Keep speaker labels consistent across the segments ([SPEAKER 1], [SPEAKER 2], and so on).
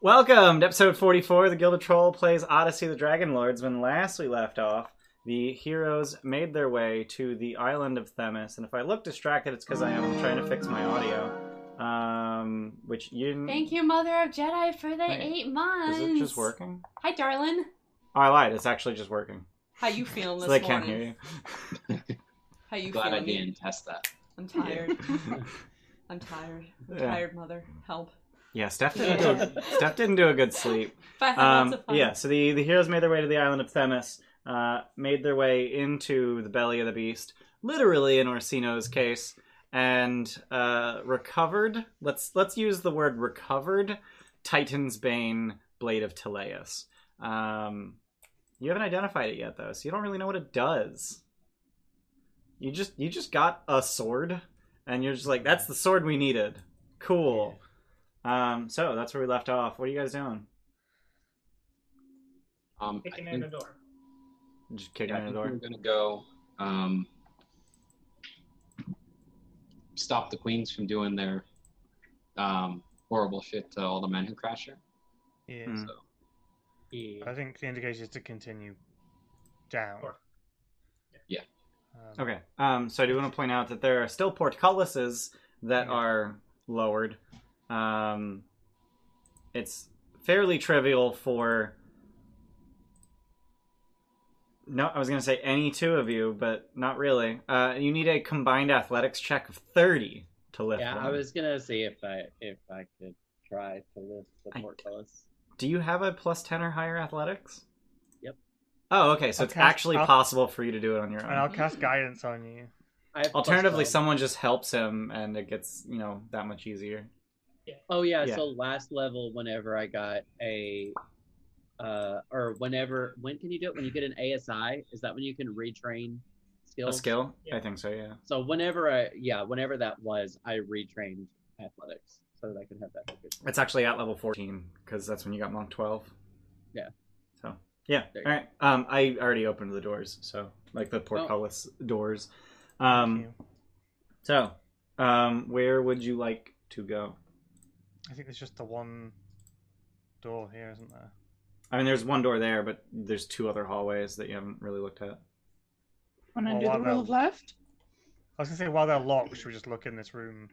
[SPEAKER 1] Welcome to episode 44. The Gilded Troll plays Odyssey of the Dragon Lords. When last we left off, the heroes made their way to the island of Themis. And if I look distracted, it's because I am trying to fix my audio. Um, which you didn't.
[SPEAKER 2] Thank you, Mother of Jedi, for the
[SPEAKER 1] Wait,
[SPEAKER 2] eight months.
[SPEAKER 1] Is it just working?
[SPEAKER 2] Hi, darling.
[SPEAKER 1] Oh, I lied. It's actually just working.
[SPEAKER 2] How you feeling
[SPEAKER 1] So
[SPEAKER 2] this
[SPEAKER 1] they
[SPEAKER 2] morning?
[SPEAKER 1] can't hear you.
[SPEAKER 2] How you
[SPEAKER 3] Glad I
[SPEAKER 2] feeling?
[SPEAKER 3] didn't test that.
[SPEAKER 2] I'm tired. I'm tired. I'm
[SPEAKER 1] Yeah.
[SPEAKER 2] tired, Mother. Help.
[SPEAKER 1] Yeah, Steph didn't, do a, Steph didn't do a good sleep.
[SPEAKER 2] If I had lots
[SPEAKER 1] Um,
[SPEAKER 2] of fun.
[SPEAKER 1] yeah, so the, the heroes made their way to the island of Themis, uh, made their way into the belly of the beast, literally in Orsino's case, and uh, recovered. Let's let's use the word recovered. Titan's Bane, Blade of Teleus. Um, you haven't identified it yet, though, so you don't really know what it does. You just you just got a sword, and you're just like, that's the sword we needed. Cool. Um, so that's where we left off. What are you guys doing?
[SPEAKER 3] Um, I
[SPEAKER 4] Kicking
[SPEAKER 3] think,
[SPEAKER 4] in the door.
[SPEAKER 1] Just kicking
[SPEAKER 3] yeah,
[SPEAKER 1] in
[SPEAKER 3] I
[SPEAKER 1] the
[SPEAKER 3] think
[SPEAKER 1] door.
[SPEAKER 3] we're gonna go um, stop the queens from doing their um, horrible shit to all the men who crash her.
[SPEAKER 5] Yeah,
[SPEAKER 1] Mm.
[SPEAKER 3] So
[SPEAKER 5] I think the indication is to continue down.
[SPEAKER 4] Or-
[SPEAKER 3] Yeah.
[SPEAKER 5] Um,
[SPEAKER 1] Okay. Um, so I do want to point out that there are still portcullises that
[SPEAKER 5] Yeah.
[SPEAKER 1] are lowered. Um, it's fairly trivial for. No, I was going to say any two of you, but not really. Uh, you need a combined athletics check of 30 to lift
[SPEAKER 6] Yeah, I
[SPEAKER 1] one.
[SPEAKER 6] was gonna see if I if I could try to lift
[SPEAKER 1] I-
[SPEAKER 6] the portcullis.
[SPEAKER 1] Do you have a plus 10 or higher athletics?
[SPEAKER 6] Yep.
[SPEAKER 1] Oh, okay. So
[SPEAKER 5] I'll
[SPEAKER 1] it's
[SPEAKER 5] cast-
[SPEAKER 1] actually
[SPEAKER 5] I'll-
[SPEAKER 1] possible for you to do it on your own.
[SPEAKER 5] And I'll cast guidance on you.
[SPEAKER 6] I have plus
[SPEAKER 1] Alternatively,
[SPEAKER 6] 12.
[SPEAKER 1] someone just helps him, and it gets you know that much easier.
[SPEAKER 6] Oh yeah,
[SPEAKER 1] yeah.
[SPEAKER 6] So last level, whenever I got a, uh, or whenever when can you do it? When you get an ASI, is that when you can retrain
[SPEAKER 1] A
[SPEAKER 6] skills?
[SPEAKER 1] skill,
[SPEAKER 4] Yeah.
[SPEAKER 1] I think so. Yeah.
[SPEAKER 6] So whenever I yeah, whenever that was, I retrained athletics so that I could have that. for good.
[SPEAKER 1] It's actually at level fourteen because that's when you got monk twelve.
[SPEAKER 6] Yeah.
[SPEAKER 1] So yeah. All
[SPEAKER 6] There you
[SPEAKER 1] right. Um, I already opened the doors, so like the portcullis doors.
[SPEAKER 5] Thank
[SPEAKER 1] Um,
[SPEAKER 5] you.
[SPEAKER 1] so, um, where would you like to go?
[SPEAKER 5] I think there's just the one door here, isn't there?
[SPEAKER 1] I mean, there's one door there, but there's two other hallways that you haven't really looked at.
[SPEAKER 7] Want to
[SPEAKER 5] Well,
[SPEAKER 7] do
[SPEAKER 5] what
[SPEAKER 7] the rule
[SPEAKER 5] about-
[SPEAKER 7] of left?
[SPEAKER 5] I was gonna say while they're locked, should we just look in this room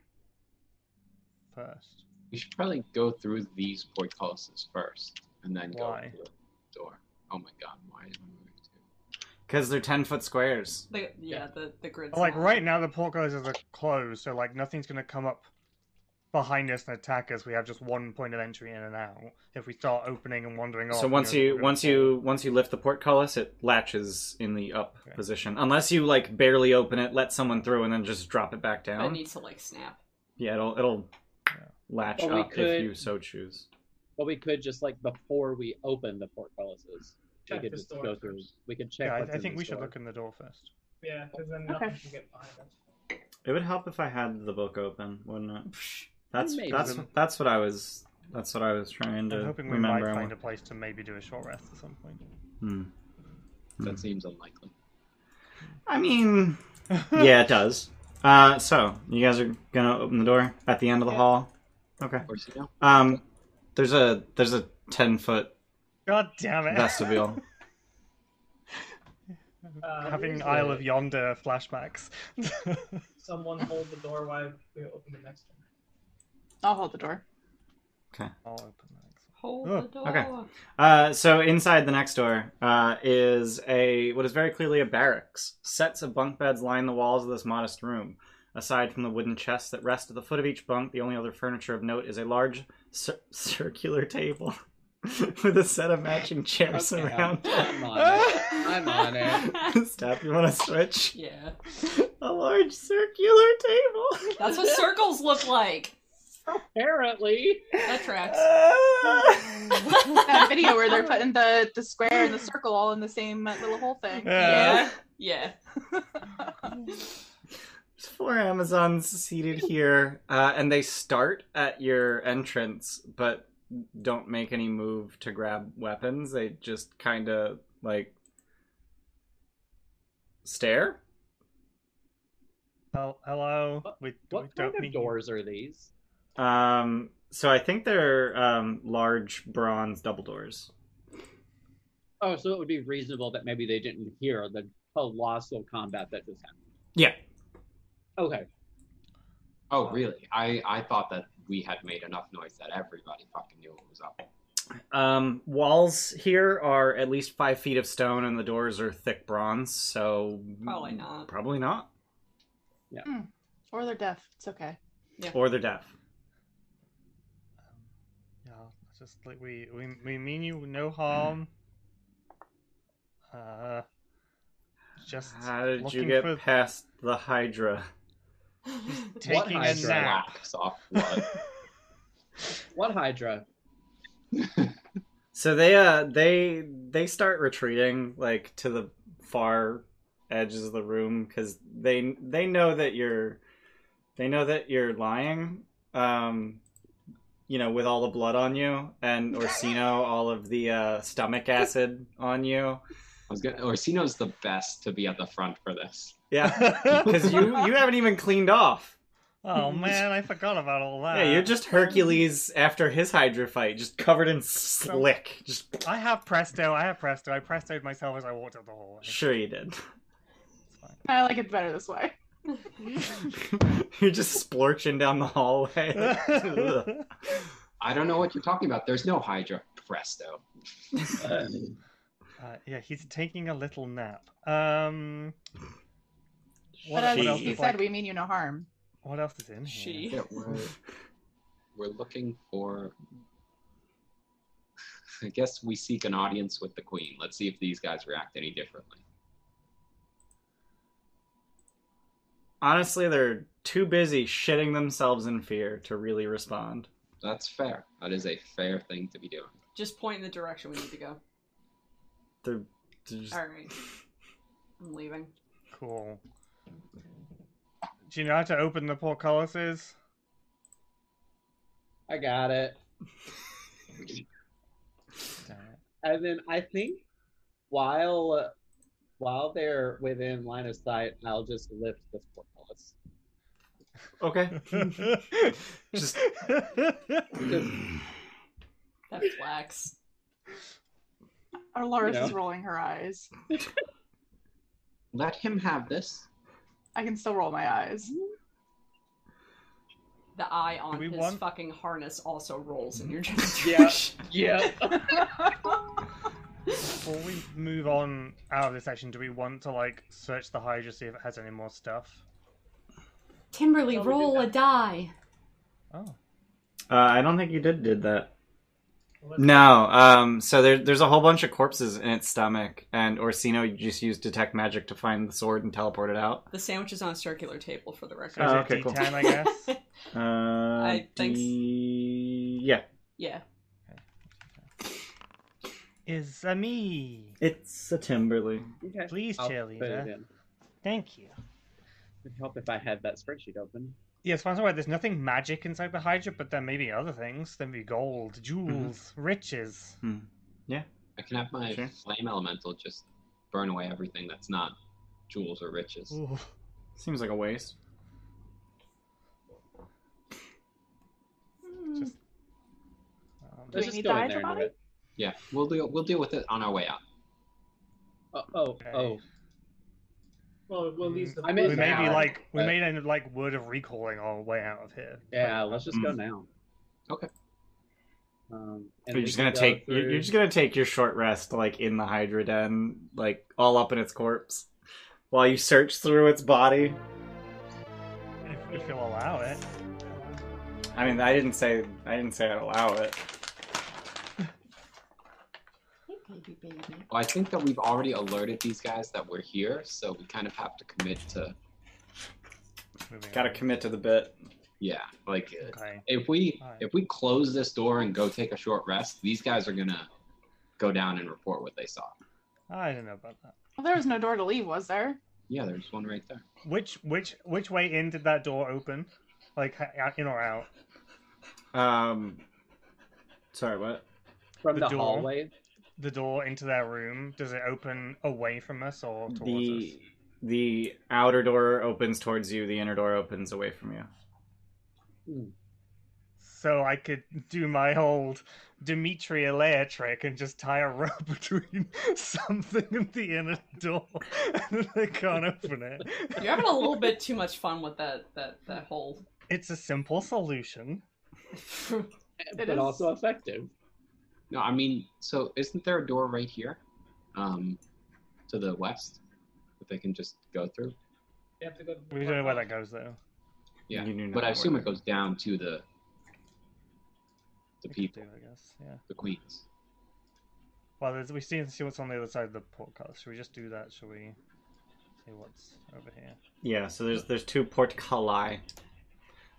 [SPEAKER 5] first?
[SPEAKER 3] we should probably go through these portcullises first, and then
[SPEAKER 5] Why?
[SPEAKER 3] go to the door. Oh my god, why is my moving too?
[SPEAKER 1] Because they're ten foot squares.
[SPEAKER 2] The, yeah, the the grid.
[SPEAKER 5] But, like right now, the portcullises are closed, so like nothing's gonna come up behind us and attack us. We have just one point of entry in and out. If we start opening and wandering off,
[SPEAKER 1] So
[SPEAKER 5] you
[SPEAKER 1] once
[SPEAKER 5] know,
[SPEAKER 1] you
[SPEAKER 5] we're gonna
[SPEAKER 1] once you once you lift the portcullis, it latches in the up
[SPEAKER 5] Okay.
[SPEAKER 1] position. Unless you like barely open it, let someone through, and then just drop it back
[SPEAKER 2] It
[SPEAKER 1] down.
[SPEAKER 2] needs to like snap.
[SPEAKER 1] Yeah, it'll it'll
[SPEAKER 5] Yeah.
[SPEAKER 1] latch
[SPEAKER 6] Well, we
[SPEAKER 1] up if
[SPEAKER 6] could-
[SPEAKER 1] you so choose.
[SPEAKER 6] But we could just like before we open the portcullises, we
[SPEAKER 4] Check
[SPEAKER 6] could
[SPEAKER 4] this
[SPEAKER 6] just
[SPEAKER 4] door
[SPEAKER 6] go through.
[SPEAKER 4] first.
[SPEAKER 6] We could check.
[SPEAKER 5] Yeah,
[SPEAKER 6] what's
[SPEAKER 5] I, I
[SPEAKER 6] in
[SPEAKER 5] think
[SPEAKER 6] this
[SPEAKER 5] we should
[SPEAKER 6] door.
[SPEAKER 5] look in the door first.
[SPEAKER 4] Yeah, because then
[SPEAKER 7] Okay.
[SPEAKER 4] nothing can get behind us.
[SPEAKER 1] It would help if I had the book open, wouldn't it? That's
[SPEAKER 6] Maybe.
[SPEAKER 1] that's that's what I was that's what I was trying to
[SPEAKER 5] I'm hoping we might
[SPEAKER 1] uh, remember.
[SPEAKER 5] find a place to maybe do a short rest at some point.
[SPEAKER 1] Hmm.
[SPEAKER 6] Hmm.
[SPEAKER 3] That seems unlikely.
[SPEAKER 1] I mean, yeah, it does. Uh, so you guys are gonna open the door at the end of the
[SPEAKER 2] Yeah.
[SPEAKER 1] hall. Okay.
[SPEAKER 3] Of course, you know.
[SPEAKER 1] Um, there's a there's a ten foot
[SPEAKER 5] God damn it.
[SPEAKER 1] vestibule.
[SPEAKER 4] Uh,
[SPEAKER 5] Having
[SPEAKER 4] here's
[SPEAKER 5] Isle
[SPEAKER 4] the-
[SPEAKER 5] of Yonder flashbacks.
[SPEAKER 4] Someone hold the door while we open the next one.
[SPEAKER 7] I'll hold the door.
[SPEAKER 5] I'll open the next one.
[SPEAKER 2] Hold
[SPEAKER 5] Oh,
[SPEAKER 2] the door.
[SPEAKER 1] okay. Uh, so inside the next door uh, is a what is very clearly a barracks. Sets of bunk beds line the walls of this modest room. Aside from the wooden chests that rest at the foot of each bunk, the only other furniture of note is a large cir- circular table with a set of matching chairs
[SPEAKER 6] Okay,
[SPEAKER 3] um,
[SPEAKER 1] around.
[SPEAKER 6] I'm on it. I'm on it.
[SPEAKER 1] Steph, you want to switch?
[SPEAKER 2] Yeah,
[SPEAKER 1] A large circular table.
[SPEAKER 2] that's what circles look like.
[SPEAKER 6] Apparently.
[SPEAKER 2] That tracks.
[SPEAKER 7] That video where they're putting the, the square and the circle all in the same little whole thing.
[SPEAKER 2] Yeah, yeah.
[SPEAKER 1] There's four Amazons seated here, uh, and they start at your entrance, but don't make any move to grab weapons. They just kind of like stare.
[SPEAKER 5] Hel- Hello.
[SPEAKER 6] What-
[SPEAKER 5] we, we
[SPEAKER 6] What
[SPEAKER 5] don't
[SPEAKER 6] kind of
[SPEAKER 5] need-
[SPEAKER 6] doors are these?
[SPEAKER 1] Um, So I think they're um, large bronze double doors.
[SPEAKER 6] Oh, so it would be reasonable that maybe they didn't hear the colossal combat that just happened.
[SPEAKER 1] Yeah.
[SPEAKER 6] Okay.
[SPEAKER 3] Oh, really? I, I thought that we had made enough noise that everybody fucking knew what was up.
[SPEAKER 1] Um, walls here are at least five feet of stone, and the doors are thick bronze. So
[SPEAKER 2] Probably not.
[SPEAKER 1] Probably not.
[SPEAKER 7] Or they're deaf. It's okay.
[SPEAKER 1] Or they're deaf.
[SPEAKER 5] Um, yeah, it's just like we we we mean you no harm. Uh, just
[SPEAKER 1] How did you
[SPEAKER 5] looking
[SPEAKER 1] get
[SPEAKER 5] for-
[SPEAKER 1] past the Hydra?
[SPEAKER 3] What
[SPEAKER 5] taking a
[SPEAKER 3] Hydra
[SPEAKER 5] nap.
[SPEAKER 3] laughs off what?
[SPEAKER 6] What Hydra?
[SPEAKER 1] So they uh they they start retreating like to the far edges of the room because they they know that you're they know that you're lying. Um, you know, with all the blood on you and Orsino, all of the uh, stomach acid on you.
[SPEAKER 3] I was gonna, Orsino's the best to be at the front for this.
[SPEAKER 1] Yeah, because you you haven't even cleaned off.
[SPEAKER 5] oh man, I forgot about all that.
[SPEAKER 1] Yeah, you're just Hercules after his Hydra fight, just covered in slick. Just
[SPEAKER 5] I have Presto. I have Presto. I prestoed myself as I walked up the hallway.
[SPEAKER 1] sure you did.
[SPEAKER 5] It's fine.
[SPEAKER 7] I like it better this way.
[SPEAKER 1] You're just splorching down the hallway.
[SPEAKER 5] Uh,
[SPEAKER 1] Ugh.
[SPEAKER 3] I don't know what you're talking about. There's no Hydra. Presto.
[SPEAKER 6] Uh,
[SPEAKER 5] Uh, yeah, he's taking a little nap. Um, What
[SPEAKER 7] but as
[SPEAKER 5] else
[SPEAKER 7] he
[SPEAKER 5] is
[SPEAKER 7] said,
[SPEAKER 5] like-
[SPEAKER 7] we mean you no harm.
[SPEAKER 5] what else is in here?
[SPEAKER 2] She.
[SPEAKER 3] Yeah, we're, we're looking for. I guess we seek an audience with the queen. Let's see if these guys react any differently.
[SPEAKER 1] Honestly, they're too busy shitting themselves in fear to really respond.
[SPEAKER 3] That's fair. That is a fair thing to be doing.
[SPEAKER 2] Just point in the direction we need to go.
[SPEAKER 1] They're, they're just-
[SPEAKER 2] All right. I'm leaving.
[SPEAKER 5] Cool. Do you know how to open the portcullises?
[SPEAKER 6] I got it.
[SPEAKER 5] Damn it.
[SPEAKER 6] And then I think while while they're within line of sight, I'll just lift this portcullis.
[SPEAKER 1] okay. uh,
[SPEAKER 5] just.
[SPEAKER 2] That flax.
[SPEAKER 7] Our Loris
[SPEAKER 6] Yeah.
[SPEAKER 7] is rolling her eyes.
[SPEAKER 3] Let him have this.
[SPEAKER 7] I can still roll my eyes.
[SPEAKER 2] The eye on
[SPEAKER 5] we
[SPEAKER 2] his
[SPEAKER 5] want-
[SPEAKER 2] fucking harness also rolls in your general
[SPEAKER 6] Yeah.
[SPEAKER 2] direction.
[SPEAKER 6] Yeah.
[SPEAKER 5] Before we move on out of this section, do we want to like search the Hydra see if it has any more stuff?
[SPEAKER 2] Timberly,
[SPEAKER 4] Don't do
[SPEAKER 2] roll a
[SPEAKER 4] that.
[SPEAKER 2] die.
[SPEAKER 5] Oh,
[SPEAKER 1] Uh, I don't think you did did that.
[SPEAKER 4] What's-
[SPEAKER 1] No. Um. So there, there's a whole bunch of corpses in its stomach, and Orsino just used detect magic to find the sword and teleport it out.
[SPEAKER 2] The sandwich is on a circular table for the
[SPEAKER 5] so
[SPEAKER 2] record.
[SPEAKER 5] is
[SPEAKER 1] Oh,
[SPEAKER 5] it
[SPEAKER 1] okay, cool.
[SPEAKER 5] D10, I guess.
[SPEAKER 1] Uh,
[SPEAKER 2] I think s-
[SPEAKER 1] D- Yeah.
[SPEAKER 2] yeah.
[SPEAKER 5] is a me.
[SPEAKER 1] It's a Timberly.
[SPEAKER 6] Okay.
[SPEAKER 5] Please,
[SPEAKER 6] I'll put it
[SPEAKER 5] cheerleader.
[SPEAKER 6] in.
[SPEAKER 5] Thank you.
[SPEAKER 6] It'd help if I had that spreadsheet open.
[SPEAKER 5] Yes, that's right. There's nothing magic inside the Hydra, but there may be other things. There may be gold, jewels, riches.
[SPEAKER 3] I can have my
[SPEAKER 1] Sure.
[SPEAKER 3] flame elemental just burn away everything that's not jewels or riches.
[SPEAKER 5] Ooh.
[SPEAKER 1] Seems like a waste.
[SPEAKER 5] Just- Um,
[SPEAKER 7] Do
[SPEAKER 6] Let's
[SPEAKER 7] we
[SPEAKER 6] just
[SPEAKER 7] need
[SPEAKER 6] go
[SPEAKER 7] the
[SPEAKER 6] in there
[SPEAKER 7] Hydra
[SPEAKER 6] and do
[SPEAKER 7] body?
[SPEAKER 6] it.
[SPEAKER 3] Yeah, we'll deal. We'll deal with it on our way out.
[SPEAKER 6] Oh, oh,
[SPEAKER 5] Okay.
[SPEAKER 6] oh.
[SPEAKER 4] Well, we'll leave the.
[SPEAKER 6] I
[SPEAKER 5] we
[SPEAKER 6] mean,
[SPEAKER 5] may be
[SPEAKER 6] now,
[SPEAKER 5] like we
[SPEAKER 6] but-
[SPEAKER 5] may end up like word of recalling our way out of here.
[SPEAKER 6] Yeah, let's just go now.
[SPEAKER 3] Okay.
[SPEAKER 6] Um,
[SPEAKER 1] you're
[SPEAKER 6] we
[SPEAKER 1] just
[SPEAKER 6] can
[SPEAKER 1] gonna
[SPEAKER 6] go
[SPEAKER 1] take you're,
[SPEAKER 6] through-
[SPEAKER 1] you're just gonna take your short rest like in the Hydra den, like all up in its corpse, while you search through its body.
[SPEAKER 5] If, if you'll allow it.
[SPEAKER 1] I mean, I didn't say I didn't say I'd allow it.
[SPEAKER 2] Hey, baby, baby.
[SPEAKER 3] Well, I think that we've already alerted these guys that we're here, so we kind of have to commit to.
[SPEAKER 5] Moving
[SPEAKER 1] Got to
[SPEAKER 5] on.
[SPEAKER 1] commit to the bit.
[SPEAKER 3] Yeah, like uh,
[SPEAKER 5] Okay.
[SPEAKER 3] if we
[SPEAKER 5] Alright.
[SPEAKER 3] if we close this door and go take a short rest, these guys are gonna go down and report what they saw.
[SPEAKER 5] I don't know about that.
[SPEAKER 7] Well, there was no door to leave, was there?
[SPEAKER 3] Yeah, there's one right there.
[SPEAKER 5] Which which which way in did that door open? Like ha- out- in or out?
[SPEAKER 1] Um, sorry, what?
[SPEAKER 6] from
[SPEAKER 5] the
[SPEAKER 6] the,
[SPEAKER 5] door.
[SPEAKER 6] hallway.
[SPEAKER 5] The door into their room. Does it open away from us or towards
[SPEAKER 1] The
[SPEAKER 5] us?
[SPEAKER 1] the outer door opens towards you. The inner door opens away from you.
[SPEAKER 5] so I could do my old Dimitri Alaire trick and just tie a rope between something and the inner door, and they can't open it.
[SPEAKER 2] You're having a little bit too much fun with that that that whole.
[SPEAKER 5] It's a simple solution.
[SPEAKER 6] but
[SPEAKER 7] is.
[SPEAKER 6] also effective.
[SPEAKER 3] No, I mean, so isn't there a door right here, um, to the west, that they can just go through?
[SPEAKER 4] You have to go to the
[SPEAKER 5] We don't know where that goes though.
[SPEAKER 3] Yeah,
[SPEAKER 1] You do
[SPEAKER 3] but
[SPEAKER 1] know
[SPEAKER 3] I assume
[SPEAKER 1] where
[SPEAKER 3] it
[SPEAKER 1] that-
[SPEAKER 3] goes down to the the
[SPEAKER 5] We could
[SPEAKER 3] people,
[SPEAKER 5] do, I guess. Yeah.
[SPEAKER 3] the queens.
[SPEAKER 5] Well, there's, we see see what's on the other side of the portcullis. Should we just do that? Shall we see what's over here?
[SPEAKER 1] Yeah, so there's there's two portculli.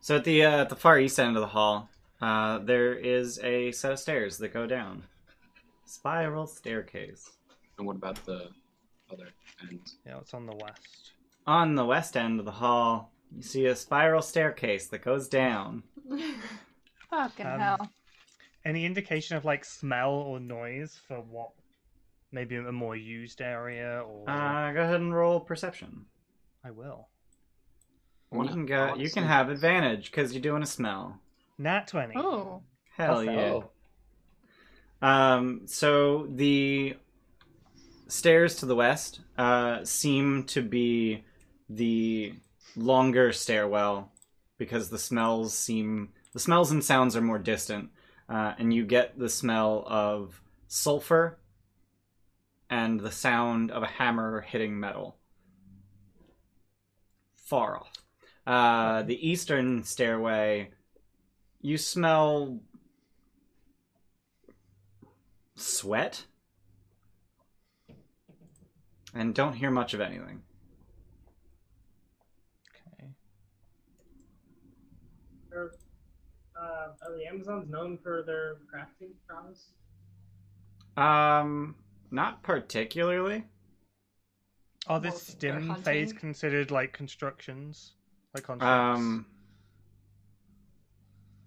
[SPEAKER 1] So at the uh, at the far east end of the hall, uh, there is a set of stairs that go down. Spiral staircase.
[SPEAKER 3] And what about the other end?
[SPEAKER 5] Yeah, it's on the west.
[SPEAKER 1] On the west end of the hall, you see a spiral staircase that goes down.
[SPEAKER 7] Fucking
[SPEAKER 5] Um,
[SPEAKER 7] hell.
[SPEAKER 5] Any indication of like smell or noise for what? Maybe a more used area, or
[SPEAKER 1] Uh, go ahead and roll perception.
[SPEAKER 5] I will.
[SPEAKER 1] You can go, you can have advantage because you're doing a smell.
[SPEAKER 5] Nat twenty.
[SPEAKER 7] Oh.
[SPEAKER 1] Hell
[SPEAKER 6] Also-
[SPEAKER 1] yeah. Um, so the stairs to the west uh, seem to be the longer stairwell because the smells seem the smells and sounds are more distant, uh, and you get the smell of sulfur and the sound of a hammer hitting metal far off. Uh, the eastern stairway, you smell sweat and don't hear much of anything.
[SPEAKER 5] Okay.
[SPEAKER 4] Are, uh, are the Amazons known for their crafting prowess?
[SPEAKER 1] Um, not particularly.
[SPEAKER 5] Are the
[SPEAKER 2] Well,
[SPEAKER 5] stem
[SPEAKER 2] they're
[SPEAKER 5] phase
[SPEAKER 2] hunting.
[SPEAKER 5] considered like constructions, like constructs?
[SPEAKER 1] Um,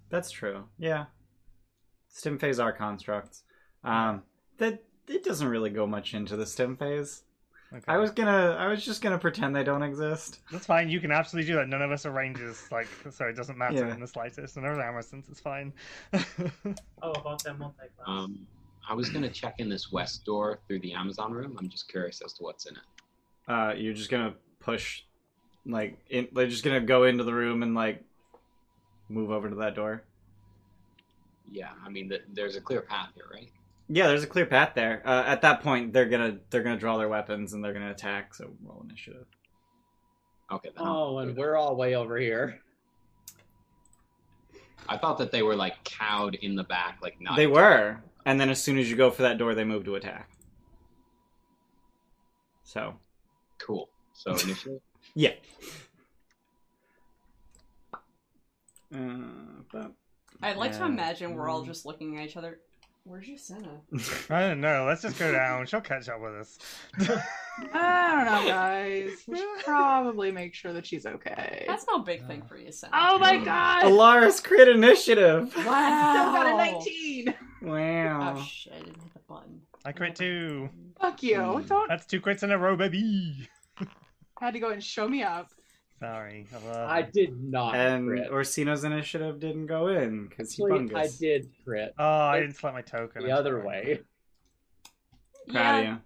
[SPEAKER 1] that's true. Yeah, stim phase are constructs. Um, that it doesn't really go much into the stim phase.
[SPEAKER 5] okay.
[SPEAKER 1] I was gonna, I was just gonna pretend they don't exist.
[SPEAKER 5] That's fine. You can absolutely do that. None of us are rangers, like so. It doesn't matter
[SPEAKER 1] Yeah.
[SPEAKER 5] in the slightest. None of us are Amazons. It's fine.
[SPEAKER 4] Oh, about that multi-class.
[SPEAKER 3] Um, I was gonna check in this west door through the Amazon room. I'm just curious as to what's in it.
[SPEAKER 1] Uh, you're just gonna push, like, in, they're just gonna go into the room and like move over to that door.
[SPEAKER 3] Yeah, I mean, th there's a clear path here, right?
[SPEAKER 1] Yeah, there's a clear path there. Uh, at that point, they're gonna they're gonna draw their weapons and they're gonna attack. So roll initiative.
[SPEAKER 3] Okay. Then I'll
[SPEAKER 6] Oh,
[SPEAKER 3] do
[SPEAKER 6] and
[SPEAKER 3] that.
[SPEAKER 6] we're all way over here.
[SPEAKER 3] I thought that they were like cowed in the back, like not.
[SPEAKER 1] they were, and then as soon as you go for that door, they move to attack. So
[SPEAKER 3] cool. So initially,
[SPEAKER 1] yeah. Uh, but-
[SPEAKER 2] I'd like to
[SPEAKER 1] Yeah. Mm.
[SPEAKER 2] imagine we're all just looking at each other. Where's your Senna?
[SPEAKER 5] I don't know. Let's just go down. She'll catch up with us.
[SPEAKER 7] I don't know, guys. We should probably make sure that she's okay.
[SPEAKER 2] That's no big thing for you, Senna.
[SPEAKER 7] oh my god!
[SPEAKER 1] Alara's crit initiative.
[SPEAKER 2] Wow.
[SPEAKER 7] Still got a 19.
[SPEAKER 1] Wow.
[SPEAKER 2] Oh shit! I didn't hit the button.
[SPEAKER 5] I crit too.
[SPEAKER 7] Fuck you. Don't
[SPEAKER 5] That's two crits in a row, baby.
[SPEAKER 7] had to go and show me up.
[SPEAKER 5] Sorry. I love
[SPEAKER 6] I did not
[SPEAKER 1] and
[SPEAKER 6] crit.
[SPEAKER 1] Orsino's initiative didn't go in because he
[SPEAKER 6] Actually,
[SPEAKER 1] bungus.
[SPEAKER 6] I did crit
[SPEAKER 5] Oh, I didn't select my token.
[SPEAKER 6] the
[SPEAKER 5] I'm
[SPEAKER 6] other
[SPEAKER 5] sorry.
[SPEAKER 6] way.
[SPEAKER 1] Proud
[SPEAKER 2] Yeah,
[SPEAKER 1] of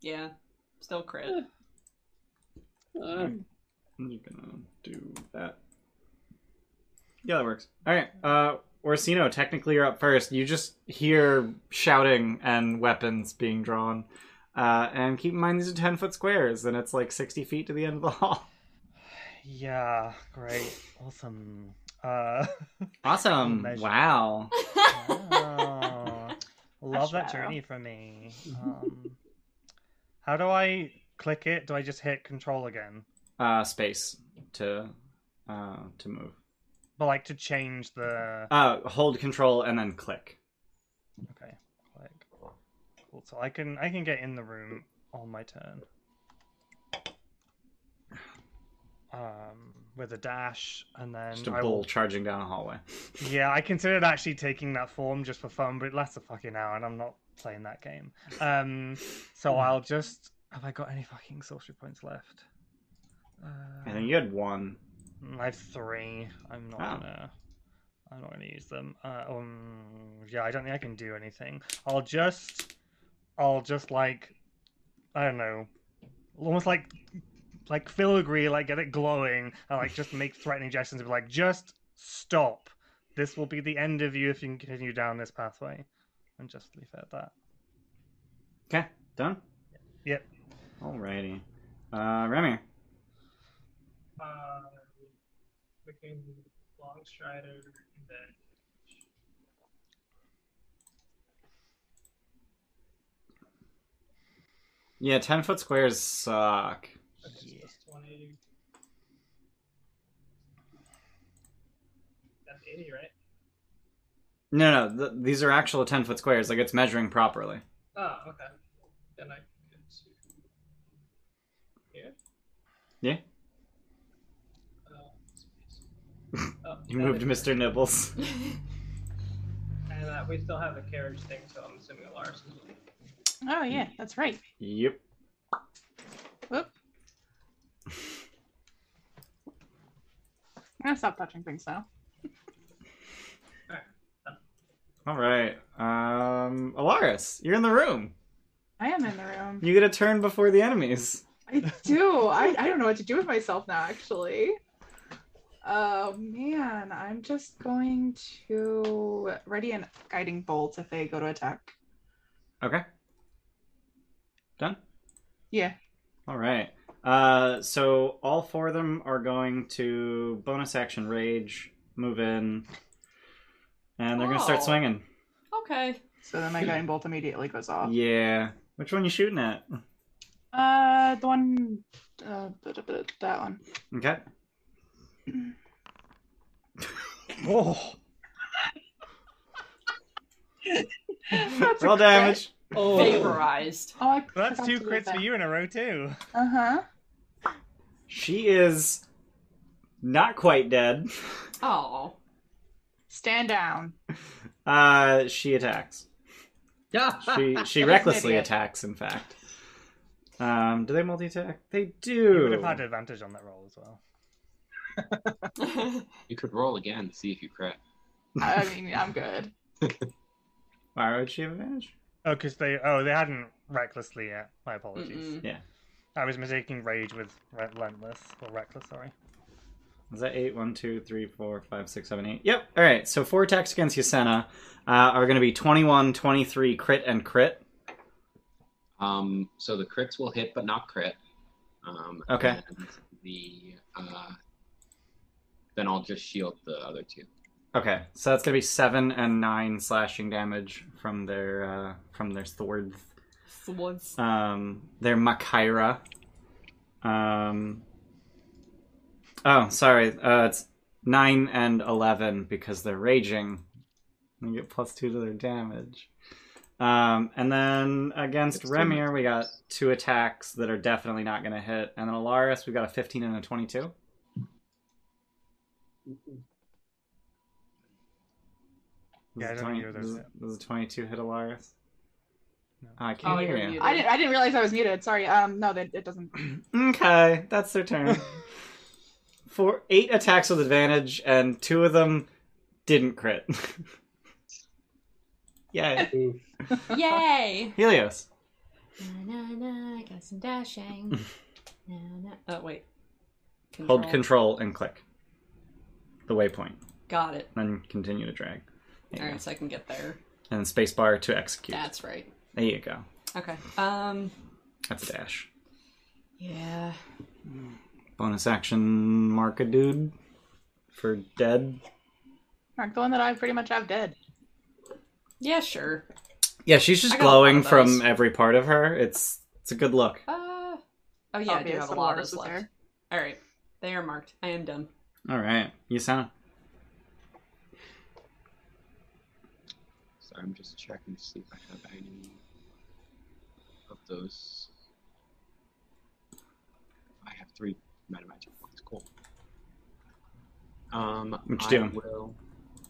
[SPEAKER 2] yeah. Still crit.
[SPEAKER 6] Uh,
[SPEAKER 1] you. You're gonna do that. Yeah, that works. All right. Uh, Orsino, technically you're up first. You just hear shouting and weapons being drawn. Uh, and keep in mind these are 10 foot squares, and it's like 60 feet to the end of the hall.
[SPEAKER 5] Yeah. Great. Awesome. Uh.
[SPEAKER 1] Awesome.
[SPEAKER 5] Measure.
[SPEAKER 1] Wow.
[SPEAKER 5] Oh, love that
[SPEAKER 7] Ashwell.
[SPEAKER 5] journey for me. Um, how do I click it? Do I just hit control again?
[SPEAKER 1] Uh, space to uh, to move.
[SPEAKER 5] But like to change the
[SPEAKER 1] Uh, hold control and then click.
[SPEAKER 5] okay, click. Cool. So I can I can get in the room on my turn. Um, with a dash and then
[SPEAKER 1] Just a
[SPEAKER 5] I
[SPEAKER 1] bull
[SPEAKER 5] will-
[SPEAKER 1] charging down a hallway.
[SPEAKER 5] Yeah, I considered actually taking that form just for fun, but it lasts a fucking hour, and I'm not playing that game. Um, so I'll just. Have I got any fucking sorcery points left? Uh,
[SPEAKER 1] I think you had one.
[SPEAKER 5] I have Mm, three. I'm not
[SPEAKER 1] Wow.
[SPEAKER 5] gonna. I'm not going to use them. Uh, um, yeah, I don't think I can do anything. I'll just, I'll just like, I don't know, almost like, like filigree, like get it glowing, and like just make threatening gestures of like, just stop. This will be the end of you if you continue down this pathway, and just leave it at that.
[SPEAKER 1] Okay, done?
[SPEAKER 5] Yep.
[SPEAKER 1] Alrighty. Uh, Remy.
[SPEAKER 4] Uh, we can long strider and then
[SPEAKER 1] Yeah, 10 foot squares suck.
[SPEAKER 4] okay,
[SPEAKER 5] Yeah.
[SPEAKER 4] so that's 20. That's 80, right?
[SPEAKER 1] No, no, th- these are actual 10 foot squares. Like, it's measuring properly.
[SPEAKER 4] Oh, okay. Then I could see. Here?
[SPEAKER 1] Yeah.
[SPEAKER 4] Uh, space. oh,
[SPEAKER 1] You
[SPEAKER 4] that
[SPEAKER 1] moved
[SPEAKER 4] is-
[SPEAKER 1] Mr. Nibbles.
[SPEAKER 4] And uh, we still have the carriage thing, so I'm assuming Alaris is with
[SPEAKER 7] Oh yeah, that's right.
[SPEAKER 1] Yep.
[SPEAKER 7] Whoop. I'm gonna stop touching things now.
[SPEAKER 1] Alright. Um, Alaris, you're in the room.
[SPEAKER 7] I am in the room.
[SPEAKER 1] You get a turn before the enemies.
[SPEAKER 7] I do. I, I don't know what to do with myself now, actually. Oh man, I'm just going to ready an guiding bolt if they go to attack.
[SPEAKER 1] Okay. Done?
[SPEAKER 7] Yeah.
[SPEAKER 1] All right. Uh, so all four of them are going to bonus action rage, move in, and they're going to start
[SPEAKER 2] Oh.
[SPEAKER 1] swinging.
[SPEAKER 2] Okay.
[SPEAKER 7] So then my guiding bolt immediately goes off.
[SPEAKER 1] Yeah. Which one you shooting at?
[SPEAKER 7] Uh, the one, uh, blah, blah, blah, that one.
[SPEAKER 1] Okay.
[SPEAKER 5] Oh,
[SPEAKER 7] That's a
[SPEAKER 1] Roll
[SPEAKER 7] crit.
[SPEAKER 1] damage.
[SPEAKER 2] Vaporized.
[SPEAKER 7] Oh, I
[SPEAKER 5] that's two crits for you in a row too.
[SPEAKER 7] Uh huh.
[SPEAKER 1] She is not quite dead.
[SPEAKER 2] Oh.
[SPEAKER 7] Stand down.
[SPEAKER 1] Uh, she attacks. She she
[SPEAKER 7] an
[SPEAKER 1] recklessly
[SPEAKER 7] idiot.
[SPEAKER 1] attacks. In fact. Um, do they multi attack? They
[SPEAKER 5] You would have
[SPEAKER 1] do.
[SPEAKER 5] had advantage on that roll as well.
[SPEAKER 3] You could roll again, see if you crit.
[SPEAKER 7] I mean, I'm good.
[SPEAKER 1] Why would she have advantage?
[SPEAKER 5] Oh, because they oh they hadn't recklessly yet. My apologies.
[SPEAKER 2] Mm-mm.
[SPEAKER 5] I was mistaking rage with relentless or reckless. Sorry.
[SPEAKER 1] Is that eight? One, two, three, four, five, six, seven, eight. Yep. All right. So four attacks against Yasena uh, are going to be 21, 23, crit, and crit.
[SPEAKER 3] Um, so the crits will hit, but not crit. Um,
[SPEAKER 1] Okay.
[SPEAKER 3] and the uh, then I'll just shield the other two.
[SPEAKER 1] Okay. So that's going to be seven and nine slashing damage from their uh, from their sword,
[SPEAKER 2] Swords.
[SPEAKER 1] um, their Makaira. Um. Oh, sorry. Uh, it's nine and eleven because they're raging. They get plus two to their damage. Um, and then against
[SPEAKER 3] It's still
[SPEAKER 1] Remir,
[SPEAKER 3] not-
[SPEAKER 1] we got two attacks that are definitely not going to hit. And then Alaris, we got a 15 and a 22.
[SPEAKER 5] Yeah, I
[SPEAKER 1] Does a
[SPEAKER 5] don't
[SPEAKER 1] 20
[SPEAKER 5] think either of
[SPEAKER 1] does,
[SPEAKER 5] those
[SPEAKER 1] does a 22 hit Alaris?
[SPEAKER 5] No.
[SPEAKER 1] Oh, I can't
[SPEAKER 2] Oh,
[SPEAKER 1] hear
[SPEAKER 2] you're
[SPEAKER 1] you.
[SPEAKER 2] muted.
[SPEAKER 7] I didn't. I didn't realize I was muted. Sorry. Um, no, that it doesn't.
[SPEAKER 1] okay, that's their turn. For eight attacks with advantage, and two of them didn't crit. yeah,
[SPEAKER 2] Yay!
[SPEAKER 1] Helios.
[SPEAKER 2] na, na, I got some dashing. na, na. Oh, wait.
[SPEAKER 1] Hold control and click the waypoint,
[SPEAKER 2] Got it.
[SPEAKER 1] then continue to drag. There you
[SPEAKER 2] Alright, so I can get there.
[SPEAKER 1] go. And spacebar to execute.
[SPEAKER 2] That's right.
[SPEAKER 1] There you go.
[SPEAKER 2] Okay. Um.
[SPEAKER 1] That's a dash.
[SPEAKER 2] Yeah.
[SPEAKER 1] Bonus action, mark a dude for dead.
[SPEAKER 7] Mark the one that I pretty much have dead.
[SPEAKER 2] Yeah, sure.
[SPEAKER 1] Yeah, she's
[SPEAKER 2] I
[SPEAKER 1] just
[SPEAKER 2] got a lot
[SPEAKER 1] glowing
[SPEAKER 2] of those.
[SPEAKER 1] from every part of her. It's it's a good look.
[SPEAKER 2] Uh. Oh yeah, I do
[SPEAKER 7] Obvious
[SPEAKER 2] have a
[SPEAKER 7] that
[SPEAKER 2] lot of
[SPEAKER 7] Alaris
[SPEAKER 2] those
[SPEAKER 7] was
[SPEAKER 2] left.
[SPEAKER 7] there.
[SPEAKER 2] All right, they are marked. I am done.
[SPEAKER 1] All right, you sound.
[SPEAKER 3] So I'm just checking to see if I have any of those. I have three meta magic points. Cool. Um,
[SPEAKER 1] What you
[SPEAKER 3] I
[SPEAKER 1] doing?
[SPEAKER 3] will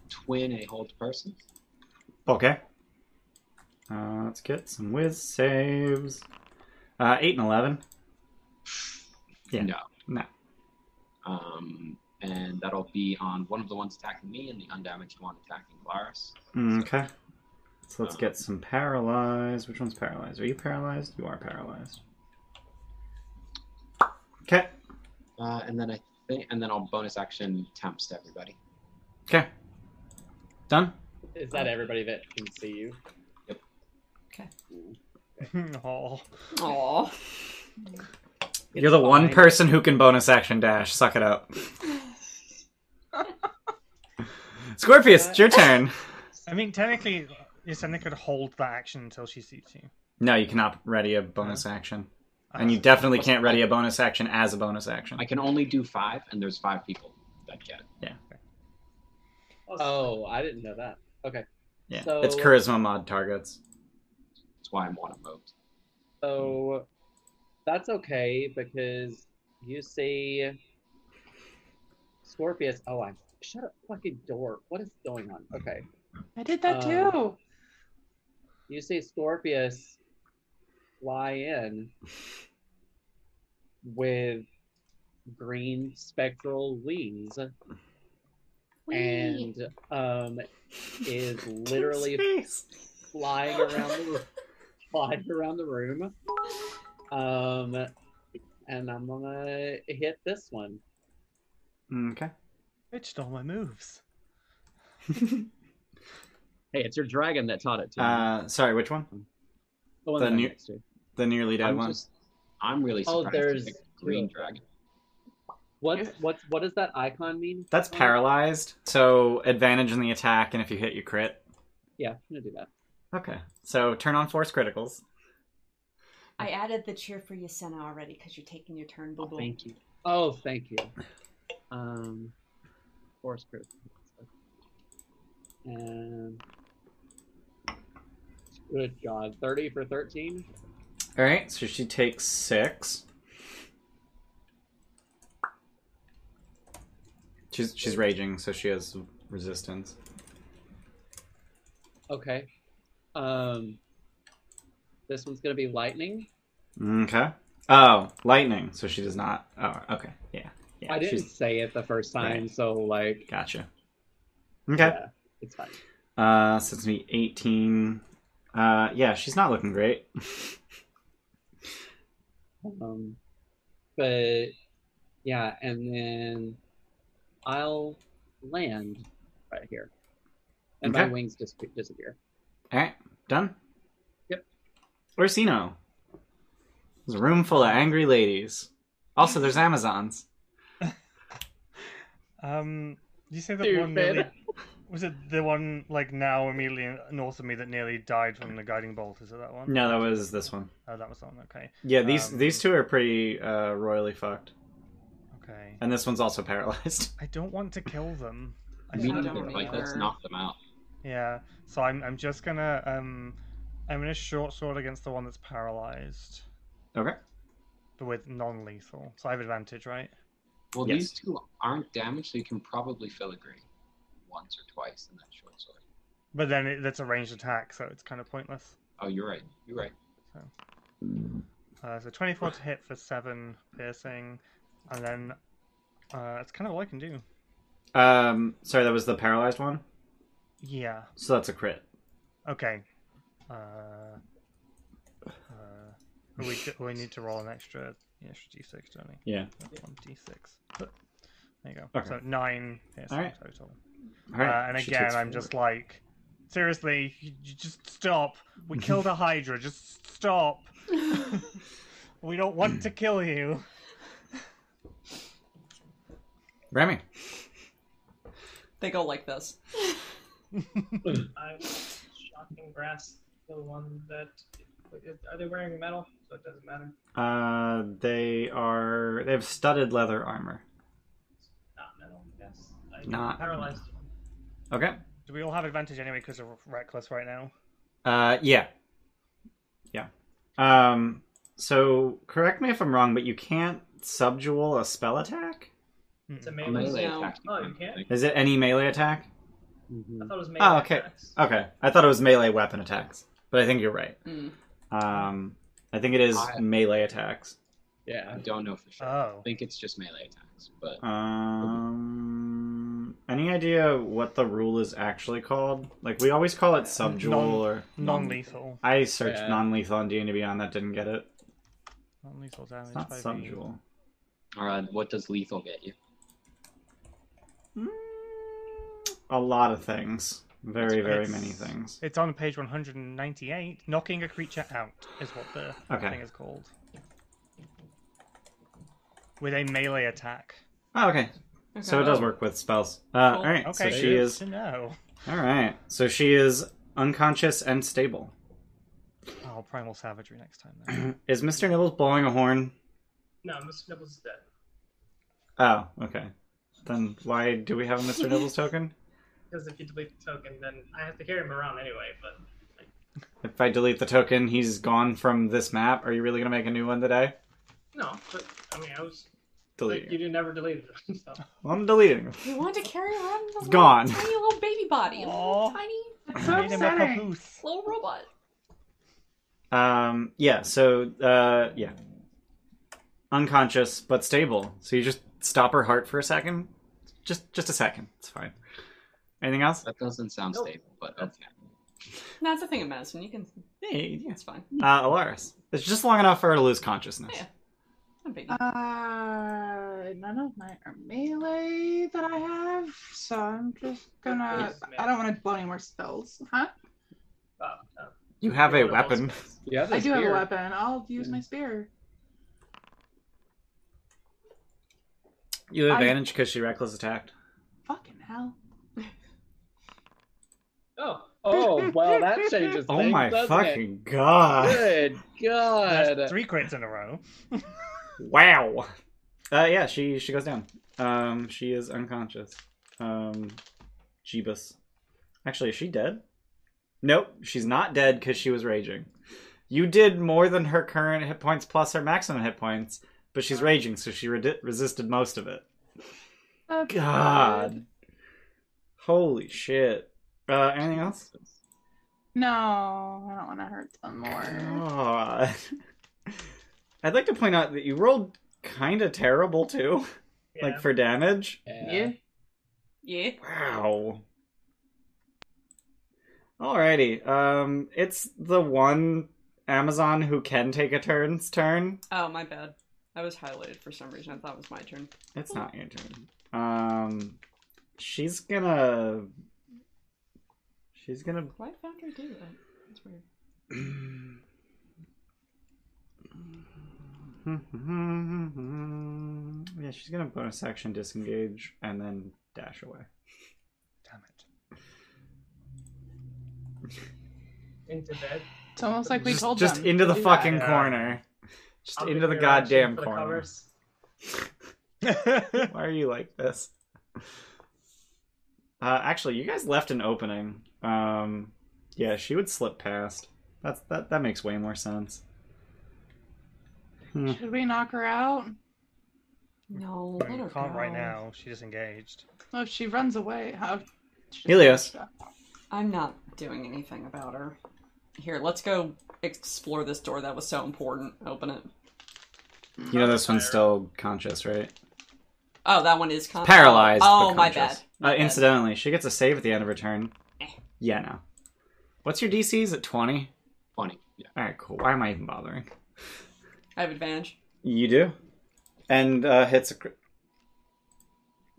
[SPEAKER 3] twin a hold person.
[SPEAKER 1] Okay. Uh, let's get some whiz saves. Uh, eight and eleven. Yeah.
[SPEAKER 3] No.
[SPEAKER 1] No.
[SPEAKER 3] Um, and that'll be on one of the ones attacking me and the undamaged one attacking Glarus.
[SPEAKER 1] Mm, Okay. So let's get some paralyzed. Which one's paralyzed? Are you paralyzed? You are paralyzed. Okay.
[SPEAKER 3] Uh, and then I think, and then I'll bonus action temps to everybody.
[SPEAKER 1] Okay. Done.
[SPEAKER 6] Is that everybody that can see you?
[SPEAKER 5] oh,
[SPEAKER 8] Aw.
[SPEAKER 1] You're the one
[SPEAKER 6] fine.
[SPEAKER 1] person who can bonus action dash. Suck it up. Scorpius, it's your turn.
[SPEAKER 5] I mean, technically, Yasena could hold that action until she sees you.
[SPEAKER 1] No, you cannot ready a bonus action. And
[SPEAKER 5] Uh,
[SPEAKER 1] you definitely can't ready a bonus action as a bonus action.
[SPEAKER 3] I can only do five, and there's five people that get it.
[SPEAKER 6] Oh, I didn't know that. Okay.
[SPEAKER 1] Yeah.
[SPEAKER 6] So- uh,
[SPEAKER 1] It's charisma mod targets.
[SPEAKER 3] That's why I'm one emote.
[SPEAKER 6] So that's okay because you see Scorpius. Oh, I shut up, fucking door. What is going on? Okay.
[SPEAKER 7] I did that
[SPEAKER 6] Uh,
[SPEAKER 7] too.
[SPEAKER 6] You see Scorpius fly in with green spectral wings
[SPEAKER 8] Hmm,
[SPEAKER 2] Whee!
[SPEAKER 6] and um is literally
[SPEAKER 1] Space.
[SPEAKER 6] flying around the room, flying around the room. Um, and I'm gonna hit this one.
[SPEAKER 1] Okay.
[SPEAKER 5] It Ah, stole my moves.
[SPEAKER 6] Hey, it's your dragon that taught it to me.
[SPEAKER 1] Uh, sorry, which one?
[SPEAKER 6] The one
[SPEAKER 1] the
[SPEAKER 6] that I'm
[SPEAKER 1] new-
[SPEAKER 6] next to.
[SPEAKER 1] The nearly dead
[SPEAKER 3] I'm
[SPEAKER 1] one.
[SPEAKER 3] just, I'm really
[SPEAKER 6] Oh,
[SPEAKER 3] surprised.
[SPEAKER 6] there's
[SPEAKER 3] you picked green
[SPEAKER 6] two.
[SPEAKER 3] dragon.
[SPEAKER 6] What what what does that icon mean?
[SPEAKER 1] That's paralyzed. So advantage in the attack, and if you hit, you crit.
[SPEAKER 6] Yeah, I'm gonna do that.
[SPEAKER 1] Okay. So turn on force criticals.
[SPEAKER 8] I added the cheer for Yasena already because you're taking your turn, boo
[SPEAKER 6] Oh,
[SPEAKER 8] boo.
[SPEAKER 6] thank you. Oh, thank you. Um, force group. And good God, thirty for thirteen.
[SPEAKER 1] All right. So she takes six. She's she's raging, so she has resistance.
[SPEAKER 6] Okay. Um, this one's gonna be lightning.
[SPEAKER 1] Okay. Oh, lightning. So she does not. Oh, okay. Yeah. Yeah.
[SPEAKER 6] I didn't
[SPEAKER 1] She's
[SPEAKER 6] say it the first time,
[SPEAKER 1] Right.
[SPEAKER 6] so like,
[SPEAKER 1] gotcha. Okay.
[SPEAKER 6] yeah, it's fine.
[SPEAKER 1] Uh, so it's me eighteen. Uh, yeah, she's not looking great.
[SPEAKER 6] Um, but yeah, and then I'll land right here, and my
[SPEAKER 1] Okay.
[SPEAKER 6] wings dis- disappear.
[SPEAKER 1] All right, done.
[SPEAKER 6] Yep.
[SPEAKER 1] Orsino. There's a room full of angry ladies. Also, there's Amazons.
[SPEAKER 5] Um, you say that one
[SPEAKER 6] Stupid.
[SPEAKER 5] nearly was it the one like now immediately north of me that nearly died from the guiding bolt? Is it that one?
[SPEAKER 1] No, that was this one.
[SPEAKER 5] Oh, that was the one. Okay,
[SPEAKER 1] Yeah, these
[SPEAKER 5] Um,
[SPEAKER 1] these two are pretty uh, royally fucked,
[SPEAKER 5] okay.
[SPEAKER 1] and this one's also paralyzed.
[SPEAKER 5] I don't want to kill them. I
[SPEAKER 3] Me
[SPEAKER 5] just
[SPEAKER 8] don't
[SPEAKER 5] want
[SPEAKER 3] neither.
[SPEAKER 5] to
[SPEAKER 8] know.
[SPEAKER 3] Like,
[SPEAKER 5] leave
[SPEAKER 3] let's
[SPEAKER 8] either.
[SPEAKER 3] knock them out.
[SPEAKER 5] Yeah, so I'm I'm just gonna um I'm gonna short sword against the one that's paralyzed,
[SPEAKER 1] Okay.
[SPEAKER 5] but with non-lethal. So I have advantage, right?
[SPEAKER 3] Well,
[SPEAKER 1] Yes.
[SPEAKER 3] these two aren't damaged, so you can probably filigree once or twice in that short sword.
[SPEAKER 5] But then it, that's a ranged attack, so it's kind of pointless.
[SPEAKER 3] Oh, you're right. You're right.
[SPEAKER 5] Uh, so 24 to hit for seven piercing, and then uh, that's kind of all I can do.
[SPEAKER 1] Um, sorry, that was the paralyzed one.
[SPEAKER 5] Yeah.
[SPEAKER 1] So that's a crit.
[SPEAKER 5] Okay. Uh, uh, we ju- we need to roll an extra an extra d6, don't we?
[SPEAKER 1] Yeah.
[SPEAKER 5] That's one d6. There you go.
[SPEAKER 1] Okay.
[SPEAKER 5] So nine piercing
[SPEAKER 1] Alright.
[SPEAKER 5] total.
[SPEAKER 1] All right.
[SPEAKER 5] Uh, and
[SPEAKER 1] she
[SPEAKER 5] again,
[SPEAKER 1] takes
[SPEAKER 5] I'm
[SPEAKER 1] four.
[SPEAKER 5] just like, seriously, you, you just stop. We killed a Hydra. Just stop. we don't want to kill you.
[SPEAKER 1] Remy.
[SPEAKER 8] They go like this.
[SPEAKER 4] I was shocking brass. The one that are they wearing metal? So it doesn't matter.
[SPEAKER 1] Uh, they are they have studded leather armor.
[SPEAKER 4] Not metal. Yes. I
[SPEAKER 1] Not-
[SPEAKER 4] paralyzed. one.
[SPEAKER 1] Okay.
[SPEAKER 5] Do we all have advantage anyway because we're reckless right now?
[SPEAKER 1] Uh, yeah, yeah. Um, so correct me if I'm wrong, but you can't subdual a spell attack.
[SPEAKER 4] It's a
[SPEAKER 5] Mm-mm.
[SPEAKER 3] A
[SPEAKER 4] melee.
[SPEAKER 3] melee
[SPEAKER 8] No.
[SPEAKER 3] attack.
[SPEAKER 4] Oh, you can't?
[SPEAKER 1] Is it any melee attack?
[SPEAKER 4] I
[SPEAKER 6] Mhm.
[SPEAKER 4] thought it was melee.
[SPEAKER 1] Oh, okay.
[SPEAKER 4] attacks.
[SPEAKER 1] Okay, I thought it was melee weapon attacks, but I think you're right.
[SPEAKER 8] Mm.
[SPEAKER 1] Um, I think it is
[SPEAKER 3] I-
[SPEAKER 1] melee attacks.
[SPEAKER 6] Yeah.
[SPEAKER 3] I don't know for sure.
[SPEAKER 5] Oh.
[SPEAKER 3] I think it's just melee attacks, but
[SPEAKER 1] Um, any idea what the rule is actually called? Like we always call it subdual,
[SPEAKER 5] Non-
[SPEAKER 1] or
[SPEAKER 5] Non lethal.
[SPEAKER 1] I searched
[SPEAKER 6] Yeah.
[SPEAKER 1] non-lethal on D and D Beyond that didn't get it.
[SPEAKER 5] Non lethal
[SPEAKER 1] It's
[SPEAKER 5] damage.
[SPEAKER 1] not
[SPEAKER 5] 5e.
[SPEAKER 1] subdual.
[SPEAKER 3] all right, what does lethal get you?
[SPEAKER 1] Mm, a lot of things. Very,
[SPEAKER 5] That's-
[SPEAKER 1] very
[SPEAKER 5] it's-
[SPEAKER 1] many things.
[SPEAKER 5] It's on page 198. Knocking a creature out is what the
[SPEAKER 1] Okay.
[SPEAKER 5] thing is called. With a melee attack.
[SPEAKER 1] Oh, okay. So it does work with spells. Uh, all right.
[SPEAKER 5] Okay,
[SPEAKER 1] So
[SPEAKER 5] good
[SPEAKER 1] she is.
[SPEAKER 5] To know.
[SPEAKER 1] All right. So she is unconscious and stable.
[SPEAKER 5] Oh, primal savagery next time. Then.
[SPEAKER 1] is Mr. Nibbles blowing a horn?
[SPEAKER 4] No, Mr. Nibbles is dead.
[SPEAKER 1] Oh, okay. Then why do we have a Mr. Nibbles token?
[SPEAKER 4] Because if you delete the token, then I have to carry him around anyway. But
[SPEAKER 1] If I delete the token, he's gone from this map. Are you really gonna make a new one today?
[SPEAKER 4] no, but I mean, I was like, you
[SPEAKER 1] Delete.
[SPEAKER 4] didn't ever delete it. So. uh,
[SPEAKER 1] Well, I'm deleting. him.
[SPEAKER 8] You want to carry around
[SPEAKER 1] It's
[SPEAKER 8] this little
[SPEAKER 1] gone.
[SPEAKER 8] tiny little baby body, a little
[SPEAKER 5] Aw.
[SPEAKER 8] tiny
[SPEAKER 7] It's so
[SPEAKER 5] Made him a
[SPEAKER 7] upsetting.
[SPEAKER 5] caboose.
[SPEAKER 8] little robot.
[SPEAKER 1] Um. Yeah. So. Uh. Yeah. Unconscious but stable. So you just stop her heart for a second. Just. Just a second. It's fine. Anything else?
[SPEAKER 3] That doesn't sound
[SPEAKER 4] Nope.
[SPEAKER 3] stable, but okay.
[SPEAKER 8] No, it's a thing of medicine. You can.
[SPEAKER 1] Hey, yeah.
[SPEAKER 8] It's fine.
[SPEAKER 1] Uh, Alaris. It's just long enough for her to lose consciousness.
[SPEAKER 8] Yeah. Not a big deal.
[SPEAKER 7] Uh, none of mine are melee that I have, so I'm just gonna.
[SPEAKER 4] Yes, ma'am.
[SPEAKER 7] I don't want to blow any more spells, huh?
[SPEAKER 4] Uh, uh,
[SPEAKER 1] You have a
[SPEAKER 4] you're one of those
[SPEAKER 1] weapon.
[SPEAKER 4] guys.
[SPEAKER 6] Yeah,
[SPEAKER 7] I do have a weapon. I'll use my spear.
[SPEAKER 1] You have
[SPEAKER 7] I-
[SPEAKER 1] advantage because she reckless attacked.
[SPEAKER 7] Fucking hell.
[SPEAKER 4] Oh,
[SPEAKER 6] Oh well, that changes.
[SPEAKER 1] Oh
[SPEAKER 6] things,
[SPEAKER 1] my
[SPEAKER 6] doesn't it?
[SPEAKER 1] fucking god!
[SPEAKER 6] Good God.
[SPEAKER 5] That's three crits in a row.
[SPEAKER 1] Wow. Uh, yeah, she she goes down. Um, she is unconscious. Um, Jeebus. Actually, is she dead? Nope, she's not dead because she was raging. You did more than her current hit points plus her maximum hit points, but she's raging, so she redi- resisted most of it.
[SPEAKER 7] That's
[SPEAKER 1] God.
[SPEAKER 7] good.
[SPEAKER 1] Holy shit. Uh, anything else?
[SPEAKER 7] No, I don't want to hurt them more.
[SPEAKER 1] God. I'd like to point out that you rolled kind of terrible too,
[SPEAKER 4] yeah.
[SPEAKER 1] like for damage.
[SPEAKER 7] Yeah.
[SPEAKER 8] Yeah.
[SPEAKER 1] Wow. Alrighty. Um, it's the one Amazon who can take a turn's turn.
[SPEAKER 8] Oh, my bad. I was highlighted for some reason. I thought it was my turn.
[SPEAKER 1] It's not your turn. Um, she's gonna. She's gonna.
[SPEAKER 8] Why found her do that? That's weird.
[SPEAKER 1] yeah, she's gonna bonus action disengage and then dash away.
[SPEAKER 5] Damn it.
[SPEAKER 4] into bed.
[SPEAKER 7] It's almost like we
[SPEAKER 1] just
[SPEAKER 7] told
[SPEAKER 1] just
[SPEAKER 7] them.
[SPEAKER 1] into the
[SPEAKER 7] Do that.
[SPEAKER 1] fucking
[SPEAKER 5] Yeah.
[SPEAKER 1] corner. Just
[SPEAKER 4] I'll
[SPEAKER 1] into
[SPEAKER 4] give
[SPEAKER 1] the
[SPEAKER 4] you a reaction
[SPEAKER 1] goddamn
[SPEAKER 4] for the
[SPEAKER 1] corner.
[SPEAKER 4] covers.
[SPEAKER 1] Why are you like this? Uh, actually, you guys left an opening. Um, yeah, she would slip past. That's that. That makes way more sense.
[SPEAKER 7] Should we knock her out?
[SPEAKER 8] No,
[SPEAKER 5] I
[SPEAKER 8] let her
[SPEAKER 5] can't right
[SPEAKER 8] go.
[SPEAKER 5] now. She disengaged.
[SPEAKER 7] Oh, if she runs away. Oh, How?
[SPEAKER 1] Helios.
[SPEAKER 8] I'm not doing anything about her. Here, let's go explore this door that was so important. Open it.
[SPEAKER 1] You know this one's still conscious, right?
[SPEAKER 8] Oh, that one is con-
[SPEAKER 1] Paralyzed.
[SPEAKER 8] Oh,
[SPEAKER 1] but
[SPEAKER 8] my
[SPEAKER 1] conscious.
[SPEAKER 8] bad. My
[SPEAKER 1] uh,
[SPEAKER 8] bad. Eh.
[SPEAKER 1] Incidentally, she gets a save at the end of her turn. Yeah, no. What's your DC? Is it twenty?
[SPEAKER 3] Funny. Yeah.
[SPEAKER 1] All right, cool. Why am I even bothering?
[SPEAKER 8] I have advantage.
[SPEAKER 1] You do, and uh, hits a. crit-
[SPEAKER 8] It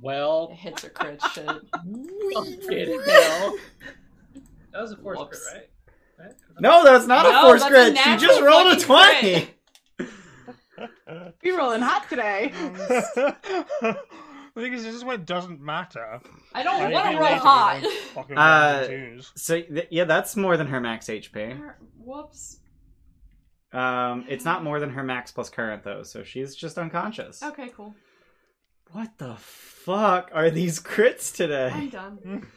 [SPEAKER 6] Well,
[SPEAKER 8] hits a crit shit.
[SPEAKER 6] fucking hell.
[SPEAKER 4] Oh, That was a force crit,
[SPEAKER 8] Whoops.
[SPEAKER 4] right? right?
[SPEAKER 1] No, that's not a
[SPEAKER 8] No,
[SPEAKER 1] force
[SPEAKER 8] that's a
[SPEAKER 1] crit. She
[SPEAKER 8] natural
[SPEAKER 1] just rolled a
[SPEAKER 8] fucking
[SPEAKER 1] twenty.
[SPEAKER 8] crit.
[SPEAKER 7] Be rolling hot today.
[SPEAKER 5] the thing is, this is what doesn't matter.
[SPEAKER 8] I don't
[SPEAKER 5] Like,
[SPEAKER 8] want
[SPEAKER 5] we
[SPEAKER 8] to roll
[SPEAKER 5] later
[SPEAKER 8] hot.
[SPEAKER 5] will Fucking
[SPEAKER 1] Uh,
[SPEAKER 5] rolls and twos.
[SPEAKER 1] So th- yeah, that's more than her max HP.
[SPEAKER 8] Whoops.
[SPEAKER 1] Um, it's not more than her max plus current though, so she's just unconscious.
[SPEAKER 8] Okay, cool.
[SPEAKER 1] What the fuck are these crits
[SPEAKER 8] I'm
[SPEAKER 1] today?
[SPEAKER 8] done.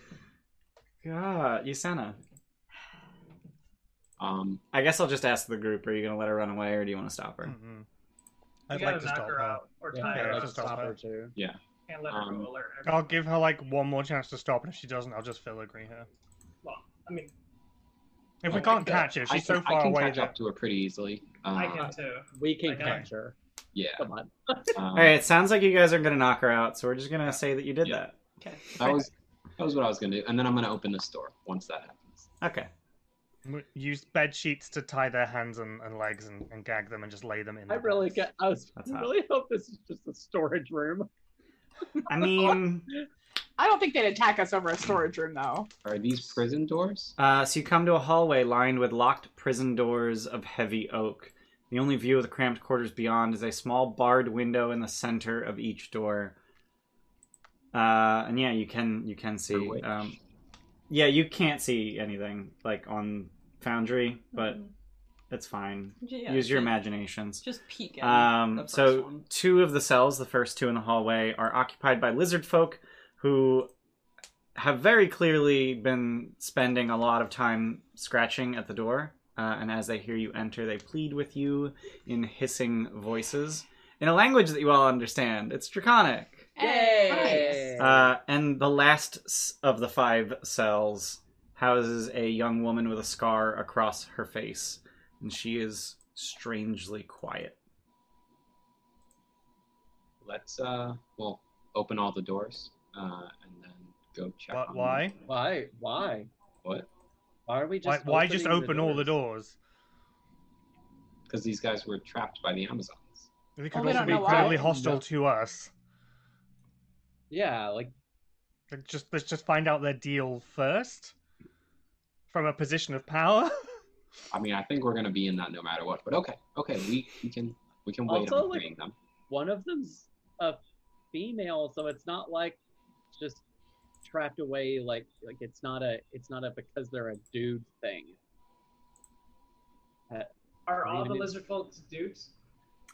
[SPEAKER 1] God, Yusena.
[SPEAKER 3] Um,
[SPEAKER 1] I guess I'll just ask the group: Are you gonna let her run away, or do you want to stop her?
[SPEAKER 5] Mhm.
[SPEAKER 4] You
[SPEAKER 5] I'd
[SPEAKER 4] gotta
[SPEAKER 5] like to
[SPEAKER 4] knock
[SPEAKER 5] stop
[SPEAKER 4] her,
[SPEAKER 5] her.
[SPEAKER 4] out or
[SPEAKER 6] Yeah,
[SPEAKER 4] tie
[SPEAKER 5] Yeah,
[SPEAKER 4] her
[SPEAKER 6] I'd
[SPEAKER 4] up.
[SPEAKER 6] like to stop her too.
[SPEAKER 4] Can't let her
[SPEAKER 3] Um,
[SPEAKER 4] go alert.
[SPEAKER 5] I'll give her like one more chance to stop, and if she doesn't, I'll just filigree her.
[SPEAKER 4] Well, I mean,
[SPEAKER 5] If
[SPEAKER 3] I
[SPEAKER 5] we can't
[SPEAKER 3] think that-
[SPEAKER 5] catch her,
[SPEAKER 3] I
[SPEAKER 5] she's
[SPEAKER 3] can,
[SPEAKER 5] so far
[SPEAKER 3] I can
[SPEAKER 5] away
[SPEAKER 3] catch
[SPEAKER 5] that
[SPEAKER 3] up to her pretty easily. Uh,
[SPEAKER 4] I can too.
[SPEAKER 6] We can
[SPEAKER 4] Okay.
[SPEAKER 6] catch her.
[SPEAKER 3] Yeah.
[SPEAKER 6] Come on.
[SPEAKER 3] Um,
[SPEAKER 1] All right, it sounds like you guys are gonna knock her out, so we're just gonna say that you did
[SPEAKER 3] Yep.
[SPEAKER 8] Okay.
[SPEAKER 3] That was that was what I was gonna do, and then I'm gonna open this door once that happens.
[SPEAKER 1] that. Okay.
[SPEAKER 5] Use bed sheets to tie their hands and, and legs and, and gag them and just lay them in.
[SPEAKER 6] I
[SPEAKER 5] the
[SPEAKER 6] really
[SPEAKER 5] beds.
[SPEAKER 6] get. I was
[SPEAKER 1] That's hot.
[SPEAKER 6] really hope this is just a storage room.
[SPEAKER 1] I mean,
[SPEAKER 7] I don't think they'd attack us over a storage room, though.
[SPEAKER 3] Are these prison doors?
[SPEAKER 1] uh, so you come to a hallway lined with locked prison doors of heavy oak. The only view of the cramped quarters beyond is a small barred window in the center of each door. Uh, and yeah, you can you can see.
[SPEAKER 3] Or which?
[SPEAKER 1] Um, yeah, you can't see anything like on Foundry, but
[SPEAKER 2] Mm-hmm.
[SPEAKER 8] Mhm.
[SPEAKER 1] it's fine.
[SPEAKER 8] Yeah,
[SPEAKER 1] Use your
[SPEAKER 8] just-
[SPEAKER 1] imaginations.
[SPEAKER 8] Just peek at
[SPEAKER 1] Um,
[SPEAKER 8] the
[SPEAKER 1] so
[SPEAKER 8] first one.
[SPEAKER 1] two of the cells, the first two in the hallway, are occupied by lizard folk who have very clearly been spending a lot of time scratching at the door. Uh, and as they hear you enter, they plead with you in hissing voices in a language that you all understand. It's Draconic.
[SPEAKER 8] Hey!
[SPEAKER 1] Uh, and the last s- of the five cells houses a young woman with a scar across her face, and she is strangely quiet.
[SPEAKER 3] Let's uh, well, open all the doors, uh, and then go check.
[SPEAKER 5] What-
[SPEAKER 3] on them.
[SPEAKER 5] why?
[SPEAKER 6] Why? Why?
[SPEAKER 3] What?
[SPEAKER 6] Why are we
[SPEAKER 5] Why,
[SPEAKER 6] just?
[SPEAKER 5] why just
[SPEAKER 6] opening
[SPEAKER 5] open all the
[SPEAKER 6] doors?
[SPEAKER 5] doors?
[SPEAKER 3] Because these guys were trapped by the Amazons.
[SPEAKER 5] They
[SPEAKER 7] Well,
[SPEAKER 5] could
[SPEAKER 7] we
[SPEAKER 5] also
[SPEAKER 7] don't
[SPEAKER 5] be
[SPEAKER 7] know why.
[SPEAKER 5] incredibly hostile to us.
[SPEAKER 6] Yeah, like
[SPEAKER 5] Let's Just let's just find out their deal first, from a position of power.
[SPEAKER 3] I mean, I think we're gonna be in that no matter what. But okay, okay, we, we can we can wait
[SPEAKER 6] Also,
[SPEAKER 3] on
[SPEAKER 6] like-
[SPEAKER 3] freeing them.
[SPEAKER 6] one of them's a female, so it's not like just trapped away. Like like it's not a it's not a because they're a dude thing.
[SPEAKER 4] Are
[SPEAKER 6] I
[SPEAKER 4] all
[SPEAKER 6] mean,
[SPEAKER 4] the
[SPEAKER 6] it-
[SPEAKER 4] lizard folks dudes?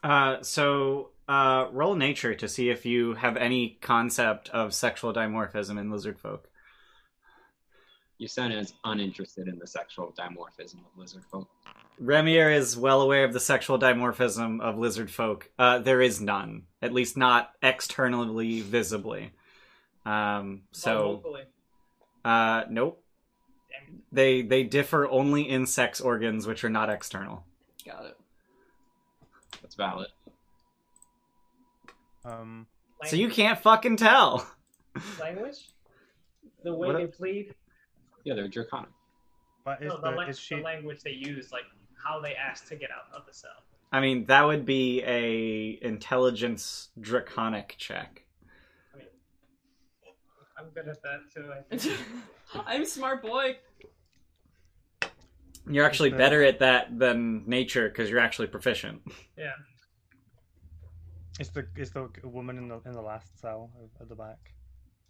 [SPEAKER 1] Uh, so uh, roll nature to see if you have any concept of sexual dimorphism in lizard folk.
[SPEAKER 3] Your son is uninterested in the sexual dimorphism of lizard folk.
[SPEAKER 1] Remier is well aware of the sexual dimorphism of lizard folk. Uh, there is none, at least not externally visibly. Um,
[SPEAKER 4] Oh,
[SPEAKER 1] so,
[SPEAKER 4] locally.
[SPEAKER 1] uh, nope.
[SPEAKER 4] Damn it.
[SPEAKER 1] They they differ only in sex organs, which are not external.
[SPEAKER 8] Got it.
[SPEAKER 3] That's valid.
[SPEAKER 5] um,
[SPEAKER 1] So you can't fucking tell.
[SPEAKER 4] language? The way
[SPEAKER 1] What-
[SPEAKER 4] they plead?
[SPEAKER 3] Yeah, they're draconic.
[SPEAKER 5] but is,
[SPEAKER 4] No, the,
[SPEAKER 5] the,
[SPEAKER 4] lang-
[SPEAKER 5] is she?
[SPEAKER 4] the language they use, like how they ask to get out of the cell.
[SPEAKER 1] I mean, that would be a intelligence draconic check.
[SPEAKER 4] I'm good at that too. I think.
[SPEAKER 8] I'm smart boy.
[SPEAKER 1] You're actually
[SPEAKER 5] Okay.
[SPEAKER 1] better at that than nature because you're actually proficient.
[SPEAKER 4] yeah.
[SPEAKER 5] Is the is the woman in the in the last cell at- at the back?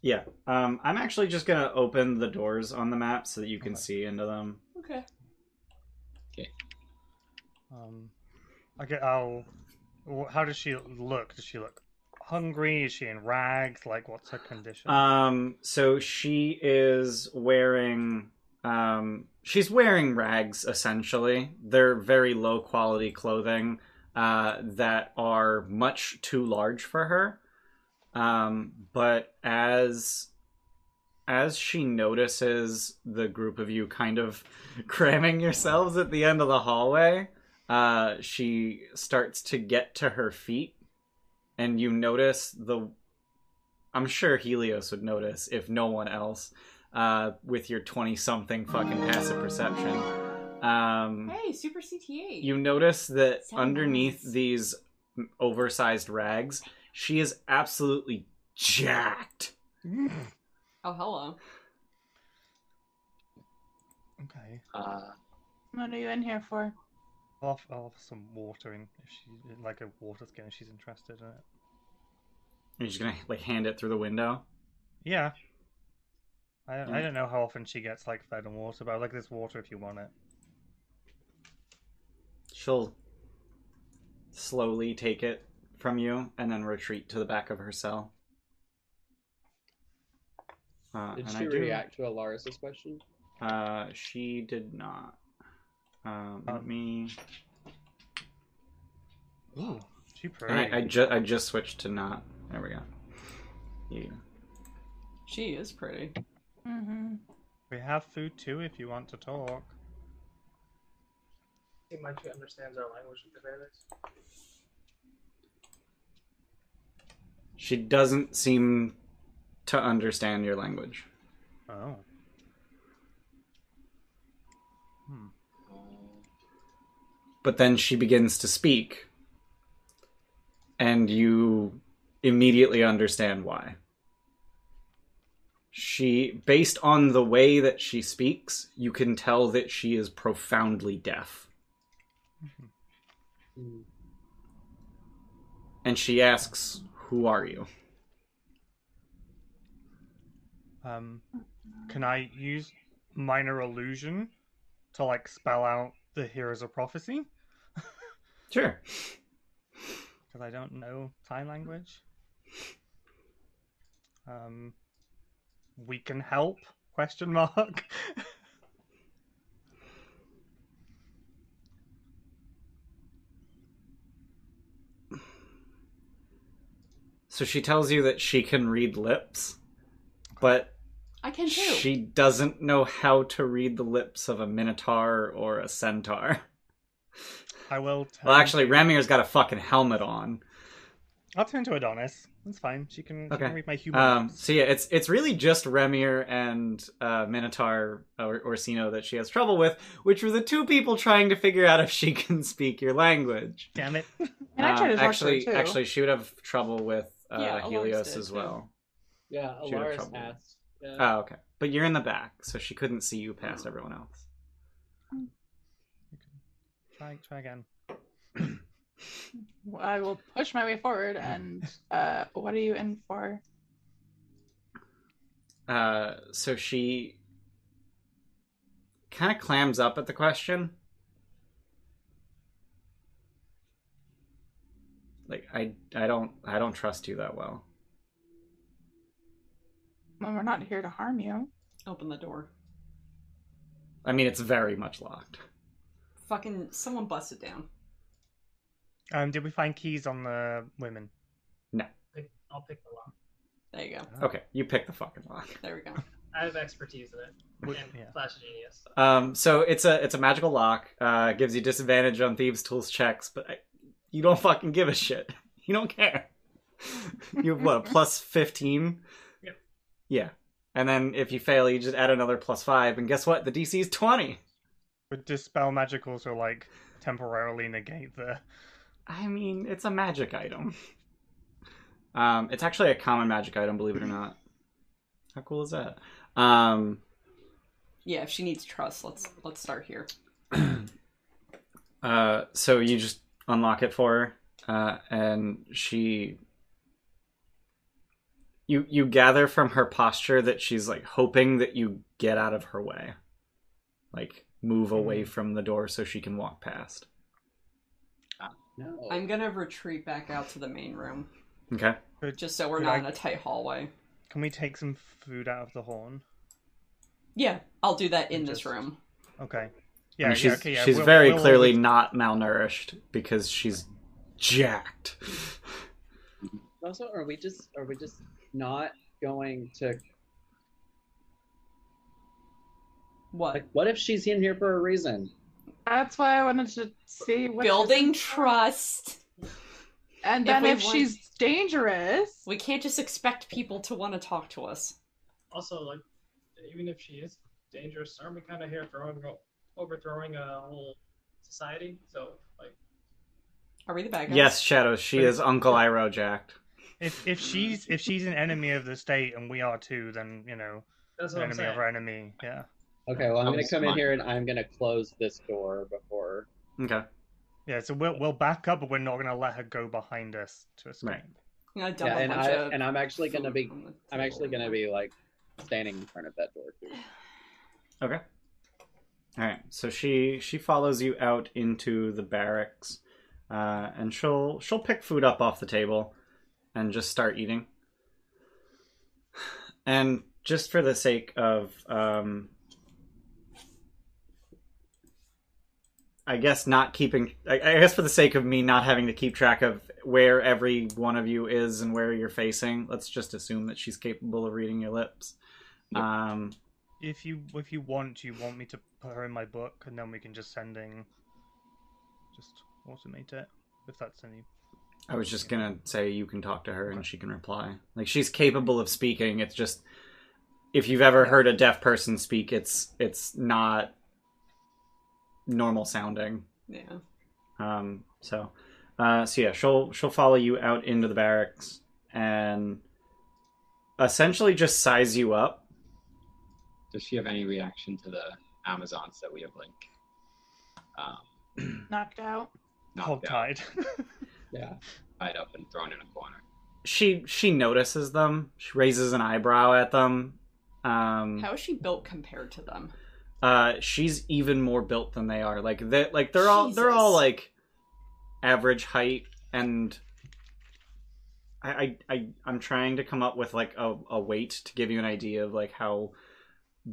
[SPEAKER 1] Yeah. Um, I'm actually just gonna open the doors on the map so that you can
[SPEAKER 5] Okay.
[SPEAKER 1] see into them.
[SPEAKER 8] Okay.
[SPEAKER 5] Um, okay, I'll. wh- How does she look? Does she look hungry? Is she in rags? Like, what's her condition?
[SPEAKER 1] Um, so she is wearing um, she's wearing rags essentially. They're very low quality clothing uh, that are much too large for her. Um, but as as she notices the group of you kind of cramming yourselves at the end of the hallway, uh, she starts to get to her feet, and you notice the. I'm sure Helios would notice if no one else, uh, with your twenty something fucking passive perception. Um,
[SPEAKER 8] Hey, super CTA.
[SPEAKER 1] you notice that
[SPEAKER 2] Sounds.
[SPEAKER 1] underneath these oversized rags, she is absolutely jacked.
[SPEAKER 8] Oh, hello.
[SPEAKER 5] okay,
[SPEAKER 3] Uh,
[SPEAKER 7] What are you in here for?
[SPEAKER 5] I'll off, I'll offer some water in if she like a water skin if she's interested in it.
[SPEAKER 1] You're just gonna like hand it through the window.
[SPEAKER 5] Yeah. I don't, I
[SPEAKER 1] Yeah.
[SPEAKER 5] don't know how often she gets like fed and water, but I would like this water if you want it.
[SPEAKER 1] She'll slowly take it from you and then retreat to the back of her cell. Uh,
[SPEAKER 6] Did
[SPEAKER 1] and I
[SPEAKER 6] she
[SPEAKER 1] do-
[SPEAKER 6] react to Alaris's question?
[SPEAKER 1] Uh, she did not. Um, let
[SPEAKER 5] Um,
[SPEAKER 1] me.
[SPEAKER 5] Ooh, she
[SPEAKER 1] And
[SPEAKER 5] pretty.
[SPEAKER 1] I, I, ju- I just switched to not. There we go. Yeah.
[SPEAKER 8] She is pretty.
[SPEAKER 7] Mm-hmm.
[SPEAKER 1] Uh,
[SPEAKER 5] We have food too if you want to talk.
[SPEAKER 4] Seems like she understands our language at the very least.
[SPEAKER 1] She doesn't seem to understand your language.
[SPEAKER 5] Oh.
[SPEAKER 1] But then she begins to speak, and you immediately understand why. She, based on the way that she speaks, you can tell that she is profoundly deaf. Hmm.
[SPEAKER 6] Mm.
[SPEAKER 1] And she asks, Who are you?
[SPEAKER 5] Um, can I use minor illusion to like spell out the heroes of prophecy?
[SPEAKER 1] Sure.
[SPEAKER 5] Because I don't know sign language. Um, we can help? Question mark.
[SPEAKER 1] So she tells you that she can read lips, but
[SPEAKER 8] I can too.
[SPEAKER 1] She doesn't know how to read the lips of a minotaur or a centaur.
[SPEAKER 5] I will. Turn
[SPEAKER 1] Well, actually,
[SPEAKER 5] to-
[SPEAKER 1] Ramir's got a fucking helmet on.
[SPEAKER 5] I'll turn to Adonis. That's fine. She can, she
[SPEAKER 1] Okay.
[SPEAKER 5] can read my human.
[SPEAKER 1] Um,
[SPEAKER 5] lips.
[SPEAKER 1] so yeah, it's it's really just Remir and uh, Minotaur or Orsino that she has trouble with, which are the two people trying to figure out if she can speak your language.
[SPEAKER 5] Damn it.
[SPEAKER 7] And I tried to
[SPEAKER 1] Um,
[SPEAKER 7] talk to her,
[SPEAKER 1] actually,
[SPEAKER 7] too.
[SPEAKER 1] actually, she would have trouble with uh,
[SPEAKER 8] Yeah, Alaris
[SPEAKER 1] Helios
[SPEAKER 8] did,
[SPEAKER 1] as
[SPEAKER 8] too.
[SPEAKER 1] well.
[SPEAKER 6] Yeah,
[SPEAKER 1] She would have
[SPEAKER 6] Alaris
[SPEAKER 1] trouble.
[SPEAKER 6] asked. uh, Yeah.
[SPEAKER 1] Oh, okay. But you're in the back, so she couldn't see you past everyone else.
[SPEAKER 5] Try, try again.
[SPEAKER 7] Well, I will push my way forward. And uh, what are you in for?
[SPEAKER 1] Uh, so she kind of clams up at the question. Like I, I don't, I don't trust you that well.
[SPEAKER 7] Well, we're not here to harm you.
[SPEAKER 8] Open the door.
[SPEAKER 1] I mean, it's very much locked.
[SPEAKER 8] Fucking someone bust it down.
[SPEAKER 5] Um, did we find keys on the women?
[SPEAKER 4] Pick- I'll pick the lock.
[SPEAKER 8] There you go.
[SPEAKER 1] Okay, you pick the fucking lock.
[SPEAKER 8] There we go.
[SPEAKER 4] I have expertise in it.
[SPEAKER 5] Would-
[SPEAKER 4] and
[SPEAKER 5] yeah.
[SPEAKER 4] Flash Genius.
[SPEAKER 1] Um, so it's a, it's a magical lock. Uh, it gives you disadvantage on thieves' tools checks, but I, you don't fucking give a shit. You don't care. you have what a plus fifteen.
[SPEAKER 4] Yep.
[SPEAKER 1] Yeah, and then if you fail, you just add another plus five, and guess what? The DC is twenty.
[SPEAKER 5] Would dispel magic also like temporarily negate the?
[SPEAKER 1] I mean, it's a magic item. Um, it's actually a common magic item, believe it or not. How cool is that? Um,
[SPEAKER 8] Yeah, if she needs trust, let's let's start here.
[SPEAKER 1] uh, so you just unlock it for her, uh, and she. You you gather from her posture that she's like hoping that you get out of her way, like move
[SPEAKER 5] Hmm.
[SPEAKER 1] away from the door so she can walk past.
[SPEAKER 6] No.
[SPEAKER 8] I'm gonna retreat back out to the main room,
[SPEAKER 1] Okay.
[SPEAKER 8] just so we're
[SPEAKER 5] Could
[SPEAKER 8] not
[SPEAKER 5] I-
[SPEAKER 8] in a tight hallway.
[SPEAKER 5] Can we take some food out of the horn?
[SPEAKER 8] Yeah, I'll do that in
[SPEAKER 5] Just-
[SPEAKER 8] this room.
[SPEAKER 5] Okay.
[SPEAKER 1] I
[SPEAKER 5] Yeah,
[SPEAKER 1] mean,
[SPEAKER 5] yeah,
[SPEAKER 1] she's
[SPEAKER 5] okay, yeah.
[SPEAKER 1] she's
[SPEAKER 5] we'll-
[SPEAKER 1] very
[SPEAKER 5] we'll-
[SPEAKER 1] clearly not malnourished because she's jacked.
[SPEAKER 6] Also, are we just are we just not going to
[SPEAKER 8] What?
[SPEAKER 6] like? What if she's in here for a reason?
[SPEAKER 7] That's why I wanted to see what she's
[SPEAKER 8] Building
[SPEAKER 7] in for.
[SPEAKER 8] trust.
[SPEAKER 7] And
[SPEAKER 8] If
[SPEAKER 7] then
[SPEAKER 8] we
[SPEAKER 7] if,
[SPEAKER 8] want-
[SPEAKER 7] she's dangerous,
[SPEAKER 8] We can't just expect people to want to talk to us.
[SPEAKER 4] Also, like, even if she is dangerous, aren't we kind of here throwing, overthrowing a whole society? So, like,
[SPEAKER 8] Are we the bad guys?
[SPEAKER 1] Yes, Shadow, she is Uncle Iroh jacked.
[SPEAKER 5] If if she's if she's an enemy of the state and we are too, then you know
[SPEAKER 4] that's what I'm
[SPEAKER 5] enemy
[SPEAKER 4] saying.
[SPEAKER 5] of our enemy. Yeah.
[SPEAKER 6] Okay, well, I'm
[SPEAKER 3] I'm
[SPEAKER 6] gonna
[SPEAKER 3] just
[SPEAKER 6] come in
[SPEAKER 3] fine.
[SPEAKER 6] here and I'm gonna close this door before.
[SPEAKER 1] Okay.
[SPEAKER 5] Yeah. So we'll we'll back up, but we're not gonna let her go behind us to escape.
[SPEAKER 1] Right.
[SPEAKER 8] I'm gonna dump
[SPEAKER 6] Yeah,
[SPEAKER 8] a
[SPEAKER 6] and
[SPEAKER 8] bunch
[SPEAKER 6] I
[SPEAKER 8] of
[SPEAKER 6] and I'm actually gonna
[SPEAKER 8] food
[SPEAKER 6] be
[SPEAKER 8] on the
[SPEAKER 6] I'm actually
[SPEAKER 8] table.
[SPEAKER 6] gonna be like standing in front of that door too.
[SPEAKER 1] Okay. All right. So she she follows you out into the barracks, uh, and she'll she'll pick food up off the table, and just start eating. And just for the sake of, um, I guess not keeping. I, I guess for the sake of me not having to keep track of where every one of you is and where you're facing, let's just assume that she's capable of reading your lips.
[SPEAKER 6] Yep.
[SPEAKER 1] Um,
[SPEAKER 5] If you if you want, you want me to put her in my book, and then we can just send in, just automate it if that's any
[SPEAKER 1] I was just gonna say you can talk to her and she can reply. Like she's capable of speaking. It's just if you've ever heard a deaf person speak, it's it's not normal sounding.
[SPEAKER 8] Yeah.
[SPEAKER 1] Um, so, uh, so yeah, she'll she'll follow you out into the barracks and essentially just size you up.
[SPEAKER 3] Does she have any reaction to the Amazons that we have like um,
[SPEAKER 7] Knocked out.
[SPEAKER 5] Hog
[SPEAKER 1] Oh,
[SPEAKER 3] knocked out,
[SPEAKER 5] tied.
[SPEAKER 3] yeah, tied up and thrown in a corner?
[SPEAKER 1] She she notices them. She raises an eyebrow at them. Um,
[SPEAKER 8] How is she built compared to them?
[SPEAKER 1] uh she's even more built than they are like they like they're all they're all
[SPEAKER 8] Jesus.
[SPEAKER 1] like average height and I, I i i'm trying to come up with like a, a weight to give you an idea of like how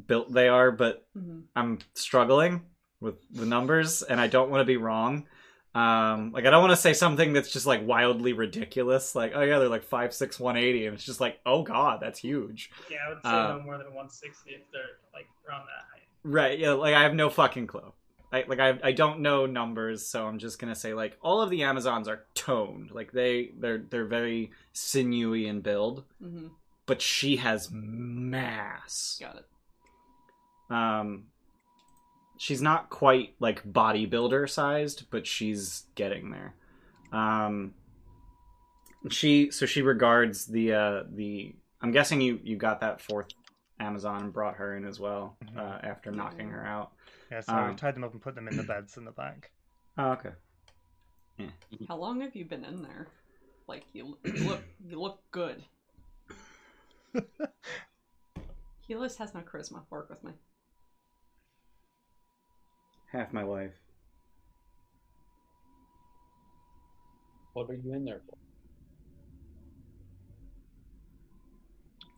[SPEAKER 1] built they are but
[SPEAKER 8] hmm
[SPEAKER 1] i'm struggling with the numbers and i don't want to be wrong um like i don't want to say something that's just like wildly ridiculous like oh yeah they're like five six one eighty and it's just like oh god that's huge
[SPEAKER 4] Yeah, I would say
[SPEAKER 1] Uh,
[SPEAKER 4] no more than 160 if they're like around that height.
[SPEAKER 1] Right. Yeah. Like I have no fucking clue. I, like I, I don't know numbers, so I'm just gonna say like all of the Amazons are toned. Like they they're they're very sinewy in build,
[SPEAKER 8] hmm
[SPEAKER 1] but she has mass.
[SPEAKER 8] Got it.
[SPEAKER 1] Um, she's not quite like bodybuilder sized, but she's getting there. Um, she so she regards the uh the I'm guessing you you got that fourth Amazon and brought her in as well
[SPEAKER 5] Mhm.
[SPEAKER 1] uh, after knocking her out.
[SPEAKER 5] yeah, so
[SPEAKER 1] Um,
[SPEAKER 5] we tied them up and put them in the beds in the back.
[SPEAKER 1] Oh, okay.
[SPEAKER 8] How long have you been in there? Like you, you look, you look good. Helis has no charisma. Work with me.
[SPEAKER 1] Half my life.
[SPEAKER 6] What are you in there for?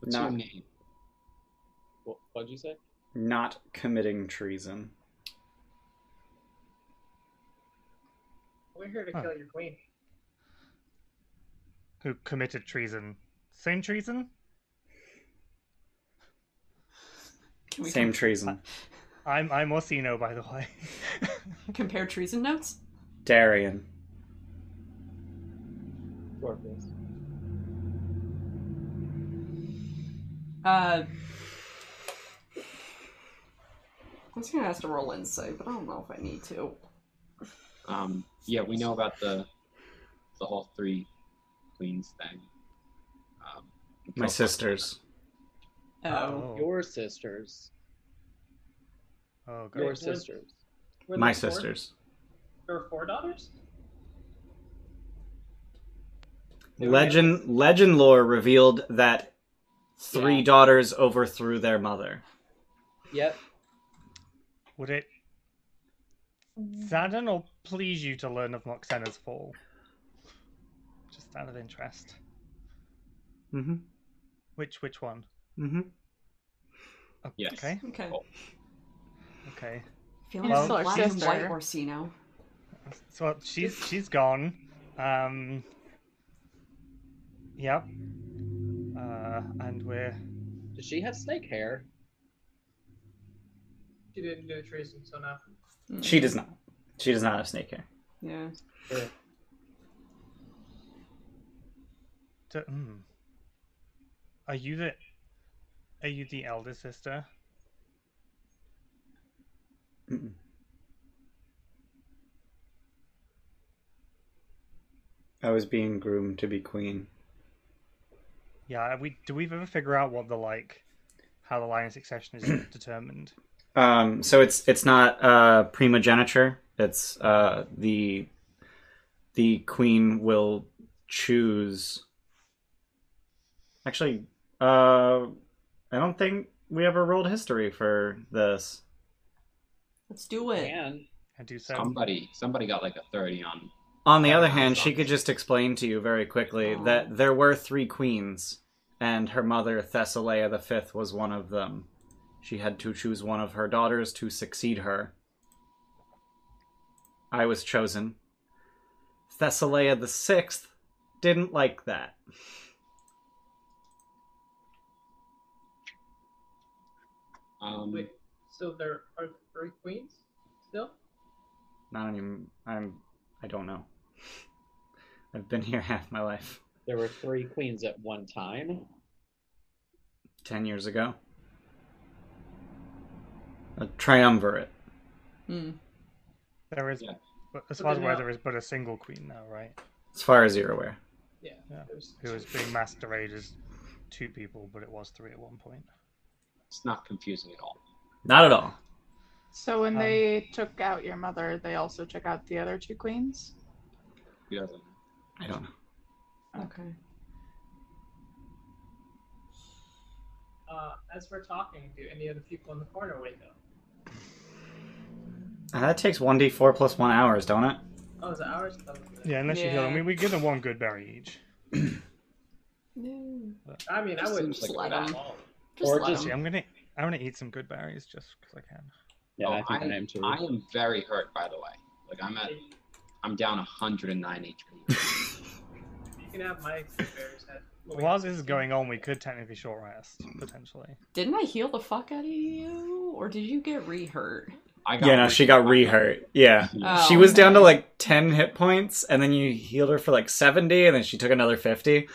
[SPEAKER 3] What's
[SPEAKER 1] Not-
[SPEAKER 3] your name?
[SPEAKER 6] What, what'd you say?
[SPEAKER 1] Not committing treason.
[SPEAKER 4] We're here to
[SPEAKER 5] Huh.
[SPEAKER 4] kill your queen.
[SPEAKER 5] Who committed treason? Same treason?
[SPEAKER 8] Can we
[SPEAKER 1] Same
[SPEAKER 8] com-
[SPEAKER 1] treason.
[SPEAKER 5] I'm I'm Orsino, by the way.
[SPEAKER 8] compare treason notes?
[SPEAKER 1] Darian.
[SPEAKER 6] Dorcas.
[SPEAKER 8] Uh, I was gonna ask to roll insight, but I don't know if I need to. Oh,
[SPEAKER 3] Um, yeah, we know about the the whole three queens thing. Um,
[SPEAKER 1] My sisters.
[SPEAKER 8] Oh,
[SPEAKER 6] Your sisters.
[SPEAKER 5] oh
[SPEAKER 6] Your
[SPEAKER 5] god.
[SPEAKER 6] sisters.
[SPEAKER 4] Were
[SPEAKER 1] My
[SPEAKER 4] there four-
[SPEAKER 1] sisters.
[SPEAKER 4] There were four daughters?
[SPEAKER 1] Legend legend lore revealed that three
[SPEAKER 6] Yeah.
[SPEAKER 1] daughters overthrew their mother.
[SPEAKER 6] Yep.
[SPEAKER 5] Would it sadden or please you to learn of Moxena's fall? Just out of interest.
[SPEAKER 1] Mm-hmm.
[SPEAKER 5] Which which one?
[SPEAKER 1] Mm-hmm.
[SPEAKER 5] O-
[SPEAKER 3] Yes.
[SPEAKER 5] Okay.
[SPEAKER 8] okay.
[SPEAKER 3] Oh.
[SPEAKER 5] Okay.
[SPEAKER 8] Feeling
[SPEAKER 5] Well-
[SPEAKER 8] so black and
[SPEAKER 7] Sister.
[SPEAKER 8] white Orsino.
[SPEAKER 5] So she's she's gone. Um. Yep. Uh, and we're
[SPEAKER 6] Does she have snake hair?
[SPEAKER 4] She didn't do treason, so no.
[SPEAKER 7] Hmm.
[SPEAKER 1] She does not. She does not have snake hair.
[SPEAKER 8] Yeah.
[SPEAKER 5] d- hmm. Are you the Are you the elder sister?
[SPEAKER 1] Mm-mm. I was being groomed to be queen.
[SPEAKER 5] Yeah. We do we ever figure out what the like how the line of succession is determined?
[SPEAKER 1] Um, so it's it's not uh, primogeniture. It's uh, the the queen will choose. Actually, uh, I don't think we ever rolled history for this.
[SPEAKER 8] Let's do it.
[SPEAKER 6] And
[SPEAKER 5] I do so.
[SPEAKER 3] Somebody, somebody got like a thirty on.
[SPEAKER 1] On the
[SPEAKER 3] Uh,
[SPEAKER 1] other hand, she
[SPEAKER 3] sorry.
[SPEAKER 1] could just explain to you very quickly
[SPEAKER 8] Oh.
[SPEAKER 1] that there were three queens, and her mother Thessalia the Fifth was one of them. She had to choose one of her daughters to succeed her. I was chosen. Thessalia the Sixth didn't like that.
[SPEAKER 3] Um,
[SPEAKER 4] Wait, so there are three queens still?
[SPEAKER 1] Not even. I'm. I don't know. I've been here half my life.
[SPEAKER 6] There were three queens at one time.
[SPEAKER 1] Ten years ago. A triumvirate.
[SPEAKER 8] Mm.
[SPEAKER 5] There is,
[SPEAKER 3] Yeah.
[SPEAKER 5] but as far as
[SPEAKER 4] they're
[SPEAKER 5] aware,
[SPEAKER 4] not-
[SPEAKER 5] there is but a single queen now, right?
[SPEAKER 1] As far as you're aware.
[SPEAKER 4] Yeah.
[SPEAKER 5] Yeah.
[SPEAKER 4] there's-
[SPEAKER 5] Who is being masqueraded as two people, but it was three at one point.
[SPEAKER 3] It's not confusing at all.
[SPEAKER 1] Not at all.
[SPEAKER 7] So when
[SPEAKER 5] Um,
[SPEAKER 7] they took out your mother, they also took out the other two queens.
[SPEAKER 3] He doesn't.
[SPEAKER 1] I don't know.
[SPEAKER 8] Okay.
[SPEAKER 4] Uh, as we're talking, do any of the people in the corner wake up?
[SPEAKER 1] Uh, that takes 1d4 plus 1 hours, don't it?
[SPEAKER 4] Oh, is it ours? I thought it was
[SPEAKER 5] Yeah, unless you heal. I
[SPEAKER 8] Yeah.
[SPEAKER 5] mean, we give them one good berry each.
[SPEAKER 8] No.
[SPEAKER 4] I mean, I
[SPEAKER 8] Just
[SPEAKER 4] wouldn't
[SPEAKER 3] seems like
[SPEAKER 4] sleep
[SPEAKER 8] a
[SPEAKER 4] that
[SPEAKER 8] lot.
[SPEAKER 4] long.
[SPEAKER 8] Just
[SPEAKER 6] Or
[SPEAKER 8] let
[SPEAKER 6] just-
[SPEAKER 5] See,
[SPEAKER 8] 'em.
[SPEAKER 5] I'm gonna, I'm gonna eat some good berries just because I can.
[SPEAKER 6] Yeah,
[SPEAKER 3] Oh,
[SPEAKER 6] I think
[SPEAKER 3] I-
[SPEAKER 6] I, am too.
[SPEAKER 3] I am very hurt, by the way. Like I'm at, I'm down 109 HP.
[SPEAKER 4] You can have my bear's head.
[SPEAKER 5] While this is going on, we could technically short rest potentially.
[SPEAKER 8] Didn't I heal the fuck out of you, or did you get re-hurt?
[SPEAKER 3] I
[SPEAKER 1] Yeah, no, she got re-hurt. Yeah.
[SPEAKER 8] Oh,
[SPEAKER 1] she was down to
[SPEAKER 8] okay.
[SPEAKER 1] like 10 hit points, and then you healed her for like 70, and then she took another 50.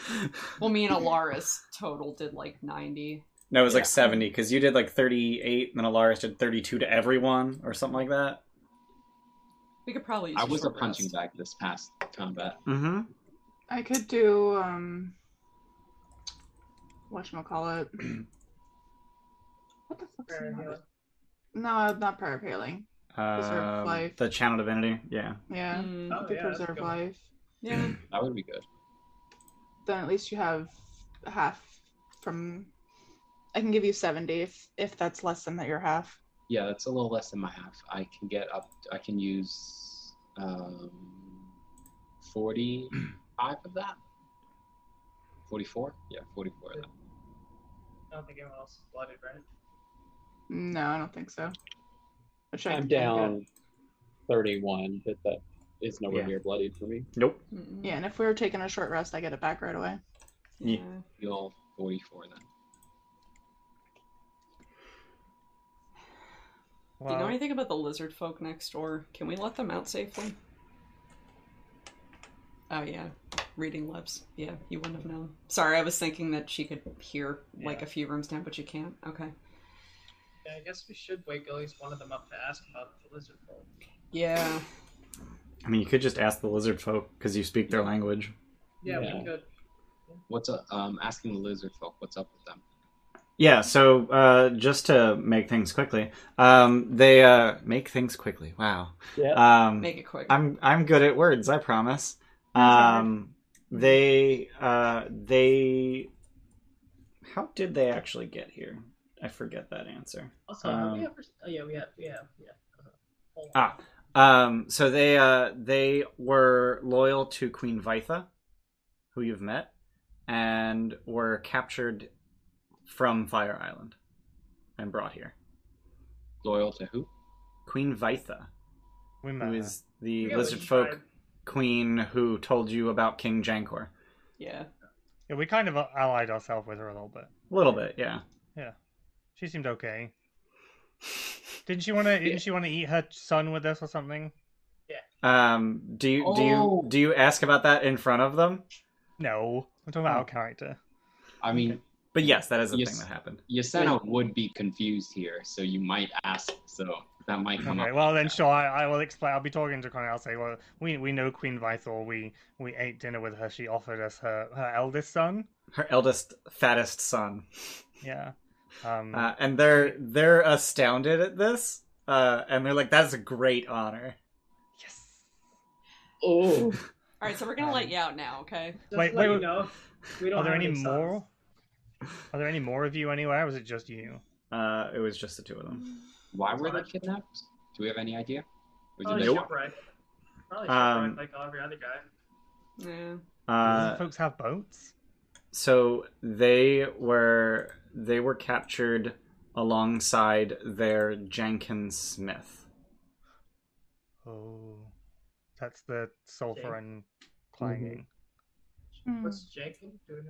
[SPEAKER 8] Well, me and Alaris total did like ninety.
[SPEAKER 1] No, it was
[SPEAKER 3] Yeah.
[SPEAKER 1] like 70, because you did like 38, and then Alaris did 32 to everyone, or something like that.
[SPEAKER 8] We could probably. Use
[SPEAKER 3] I
[SPEAKER 8] a
[SPEAKER 3] was a
[SPEAKER 8] short rest.
[SPEAKER 3] punching bag this past combat.
[SPEAKER 1] Mm-hmm.
[SPEAKER 7] I could do um whatchamacallit. what the fuck's the
[SPEAKER 4] Prayer
[SPEAKER 7] matter?
[SPEAKER 4] healing.
[SPEAKER 7] No, not prayer of healing. Preserve
[SPEAKER 1] Um,
[SPEAKER 7] life.
[SPEAKER 1] The channel divinity. Yeah.
[SPEAKER 7] Yeah.
[SPEAKER 8] Mm,
[SPEAKER 4] Oh,
[SPEAKER 7] you could
[SPEAKER 4] yeah, that's a
[SPEAKER 7] preserve
[SPEAKER 4] good one.
[SPEAKER 7] life.
[SPEAKER 8] yeah.
[SPEAKER 3] That would be good.
[SPEAKER 7] Then at least you have half from I can give you seventy if if that's less than that your half.
[SPEAKER 3] Yeah, that's a little less than my half. I can get up. I can use um, 45 of that. 44? Yeah, 44 of that.
[SPEAKER 4] I don't think anyone else is blooded, right?
[SPEAKER 7] No, I don't think so. Which I
[SPEAKER 6] I'm
[SPEAKER 7] can get.
[SPEAKER 6] down 31, but that is nowhere
[SPEAKER 1] Yeah.
[SPEAKER 6] near bloodied for me.
[SPEAKER 1] Nope.
[SPEAKER 8] Mm-mm.
[SPEAKER 7] Yeah, and if we were taking a short rest, I get it back right away.
[SPEAKER 1] Yeah.
[SPEAKER 8] Yeah.
[SPEAKER 3] You'll 44 then.
[SPEAKER 8] Do you know
[SPEAKER 5] Well,
[SPEAKER 8] anything about the lizard folk next door? Can we let them out safely? Oh yeah, reading lips. Yeah, you wouldn't have known. Sorry, I was thinking that she could hear like
[SPEAKER 5] Yeah.
[SPEAKER 8] a few rooms down, but you can't. Okay.
[SPEAKER 4] Yeah, I guess we should wake at least one of them up to ask about the lizard folk.
[SPEAKER 8] Yeah.
[SPEAKER 1] I mean, you could just ask the lizard folk because you speak their language.
[SPEAKER 4] Yeah,
[SPEAKER 6] Yeah.
[SPEAKER 4] we could.
[SPEAKER 3] What's up? Um, asking the lizard folk what's up with them.
[SPEAKER 1] Yeah. So uh, just to make things quickly, um, they uh, make things quickly. Wow.
[SPEAKER 6] Yeah.
[SPEAKER 1] Um,
[SPEAKER 8] Make it quick.
[SPEAKER 1] I'm I'm good at words. I promise.
[SPEAKER 7] alright.
[SPEAKER 1] Um, they uh, they. How did they actually get here? I forget that answer.
[SPEAKER 4] Also, have
[SPEAKER 1] Um,
[SPEAKER 4] we ever? Oh, yeah, we have. Yeah, yeah. Uh, hold on.
[SPEAKER 1] Ah, Um, so they uh, they were loyal to Queen Vitha, who you've met, and were captured from Fire Island and brought here.
[SPEAKER 3] Loyal to who?
[SPEAKER 1] Queen Vitha,
[SPEAKER 5] we
[SPEAKER 1] who
[SPEAKER 5] met.
[SPEAKER 1] is the
[SPEAKER 4] Yeah,
[SPEAKER 1] lizard
[SPEAKER 4] we
[SPEAKER 1] folk
[SPEAKER 4] tried.
[SPEAKER 1] queen who told you about King Jankor.
[SPEAKER 8] yeah.
[SPEAKER 5] Yeah, we kind of uh, allied ourselves with her a little bit.
[SPEAKER 1] A little bit, yeah.
[SPEAKER 5] She seemed okay. Didn't she want to? Didn't she want to eat her son with us or something?
[SPEAKER 1] Um, do you do you
[SPEAKER 3] Oh.
[SPEAKER 1] do you ask about that in front of them?
[SPEAKER 5] No, I'm talking
[SPEAKER 1] Hmm.
[SPEAKER 5] about our character.
[SPEAKER 3] I mean,
[SPEAKER 1] But yes, that is a
[SPEAKER 3] Yes.
[SPEAKER 1] thing that happened.
[SPEAKER 3] Yasena would be confused here, so you might ask. So that might come
[SPEAKER 5] Okay,
[SPEAKER 3] up.
[SPEAKER 5] well then, sure. I, I will explain. I'll be talking to Connie. I'll say, well, we we know Queen Vithor. We we ate dinner with her. She offered us her her eldest son.
[SPEAKER 1] Her eldest, fattest son.
[SPEAKER 5] Yeah. Um.
[SPEAKER 1] Uh, and they're they're astounded at this, uh, and they're like, "That's a great honor."
[SPEAKER 5] yes.
[SPEAKER 6] Oh,
[SPEAKER 8] All right, so we're
[SPEAKER 1] Um,
[SPEAKER 8] gonna let you out now, okay?
[SPEAKER 4] Just
[SPEAKER 5] Wait,
[SPEAKER 4] to let
[SPEAKER 5] wait,
[SPEAKER 4] you
[SPEAKER 5] wait.
[SPEAKER 4] know, we don't
[SPEAKER 5] Are there
[SPEAKER 4] have
[SPEAKER 5] any
[SPEAKER 4] sons.
[SPEAKER 5] more? Are there any more of you anywhere? Or was it just you?
[SPEAKER 1] Uh, it was just the two of them.
[SPEAKER 3] Why were they kidnapped? Do we have any idea? Or did
[SPEAKER 5] Oh,
[SPEAKER 4] Probably
[SPEAKER 3] they-
[SPEAKER 4] shipwreck. Probably
[SPEAKER 1] Um,
[SPEAKER 4] shipwreck like every other guy.
[SPEAKER 8] Yeah.
[SPEAKER 5] Doesn't
[SPEAKER 1] Uh,
[SPEAKER 5] folks have boats.
[SPEAKER 1] so they were they were captured alongside their Jenkins Smith.
[SPEAKER 5] Oh, that's the sulfurin clanging.
[SPEAKER 4] What's Jenkins doing?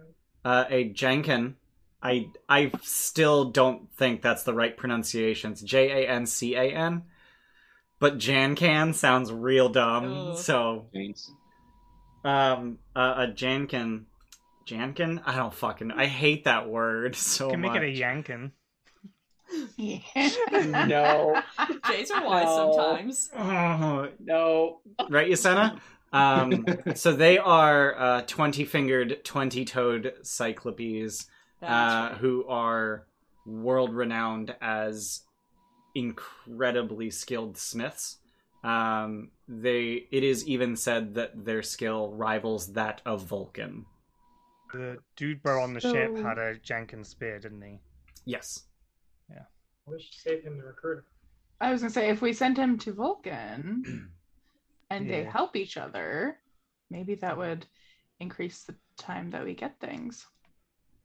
[SPEAKER 1] Uh, a Jenkin. I I still don't think that's the right pronunciation. It's J A N C A N. But Jancan sounds real dumb.
[SPEAKER 8] Ugh.
[SPEAKER 1] So
[SPEAKER 3] James?
[SPEAKER 1] um, a, a Jankin. Jankin? I don't fucking. I hate that word so
[SPEAKER 5] can make
[SPEAKER 1] much.
[SPEAKER 5] it a yankin.
[SPEAKER 7] Yeah.
[SPEAKER 6] No.
[SPEAKER 8] J's are wise
[SPEAKER 6] No.
[SPEAKER 8] sometimes.
[SPEAKER 1] Oh,
[SPEAKER 6] No.
[SPEAKER 1] right, Yasena? Um, so they are uh, 20 fingered, 20 toed cyclopes uh,
[SPEAKER 8] That's right.
[SPEAKER 1] who are world renowned as incredibly skilled smiths. Um, they it is even said that their skill rivals that of Vulcan.
[SPEAKER 5] The dude bro on the ship
[SPEAKER 7] So-
[SPEAKER 5] had a Jankin spear, didn't he?
[SPEAKER 1] Yes.
[SPEAKER 4] We should save him the recruiter.
[SPEAKER 7] I was gonna say if we send him to Vulcan and they
[SPEAKER 5] Yeah.
[SPEAKER 7] help each other, maybe that would increase the time that we get things.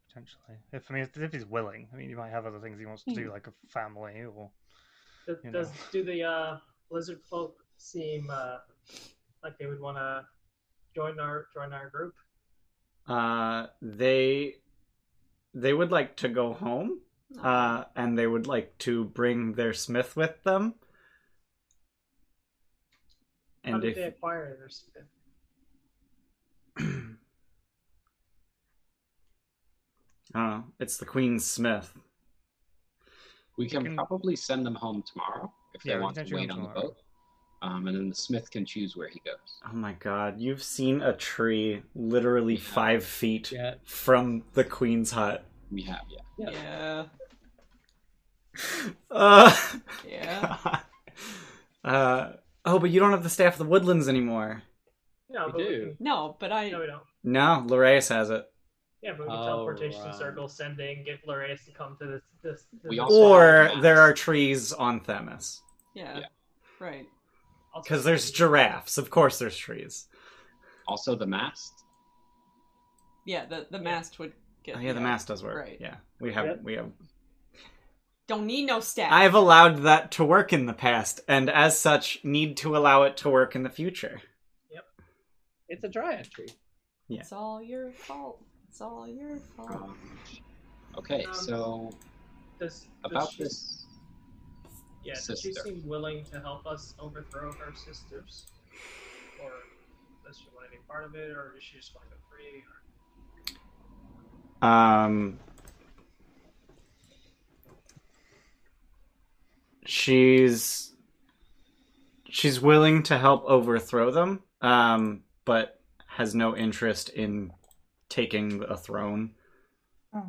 [SPEAKER 5] Potentially, if I mean, if he's willing. I mean, he might have other things he wants
[SPEAKER 7] Hmm.
[SPEAKER 5] to do, like a family or.
[SPEAKER 4] Does,
[SPEAKER 5] You
[SPEAKER 4] does
[SPEAKER 5] know.
[SPEAKER 4] do the uh, lizard folk seem uh, like they would want to join our join our group?
[SPEAKER 1] Uh, they they would like to go home,
[SPEAKER 4] Oh.
[SPEAKER 1] uh, and they would like to bring their smith with them.
[SPEAKER 4] How
[SPEAKER 1] And
[SPEAKER 4] did
[SPEAKER 1] if
[SPEAKER 4] they acquire their spin?
[SPEAKER 1] uh, it's the Queen's Smith.
[SPEAKER 3] We can,
[SPEAKER 5] can-
[SPEAKER 3] probably send them home tomorrow if
[SPEAKER 5] Yeah,
[SPEAKER 3] they
[SPEAKER 5] we
[SPEAKER 3] want
[SPEAKER 5] can
[SPEAKER 3] to
[SPEAKER 5] send
[SPEAKER 3] wait
[SPEAKER 5] them
[SPEAKER 3] on the
[SPEAKER 5] tomorrow.
[SPEAKER 3] boat. Um, and then the smith can choose where he goes.
[SPEAKER 1] Oh my god, you've seen a tree literally
[SPEAKER 3] Yeah.
[SPEAKER 1] five feet
[SPEAKER 6] Yeah.
[SPEAKER 1] from the Queen's hut.
[SPEAKER 3] We have, yeah.
[SPEAKER 8] Yeah.
[SPEAKER 1] Uh,
[SPEAKER 8] Yeah.
[SPEAKER 1] uh, oh, but you don't have the staff of the woodlands anymore.
[SPEAKER 4] No,
[SPEAKER 6] We
[SPEAKER 4] but we
[SPEAKER 6] do.
[SPEAKER 8] No, but I.
[SPEAKER 4] can- no, we don't.
[SPEAKER 1] No, Loraeus has it.
[SPEAKER 4] Yeah, but we can
[SPEAKER 6] Oh,
[SPEAKER 4] teleportation
[SPEAKER 6] right.
[SPEAKER 4] circle, sending, get Larius to come to this. this, this
[SPEAKER 3] We also-
[SPEAKER 1] Or
[SPEAKER 3] have the
[SPEAKER 1] there
[SPEAKER 3] maps.
[SPEAKER 1] are trees on Themis.
[SPEAKER 8] Yeah.
[SPEAKER 3] Yeah.
[SPEAKER 8] Right.
[SPEAKER 4] also-
[SPEAKER 1] Because there's giraffes. Of course there's trees.
[SPEAKER 3] Also, the mast.
[SPEAKER 8] Yeah. The the mast would get.
[SPEAKER 1] Oh, yeah, the mast does work.
[SPEAKER 8] Right.
[SPEAKER 1] Yeah. We have
[SPEAKER 4] Yep.
[SPEAKER 1] we have
[SPEAKER 8] Don't need no staff.
[SPEAKER 1] I've allowed that to work in the past, and as such need to allow it to work in the future.
[SPEAKER 6] It's a dryad tree.
[SPEAKER 1] Yeah.
[SPEAKER 8] It's all your fault. It's all your fault.
[SPEAKER 3] Um, okay,
[SPEAKER 4] Um,
[SPEAKER 3] so
[SPEAKER 4] Does,
[SPEAKER 3] about
[SPEAKER 4] does she,
[SPEAKER 3] this.
[SPEAKER 4] Yeah, does she
[SPEAKER 3] sister.
[SPEAKER 4] seem willing to help us overthrow her sisters? Or does she want to be part of it, or does she just want to go free?
[SPEAKER 1] Um, she's she's willing to help overthrow them, um, but has no interest in taking a throne.
[SPEAKER 7] Oh.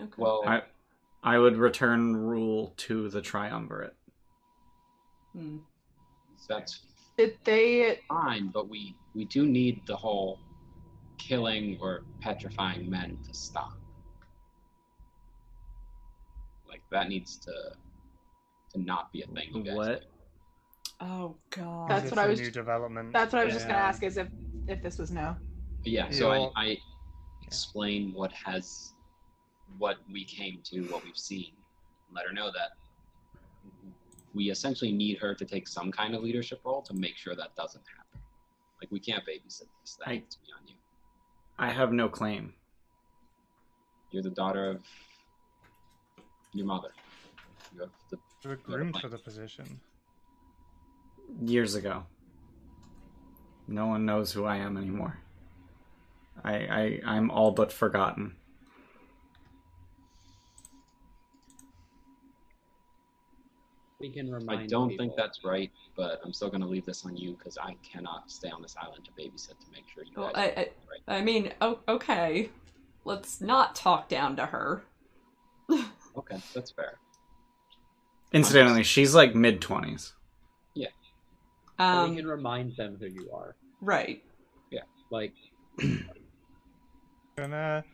[SPEAKER 8] Okay.
[SPEAKER 3] Well,
[SPEAKER 1] I I would return rule to the triumvirate.
[SPEAKER 8] Hmm.
[SPEAKER 3] that's
[SPEAKER 7] Did they
[SPEAKER 3] fine, but we we do need the whole killing or petrifying men to stop. Like that needs to to not be a thing. You guys
[SPEAKER 1] What?
[SPEAKER 3] do.
[SPEAKER 8] Oh god.
[SPEAKER 7] That's
[SPEAKER 5] Is
[SPEAKER 7] what
[SPEAKER 5] this
[SPEAKER 7] I
[SPEAKER 5] a
[SPEAKER 7] was-
[SPEAKER 5] New development.
[SPEAKER 7] that's what I was just gonna
[SPEAKER 6] Yeah.
[SPEAKER 7] ask is if if this was no.
[SPEAKER 3] Yeah. So
[SPEAKER 5] Yeah.
[SPEAKER 3] I, I explain what has what we came to, what we've seen. Let her know that we essentially need her to take some kind of leadership role to make sure that doesn't happen. Like we can't babysit this. That
[SPEAKER 1] I-
[SPEAKER 3] needs to be on you.
[SPEAKER 1] I have no claim.
[SPEAKER 3] You're the daughter of your mother. You have the
[SPEAKER 5] They were groomed for the position.
[SPEAKER 1] Years ago, no one knows who I am anymore. I, I I'm all but forgotten.
[SPEAKER 6] We can remind.
[SPEAKER 3] I don't
[SPEAKER 6] people.
[SPEAKER 3] think that's right, but I'm still going to leave this on you because I cannot stay on this island to babysit to make sure you
[SPEAKER 8] Well,
[SPEAKER 3] guys.
[SPEAKER 8] I, I, I mean, o- okay. Let's not talk down to her.
[SPEAKER 3] Okay, that's fair.
[SPEAKER 1] Incidentally, she's like mid twenties.
[SPEAKER 6] But
[SPEAKER 8] Um,
[SPEAKER 6] we can remind them who you are.
[SPEAKER 8] right.
[SPEAKER 6] Like
[SPEAKER 5] Gonna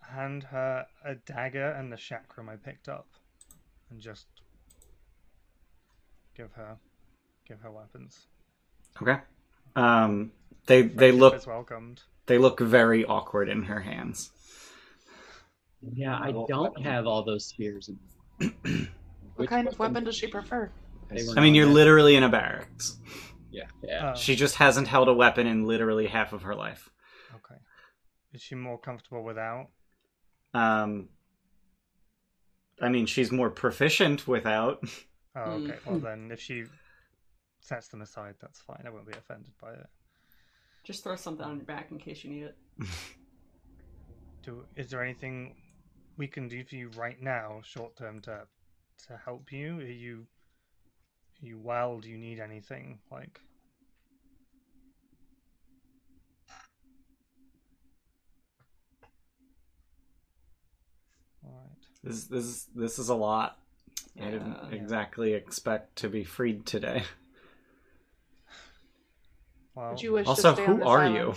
[SPEAKER 5] hand her a dagger and the chakram I picked up, and just give her, give her weapons.
[SPEAKER 1] Okay. Um, they they
[SPEAKER 5] Friendship
[SPEAKER 1] look
[SPEAKER 5] is welcomed.
[SPEAKER 1] they look very awkward in her hands.
[SPEAKER 6] Yeah, I
[SPEAKER 3] Well,
[SPEAKER 6] don't
[SPEAKER 3] weapon.
[SPEAKER 6] have all those spears. And
[SPEAKER 7] What
[SPEAKER 3] Which
[SPEAKER 7] kind of weapon does she prefer?
[SPEAKER 3] They
[SPEAKER 6] They
[SPEAKER 3] were
[SPEAKER 6] were
[SPEAKER 1] I mean,
[SPEAKER 6] not
[SPEAKER 1] you're
[SPEAKER 6] meant-
[SPEAKER 1] literally in a barracks.
[SPEAKER 6] Yeah.
[SPEAKER 5] Oh,
[SPEAKER 1] She just hasn't held a weapon in literally half of her life.
[SPEAKER 5] okay. Is she more comfortable without?
[SPEAKER 1] Um, I mean, she's more proficient without.
[SPEAKER 5] Oh,
[SPEAKER 8] Mm.
[SPEAKER 7] Mm-hmm.
[SPEAKER 5] okay. Well then, if she sets them aside, that's fine. I won't be offended by it.
[SPEAKER 8] Just throw something on your back in case you need it.
[SPEAKER 5] Do is there anything we can do for you right now, short term, to to help you? Are you are you well? Do you need anything? Like all right.
[SPEAKER 1] This this this is a lot. I didn't
[SPEAKER 8] Yeah.
[SPEAKER 1] exactly expect to be freed today.
[SPEAKER 5] Well,
[SPEAKER 7] Would you wish
[SPEAKER 1] also,
[SPEAKER 7] to stay on
[SPEAKER 1] who
[SPEAKER 7] this
[SPEAKER 1] are
[SPEAKER 7] island?
[SPEAKER 1] you?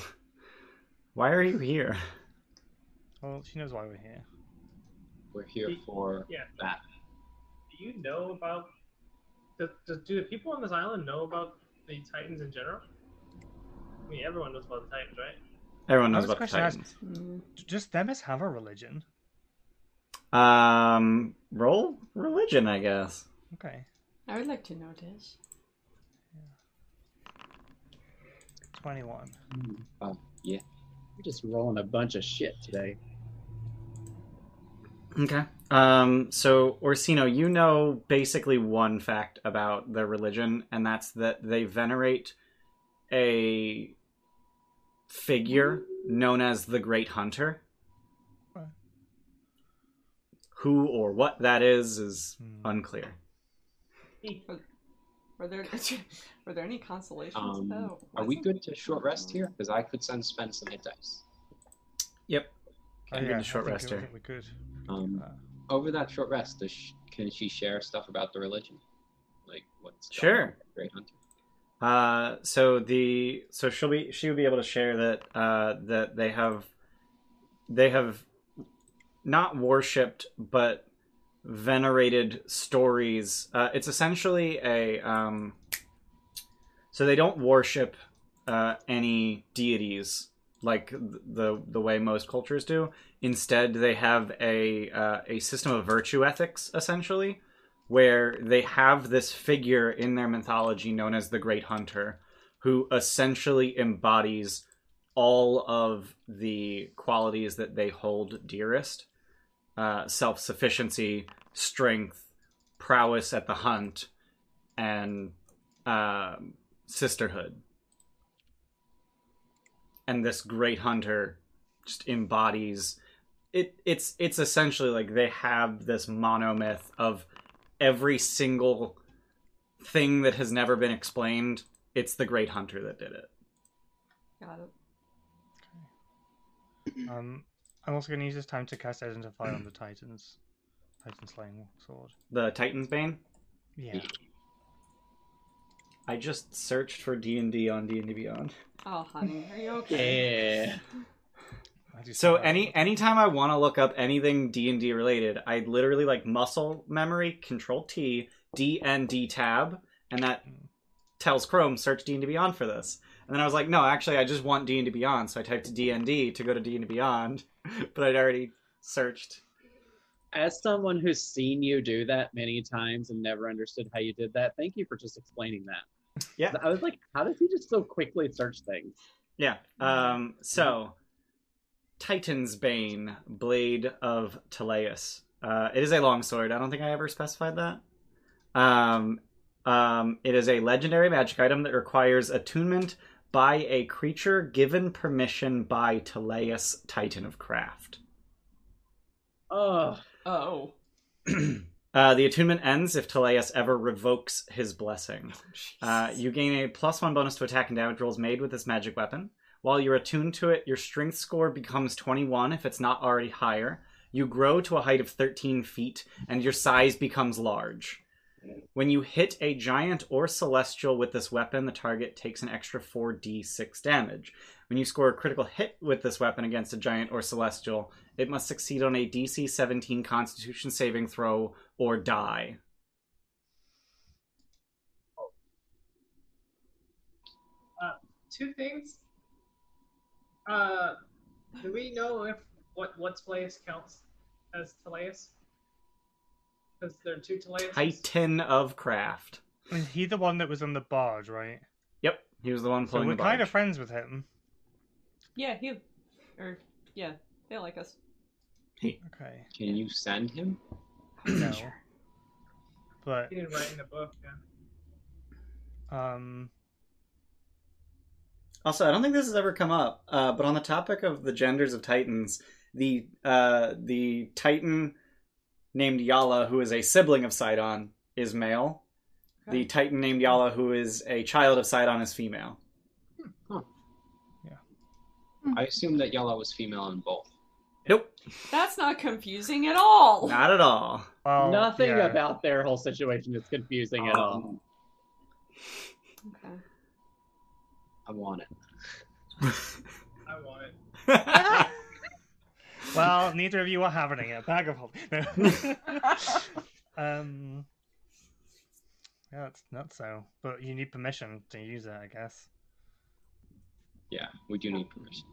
[SPEAKER 1] Why are you here?
[SPEAKER 5] well, she knows why we're here.
[SPEAKER 3] We're here for
[SPEAKER 4] Yeah.
[SPEAKER 3] that.
[SPEAKER 4] Do you know about? Do, do, do the people on this island know about the Titans in general? I mean, everyone knows about the Titans, right?
[SPEAKER 1] Everyone knows
[SPEAKER 5] That
[SPEAKER 1] about
[SPEAKER 5] was
[SPEAKER 1] the
[SPEAKER 5] question I asked.
[SPEAKER 1] Titans.
[SPEAKER 8] Mm.
[SPEAKER 5] Does Themis have a religion?
[SPEAKER 1] Um, roll religion, I guess.
[SPEAKER 5] Okay,
[SPEAKER 8] I would like to know this.
[SPEAKER 5] twenty-one.
[SPEAKER 6] I'm just rolling a bunch of shit today.
[SPEAKER 1] Okay. Um, so Orsino, you know basically one fact about their religion, and that's that they venerate a figure known as the Great Hunter.
[SPEAKER 5] Right.
[SPEAKER 1] Who or what that is is
[SPEAKER 5] Hmm.
[SPEAKER 1] unclear.
[SPEAKER 8] Were there were there any consolations
[SPEAKER 7] Oh,
[SPEAKER 3] Um,
[SPEAKER 8] though?
[SPEAKER 3] Are we
[SPEAKER 8] Wasn't-
[SPEAKER 3] good to short rest here? Because I could send spend some hit dice.
[SPEAKER 1] Yep. I'm gonna
[SPEAKER 5] Oh, I
[SPEAKER 1] short
[SPEAKER 5] think-
[SPEAKER 1] rest
[SPEAKER 5] I
[SPEAKER 1] here.
[SPEAKER 5] think we could.
[SPEAKER 3] Um,
[SPEAKER 5] Uh,
[SPEAKER 3] over that short rest, does sh can she share stuff about the religion? Like what's going
[SPEAKER 1] Sure.
[SPEAKER 3] on with the Great Hunter?
[SPEAKER 1] Uh, so the so she'll be she would be able to share that uh, that they have they have not worshipped but venerated stories. Uh, it's essentially a um, so they don't worship uh, any deities like the the way most cultures do. Instead, they have a uh, a system of virtue ethics essentially where they have this figure in their mythology known as the Great Hunter, who essentially embodies all of the qualities that they hold dearest uh, self sufficiency, strength, prowess at the hunt, and um sisterhood. And this Great Hunter just embodies. It, it's it's essentially like they have this monomyth of every single thing that has never been explained, it's the Great Hunter that did it.
[SPEAKER 8] Got it.
[SPEAKER 5] Um, I'm also going to use this time to cast Identify on the Titans. Titan Slaying Sword.
[SPEAKER 1] The Titan's Bane.
[SPEAKER 5] Yeah.
[SPEAKER 1] I just searched for D and D on D and D Beyond.
[SPEAKER 8] Oh, honey, are you okay?
[SPEAKER 6] Yeah.
[SPEAKER 5] I do
[SPEAKER 1] So
[SPEAKER 5] see that.
[SPEAKER 1] any anytime I want to look up anything D and D related, I literally like muscle memory, Control T, D and D tab, and that tells Chrome search D and D Beyond for this. And then I was like, no, actually, I just want D and D Beyond. So I typed D and D to go to D and D Beyond, but I'd already searched.
[SPEAKER 6] As someone who's seen you do that many times and never understood how you did that, thank you for just explaining that.
[SPEAKER 1] Yeah.
[SPEAKER 6] I was like, how does he just so quickly search things?
[SPEAKER 1] Yeah. Um, so, Titan's Bane, Blade of Teleus. Uh, it is a longsword. I don't think I ever specified that. Um, um, it is a legendary magic item that requires attunement by a creature given permission by Teleus, Titan of Craft.
[SPEAKER 6] Oh,
[SPEAKER 8] Oh,
[SPEAKER 1] uh, the attunement ends if Teleus ever revokes his blessing. Uh,
[SPEAKER 8] Jesus.
[SPEAKER 1] you gain a plus one bonus to attack and damage rolls made with this magic weapon. While you're attuned to it, your strength score becomes 21 if it's not already higher. You grow to a height of 13 feet, and your size becomes large. When you hit a giant or celestial with this weapon, the target takes an extra 4d6 damage. When you score a critical hit with this weapon against a giant or celestial, it must succeed on a DC 17 Constitution saving throw or die.
[SPEAKER 4] Two things. Uh, do we know if what what's Teleus counts as Teleus? Because there are two Teleus.
[SPEAKER 1] Titan of Craft.
[SPEAKER 5] Is he the one that was on the barge, right?
[SPEAKER 1] Yep, he was the one
[SPEAKER 5] So
[SPEAKER 1] pulling
[SPEAKER 5] we're
[SPEAKER 1] the barge.
[SPEAKER 5] kind of friends with him.
[SPEAKER 8] yeah, he, or yeah, they like us.
[SPEAKER 5] Okay.
[SPEAKER 3] Can you send him?
[SPEAKER 5] No. But
[SPEAKER 4] He didn't write in the book. Yeah.
[SPEAKER 5] um,
[SPEAKER 1] Also, I don't think this has ever come up, uh, but on the topic of the genders of titans, the uh, the titan named Yala, who is a sibling of Sidon, is male. The titan named Yala, who is a child of Sidon, is female.
[SPEAKER 3] I assume that Yala was female in both.
[SPEAKER 1] Nope,
[SPEAKER 8] That's not confusing at all.
[SPEAKER 1] not at all.
[SPEAKER 5] Well,
[SPEAKER 6] Nothing
[SPEAKER 5] Oh, yeah.
[SPEAKER 6] about their whole situation is confusing
[SPEAKER 1] Oh.
[SPEAKER 6] at all.
[SPEAKER 3] Um,
[SPEAKER 8] Okay.
[SPEAKER 3] I want it.
[SPEAKER 4] I want it.
[SPEAKER 5] Well, neither of you are having it. Bag of hope. No. um. Yeah, that's not so. But you need permission to use it, I guess.
[SPEAKER 3] Yeah, we do need permission.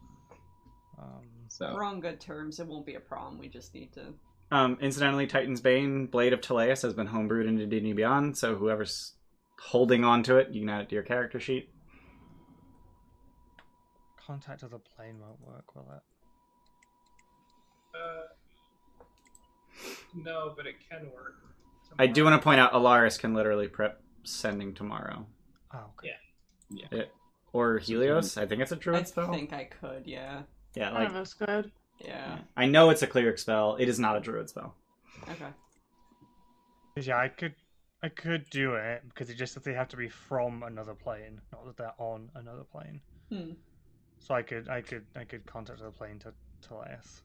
[SPEAKER 5] Um,
[SPEAKER 3] So
[SPEAKER 8] We're on good terms. It won't be a problem. We just need to.
[SPEAKER 1] Um, incidentally, Titan's Bane, Blade of Teleus, has been homebrewed into D&D Beyond, so whoever's holding on to it, you can add it to your character sheet.
[SPEAKER 5] contact of the plane won't work, will it?
[SPEAKER 4] Uh, no, but it can work.
[SPEAKER 1] I do want to point out, Alaris can literally prep sending tomorrow.
[SPEAKER 5] Oh, okay.
[SPEAKER 1] Or Helios, I think it's a
[SPEAKER 8] I
[SPEAKER 1] druid spell.
[SPEAKER 8] think I could. Yeah.
[SPEAKER 1] Yeah,
[SPEAKER 7] None
[SPEAKER 1] like,
[SPEAKER 7] of us could.
[SPEAKER 8] Yeah.
[SPEAKER 1] I know it's a cleric spell. It is not a druid spell.
[SPEAKER 8] Okay.
[SPEAKER 5] 'Cause, Yeah, I could, I could do it because it just that they have to be from another plane, not that they're on another plane.
[SPEAKER 8] Hmm.
[SPEAKER 5] So I could, I could, I could contact the plane to Teleus.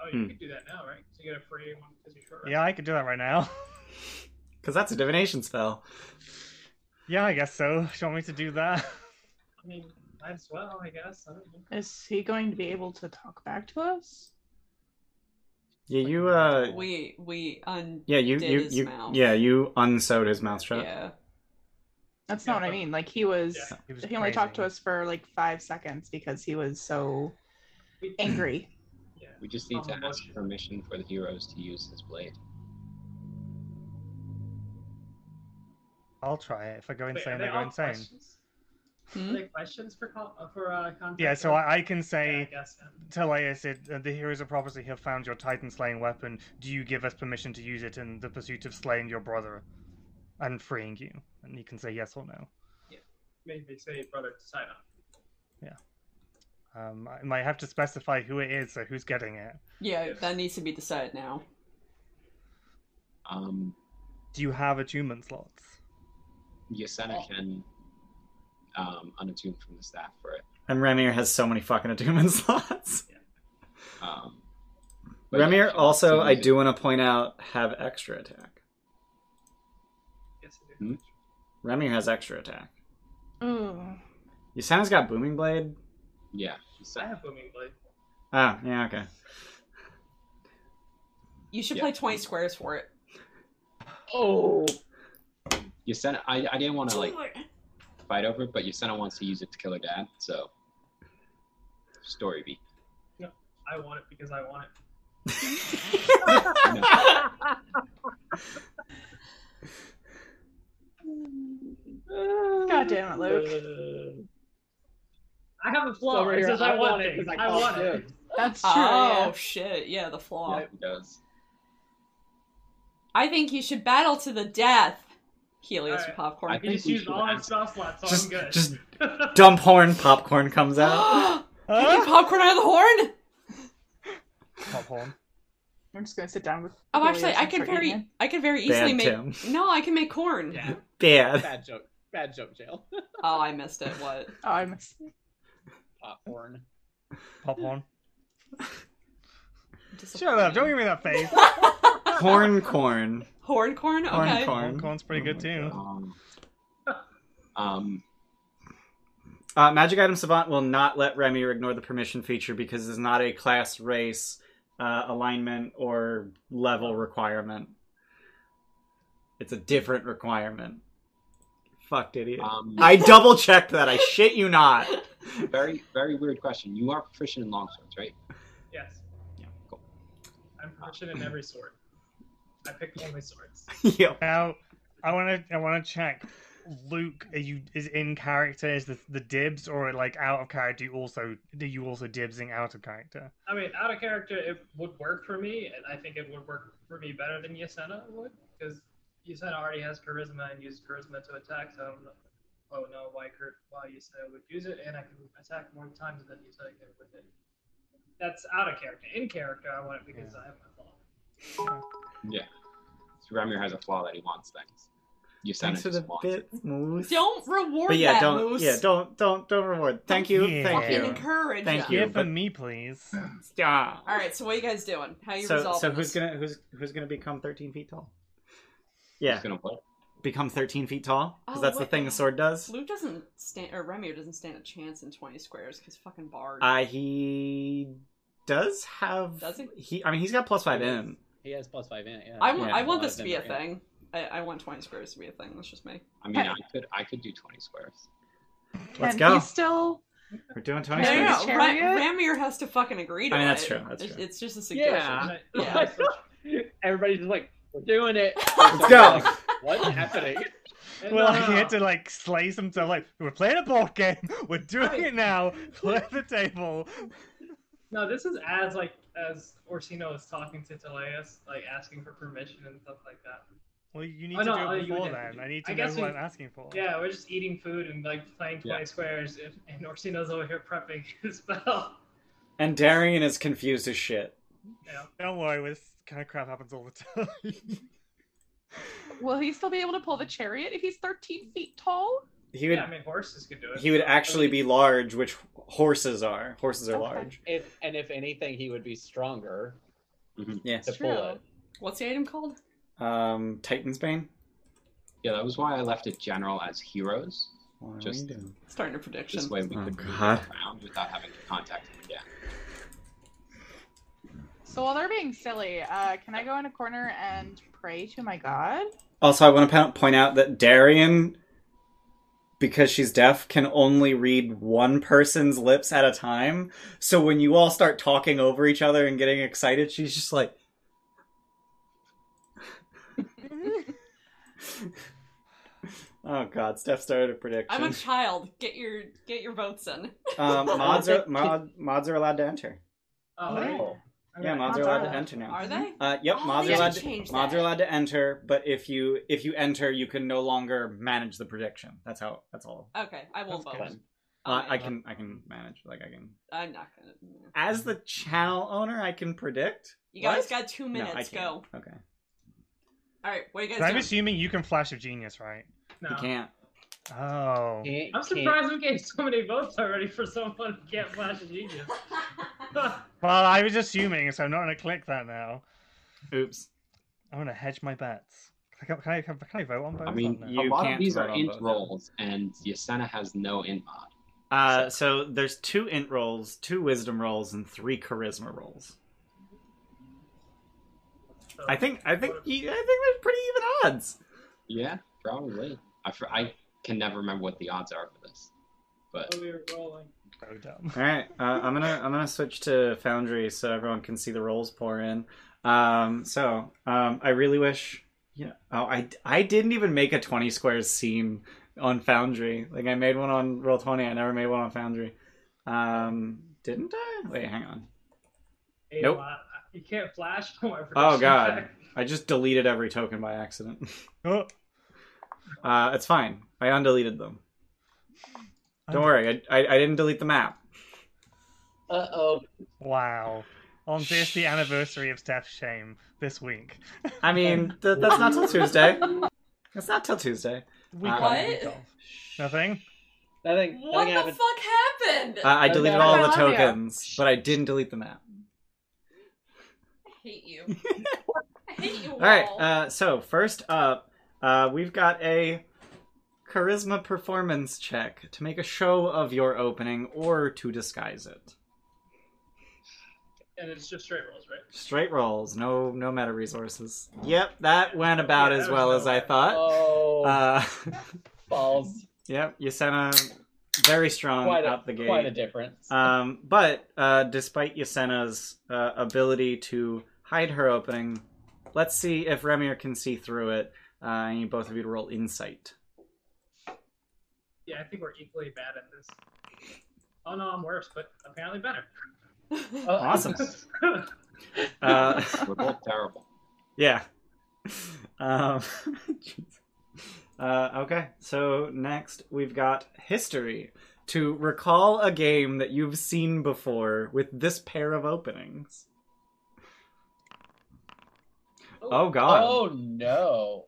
[SPEAKER 4] Oh, you
[SPEAKER 1] Hmm.
[SPEAKER 4] can do that now, right? So you get a free one because you're short. rest.
[SPEAKER 5] Yeah, I could do that right now.
[SPEAKER 1] Because that's a divination spell.
[SPEAKER 5] yeah, I guess so. Do you want me to do that?
[SPEAKER 4] I mean, might as well, I guess. I don't know.
[SPEAKER 7] Is he going to be able to talk back to us?
[SPEAKER 1] Yeah, you, uh...
[SPEAKER 8] We we un.
[SPEAKER 1] Yeah, you,
[SPEAKER 8] Did
[SPEAKER 1] you,
[SPEAKER 8] his
[SPEAKER 1] you,
[SPEAKER 8] mouth.
[SPEAKER 1] yeah, you unsewed his mouth shut.
[SPEAKER 8] Yeah.
[SPEAKER 7] That's
[SPEAKER 4] Yeah,
[SPEAKER 7] not what I
[SPEAKER 4] but-
[SPEAKER 7] mean. Like he was,
[SPEAKER 4] Yeah.
[SPEAKER 5] He was
[SPEAKER 7] he only talked to
[SPEAKER 5] crazy.
[SPEAKER 7] us for like five seconds because he was so
[SPEAKER 4] We-
[SPEAKER 7] angry.
[SPEAKER 4] Yeah.
[SPEAKER 3] we just need to
[SPEAKER 4] Um,
[SPEAKER 3] ask permission for the heroes to use his blade.
[SPEAKER 5] I'll try it. If I go
[SPEAKER 4] Wait,
[SPEAKER 5] insane,
[SPEAKER 4] are they
[SPEAKER 5] I go
[SPEAKER 4] all
[SPEAKER 5] insane.
[SPEAKER 4] questions? Are
[SPEAKER 8] Hmm?
[SPEAKER 4] they questions for con- uh, for uh, contact?
[SPEAKER 5] Yeah, so I, I can say.
[SPEAKER 4] Yeah, I guess. um,
[SPEAKER 5] Teleus, it, uh, the heroes of prophecy have found your titan slaying weapon. Do you give us permission to use it in the pursuit of slaying your brother and freeing you? And you can say yes or no.
[SPEAKER 4] Maybe say brother to sign up.
[SPEAKER 5] Um, I might have to specify who it is, so who's getting it.
[SPEAKER 8] Yeah.
[SPEAKER 4] Yes.
[SPEAKER 8] That needs to be decided now.
[SPEAKER 3] Um,
[SPEAKER 5] Do you have attunement slots?
[SPEAKER 3] Yasena can um, unattune from the staff for it.
[SPEAKER 1] And Remir has so many fucking attunement slots.
[SPEAKER 3] Um, but yeah,
[SPEAKER 1] Remir,
[SPEAKER 3] she
[SPEAKER 1] also,
[SPEAKER 3] can
[SPEAKER 1] I
[SPEAKER 3] use it.
[SPEAKER 1] do want to point out, have extra attack.
[SPEAKER 4] Yes, I do.
[SPEAKER 3] Hmm?
[SPEAKER 1] Remir has extra attack.
[SPEAKER 7] Ooh.
[SPEAKER 1] Yusena's got booming blade.
[SPEAKER 3] Yeah,
[SPEAKER 4] I
[SPEAKER 3] Yasena-
[SPEAKER 4] have booming blade.
[SPEAKER 1] Oh, yeah, okay.
[SPEAKER 8] You should
[SPEAKER 3] Yeah.
[SPEAKER 8] play twenty squares for it.
[SPEAKER 6] Oh,
[SPEAKER 3] Yasena. I, I didn't want to like fight over it, but Yasena wants to use it to kill her dad. So, story beat.
[SPEAKER 4] I want it because I want it.
[SPEAKER 3] I know.
[SPEAKER 7] God damn it, Luke.
[SPEAKER 4] I have a flaw.
[SPEAKER 6] over
[SPEAKER 4] it
[SPEAKER 6] here,
[SPEAKER 4] says I, want it.
[SPEAKER 6] because
[SPEAKER 4] I, want
[SPEAKER 6] can't
[SPEAKER 4] it.
[SPEAKER 6] do
[SPEAKER 7] That's true.
[SPEAKER 8] Oh
[SPEAKER 7] yeah.
[SPEAKER 8] shit! Yeah, the flaw.
[SPEAKER 3] It does.
[SPEAKER 8] I think you should battle to the death. Helios
[SPEAKER 4] Alright.
[SPEAKER 8] and popcorn.
[SPEAKER 3] I
[SPEAKER 4] You
[SPEAKER 3] think
[SPEAKER 4] just
[SPEAKER 3] we
[SPEAKER 4] use
[SPEAKER 3] should
[SPEAKER 4] all my
[SPEAKER 3] ask-
[SPEAKER 4] spell slots, so
[SPEAKER 1] just,
[SPEAKER 4] Oh, I'm good.
[SPEAKER 1] just dump horn popcorn comes out.
[SPEAKER 8] You
[SPEAKER 1] Ah!
[SPEAKER 8] need popcorn out of the horn?
[SPEAKER 5] Pop horn.
[SPEAKER 7] I'm just gonna sit down with.
[SPEAKER 8] Oh,
[SPEAKER 7] Julius
[SPEAKER 8] actually, I
[SPEAKER 7] and
[SPEAKER 8] could
[SPEAKER 7] start eating
[SPEAKER 8] very,
[SPEAKER 7] it.
[SPEAKER 8] I could very easily
[SPEAKER 1] Bad
[SPEAKER 8] make.
[SPEAKER 1] Tim.
[SPEAKER 8] No, I can make corn.
[SPEAKER 6] Yeah,
[SPEAKER 1] Bad.
[SPEAKER 6] bad joke. Bad joke, jail.
[SPEAKER 8] Oh, I missed it. What?
[SPEAKER 7] Oh, I missed.
[SPEAKER 6] Popcorn.
[SPEAKER 5] Pop horn. Shut
[SPEAKER 8] Disappointed.
[SPEAKER 5] up! Don't give me that face.
[SPEAKER 1] Horn corn.
[SPEAKER 8] Horn corn.
[SPEAKER 1] Horn
[SPEAKER 8] Okay.
[SPEAKER 5] Horn
[SPEAKER 1] corn.
[SPEAKER 5] corn's pretty
[SPEAKER 1] Oh
[SPEAKER 5] good
[SPEAKER 1] my
[SPEAKER 5] too.
[SPEAKER 3] Um, um,
[SPEAKER 1] Uh, Magic Item Savant will not let Remir ignore the permission feature because it's not a class, race, uh, alignment, or level requirement. It's a different requirement. Fucked idiot.
[SPEAKER 3] um,
[SPEAKER 1] I double checked that. I shit you not.
[SPEAKER 3] very, very weird question. You are proficient in longswords, right?
[SPEAKER 4] yes.
[SPEAKER 3] Yeah, cool.
[SPEAKER 4] I'm proficient in every sword. I pick only swords.
[SPEAKER 1] Yo.
[SPEAKER 5] Now, I want to, I want to check. Luke, are you is in character? Is the the dibs or like out of character? You also, do you also dibsing out of character?
[SPEAKER 4] I mean, out of character, it would work for me, and I think it would work for me better than Yasena would, because Yasena already has charisma and used charisma to attack, so I don't know. Oh no, Wykert, while you said I would use it, and I can attack more times than you said I could with it. That's out of character. In character, I want it because I have my fault.
[SPEAKER 3] So Ramir has a flaw that he wants things. You said
[SPEAKER 1] Thanks
[SPEAKER 3] it
[SPEAKER 1] for
[SPEAKER 3] just
[SPEAKER 1] the
[SPEAKER 3] wants it.
[SPEAKER 1] bit, Moose.
[SPEAKER 8] Don't reward
[SPEAKER 1] But yeah,
[SPEAKER 8] that
[SPEAKER 1] don't
[SPEAKER 8] moose.
[SPEAKER 1] yeah, don't don't don't reward. Thank you,
[SPEAKER 5] Yeah.
[SPEAKER 1] thank
[SPEAKER 8] Fucking
[SPEAKER 1] you.
[SPEAKER 8] encourage
[SPEAKER 1] Thank
[SPEAKER 8] them.
[SPEAKER 1] you.
[SPEAKER 5] Give
[SPEAKER 1] but-
[SPEAKER 5] them me, please.
[SPEAKER 1] Yeah.
[SPEAKER 8] All right, so what are you guys doing? How you
[SPEAKER 1] So
[SPEAKER 8] resolving
[SPEAKER 1] so who's
[SPEAKER 8] this?
[SPEAKER 1] gonna who's who's gonna become thirteen feet tall?
[SPEAKER 3] He's
[SPEAKER 1] Yeah,
[SPEAKER 3] gonna what?
[SPEAKER 1] become thirteen feet tall because
[SPEAKER 8] Oh,
[SPEAKER 1] that's the
[SPEAKER 8] what-
[SPEAKER 1] thing the sword does.
[SPEAKER 8] Lou doesn't stand, or Remir doesn't stand a chance in 20 squares because fucking Bard.
[SPEAKER 1] Uh, he does have.
[SPEAKER 8] Does he?
[SPEAKER 1] I mean, he's got plus five in.
[SPEAKER 6] He has plus five in it. Yeah.
[SPEAKER 8] I want,
[SPEAKER 1] yeah,
[SPEAKER 8] I want
[SPEAKER 6] Uh,
[SPEAKER 8] this to be a
[SPEAKER 6] Denver, yeah.
[SPEAKER 8] thing. I, I want 20 squares to be a thing. That's just me.
[SPEAKER 3] I mean, I could I could do twenty squares.
[SPEAKER 1] Let's
[SPEAKER 7] Can
[SPEAKER 1] go.
[SPEAKER 7] he still?
[SPEAKER 1] We're doing
[SPEAKER 8] No,
[SPEAKER 1] twenty.
[SPEAKER 8] no,
[SPEAKER 1] squares.
[SPEAKER 8] no.
[SPEAKER 7] Chariot?
[SPEAKER 8] Ra- Ramir has to fucking agree to
[SPEAKER 1] I mean,
[SPEAKER 8] it.
[SPEAKER 1] that's true, that's
[SPEAKER 8] it's,
[SPEAKER 1] true.
[SPEAKER 8] it's just a suggestion.
[SPEAKER 6] Yeah.
[SPEAKER 8] Yeah.
[SPEAKER 6] Everybody's just like, we're doing it.
[SPEAKER 1] Let's go.
[SPEAKER 6] What's happening?
[SPEAKER 4] And,
[SPEAKER 5] Well,
[SPEAKER 4] uh,
[SPEAKER 5] he had to like slay himself. Like we're playing a board game. We're doing
[SPEAKER 8] Right.
[SPEAKER 5] it now. Play the table.
[SPEAKER 4] No, this is as like as Orsino is talking to Teleus, like asking for permission and stuff like that.
[SPEAKER 5] Well, you need
[SPEAKER 4] Oh,
[SPEAKER 5] to
[SPEAKER 4] no,
[SPEAKER 5] do
[SPEAKER 4] oh,
[SPEAKER 5] it
[SPEAKER 4] you
[SPEAKER 5] before
[SPEAKER 4] would
[SPEAKER 5] then. I need to
[SPEAKER 4] I
[SPEAKER 5] know
[SPEAKER 4] guess
[SPEAKER 5] what
[SPEAKER 4] we-
[SPEAKER 5] I'm asking for.
[SPEAKER 4] Yeah, we're just eating food and like playing twenty
[SPEAKER 3] Yeah.
[SPEAKER 4] squares, and, and Orsino's over here prepping his spell.
[SPEAKER 1] And Darian is confused as shit.
[SPEAKER 4] Yeah.
[SPEAKER 5] Don't worry, this kind of crap happens all the time.
[SPEAKER 7] Will he still be able to pull the chariot if he's 13 feet tall?
[SPEAKER 1] He would
[SPEAKER 4] yeah, I mean horses could do it.
[SPEAKER 1] he would actually be large, which horses are. Horses are
[SPEAKER 7] Okay.
[SPEAKER 1] large.
[SPEAKER 6] If, and if anything, he would be stronger
[SPEAKER 1] Yes.
[SPEAKER 6] to
[SPEAKER 7] It's
[SPEAKER 6] pull
[SPEAKER 7] true.
[SPEAKER 6] it.
[SPEAKER 8] What's the item called?
[SPEAKER 1] Um, Titan's Bane.
[SPEAKER 3] Yeah, that was why I left it general as heroes.
[SPEAKER 1] What are
[SPEAKER 3] Just-
[SPEAKER 1] we doing?
[SPEAKER 8] Starting a prediction.
[SPEAKER 3] This way we
[SPEAKER 1] Oh,
[SPEAKER 3] could move
[SPEAKER 1] God.
[SPEAKER 3] around without having to contact him again.
[SPEAKER 7] So while they're being silly, uh, can I go in a corner and pray to my god?
[SPEAKER 1] Also, I want to point out that Darian, because she's deaf, can only read one person's lips at a time. So when you all start talking over each other and getting excited, she's just like, "Oh God!" Steph started a prediction.
[SPEAKER 8] I'm a child. Get your get your votes in.
[SPEAKER 1] Um, mods are mod, mods are allowed to enter.
[SPEAKER 4] Oh,
[SPEAKER 7] yeah.
[SPEAKER 4] cool.
[SPEAKER 1] Yeah, mods are
[SPEAKER 4] Okay.
[SPEAKER 7] Mods are
[SPEAKER 1] allowed to
[SPEAKER 7] allowed.
[SPEAKER 1] enter now.
[SPEAKER 8] Are they?
[SPEAKER 1] Uh, yep,
[SPEAKER 8] Oh,
[SPEAKER 1] mods
[SPEAKER 8] they
[SPEAKER 1] are allowed.
[SPEAKER 8] should
[SPEAKER 1] To,
[SPEAKER 8] change
[SPEAKER 1] mods
[SPEAKER 8] that.
[SPEAKER 1] are allowed to enter, but if you if you enter, you can no longer manage the prediction. That's how. That's all.
[SPEAKER 8] Okay, I won't
[SPEAKER 5] That's
[SPEAKER 8] vote. Oh,
[SPEAKER 5] good.
[SPEAKER 1] Uh, I can I can manage. Like I can.
[SPEAKER 8] I'm not gonna.
[SPEAKER 1] As the channel owner, I can predict.
[SPEAKER 8] You guys
[SPEAKER 1] What?
[SPEAKER 8] got two
[SPEAKER 1] No, I
[SPEAKER 8] minutes.
[SPEAKER 1] can't.
[SPEAKER 8] Go.
[SPEAKER 1] Okay.
[SPEAKER 8] All right, what are you guys
[SPEAKER 5] I'm
[SPEAKER 8] doing?
[SPEAKER 5] assuming you can flash a genius, right?
[SPEAKER 4] No.
[SPEAKER 1] You can't.
[SPEAKER 5] Oh,
[SPEAKER 6] Can't-
[SPEAKER 4] I'm
[SPEAKER 6] can't-
[SPEAKER 4] surprised we gave so many votes already for someone who can't flash a genius.
[SPEAKER 5] well, I was assuming, so I'm not gonna click that now.
[SPEAKER 1] Oops.
[SPEAKER 5] I'm gonna hedge my bets. Can I, can I, can I vote on both? Oh,
[SPEAKER 3] I mean,
[SPEAKER 5] on
[SPEAKER 1] you-
[SPEAKER 5] that?
[SPEAKER 3] a lot
[SPEAKER 1] can't
[SPEAKER 3] of these
[SPEAKER 1] vote
[SPEAKER 3] are
[SPEAKER 1] on
[SPEAKER 3] int
[SPEAKER 1] both.
[SPEAKER 3] rolls, and Yasena has no int mod.
[SPEAKER 1] Uh, so there's two int rolls, two wisdom rolls, and three charisma rolls.
[SPEAKER 4] So,
[SPEAKER 1] I think I think you- I think there's pretty even odds.
[SPEAKER 3] Yeah, probably. I, fr- I can never remember what the odds are for this, but
[SPEAKER 4] what we were rolling.
[SPEAKER 5] so Oh, dumb.
[SPEAKER 1] All right, uh, I'm gonna I'm gonna switch to Foundry so everyone can see the rolls pour in. Um, so um, I really wish, you know, oh, I I didn't even make a 20 squares scene on Foundry. Like I made one on Roll 20, I never made one on Foundry. Um, didn't I? Wait, hang on.
[SPEAKER 4] Hey,
[SPEAKER 1] Nope.
[SPEAKER 4] uh, You can't flash on my
[SPEAKER 1] Oh,
[SPEAKER 4] prediction
[SPEAKER 1] God.
[SPEAKER 4] check.
[SPEAKER 1] I just deleted every token by accident.
[SPEAKER 5] Oh,
[SPEAKER 1] Uh, it's fine. I undeleted them. Don't worry, I, I I didn't delete the map.
[SPEAKER 6] Uh oh.
[SPEAKER 5] Wow. On this, the anniversary of Steph's shame this week.
[SPEAKER 1] I mean, th- that's not till Tuesday. That's not till Tuesday.
[SPEAKER 5] Week
[SPEAKER 2] Um,
[SPEAKER 1] Uh,
[SPEAKER 5] on,
[SPEAKER 8] What?
[SPEAKER 5] week off. Nothing.
[SPEAKER 6] Nothing.
[SPEAKER 8] what the
[SPEAKER 6] nothing happened.
[SPEAKER 8] fuck happened?
[SPEAKER 1] Uh, I
[SPEAKER 6] Okay,
[SPEAKER 1] deleted
[SPEAKER 6] I
[SPEAKER 1] all the
[SPEAKER 7] love you.
[SPEAKER 1] tokens, but I didn't delete the map.
[SPEAKER 8] I hate you. I hate you all.
[SPEAKER 1] All right. Uh, so first up, uh, we've got a charisma performance check to make a show of your opening or to disguise it.
[SPEAKER 4] And it's just straight rolls, right?
[SPEAKER 1] Straight rolls, no no meta resources. Yep, that went about
[SPEAKER 4] Yeah,
[SPEAKER 1] as
[SPEAKER 4] that
[SPEAKER 1] well
[SPEAKER 4] was
[SPEAKER 1] as I
[SPEAKER 4] about
[SPEAKER 1] thought.
[SPEAKER 6] Oh,
[SPEAKER 1] Uh,
[SPEAKER 6] balls.
[SPEAKER 1] yep, Yasena very strong
[SPEAKER 6] Quite a,
[SPEAKER 1] Um, out the gate.
[SPEAKER 6] quite a difference.
[SPEAKER 1] Um, but uh, despite Yasena's uh, ability to hide her opening, let's see if Remir can see through it. Uh, and you both of you to roll insight.
[SPEAKER 4] Yeah, I think we're equally bad at this. Oh no, I'm worse, but apparently better.
[SPEAKER 6] Oh,
[SPEAKER 1] Awesome.
[SPEAKER 4] oh,
[SPEAKER 1] Uh,
[SPEAKER 3] we're both terrible.
[SPEAKER 1] yeah. Um, jeez. Uh, okay, so next we've got history to recall a game that you've seen before with this pair of openings. Oh god,
[SPEAKER 6] Oh no.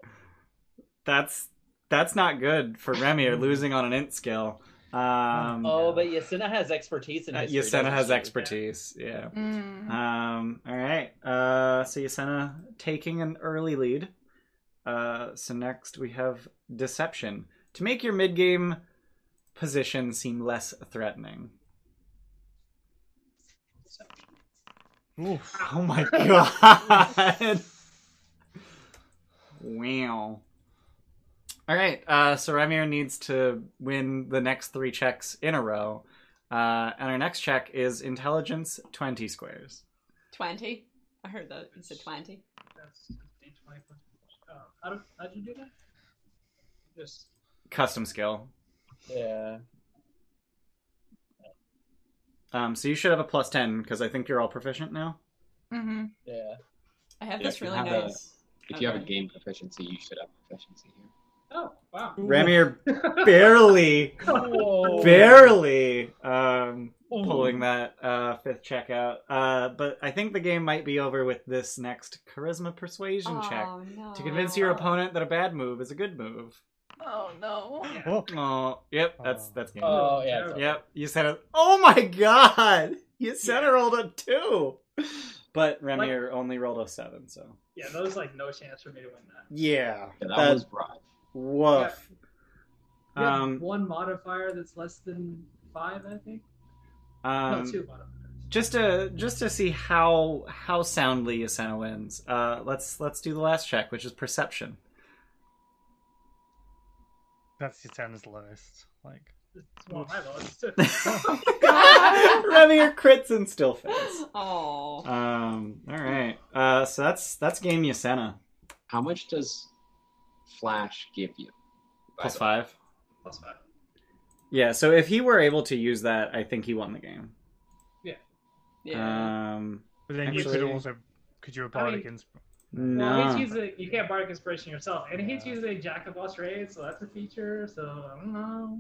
[SPEAKER 1] that's that's not good for Remy or losing on an int skill. Um,
[SPEAKER 6] Oh, but Yasina has expertise in
[SPEAKER 1] uh,
[SPEAKER 6] history.
[SPEAKER 1] Yasena
[SPEAKER 6] doesn't
[SPEAKER 1] has
[SPEAKER 6] she?
[SPEAKER 1] expertise. Yeah.
[SPEAKER 7] Mm.
[SPEAKER 1] Um, all right. Uh, so Yasena taking an early lead. Uh, so next we have deception to make your mid game position seem less threatening.
[SPEAKER 5] Oof.
[SPEAKER 1] Oh my god! wow. All right, uh, so Ramir needs to win the next three checks in a row, uh, and our next check is intelligence twenty squares.
[SPEAKER 8] 20. I heard that. You said 20.
[SPEAKER 4] That's 15, 20, uh, how did how'd you do that? Just
[SPEAKER 1] Custom skill.
[SPEAKER 6] Yeah.
[SPEAKER 1] Um, so you should have a plus ten because I think you're all proficient now.
[SPEAKER 7] hmm
[SPEAKER 6] Yeah.
[SPEAKER 8] I have
[SPEAKER 3] Yeah,
[SPEAKER 8] this
[SPEAKER 3] if you
[SPEAKER 8] really
[SPEAKER 3] have a-
[SPEAKER 8] nice.
[SPEAKER 3] If you have a
[SPEAKER 8] Okay.
[SPEAKER 3] game proficiency, you should have proficiency here.
[SPEAKER 4] oh wow.
[SPEAKER 1] Ramir barely, Oh.
[SPEAKER 6] Whoa.
[SPEAKER 1] barely um,
[SPEAKER 6] Ooh.
[SPEAKER 1] pulling that uh, fifth check out. Uh, but I think the game might be over with this next charisma persuasion check
[SPEAKER 8] Oh, no.
[SPEAKER 1] to convince your opponent that a bad move is a good move.
[SPEAKER 7] Oh no.
[SPEAKER 5] Oh,
[SPEAKER 1] Oh, yep, that's
[SPEAKER 5] Oh.
[SPEAKER 1] that's game.
[SPEAKER 6] Oh yeah. it's
[SPEAKER 4] Yeah.
[SPEAKER 6] okay.
[SPEAKER 1] Yep, you said it. Oh my god, you said I rolled a two, but Ramir only rolled a seven. So
[SPEAKER 4] Yeah, there was like no chance for me to win that.
[SPEAKER 1] yeah,
[SPEAKER 3] Yeah, that
[SPEAKER 1] that-
[SPEAKER 3] was broad.
[SPEAKER 1] woof.
[SPEAKER 4] You have
[SPEAKER 1] Um,
[SPEAKER 4] one modifier that's less than five, I think.
[SPEAKER 1] um,
[SPEAKER 4] no, two modifiers.
[SPEAKER 1] just to just to see how how soundly Yasena wins. Uh, let's let's do the last check, which is perception.
[SPEAKER 5] that's Yasina's lowest. Like,
[SPEAKER 4] It's one of my lowest. Oh
[SPEAKER 1] Remy your crits and still fails.
[SPEAKER 8] Oh.
[SPEAKER 1] Um, all right. Uh, so that's that's game Yasena
[SPEAKER 3] How much does Flash give you? by
[SPEAKER 1] plus
[SPEAKER 3] the way?
[SPEAKER 1] five.
[SPEAKER 4] Plus five.
[SPEAKER 1] Yeah. So if he were able to use that, I think he won the game.
[SPEAKER 8] yeah.
[SPEAKER 1] Um,
[SPEAKER 5] but then you could
[SPEAKER 1] Actually-
[SPEAKER 5] also could you have borrowed
[SPEAKER 4] mean-
[SPEAKER 5] against?
[SPEAKER 1] no.
[SPEAKER 4] Well, he's using you can't bardic inspiration yourself, and he's
[SPEAKER 5] Yeah.
[SPEAKER 4] using a jack of all trades, so that's a feature. So I don't know.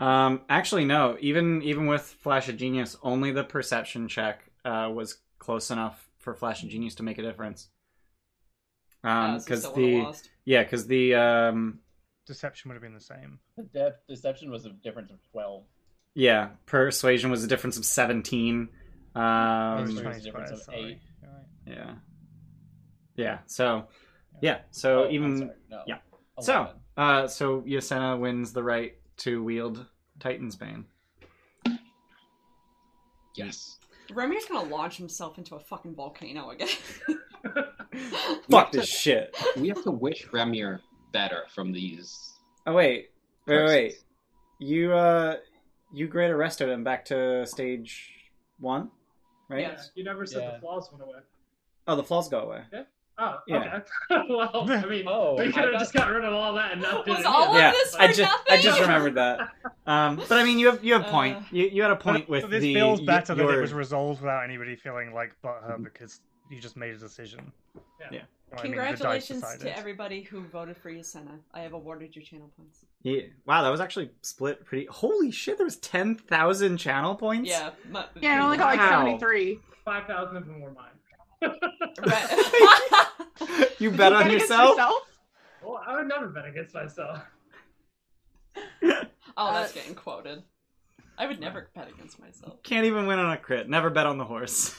[SPEAKER 1] Um, actually, no. Even even with Flash of Genius, only the perception check uh, was close enough for Flash of Genius to make a difference. Um,
[SPEAKER 8] Uh, so
[SPEAKER 1] because
[SPEAKER 8] still would've
[SPEAKER 1] the
[SPEAKER 8] lost.
[SPEAKER 1] yeah, because the um,
[SPEAKER 5] Deception would have been the same.
[SPEAKER 6] The depth deception was a difference of twelve.
[SPEAKER 1] yeah, persuasion was a difference of seventeen.
[SPEAKER 5] It was
[SPEAKER 1] Um,
[SPEAKER 6] Persuasion.
[SPEAKER 5] 20
[SPEAKER 6] difference
[SPEAKER 5] squares,
[SPEAKER 6] of
[SPEAKER 5] sorry.
[SPEAKER 6] eight.
[SPEAKER 5] You're
[SPEAKER 1] yeah,
[SPEAKER 5] right.
[SPEAKER 1] yeah. So yeah,
[SPEAKER 6] Oh,
[SPEAKER 1] so
[SPEAKER 6] I'm
[SPEAKER 1] even
[SPEAKER 6] sorry, no.
[SPEAKER 1] yeah.
[SPEAKER 6] 11.
[SPEAKER 1] So- uh, so Yasena wins the right to wield Titan's Bane.
[SPEAKER 3] Yes.
[SPEAKER 8] Remir's gonna launch himself into a fucking volcano again.
[SPEAKER 1] Fuck this shit.
[SPEAKER 3] We have to wish Remir better from these.
[SPEAKER 1] Oh wait, wait, wait. wait.
[SPEAKER 3] persons.
[SPEAKER 1] You uh you grade arrested him back to stage one, right?
[SPEAKER 8] Yeah. Yes.
[SPEAKER 4] You never said
[SPEAKER 6] Yeah.
[SPEAKER 4] the flaws went away.
[SPEAKER 1] Oh the flaws go away.
[SPEAKER 4] Oh,
[SPEAKER 1] Yeah.
[SPEAKER 4] okay. well, I mean,
[SPEAKER 6] Oh,
[SPEAKER 4] we
[SPEAKER 6] I
[SPEAKER 4] could have
[SPEAKER 6] thought-
[SPEAKER 4] just got rid of all that and not did
[SPEAKER 8] Was
[SPEAKER 4] it.
[SPEAKER 8] all
[SPEAKER 4] either.
[SPEAKER 1] yeah,
[SPEAKER 8] of this for
[SPEAKER 1] I just
[SPEAKER 8] nothing?
[SPEAKER 1] I just remembered that. Um but I mean you have you have point.
[SPEAKER 8] Uh.
[SPEAKER 1] you you had a point
[SPEAKER 5] But-
[SPEAKER 1] with
[SPEAKER 5] but this
[SPEAKER 1] the
[SPEAKER 5] feels
[SPEAKER 1] y-
[SPEAKER 5] better that it
[SPEAKER 1] your-
[SPEAKER 5] was resolved without anybody feeling like butthurt because you just made a decision.
[SPEAKER 4] Yeah.
[SPEAKER 1] Yeah.
[SPEAKER 5] You know what I mean? The dice
[SPEAKER 8] Congratulations
[SPEAKER 5] decided.
[SPEAKER 8] to everybody who voted for Yasena. I have awarded you channel points.
[SPEAKER 1] yeah. Wow, that was actually split pretty holy shit, there was ten thousand channel points.
[SPEAKER 8] Yeah. My,
[SPEAKER 7] Yeah, I only got like
[SPEAKER 1] Wow.
[SPEAKER 7] 73.
[SPEAKER 4] Five thousand of them were mine.
[SPEAKER 8] Right.
[SPEAKER 1] You
[SPEAKER 7] Did
[SPEAKER 1] bet
[SPEAKER 7] you
[SPEAKER 1] on
[SPEAKER 7] bet against
[SPEAKER 1] yourself?
[SPEAKER 4] Well, I would never bet against myself.
[SPEAKER 8] oh, that's
[SPEAKER 7] Uh,
[SPEAKER 8] getting quoted. I would never bet against myself.
[SPEAKER 1] Can't even win on a crit. Never bet on the horse.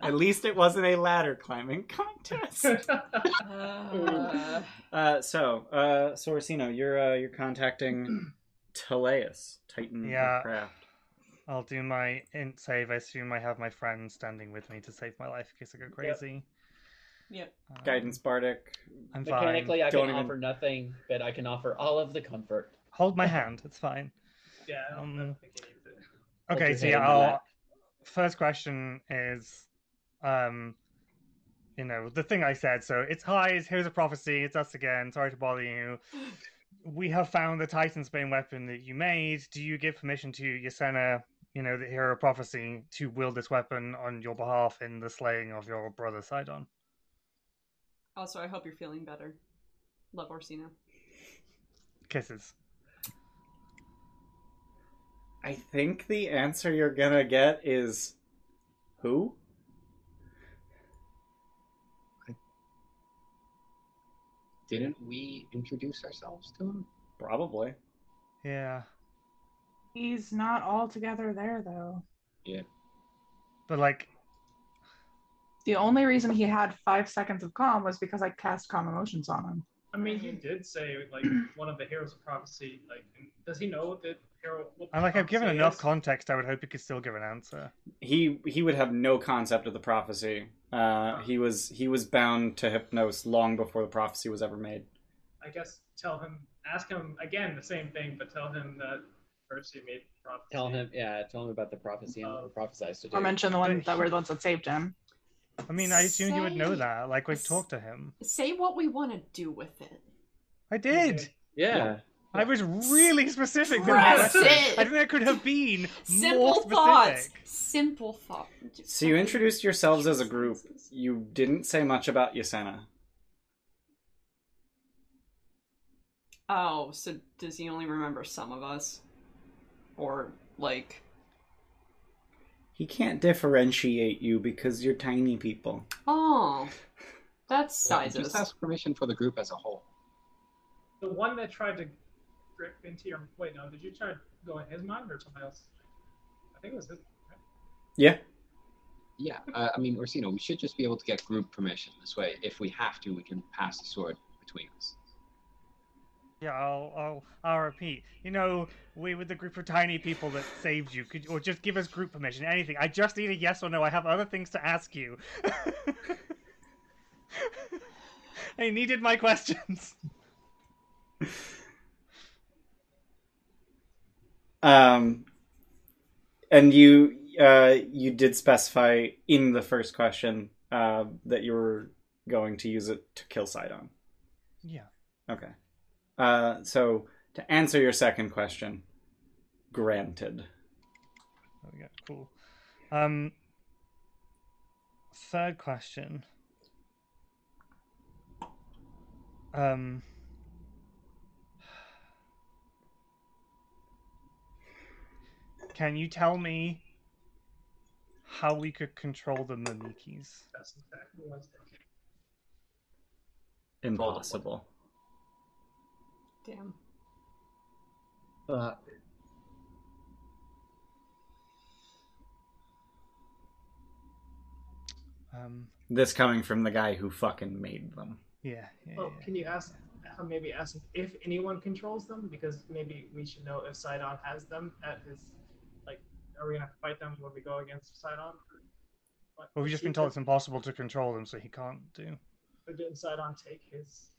[SPEAKER 1] At least it wasn't a ladder climbing contest.
[SPEAKER 8] Uh,
[SPEAKER 1] Uh, so, uh, Sorosino, you're uh, you're contacting Teleus, Titan
[SPEAKER 5] Yeah.
[SPEAKER 1] of Craft.
[SPEAKER 5] I'll do my int save. I assume I have my friend standing with me to save my life in case I go crazy.
[SPEAKER 8] yep.
[SPEAKER 5] Um,
[SPEAKER 1] Guidance Bardic.
[SPEAKER 5] I'm fine.
[SPEAKER 6] Mechanically, I
[SPEAKER 1] Don't
[SPEAKER 6] can
[SPEAKER 1] even-
[SPEAKER 6] offer nothing, but I can offer all of the comfort.
[SPEAKER 5] Hold my hand. It's fine.
[SPEAKER 4] yeah. I don't, I don't
[SPEAKER 5] Um,
[SPEAKER 4] think it needs it.
[SPEAKER 6] Hold
[SPEAKER 5] Okay,
[SPEAKER 6] your
[SPEAKER 5] so
[SPEAKER 6] hand
[SPEAKER 5] yeah,
[SPEAKER 6] in my
[SPEAKER 5] I'll,
[SPEAKER 6] lap.
[SPEAKER 5] first question is, um, you know, the thing I said. So it's highs. Here's a prophecy. It's us again. Sorry to bother you. We have found the Titan's Bane weapon that you made. Do you give permission to Yasena, you know, the hero of prophecy, to wield this weapon on your behalf in the slaying of your brother Sidon?
[SPEAKER 8] Also, I hope you're feeling better. Love Orsino.
[SPEAKER 5] Kisses.
[SPEAKER 1] I think the answer you're gonna get is who?
[SPEAKER 3] Didn't we introduce ourselves to him?
[SPEAKER 1] Probably.
[SPEAKER 5] Yeah.
[SPEAKER 7] He's not all together there though.
[SPEAKER 5] But like
[SPEAKER 7] The only reason he had five seconds of calm was because I cast calm emotions on him.
[SPEAKER 4] I mean, you did say like one of the heroes of prophecy. Like, does he know that hero? What
[SPEAKER 5] I like I've given
[SPEAKER 4] prophecy
[SPEAKER 5] enough
[SPEAKER 4] is?
[SPEAKER 5] context, I would hope you could still give an answer.
[SPEAKER 1] He he would have no concept of the prophecy. Uh, he was he was bound to hypnos long before the prophecy was ever made.
[SPEAKER 4] I guess tell him, ask him again the same thing, but tell him that Percy made the prophecy.
[SPEAKER 6] Tell him, yeah, tell him about the prophecy and what it prophesies to do.
[SPEAKER 7] Oh. Or mention the one that were the ones that saved him.
[SPEAKER 5] I mean, I assume he would know
[SPEAKER 2] Say-
[SPEAKER 5] that. Like we've
[SPEAKER 8] s-
[SPEAKER 5] talked to him.
[SPEAKER 8] Say what we want to do with it.
[SPEAKER 5] I did.
[SPEAKER 6] yeah.
[SPEAKER 5] I was really specific. with my
[SPEAKER 8] That's
[SPEAKER 5] question.
[SPEAKER 8] it.
[SPEAKER 5] I think I could have been more
[SPEAKER 8] Simple
[SPEAKER 5] specific.
[SPEAKER 8] thoughts. Simple thoughts.
[SPEAKER 1] So you introduced yourselves as a group. You didn't say much about Yasena.
[SPEAKER 8] Oh, so does he only remember some of us? Or, like,
[SPEAKER 1] He can't differentiate you because you're tiny people.
[SPEAKER 8] oh, that's sizes.
[SPEAKER 3] Just ask permission for the group as a whole.
[SPEAKER 4] The one that tried to grip into your. Wait, no, did you try to go in his mind or someone else? I think it was his.
[SPEAKER 1] Yeah.
[SPEAKER 3] Yeah, uh, I mean, Orsino, we should just be able to get group permission. This way, if we have to, we can pass the sword between us.
[SPEAKER 5] Yeah, I'll, I'll, I'll repeat. You know, we were the group of tiny people that saved you, could, or just give us group permission, anything. I just need a yes or no. I have other things to ask you. I needed my questions.
[SPEAKER 1] Um, and you uh, you did specify in the first question uh, that you were going to use it to kill Sidon.
[SPEAKER 5] Yeah.
[SPEAKER 1] Okay. Uh, so to answer your second question, granted.
[SPEAKER 5] There we go. Cool. Um, third question. Um, can you tell me how we could control the Mamikis?
[SPEAKER 4] That's exactly what I was thinking.
[SPEAKER 1] Impossible.
[SPEAKER 8] Damn.
[SPEAKER 6] Fuck.
[SPEAKER 5] Um,
[SPEAKER 1] This coming from the guy who fucking made them.
[SPEAKER 5] yeah, yeah,
[SPEAKER 4] Well,
[SPEAKER 5] yeah.
[SPEAKER 4] can you ask? uh, Maybe ask if anyone controls them, because maybe we should know if Sidon has them at his. Like, are we gonna fight them when we go against Sidon? What-
[SPEAKER 5] Well, we've just been told it's impossible to control them, so he can't do.
[SPEAKER 4] But didn't Sidon take his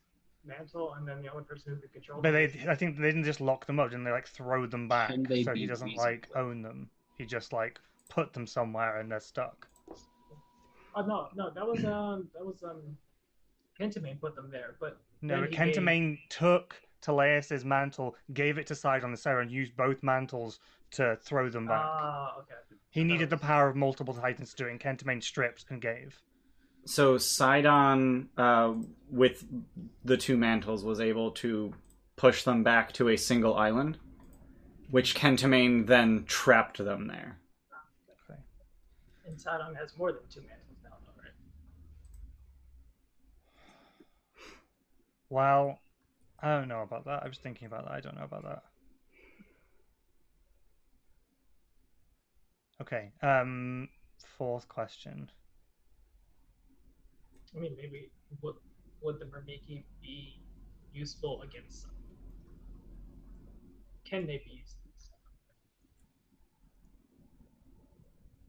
[SPEAKER 4] mantle, and then the only person who could control?
[SPEAKER 5] But
[SPEAKER 4] them
[SPEAKER 5] they,
[SPEAKER 4] is-
[SPEAKER 5] I think they didn't just lock them up, didn't they? Like throw them back,
[SPEAKER 3] Can they
[SPEAKER 5] so
[SPEAKER 3] be
[SPEAKER 5] he doesn't like
[SPEAKER 3] reasonable?
[SPEAKER 5] own them. He just like put them somewhere and they're stuck.
[SPEAKER 4] Oh no, no, that was um, that was um, Kentame put them there, but
[SPEAKER 5] No,
[SPEAKER 4] Then he
[SPEAKER 5] Kentamain took Teleus's mantle, gave it to Sidon and Sarah, and used both mantles to throw them back.
[SPEAKER 4] ah, okay.
[SPEAKER 5] he needed the
[SPEAKER 4] was-
[SPEAKER 5] power of multiple titans to do it, and Kentamain stripped and gave.
[SPEAKER 1] So Sidon, uh, with the two mantles, was able to push them back to a single island, which Kentamain then trapped them there.
[SPEAKER 4] And Sidon has more than two mantles now, though, right?
[SPEAKER 5] Well, I don't know about that. I was thinking about that. I don't know about that. Okay. Um. Fourth question.
[SPEAKER 4] I mean, maybe would would the Mermiki be useful against someone? Can they be useful?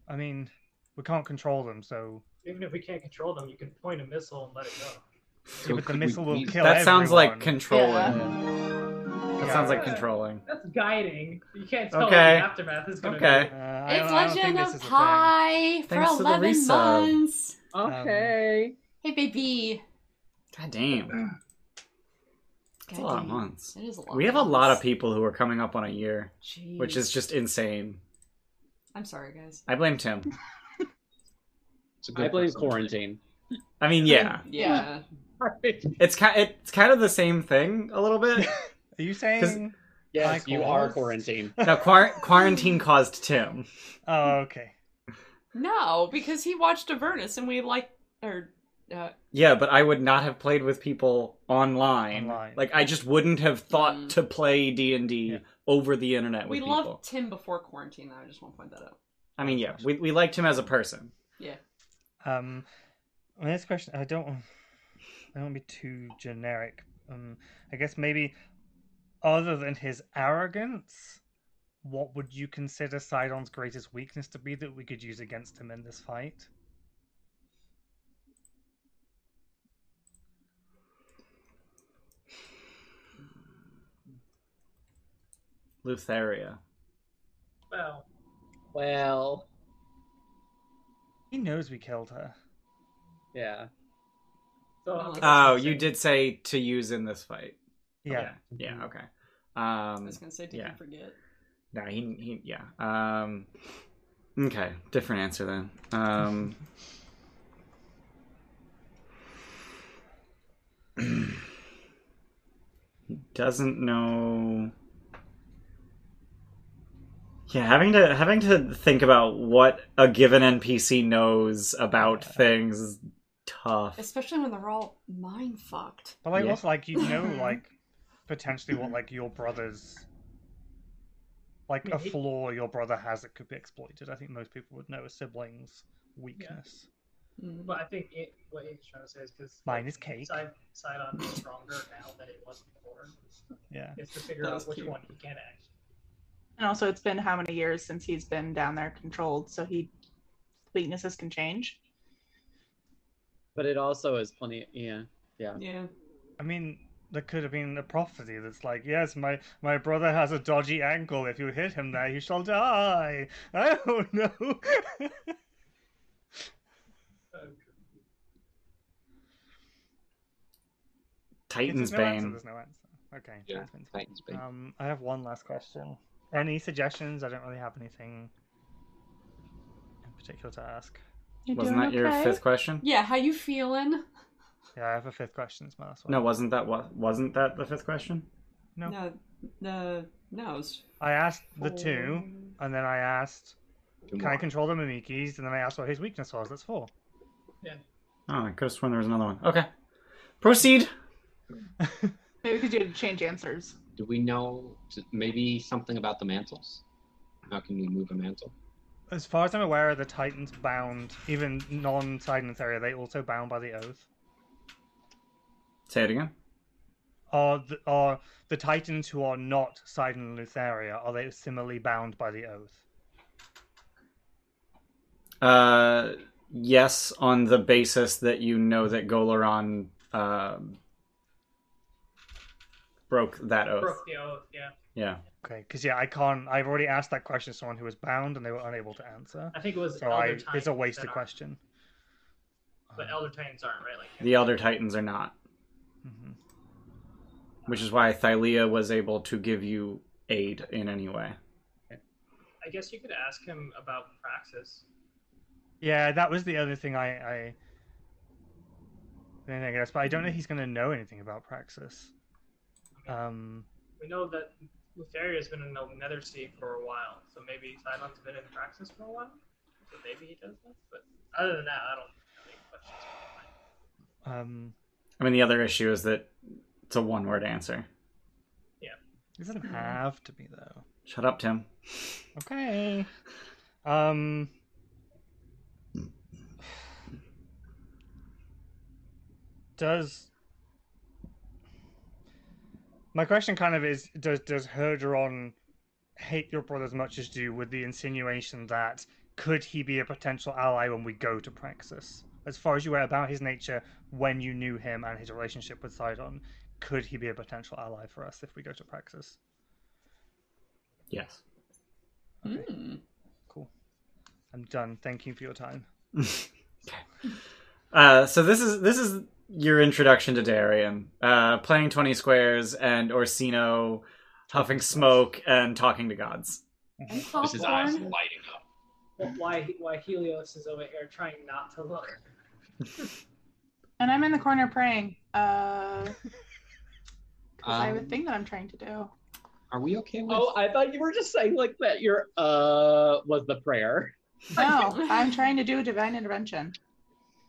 [SPEAKER 5] I mean, we can't control them, so
[SPEAKER 4] Even if we can't control them, you can point a missile and let it go.
[SPEAKER 5] yeah, but the
[SPEAKER 3] could we
[SPEAKER 5] missile will
[SPEAKER 3] please-
[SPEAKER 5] kill
[SPEAKER 1] that sounds like
[SPEAKER 5] everyone.
[SPEAKER 1] controlling. That
[SPEAKER 5] Yeah.
[SPEAKER 1] sounds like
[SPEAKER 4] Yeah.
[SPEAKER 1] controlling.
[SPEAKER 4] That's guiding. You can't tell
[SPEAKER 1] Okay.
[SPEAKER 4] what the aftermath is going to
[SPEAKER 1] Okay.
[SPEAKER 5] Uh, I
[SPEAKER 2] It's
[SPEAKER 5] don't- I don't think
[SPEAKER 2] Legend
[SPEAKER 5] this
[SPEAKER 2] of
[SPEAKER 5] is a thing.
[SPEAKER 2] Pie for
[SPEAKER 1] Thanks to the
[SPEAKER 2] 11
[SPEAKER 1] resub.
[SPEAKER 2] months.
[SPEAKER 6] Um, Okay.
[SPEAKER 2] Hey, baby.
[SPEAKER 1] God damn. It's a lot of
[SPEAKER 2] Goddamn.
[SPEAKER 1] months.
[SPEAKER 2] It is a lot.
[SPEAKER 1] We have a lot of people who are coming up on a year,
[SPEAKER 2] Jeez.
[SPEAKER 1] which is just insane.
[SPEAKER 8] I'm sorry, guys.
[SPEAKER 1] I blame Tim.
[SPEAKER 3] It's a
[SPEAKER 6] I blame
[SPEAKER 3] person.
[SPEAKER 6] quarantine.
[SPEAKER 1] I mean, yeah.
[SPEAKER 8] Yeah.
[SPEAKER 1] It's kind it's kind of the same thing a little bit.
[SPEAKER 5] Are you saying?
[SPEAKER 6] Yes, you are
[SPEAKER 5] Likewise.
[SPEAKER 6] quarantined.
[SPEAKER 1] now quar- quarantine caused Tim.
[SPEAKER 5] Oh, okay.
[SPEAKER 8] No, because he watched Avernus and we like or uh,
[SPEAKER 1] Yeah, but I would not have played with people online.
[SPEAKER 5] Online.
[SPEAKER 1] Like I just wouldn't have thought
[SPEAKER 8] Mm.
[SPEAKER 1] to play D and D
[SPEAKER 5] Yeah.
[SPEAKER 1] over the internet
[SPEAKER 8] we
[SPEAKER 1] with people.
[SPEAKER 8] loved Tim before quarantine. I just want to point that out.
[SPEAKER 1] I mean, yeah, we we liked him as a person.
[SPEAKER 5] Um, my next question. I don't. I don't want to be too generic. Um, I guess maybe, other than his arrogance, what would you consider Sidon's greatest weakness to be that we could use against him in this fight?
[SPEAKER 1] Lutheria.
[SPEAKER 4] Well,
[SPEAKER 6] Well,
[SPEAKER 5] He knows we killed her.
[SPEAKER 6] yeah.
[SPEAKER 4] so
[SPEAKER 8] Oh,
[SPEAKER 1] Oh, you did say to use in this fight.
[SPEAKER 5] Yeah. Mm-hmm.
[SPEAKER 1] Yeah. Okay.
[SPEAKER 8] I
[SPEAKER 1] Um.
[SPEAKER 8] was gonna say, did
[SPEAKER 1] yeah.
[SPEAKER 8] you forget?
[SPEAKER 1] No, he, he. Yeah. Um. Okay. Different answer then. Um. he doesn't know. Yeah, having to having to think about what a given NPC knows about
[SPEAKER 5] Yeah.
[SPEAKER 1] things is tough.
[SPEAKER 8] Especially when they're all mind fucked.
[SPEAKER 5] But like
[SPEAKER 1] Yeah.
[SPEAKER 5] also like you know like potentially what like your brother's like a
[SPEAKER 4] mean, he-
[SPEAKER 5] flaw your brother has that could be exploited. I think most people would know a sibling's weakness.
[SPEAKER 8] Mm.
[SPEAKER 4] but I think it, what he's trying to say is because
[SPEAKER 5] Mine is cake.
[SPEAKER 4] Side side on is stronger now than it was before.
[SPEAKER 5] Yeah.
[SPEAKER 4] It's to figure
[SPEAKER 8] That
[SPEAKER 4] out
[SPEAKER 8] was
[SPEAKER 4] which
[SPEAKER 8] cute.
[SPEAKER 4] one he can actually.
[SPEAKER 7] And also, it's been how many years since he's been down there controlled, so he weaknesses can change.
[SPEAKER 6] But it also is plenty. Yeah.
[SPEAKER 8] Yeah.
[SPEAKER 5] I mean there could have been a prophecy that's like, yes, my my brother has a dodgy ankle. If you hit him there, he shall die. Oh, I don't know.
[SPEAKER 4] Uh,
[SPEAKER 1] Titan's
[SPEAKER 5] There's no answer,
[SPEAKER 1] Bane.
[SPEAKER 5] There's no answer. Okay.
[SPEAKER 3] Yeah.
[SPEAKER 5] Titan's Bane.
[SPEAKER 3] Titan's big.
[SPEAKER 1] Uh,
[SPEAKER 5] Um, I have one last question. Any suggestions? I don't really have anything in particular to ask.
[SPEAKER 7] You
[SPEAKER 1] Wasn't
[SPEAKER 7] doing
[SPEAKER 1] that your
[SPEAKER 7] okay?
[SPEAKER 1] fifth question?
[SPEAKER 8] Yeah. How you feeling?
[SPEAKER 5] Yeah, I have a fifth question. It's my last one.
[SPEAKER 1] No, wasn't that wa- wasn't that the fifth question?
[SPEAKER 5] No.
[SPEAKER 8] No. No. No. it's
[SPEAKER 5] I asked the two,
[SPEAKER 8] four.
[SPEAKER 5] and then I asked,
[SPEAKER 3] Two
[SPEAKER 5] can I
[SPEAKER 3] more.
[SPEAKER 5] control the Mimikis? And then I asked what his weakness was. That's four.
[SPEAKER 1] Oh, I could have sworn there was another one. Okay. Proceed.
[SPEAKER 7] Maybe we could do change answers.
[SPEAKER 3] Do we know t- maybe something about the mantles? How can we move a mantle?
[SPEAKER 5] As far as I'm aware, the Titans bound, even non Titans area, they also bound by the oath.
[SPEAKER 1] Say it again.
[SPEAKER 5] Are the, are the Titans who are not Sidon and Lutheria, are they similarly bound by the oath?
[SPEAKER 1] Uh, yes, on the basis that you know that Golaron um, broke that oath.
[SPEAKER 4] Broke the oath, yeah.
[SPEAKER 1] Yeah.
[SPEAKER 5] Okay, because yeah, I can't. I've already asked that question to someone who was bound, and they were unable to answer.
[SPEAKER 4] I think it was
[SPEAKER 5] So
[SPEAKER 4] Elder
[SPEAKER 5] I,
[SPEAKER 4] Titans.
[SPEAKER 5] it's a
[SPEAKER 4] that
[SPEAKER 5] wasted
[SPEAKER 4] aren't-
[SPEAKER 5] question. Um,
[SPEAKER 4] But Elder Titans aren't, right? Like,
[SPEAKER 1] The Elder Titans are not,
[SPEAKER 5] Mhm.
[SPEAKER 1] which is why Thylea was able to give you aid in any way.
[SPEAKER 4] I guess you could ask him about Praxis.
[SPEAKER 5] Yeah, that was the other thing I, I, then I guess, but I don't know if he's going to know anything about Praxis. Um,
[SPEAKER 4] We know that Lutheria has been in the Nether Sea for a while, so maybe Cylon's been in Praxis for a while. So maybe he does this. But other than that, I don't have any questions.
[SPEAKER 5] um,
[SPEAKER 1] I mean, the other issue is that it's a one word answer.
[SPEAKER 5] it doesn't have to be though.
[SPEAKER 1] Shut up, Tim.
[SPEAKER 5] Okay. Um. Does my question kind of is does does Herderon hate your brother as much as you with the insinuation that could he be a potential ally when we go to Praxis? As far as you were about his nature when you knew him and his relationship with Sidon, could he be a potential ally for us if we go to Praxis?
[SPEAKER 1] Yes.
[SPEAKER 8] Mm.
[SPEAKER 5] Cool. I'm done. Thank you for your time.
[SPEAKER 1] Uh, so this is this is your introduction to Darien. Uh, playing twenty squares and Orsino huffing smoke and talking to gods.
[SPEAKER 8] And
[SPEAKER 3] Just his eyes
[SPEAKER 8] Hawthorne.
[SPEAKER 3] lighting up.
[SPEAKER 4] Why, why Helios is over here trying not to look.
[SPEAKER 7] And I'm in the corner praying. Uh, 'cause I have a
[SPEAKER 3] Um,
[SPEAKER 7] thing that I'm trying to do.
[SPEAKER 3] Are we okay with?
[SPEAKER 6] Oh, I thought you were just saying like that. Your uh was the prayer.
[SPEAKER 7] No, I'm trying to do divine intervention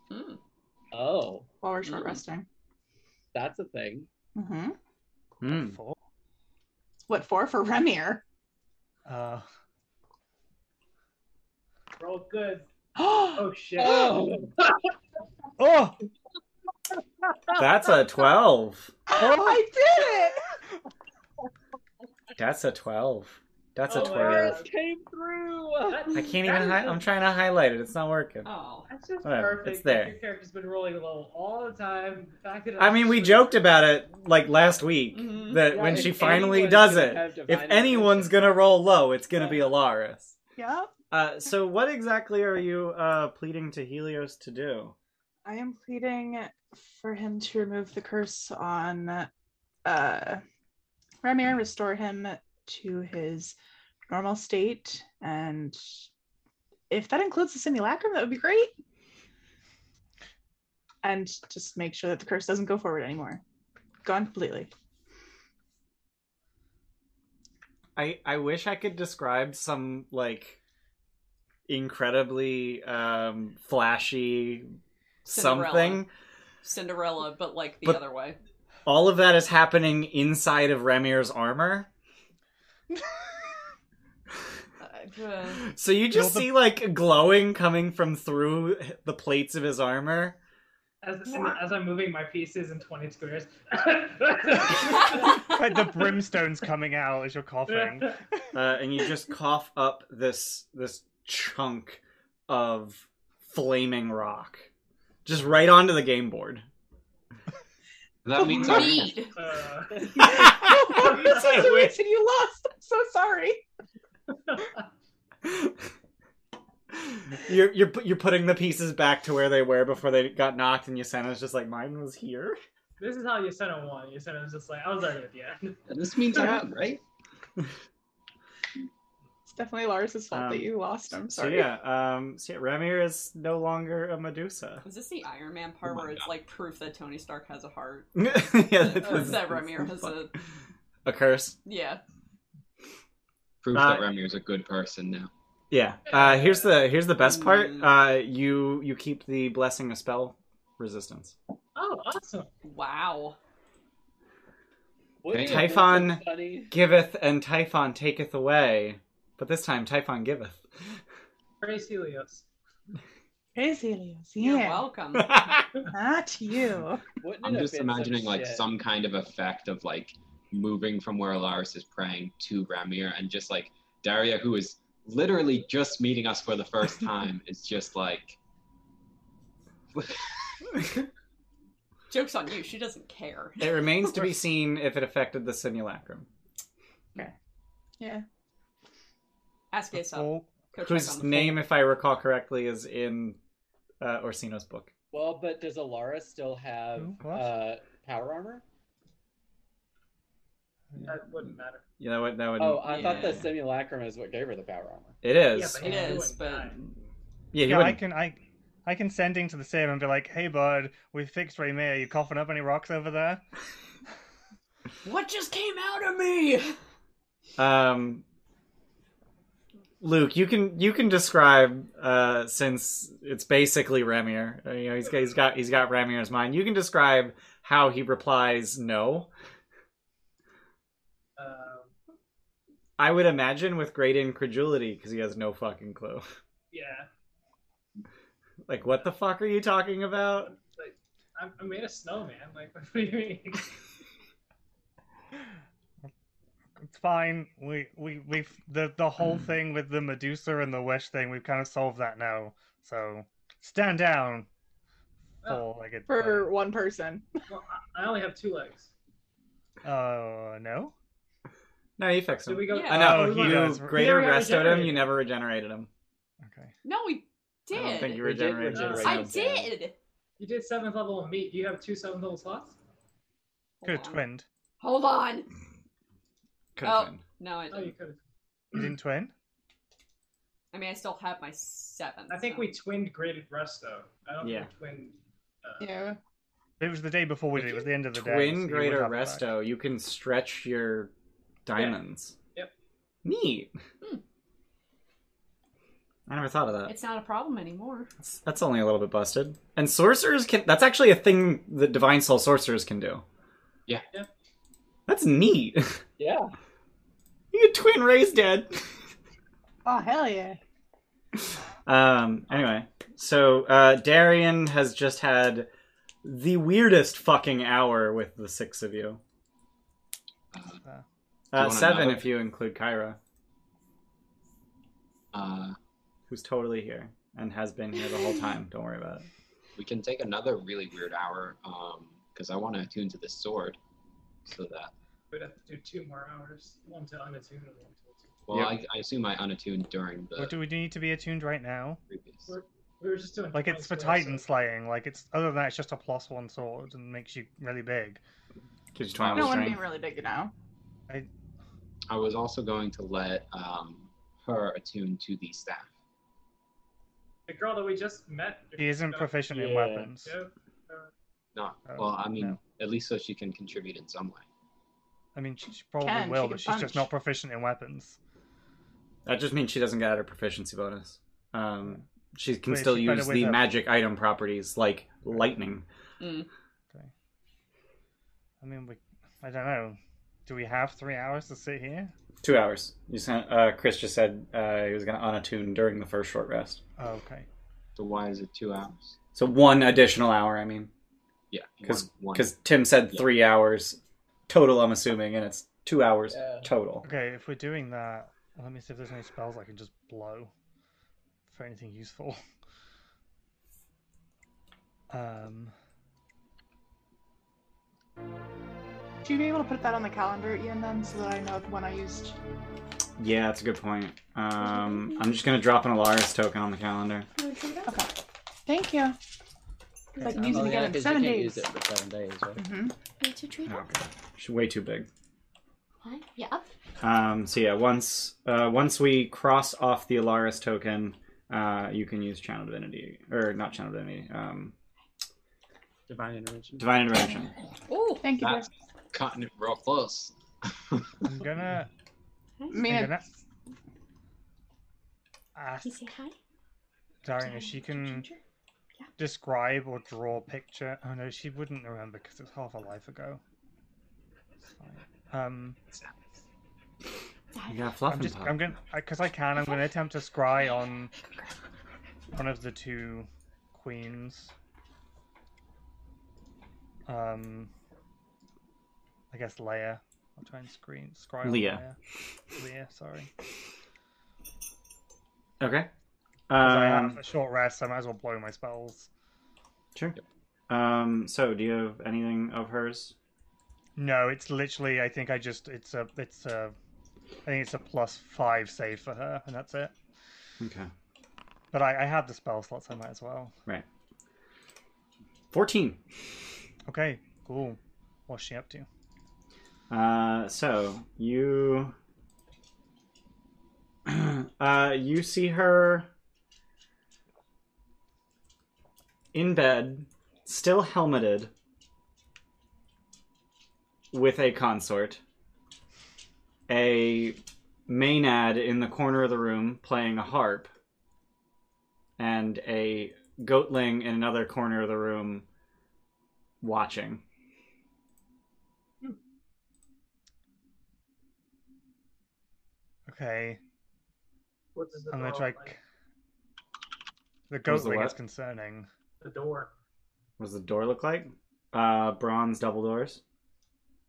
[SPEAKER 8] Mm.
[SPEAKER 6] Oh,
[SPEAKER 7] while we're short
[SPEAKER 8] Mm.
[SPEAKER 7] resting.
[SPEAKER 6] that's a thing.
[SPEAKER 7] hmm
[SPEAKER 1] Hmm.
[SPEAKER 5] Four.
[SPEAKER 7] What for? For Remir.
[SPEAKER 5] Uh,
[SPEAKER 4] Roll good.
[SPEAKER 7] oh,
[SPEAKER 4] Oh shit.
[SPEAKER 6] Oh,
[SPEAKER 5] oh,
[SPEAKER 6] Oh,
[SPEAKER 1] That's a 12.
[SPEAKER 7] I did it!
[SPEAKER 1] That's a 12. That's a
[SPEAKER 4] Oh my
[SPEAKER 1] 12.
[SPEAKER 4] God.
[SPEAKER 6] came through.
[SPEAKER 4] That-
[SPEAKER 1] I can't
[SPEAKER 4] that
[SPEAKER 1] even.
[SPEAKER 4] is
[SPEAKER 1] Hi-
[SPEAKER 4] just-
[SPEAKER 1] I'm trying to highlight it. It's not working.
[SPEAKER 8] Oh.
[SPEAKER 4] That's just
[SPEAKER 1] Whatever,
[SPEAKER 4] perfect.
[SPEAKER 1] it's there.
[SPEAKER 4] Your character's been rolling low all the time. The fact that it
[SPEAKER 1] I mean, we
[SPEAKER 4] actually-
[SPEAKER 1] joked about it like last week
[SPEAKER 8] Mhm.
[SPEAKER 1] that
[SPEAKER 6] Mm-hmm. Yeah,
[SPEAKER 1] when
[SPEAKER 6] if
[SPEAKER 1] she finally
[SPEAKER 6] anyone's
[SPEAKER 1] does
[SPEAKER 6] gonna
[SPEAKER 1] it,
[SPEAKER 6] have divine
[SPEAKER 1] if anyone's gonna roll low, it's gonna be Alaris.
[SPEAKER 7] Yeah.
[SPEAKER 1] Uh, so, what exactly are you uh, pleading to Helios to do?
[SPEAKER 7] I am pleading for him to remove the curse on uh Ramir, restore him to his normal state, and if that includes the simulacrum, that would be great. And just make sure that the curse doesn't go forward anymore. Gone completely.
[SPEAKER 1] I I wish I could describe some like incredibly um, flashy
[SPEAKER 8] Cinderella.
[SPEAKER 1] something.
[SPEAKER 8] Cinderella, but like the
[SPEAKER 1] But-
[SPEAKER 8] other way.
[SPEAKER 1] All of that is happening inside of Remir's armor.
[SPEAKER 8] Uh, uh,
[SPEAKER 1] So you just
[SPEAKER 5] Build the-
[SPEAKER 1] see like glowing coming from through the plates of his armor.
[SPEAKER 4] As, as I'm moving my pieces in 20 squares.
[SPEAKER 5] like the brimstone's coming out as you're coughing.
[SPEAKER 1] uh, and you just cough up this this chunk of flaming rock, just right onto the game board.
[SPEAKER 3] that means our,
[SPEAKER 8] Mead.
[SPEAKER 4] Uh,
[SPEAKER 7] That's what you waited, you lost. I'm so sorry.
[SPEAKER 1] you're you're pu- you're putting the pieces back to where they were before they got knocked, and Yasana's just like, "Mine was here."
[SPEAKER 4] this is how Yasena won. Yasena's just like, I was already at the end.
[SPEAKER 3] this means our end, right?
[SPEAKER 7] It's definitely Lars's fault
[SPEAKER 1] Um,
[SPEAKER 7] that you lost. I'm
[SPEAKER 1] So
[SPEAKER 7] sorry.
[SPEAKER 1] yeah, um, so yeah, Ramir is no longer a Medusa.
[SPEAKER 8] Is this the Iron Man part
[SPEAKER 3] Oh my
[SPEAKER 8] where it's like proof that Tony Stark has a heart?
[SPEAKER 1] yeah,
[SPEAKER 8] Or is that Ramir has a
[SPEAKER 1] a curse.
[SPEAKER 8] yeah?
[SPEAKER 3] Proves
[SPEAKER 1] Uh,
[SPEAKER 3] that Remir's a good person now.
[SPEAKER 1] Yeah. Uh, here's the here's the best part.
[SPEAKER 8] Mm.
[SPEAKER 1] Uh, you you keep the blessing of spell resistance.
[SPEAKER 4] Oh, awesome.
[SPEAKER 8] Wow.
[SPEAKER 6] Wouldn't it
[SPEAKER 3] Okay.
[SPEAKER 6] be
[SPEAKER 1] Typhon.
[SPEAKER 6] funny?
[SPEAKER 1] Giveth and Typhon taketh away, but this time Typhon giveth.
[SPEAKER 4] Praise Helios.
[SPEAKER 7] Praise Helios.
[SPEAKER 8] You're
[SPEAKER 7] Yeah.
[SPEAKER 8] welcome.
[SPEAKER 7] Not you.
[SPEAKER 6] Wouldn't it
[SPEAKER 3] I'm
[SPEAKER 6] have
[SPEAKER 3] just
[SPEAKER 6] been some
[SPEAKER 3] imagining like
[SPEAKER 6] shit?
[SPEAKER 3] some kind of effect of like moving from where Alaris is praying to Ramir and just like Daria, who is literally just meeting us for the first time, is just like,
[SPEAKER 8] Joke's on you. She doesn't care.
[SPEAKER 1] it remains to be seen if it affected the simulacrum.
[SPEAKER 7] Yeah.
[SPEAKER 8] Ask Aesop.
[SPEAKER 5] Oh,
[SPEAKER 8] Go check on
[SPEAKER 1] Whose
[SPEAKER 8] the
[SPEAKER 1] name, if I recall correctly, is in uh, Orsino's book.
[SPEAKER 6] Well, but does Alara still have
[SPEAKER 5] Who? What?
[SPEAKER 6] uh, power armor?
[SPEAKER 4] That wouldn't matter.
[SPEAKER 1] You know what? That would.
[SPEAKER 6] Oh, I thought
[SPEAKER 8] Yeah.
[SPEAKER 6] the simulacrum is what gave her the power armor.
[SPEAKER 1] it is.
[SPEAKER 8] It
[SPEAKER 4] he
[SPEAKER 8] is,
[SPEAKER 4] wouldn't
[SPEAKER 8] but-
[SPEAKER 4] die.
[SPEAKER 1] Yeah, he
[SPEAKER 5] yeah, I
[SPEAKER 1] wouldn't.
[SPEAKER 5] can I I can send Ding to the sim and be like, "Hey, bud, we fixed Raymere. You coughing up any rocks over there?"
[SPEAKER 8] phone. What just came out of me?
[SPEAKER 1] Um, Luke, you can you can describe uh, since it's basically Ramir. uh, You know, he's got he's got he's got Ramir's mind. You can describe how he replies no.
[SPEAKER 4] Um,
[SPEAKER 1] I would imagine with great incredulity because he has no fucking clue.
[SPEAKER 4] yeah.
[SPEAKER 1] Like, what the fuck are you talking about?
[SPEAKER 4] Like, I'm, I made a snowman. Like, what do you mean?
[SPEAKER 5] It's fine. We we we've the the
[SPEAKER 1] Hmm.
[SPEAKER 5] whole thing with the Medusa and the wish thing. We've kind of solved that now. So stand down,
[SPEAKER 4] Oh,
[SPEAKER 5] full legged.
[SPEAKER 7] For one person.
[SPEAKER 4] well, I, I only have two legs.
[SPEAKER 5] Uh, no.
[SPEAKER 1] No, you fix
[SPEAKER 4] So
[SPEAKER 1] him.
[SPEAKER 4] we go.
[SPEAKER 8] Yeah.
[SPEAKER 1] I know
[SPEAKER 5] Oh, he
[SPEAKER 1] you
[SPEAKER 5] does.
[SPEAKER 1] greater
[SPEAKER 4] He never
[SPEAKER 1] restored him. You
[SPEAKER 4] regenerated.
[SPEAKER 1] never regenerated him.
[SPEAKER 5] Okay.
[SPEAKER 8] No, we
[SPEAKER 1] I
[SPEAKER 8] did.
[SPEAKER 1] don't think you
[SPEAKER 6] We did
[SPEAKER 1] regenerated.
[SPEAKER 4] regenerate
[SPEAKER 1] him.
[SPEAKER 8] I
[SPEAKER 6] Right.
[SPEAKER 8] did.
[SPEAKER 4] You did seventh level of meat. Do you have two seventh level slots?
[SPEAKER 5] Could
[SPEAKER 8] Hold
[SPEAKER 5] have
[SPEAKER 8] on.
[SPEAKER 5] twinned.
[SPEAKER 8] Hold on.
[SPEAKER 1] Could've
[SPEAKER 8] Oh.
[SPEAKER 1] been.
[SPEAKER 8] No, I
[SPEAKER 4] Oh, you
[SPEAKER 8] didn't.
[SPEAKER 4] could.
[SPEAKER 5] You didn't twin.
[SPEAKER 8] I mean, I still have my seven.
[SPEAKER 4] I think
[SPEAKER 8] so-
[SPEAKER 4] we twinned graded rest though. I don't
[SPEAKER 1] Yeah.
[SPEAKER 4] think we twinned. Uh,
[SPEAKER 7] Yeah.
[SPEAKER 5] It was the day before we
[SPEAKER 1] If
[SPEAKER 5] did. It
[SPEAKER 1] you
[SPEAKER 5] was the end of the day. so you
[SPEAKER 1] Twin
[SPEAKER 5] would
[SPEAKER 1] greater
[SPEAKER 5] have it back.
[SPEAKER 1] resto. You can stretch your diamonds.
[SPEAKER 4] Yep.
[SPEAKER 1] Neat.
[SPEAKER 2] Hmm.
[SPEAKER 1] I never thought of that.
[SPEAKER 2] It's not a problem anymore.
[SPEAKER 1] That's, that's only a little bit busted. And sorcerers can. That's actually a thing that divine soul sorcerers can do.
[SPEAKER 3] Yeah.
[SPEAKER 4] Yeah.
[SPEAKER 1] That's neat.
[SPEAKER 6] Yeah.
[SPEAKER 1] you get twin raised dead.
[SPEAKER 7] Oh hell yeah!
[SPEAKER 1] Um. Anyway, so uh, Darian has just had the weirdest fucking hour with the six of you.
[SPEAKER 3] Uh, Do you
[SPEAKER 1] Uh,
[SPEAKER 3] want
[SPEAKER 1] seven
[SPEAKER 3] another?
[SPEAKER 1] if you include Kyra,
[SPEAKER 3] uh,
[SPEAKER 1] who's totally here and has been here the whole time. Don't worry about it.
[SPEAKER 3] we can take another really weird hour because I want to attune to this sword so that.
[SPEAKER 4] We'd have to do two more hours. One to unattune and one to attune.
[SPEAKER 3] Well,
[SPEAKER 1] Yep.
[SPEAKER 3] I, I assume I unattuned during
[SPEAKER 5] What
[SPEAKER 3] the
[SPEAKER 5] do we need to be attuned right now?
[SPEAKER 3] previous.
[SPEAKER 4] We were just doing
[SPEAKER 5] Like it's for
[SPEAKER 4] twice,
[SPEAKER 5] Titan
[SPEAKER 4] so-
[SPEAKER 5] slaying. Like it's other than that, it's just a plus one sword and makes you really big.
[SPEAKER 1] Gives you
[SPEAKER 7] I
[SPEAKER 1] twenty
[SPEAKER 7] don't
[SPEAKER 1] on
[SPEAKER 7] want to be
[SPEAKER 1] strength.
[SPEAKER 7] really big now.
[SPEAKER 3] I was also going to let um, her attune to the staff.
[SPEAKER 4] The girl that we just met.
[SPEAKER 5] He isn't proficient in
[SPEAKER 6] Yeah.
[SPEAKER 5] weapons.
[SPEAKER 4] Yeah.
[SPEAKER 3] No,
[SPEAKER 5] Oh,
[SPEAKER 3] well, I mean,
[SPEAKER 5] no.
[SPEAKER 3] at least so she can contribute in some way.
[SPEAKER 5] I mean, she she probably
[SPEAKER 7] Can, she
[SPEAKER 5] will,
[SPEAKER 7] can
[SPEAKER 5] but she's just
[SPEAKER 7] punch.
[SPEAKER 5] not proficient in weapons.
[SPEAKER 1] That just means she doesn't get her proficiency bonus. Um, she can
[SPEAKER 5] Wait,
[SPEAKER 1] still
[SPEAKER 5] she's better
[SPEAKER 1] use
[SPEAKER 5] with
[SPEAKER 1] the
[SPEAKER 5] a-
[SPEAKER 1] magic item properties like lightning.
[SPEAKER 5] Okay. I mean, we. I don't know. Do we have three hours to sit here?
[SPEAKER 1] Two hours. You sent, uh, Chris just said uh, he was going to unattune during the first short rest.
[SPEAKER 5] Oh, okay.
[SPEAKER 3] So why is it two hours?
[SPEAKER 1] So one additional hour, I mean.
[SPEAKER 3] Yeah,
[SPEAKER 1] Because
[SPEAKER 3] one- one.
[SPEAKER 1] Tim said
[SPEAKER 3] Yeah.
[SPEAKER 1] three hours total, I'm assuming, and it's two hours
[SPEAKER 6] Yeah.
[SPEAKER 1] total.
[SPEAKER 5] Okay, if we're doing that, let me see if there's any spells I can just blow for anything useful. Um,
[SPEAKER 7] Should you be able to put that on the calendar, Ian, then, so that I know the one I used?
[SPEAKER 1] Yeah, that's a good point. Um, I'm just going to drop an Alaris token on the calendar.
[SPEAKER 7] Okay. Thank you. 'Cause I can use
[SPEAKER 6] Oh,
[SPEAKER 7] it
[SPEAKER 6] yeah,
[SPEAKER 7] again in
[SPEAKER 6] 'cause
[SPEAKER 7] seven
[SPEAKER 6] you can't Use
[SPEAKER 7] days.
[SPEAKER 6] it for seven days, right?
[SPEAKER 7] hmm
[SPEAKER 2] Need to treat
[SPEAKER 1] Oh,
[SPEAKER 2] up.
[SPEAKER 1] God. She's way too big.
[SPEAKER 2] What? Yeah, up.
[SPEAKER 1] Um, so yeah, once uh, once we cross off the Alaris token, uh, you can use Channel Divinity or not Channel Divinity, um,
[SPEAKER 6] Divine intervention.
[SPEAKER 1] Divine Intervention.
[SPEAKER 2] Ooh.
[SPEAKER 7] Thank you.
[SPEAKER 3] That's cutting it real close.
[SPEAKER 5] I'm gonna.
[SPEAKER 7] I
[SPEAKER 5] I'm
[SPEAKER 7] mean,
[SPEAKER 5] gonna
[SPEAKER 2] Can you
[SPEAKER 5] ask
[SPEAKER 2] say hi?
[SPEAKER 5] Darren if Ah, she can
[SPEAKER 2] Ginger?
[SPEAKER 5] describe or draw a picture. Oh no, she wouldn't remember because it was half a life ago. It's fine. Um,
[SPEAKER 2] Hi.
[SPEAKER 1] You got fluff
[SPEAKER 5] I'm
[SPEAKER 1] and
[SPEAKER 5] just.
[SPEAKER 1] pop.
[SPEAKER 5] I'm gonna. Because I can. I'm gonna attempt to scry on one of the two queens. Um, I guess Leia. I'll try and screen scry on
[SPEAKER 1] Leah.
[SPEAKER 5] Leia. Leah, sorry. 'Cause
[SPEAKER 1] Okay.
[SPEAKER 5] I have
[SPEAKER 1] Um,
[SPEAKER 5] a short rest, so I might as well blow my spells.
[SPEAKER 1] sure. Um, so do you have anything of hers?
[SPEAKER 5] No, it's literally. I think I just. It's a. It's a. I think it's a plus five save for her, and that's it.
[SPEAKER 1] Okay.
[SPEAKER 5] But I, I have the spell slots. I might as well.
[SPEAKER 1] Right. Fourteen.
[SPEAKER 5] Okay, cool. What's she up to?
[SPEAKER 1] Uh, so you uh, you see her in bed, still helmeted, with a consort, a maenad in the corner of the room playing a harp, and a goatling in another corner of the room watching.
[SPEAKER 5] Okay,
[SPEAKER 4] What does the
[SPEAKER 5] I'm
[SPEAKER 4] door
[SPEAKER 5] gonna try.
[SPEAKER 4] look
[SPEAKER 5] c-
[SPEAKER 4] like?
[SPEAKER 5] The
[SPEAKER 1] was the
[SPEAKER 5] goat ring is
[SPEAKER 1] what?
[SPEAKER 5] concerning.
[SPEAKER 4] The door.
[SPEAKER 1] What does the door look like? Uh, bronze double doors.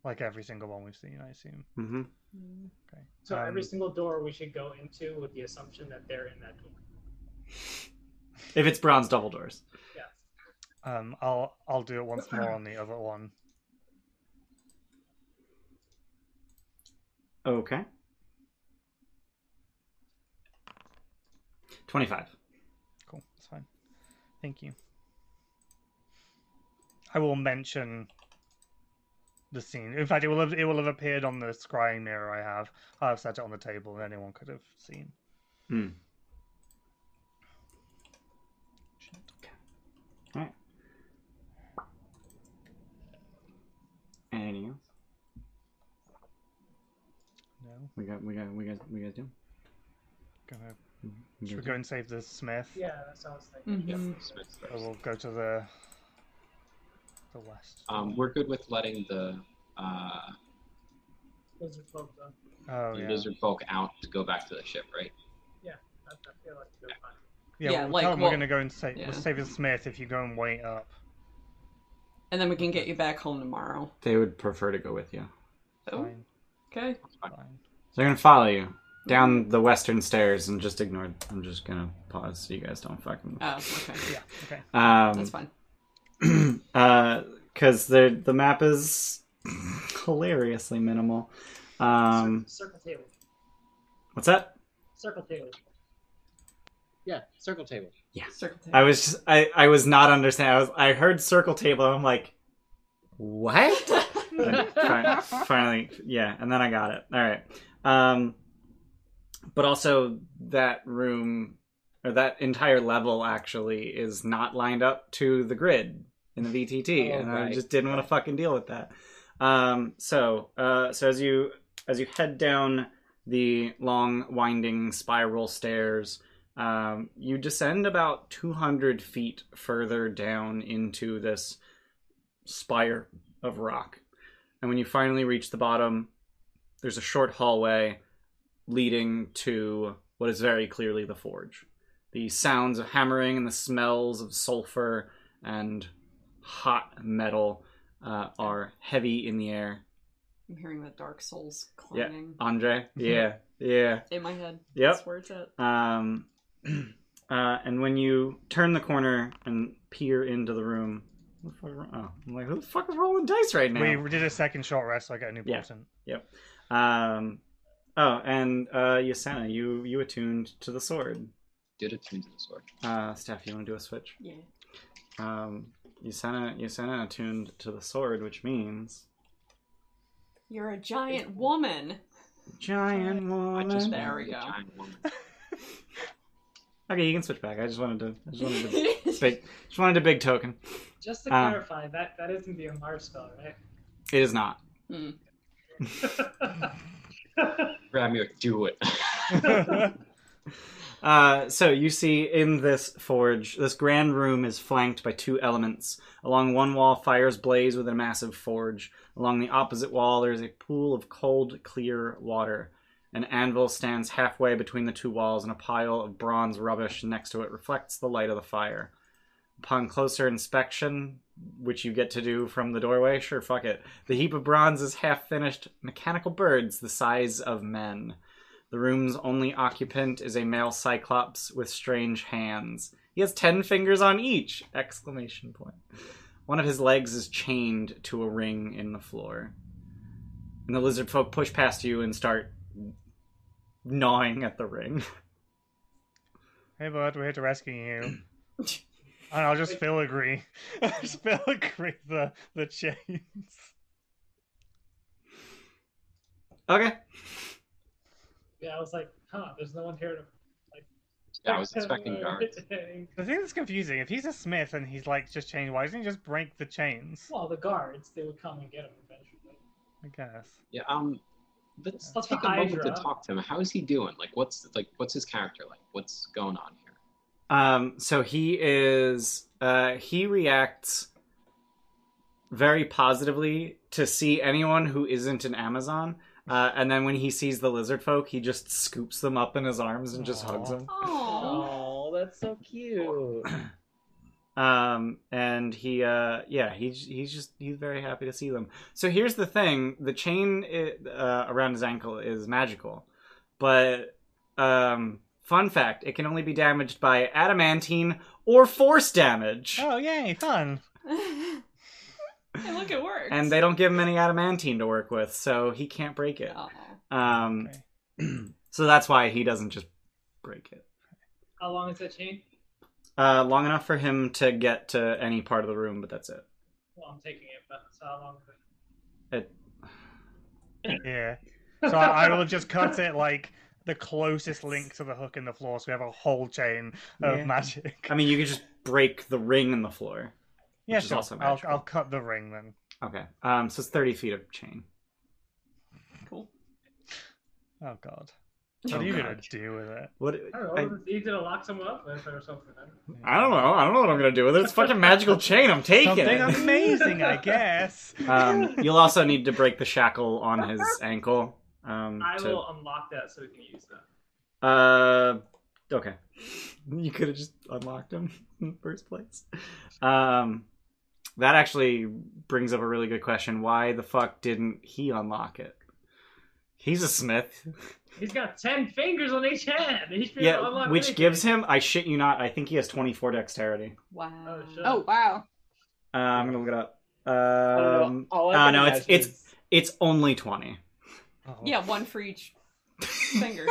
[SPEAKER 5] Like every single one we've seen, I assume.
[SPEAKER 1] Mm-hmm.
[SPEAKER 2] Mm.
[SPEAKER 5] Okay.
[SPEAKER 4] So
[SPEAKER 5] Um,
[SPEAKER 4] every single door we should go into with the assumption that they're in that door.
[SPEAKER 1] If it's bronze double doors.
[SPEAKER 4] Yeah.
[SPEAKER 5] um, I'll I'll do it once more on the other one.
[SPEAKER 1] Okay. Twenty-five.
[SPEAKER 5] Cool, that's fine. Thank you. I will mention the scene. In fact, it will have it will have appeared on the scrying mirror I have. I have set it on the table, and anyone could have seen.
[SPEAKER 1] Hmm.
[SPEAKER 5] Shit.
[SPEAKER 1] All right. Anything else?
[SPEAKER 5] No.
[SPEAKER 1] We got, we got, we guys, we guys do.
[SPEAKER 5] Gonna,
[SPEAKER 1] We
[SPEAKER 5] should we
[SPEAKER 1] guys
[SPEAKER 5] go and save the Smith?
[SPEAKER 4] Yeah, that's what I was thinking.
[SPEAKER 3] Yep.
[SPEAKER 8] Mhm.
[SPEAKER 3] Smith's
[SPEAKER 5] Or
[SPEAKER 3] first.
[SPEAKER 5] we'll go to the the west.
[SPEAKER 1] Uh,
[SPEAKER 3] Um, we're good with letting the uh,
[SPEAKER 4] Those are folk, though.
[SPEAKER 5] oh
[SPEAKER 3] the
[SPEAKER 5] yeah.
[SPEAKER 3] lizard folk out to go back to the ship, right?
[SPEAKER 4] I, I feel like they're fine.
[SPEAKER 5] Yeah,
[SPEAKER 8] Yeah,
[SPEAKER 5] we'll
[SPEAKER 8] like,
[SPEAKER 5] tell 'em
[SPEAKER 8] well-
[SPEAKER 5] we're gonna go and save
[SPEAKER 8] yeah.
[SPEAKER 5] we'll save the Smith if you go and wait up.
[SPEAKER 8] And then we can get you back home tomorrow.
[SPEAKER 1] They would prefer to go with you.
[SPEAKER 8] Oh,
[SPEAKER 5] Fine,
[SPEAKER 8] okay.
[SPEAKER 5] fine.
[SPEAKER 1] So they're gonna follow you down the western stairs and just ignore. I'm just gonna pause so you guys don't fucking.
[SPEAKER 8] Oh, okay.
[SPEAKER 5] Yeah, okay.
[SPEAKER 1] Um,
[SPEAKER 8] That's fine.
[SPEAKER 1] because the the map is hilariously minimal. Um,
[SPEAKER 4] Circle table.
[SPEAKER 1] what's that?
[SPEAKER 4] Circle table.
[SPEAKER 6] Yeah, circle table.
[SPEAKER 8] Circle
[SPEAKER 1] I was just, I I was not understanding. I was I heard circle table. I'm like, what? And fi- finally, yeah, and then I got it. All right. Um, but also that room or that entire level actually is not lined up to the grid in the VTT,
[SPEAKER 6] Oh,
[SPEAKER 1] and I
[SPEAKER 6] right,
[SPEAKER 1] just didn't want to fucking deal with that. Um, so, uh, so as you as you head down the long winding spiral stairs. Um, you descend about 200 feet further down into this spire of rock. And when you finally reach the bottom, there's a short hallway leading to what is very clearly the forge. The sounds of hammering and the smells of sulfur and hot metal uh, are heavy in the air.
[SPEAKER 8] I'm hearing the Dark Souls clanging
[SPEAKER 1] Andre? Yeah, yeah.
[SPEAKER 8] in my head.
[SPEAKER 1] Yep.
[SPEAKER 8] That's where it's at.
[SPEAKER 1] Um, uh, and when you turn the corner and peer into the room, who the fuck, ro- oh, I'm like, who the fuck is rolling dice right now?
[SPEAKER 5] We did a second short rest, so I got a new
[SPEAKER 1] Yeah.
[SPEAKER 5] portent.
[SPEAKER 1] Um, oh, and uh, Yasena, you you attuned to the sword.
[SPEAKER 3] Did attune to the sword.
[SPEAKER 1] Uh, Steph, you want to do a switch?
[SPEAKER 8] Yeah.
[SPEAKER 1] Um, Yasena, Yasena attuned to the sword, which means
[SPEAKER 8] You're a giant woman.
[SPEAKER 1] giant
[SPEAKER 3] I
[SPEAKER 1] woman.
[SPEAKER 3] just
[SPEAKER 8] Oh, There
[SPEAKER 3] wanted
[SPEAKER 8] we
[SPEAKER 3] a
[SPEAKER 8] go.
[SPEAKER 3] giant woman.
[SPEAKER 1] Okay, you can switch back. I just wanted to, I just wanted to
[SPEAKER 8] That's
[SPEAKER 1] big, just wanted a big token.
[SPEAKER 4] Just to
[SPEAKER 1] Um,
[SPEAKER 4] clarify, that, that isn't the Amar spell, right?
[SPEAKER 1] It is not.
[SPEAKER 3] Grab me, do it.
[SPEAKER 1] Uh, so you see in this forge, this grand room is flanked by two elements. Along one wall, fires blaze within a massive forge. Along the opposite wall, there is a pool of cold, clear water. An anvil stands halfway between the two walls, and a pile of bronze rubbish next to it reflects the light of the fire. Upon closer inspection, which you get to do from the doorway, sure, fuck it. The heap of bronze is half finished mechanical birds the size of men. The room's only occupant is a male cyclops with strange hands. He has ten fingers on each! Exclamation point. One of his legs is chained to a ring in the floor. And the lizard folk push past you and start gnawing at the ring.
[SPEAKER 5] Hey, bud, we're here to rescue you. and I'll just filigree, just filigree the the chains.
[SPEAKER 1] Okay.
[SPEAKER 4] yeah, I was like, huh, there's no one here to.
[SPEAKER 3] Yeah, I was expecting guards.
[SPEAKER 5] The thing that's confusing, if he's a smith and he's like just chained, why doesn't he just break the chains?
[SPEAKER 4] well, the guards, they would come and get him eventually.
[SPEAKER 5] I guess.
[SPEAKER 3] Yeah. Um. Let's
[SPEAKER 4] Let's
[SPEAKER 3] take a
[SPEAKER 4] hide
[SPEAKER 3] moment to
[SPEAKER 4] her up.
[SPEAKER 3] talk to him. How is he doing? Like, what's like, what's his character like? What's going on here?
[SPEAKER 1] Um, so he is uh, he reacts very positively to see anyone who isn't an Amazon. Uh, and then when he sees the lizard folk, he just scoops them up in his arms and just hugs
[SPEAKER 5] Aw.
[SPEAKER 1] them.
[SPEAKER 8] Aww.
[SPEAKER 6] Oh, that's so cute.
[SPEAKER 1] Um, and he, uh, yeah, he's he's just he's very happy to see them. So here's the thing: the chain i uh, around his ankle is magical, but um, fun fact: it can only be damaged by adamantine or force damage.
[SPEAKER 5] Oh yay, fun!
[SPEAKER 8] Oh, hey, look, it works.
[SPEAKER 1] and they don't give him any adamantine to work with, so he can't break
[SPEAKER 4] Oh.
[SPEAKER 1] it.
[SPEAKER 8] Aw.
[SPEAKER 1] Um,
[SPEAKER 5] Okay.
[SPEAKER 1] so that's why he doesn't just break it.
[SPEAKER 4] How long is that chain?
[SPEAKER 1] Uh, long enough for him to get to any part of the room, but that's it.
[SPEAKER 4] Well, I'm taking it, but so how long is it?
[SPEAKER 5] Yeah. So I, I will just cut it like the closest link to the hook in the floor, so we have a whole chain of
[SPEAKER 1] Yeah.
[SPEAKER 5] magic.
[SPEAKER 1] I mean, you could just break the ring in the floor.
[SPEAKER 5] yeah,
[SPEAKER 1] is
[SPEAKER 5] sure.
[SPEAKER 1] also
[SPEAKER 5] I'll,
[SPEAKER 1] magical.
[SPEAKER 5] I'll cut the ring then.
[SPEAKER 1] Okay. Um, so it's 30 feet of chain.
[SPEAKER 8] Cool.
[SPEAKER 5] Oh god.
[SPEAKER 1] Oh,
[SPEAKER 5] What are you gonna
[SPEAKER 1] God.
[SPEAKER 5] do with it?
[SPEAKER 1] What?
[SPEAKER 4] I don't know. It's easy to lock someone up with or something.
[SPEAKER 1] I don't know. I don't know what I'm gonna do with it. It's fucking magical chain. I'm taking
[SPEAKER 5] Something
[SPEAKER 1] it.
[SPEAKER 5] amazing, I guess.
[SPEAKER 1] Um, you'll also need to break the shackle on his ankle. Um,
[SPEAKER 4] I
[SPEAKER 1] to-
[SPEAKER 4] will unlock that so we can use that.
[SPEAKER 1] Uh, okay. You could have just unlocked him in the first place. Um, that actually brings up a really good question. Why the fuck didn't he unlock it? He's a smith.
[SPEAKER 4] He's got ten fingers on each hand. He should be able to
[SPEAKER 1] Yeah,
[SPEAKER 4] unlock
[SPEAKER 1] which
[SPEAKER 4] anything.
[SPEAKER 1] gives him, I shit you not, I think he has 24 dexterity.
[SPEAKER 8] Wow.
[SPEAKER 4] Oh, shit.
[SPEAKER 7] Oh wow.
[SPEAKER 1] Uh, I'm gonna look it up.
[SPEAKER 6] I don't
[SPEAKER 1] Um,
[SPEAKER 6] know. All
[SPEAKER 1] uh,
[SPEAKER 6] I can
[SPEAKER 1] no, it's-
[SPEAKER 6] imagine
[SPEAKER 1] it's-
[SPEAKER 6] is-
[SPEAKER 1] it's only 20.
[SPEAKER 5] Oh,
[SPEAKER 8] Yeah, one for each finger.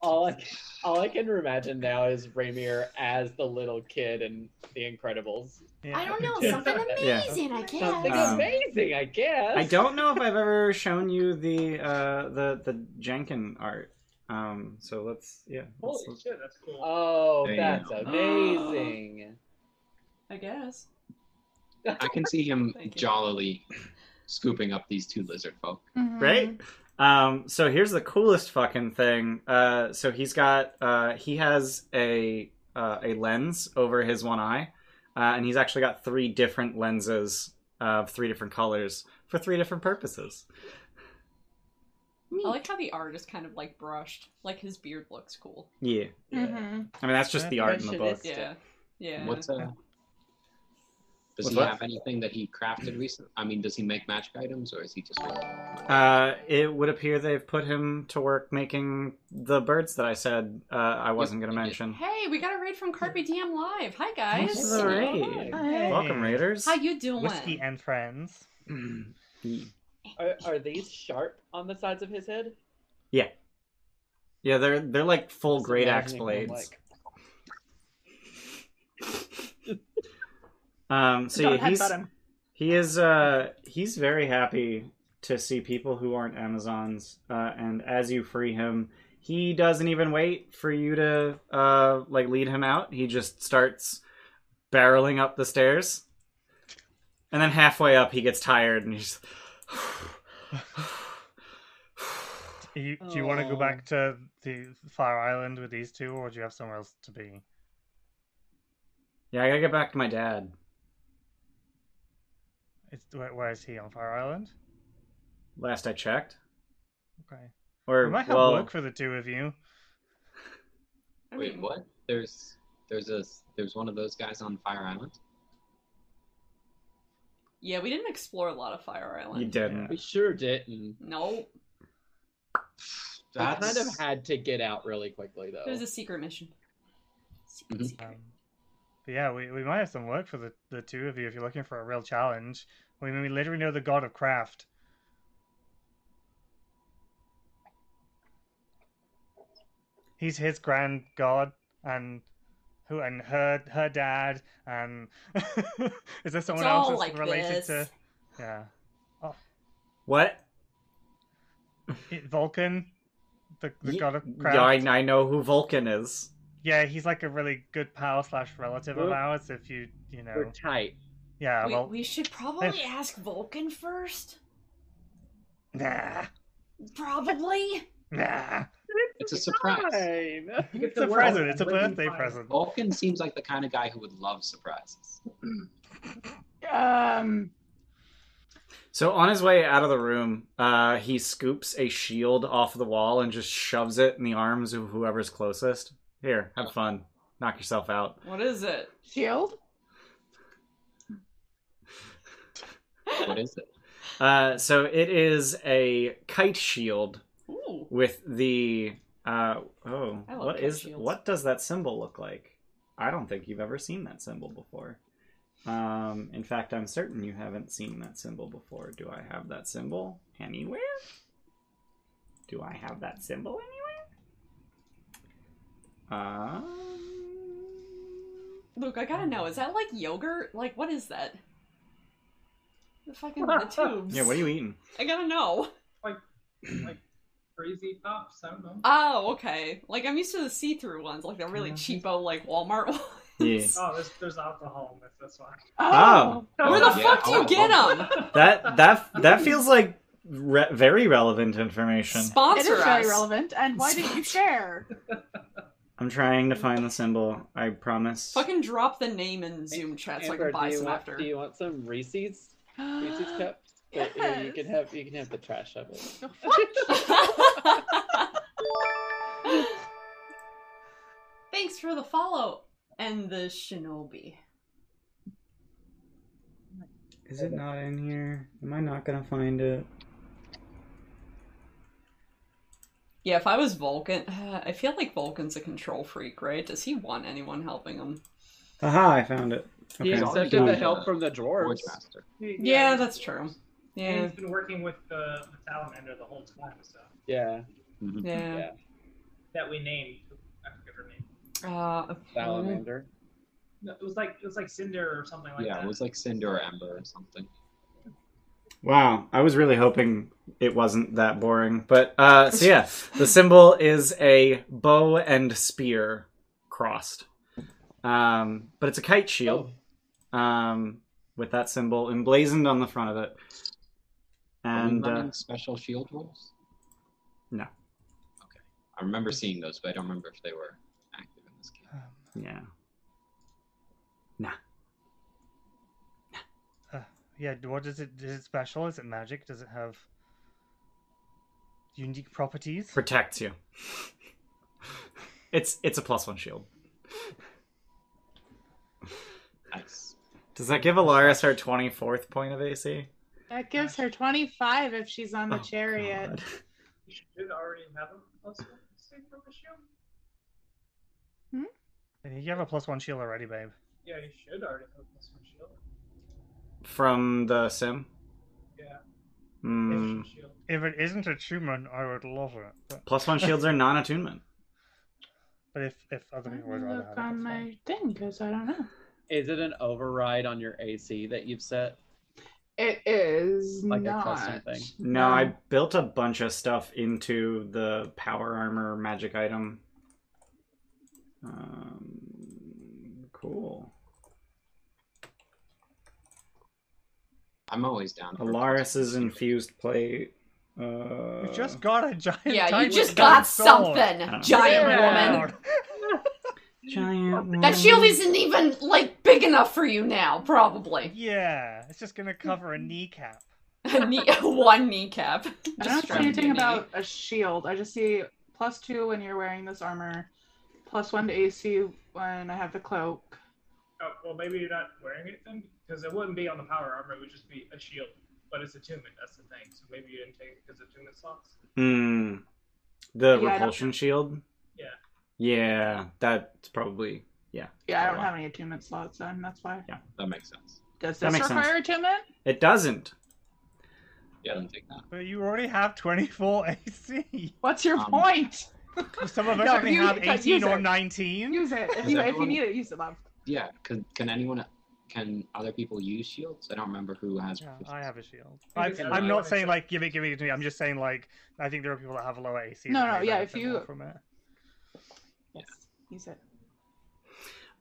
[SPEAKER 6] all I, all I can imagine now is Ramir as the little kid in The Incredibles.
[SPEAKER 5] yeah.
[SPEAKER 2] I don't know.
[SPEAKER 4] Yeah.
[SPEAKER 2] Something
[SPEAKER 1] Yeah.
[SPEAKER 2] amazing, I guess.
[SPEAKER 6] Something
[SPEAKER 1] Um,
[SPEAKER 6] amazing, I guess.
[SPEAKER 1] I don't know if I've ever shown you the uh, the the Jenkin art. Um, so let's yeah. let's-
[SPEAKER 4] Holy shit, that's cool.
[SPEAKER 6] Oh,
[SPEAKER 3] Damn.
[SPEAKER 6] that's amazing.
[SPEAKER 8] I guess.
[SPEAKER 3] I can see him
[SPEAKER 8] Thank you.
[SPEAKER 3] jollily scooping up these two lizard folk.
[SPEAKER 7] Mm-hmm.
[SPEAKER 1] right? Um, so here's the coolest fucking thing. Uh, so he's got uh, he has a uh, a lens over his one eye, uh, and he's actually got three different lenses of three different colors for three different purposes.
[SPEAKER 8] I like how the art is kind of like brushed. Like his beard looks cool.
[SPEAKER 1] Yeah,
[SPEAKER 7] hmm
[SPEAKER 1] I mean that's just the art in the book.
[SPEAKER 6] Impressionistic.
[SPEAKER 8] Yeah. Yeah.
[SPEAKER 3] What's uh Does
[SPEAKER 1] What's
[SPEAKER 3] he
[SPEAKER 1] that?
[SPEAKER 3] have anything that he crafted recently? I mean, does he make magic items, or is he just?
[SPEAKER 1] Uh, it would appear they've put him to work making the birds that I said uh, I wasn't going to
[SPEAKER 3] Yep.
[SPEAKER 1] mention.
[SPEAKER 8] Hey, we got a raid from Carpe Diem Live. Hi guys.
[SPEAKER 1] This is a raid.
[SPEAKER 5] Hey.
[SPEAKER 1] Welcome, Raiders.
[SPEAKER 8] How you doing?
[SPEAKER 5] Whiskey and friends.
[SPEAKER 6] Are, are these sharp on the sides of his head?
[SPEAKER 1] Yeah, they're they're like full
[SPEAKER 6] Just
[SPEAKER 1] great axe
[SPEAKER 6] imagining him,
[SPEAKER 1] blades.
[SPEAKER 6] like-
[SPEAKER 1] Um, so
[SPEAKER 7] Don't
[SPEAKER 1] yeah, he's
[SPEAKER 7] headbutt him.
[SPEAKER 1] he is uh he's very happy to see people who aren't Amazons. Uh, and as you free him, he doesn't even wait for you to uh like lead him out. He just starts barreling up the stairs, and then halfway up, he gets tired and he's.
[SPEAKER 5] Do you, do you want to go
[SPEAKER 6] Oh.
[SPEAKER 5] back to the Fire Island with these two, or do you have somewhere else to be?
[SPEAKER 1] yeah, I gotta get back to my dad.
[SPEAKER 5] It's, where, where is he on Fire Island?
[SPEAKER 1] Last I checked,
[SPEAKER 5] Okay.
[SPEAKER 1] or
[SPEAKER 5] We might have
[SPEAKER 1] well,
[SPEAKER 5] work for the two of you.
[SPEAKER 8] I
[SPEAKER 3] Wait,
[SPEAKER 8] mean,
[SPEAKER 3] what? There's there's a there's one of those guys on Fire Island.
[SPEAKER 8] Yeah, we didn't explore a lot of Fire Island.
[SPEAKER 1] you didn't.
[SPEAKER 6] We sure didn't.
[SPEAKER 8] No.
[SPEAKER 6] We
[SPEAKER 3] That's
[SPEAKER 6] kind of had to get out really quickly, though.
[SPEAKER 8] It
[SPEAKER 1] Oh.
[SPEAKER 8] was a secret mission. Secret,
[SPEAKER 1] Mm-hmm.
[SPEAKER 3] Mhm.
[SPEAKER 5] Um,
[SPEAKER 8] secret.
[SPEAKER 5] but yeah, we, we might have some work for the, the two of you if you're looking for a real challenge. We we literally know the god of craft. He's his grand god, and who and her her dad, and is there someone
[SPEAKER 8] it's
[SPEAKER 5] else
[SPEAKER 8] all
[SPEAKER 5] that's
[SPEAKER 8] like
[SPEAKER 5] related
[SPEAKER 8] this.
[SPEAKER 5] to? Yeah,
[SPEAKER 1] What?
[SPEAKER 5] It- Vulcan, the, the
[SPEAKER 1] Ye-
[SPEAKER 5] god of
[SPEAKER 1] yeah,
[SPEAKER 5] craft.
[SPEAKER 1] I, I know who Vulcan is.
[SPEAKER 5] Yeah, he's like a really good pal slash relative of
[SPEAKER 6] Well-
[SPEAKER 5] ours. If you you
[SPEAKER 6] We're
[SPEAKER 5] know,
[SPEAKER 6] tight.
[SPEAKER 5] yeah,
[SPEAKER 8] we,
[SPEAKER 5] well,
[SPEAKER 8] we should probably ask Vulcan first.
[SPEAKER 5] nah,
[SPEAKER 8] Probably.
[SPEAKER 5] nah.
[SPEAKER 3] It's a surprise.
[SPEAKER 6] Fine.
[SPEAKER 4] You get
[SPEAKER 5] It's a
[SPEAKER 4] to work
[SPEAKER 5] present. It's a
[SPEAKER 4] when you
[SPEAKER 5] birthday
[SPEAKER 4] find-
[SPEAKER 5] present.
[SPEAKER 3] Vulcan seems like the kind of guy who would love surprises.
[SPEAKER 7] Um.
[SPEAKER 1] So on his way out of the room, uh, he scoops a shield off the wall and just shoves it in the arms of whoever's closest. Here, have fun. Knock yourself out.
[SPEAKER 8] What is it?
[SPEAKER 7] Shield.
[SPEAKER 3] What is it?
[SPEAKER 1] Uh, so it is a kite shield
[SPEAKER 8] Ooh.
[SPEAKER 1] with the uh, oh,
[SPEAKER 8] I love
[SPEAKER 1] what
[SPEAKER 8] kite
[SPEAKER 1] is
[SPEAKER 8] shields.
[SPEAKER 1] what does that symbol look like? I don't think you've ever seen that symbol before. Um, in fact, I'm certain you haven't seen that symbol before. Do I have that symbol anywhere? Do I have that symbol anywhere? Um,
[SPEAKER 8] Luke, I gotta know. Is that like yogurt? Like, what is that? The fucking the tubes.
[SPEAKER 1] yeah, what are you eating?
[SPEAKER 8] I gotta know.
[SPEAKER 4] Like crazy pops. I don't know.
[SPEAKER 8] Oh, okay. Like I'm used to the see-through ones, like the really cheapo, like Walmart ones.
[SPEAKER 1] Yeah.
[SPEAKER 4] Oh, there's, there's alcohol in this. That's why.
[SPEAKER 1] Oh.
[SPEAKER 8] Where the
[SPEAKER 3] yeah.
[SPEAKER 8] fuck do you
[SPEAKER 3] Oh,
[SPEAKER 8] get
[SPEAKER 3] oh.
[SPEAKER 8] them?
[SPEAKER 1] That that that feels like re- very relevant information.
[SPEAKER 7] Oh, It
[SPEAKER 8] Sponsor
[SPEAKER 7] is very
[SPEAKER 8] us.
[SPEAKER 7] relevant. And why didn't you share?
[SPEAKER 1] I'm trying to find the symbol. I promise.
[SPEAKER 8] Fucking drop the name in Zoom chat so I
[SPEAKER 6] Amber,
[SPEAKER 8] can buy
[SPEAKER 6] do you
[SPEAKER 8] some
[SPEAKER 6] want,
[SPEAKER 8] after.
[SPEAKER 6] Do you want some Reese's Reese's
[SPEAKER 7] Fuck
[SPEAKER 6] cups? But, you, know, you can
[SPEAKER 7] Yes.
[SPEAKER 6] have you can have the trash of it.
[SPEAKER 8] Thanks for the follow and the shinobi.
[SPEAKER 1] Is it not in here? Am I not gonna find it?
[SPEAKER 8] Yeah, if I was Vulcan, I feel like Vulcan's a control freak, right? Does he want anyone helping him?
[SPEAKER 1] Aha! I found it.
[SPEAKER 6] He
[SPEAKER 1] Okay.
[SPEAKER 3] Yeah.
[SPEAKER 6] accepted the
[SPEAKER 3] Yeah.
[SPEAKER 6] help from the
[SPEAKER 3] Forge
[SPEAKER 6] dwarves.
[SPEAKER 3] Master.
[SPEAKER 4] He-
[SPEAKER 8] Yeah,
[SPEAKER 4] he's-
[SPEAKER 8] that's true. Yeah,
[SPEAKER 4] He's been working with the, the salamander the whole time, so
[SPEAKER 6] Yeah,
[SPEAKER 8] Oh. yeah.
[SPEAKER 6] yeah.
[SPEAKER 4] that we named. I forget her name.
[SPEAKER 8] Uh,
[SPEAKER 6] Salamander.
[SPEAKER 4] No, it was like it was like Cinder or something like
[SPEAKER 3] Yeah,
[SPEAKER 4] that.
[SPEAKER 3] it was like Cinder or Ember or something.
[SPEAKER 1] Wow, I was really hoping it wasn't that boring. But uh so yeah, the symbol is a bow and spear crossed. Um but it's a kite shield. Um with that symbol emblazoned on the front of it.
[SPEAKER 3] Are we
[SPEAKER 1] And uh,
[SPEAKER 3] running special shield rules?
[SPEAKER 1] No.
[SPEAKER 3] Okay. I remember seeing those, but I don't remember if they were active in this
[SPEAKER 5] Um,
[SPEAKER 3] game.
[SPEAKER 1] yeah.
[SPEAKER 5] Yeah, d- what is it? Is it special? Is it magic? Does it have unique properties?
[SPEAKER 1] Protects you. it's it's a plus one shield.
[SPEAKER 3] Nice.
[SPEAKER 1] Does that give Alaris her twenty fourth point of AC?
[SPEAKER 7] That gives her 25 if she's on the
[SPEAKER 1] Oh,
[SPEAKER 7] chariot.
[SPEAKER 1] God.
[SPEAKER 4] You should already have him. Also, save from the shield.
[SPEAKER 5] You have a plus one shield already, babe.
[SPEAKER 4] Yeah, you should already have this one shield.
[SPEAKER 1] From the sim?
[SPEAKER 4] Yeah,
[SPEAKER 1] Hmm.
[SPEAKER 4] extra shield.
[SPEAKER 5] If it isn't a attunement, I would love it. But,
[SPEAKER 1] Plus one shields are non attunement.
[SPEAKER 5] but if if other
[SPEAKER 7] Let
[SPEAKER 5] people
[SPEAKER 7] me
[SPEAKER 5] would rather
[SPEAKER 7] look
[SPEAKER 5] have it, that's fine.
[SPEAKER 7] on my thing because I don't know.
[SPEAKER 6] Is it an override on your AC that you've set?
[SPEAKER 7] It is
[SPEAKER 6] Like a
[SPEAKER 7] Oh, not.
[SPEAKER 6] custom thing.
[SPEAKER 1] No, I built a bunch of stuff into the power armor magic item. Um, cool.
[SPEAKER 3] I'm always down. for
[SPEAKER 1] Alaris's infused plate. Uh,
[SPEAKER 5] You just got a giant.
[SPEAKER 8] yeah, you
[SPEAKER 5] titan
[SPEAKER 8] just
[SPEAKER 5] with
[SPEAKER 8] got
[SPEAKER 5] a sword.
[SPEAKER 1] Oh.
[SPEAKER 8] something, giant
[SPEAKER 5] Yeah.
[SPEAKER 8] woman.
[SPEAKER 1] giant.
[SPEAKER 8] That shield
[SPEAKER 1] woman.
[SPEAKER 8] isn't even like big enough for you now, probably.
[SPEAKER 5] Yeah, it's just gonna cover a kneecap.
[SPEAKER 8] A knee- one kneecap.
[SPEAKER 7] I don't
[SPEAKER 8] strapped
[SPEAKER 7] see
[SPEAKER 8] to
[SPEAKER 7] anything
[SPEAKER 8] your knee.
[SPEAKER 7] about a shield. I just see plus two when you're wearing this armor, plus one to AC when I have the cloak.
[SPEAKER 4] Oh, well, maybe you're not wearing it then, because it wouldn't be on the power armor. It would just be a shield. But it's attunement. That's the thing. So maybe you didn't take it because attunement slots.
[SPEAKER 1] Hmm. The
[SPEAKER 7] Yeah, I don't-
[SPEAKER 1] repulsion shield?
[SPEAKER 4] Yeah.
[SPEAKER 1] Yeah, that's probably.
[SPEAKER 7] Yeah, I don't
[SPEAKER 1] Alright.
[SPEAKER 7] have any attunement slots then. That's why.
[SPEAKER 3] That makes sense.
[SPEAKER 7] Does
[SPEAKER 1] That
[SPEAKER 7] this
[SPEAKER 1] makes sense.
[SPEAKER 7] require attunement?
[SPEAKER 1] It doesn't.
[SPEAKER 3] Yeah, then take that.
[SPEAKER 5] But you already have 24 AC.
[SPEAKER 7] What's your
[SPEAKER 3] Um,
[SPEAKER 7] point?
[SPEAKER 5] Some of us
[SPEAKER 7] No,
[SPEAKER 5] only
[SPEAKER 7] use
[SPEAKER 5] have
[SPEAKER 7] it, use
[SPEAKER 5] 18 or
[SPEAKER 7] it.
[SPEAKER 5] 19.
[SPEAKER 7] Use it. If
[SPEAKER 3] Does
[SPEAKER 7] you, if you
[SPEAKER 3] everyone-
[SPEAKER 7] need it, use it, love.
[SPEAKER 3] Yeah, can, can anyone, can other people use shields? I don't remember who has.
[SPEAKER 5] Yeah, I have a shield.
[SPEAKER 4] You
[SPEAKER 5] I'm,
[SPEAKER 4] can
[SPEAKER 5] I'm
[SPEAKER 4] allow
[SPEAKER 5] not
[SPEAKER 4] it.
[SPEAKER 5] saying like give it, give it to me. I'm just saying like I think there are people that have a lower AC.
[SPEAKER 7] No,
[SPEAKER 5] that
[SPEAKER 7] no,
[SPEAKER 5] may
[SPEAKER 7] yeah,
[SPEAKER 5] benefit
[SPEAKER 7] if you-
[SPEAKER 5] more from it.
[SPEAKER 7] Yes. Use it.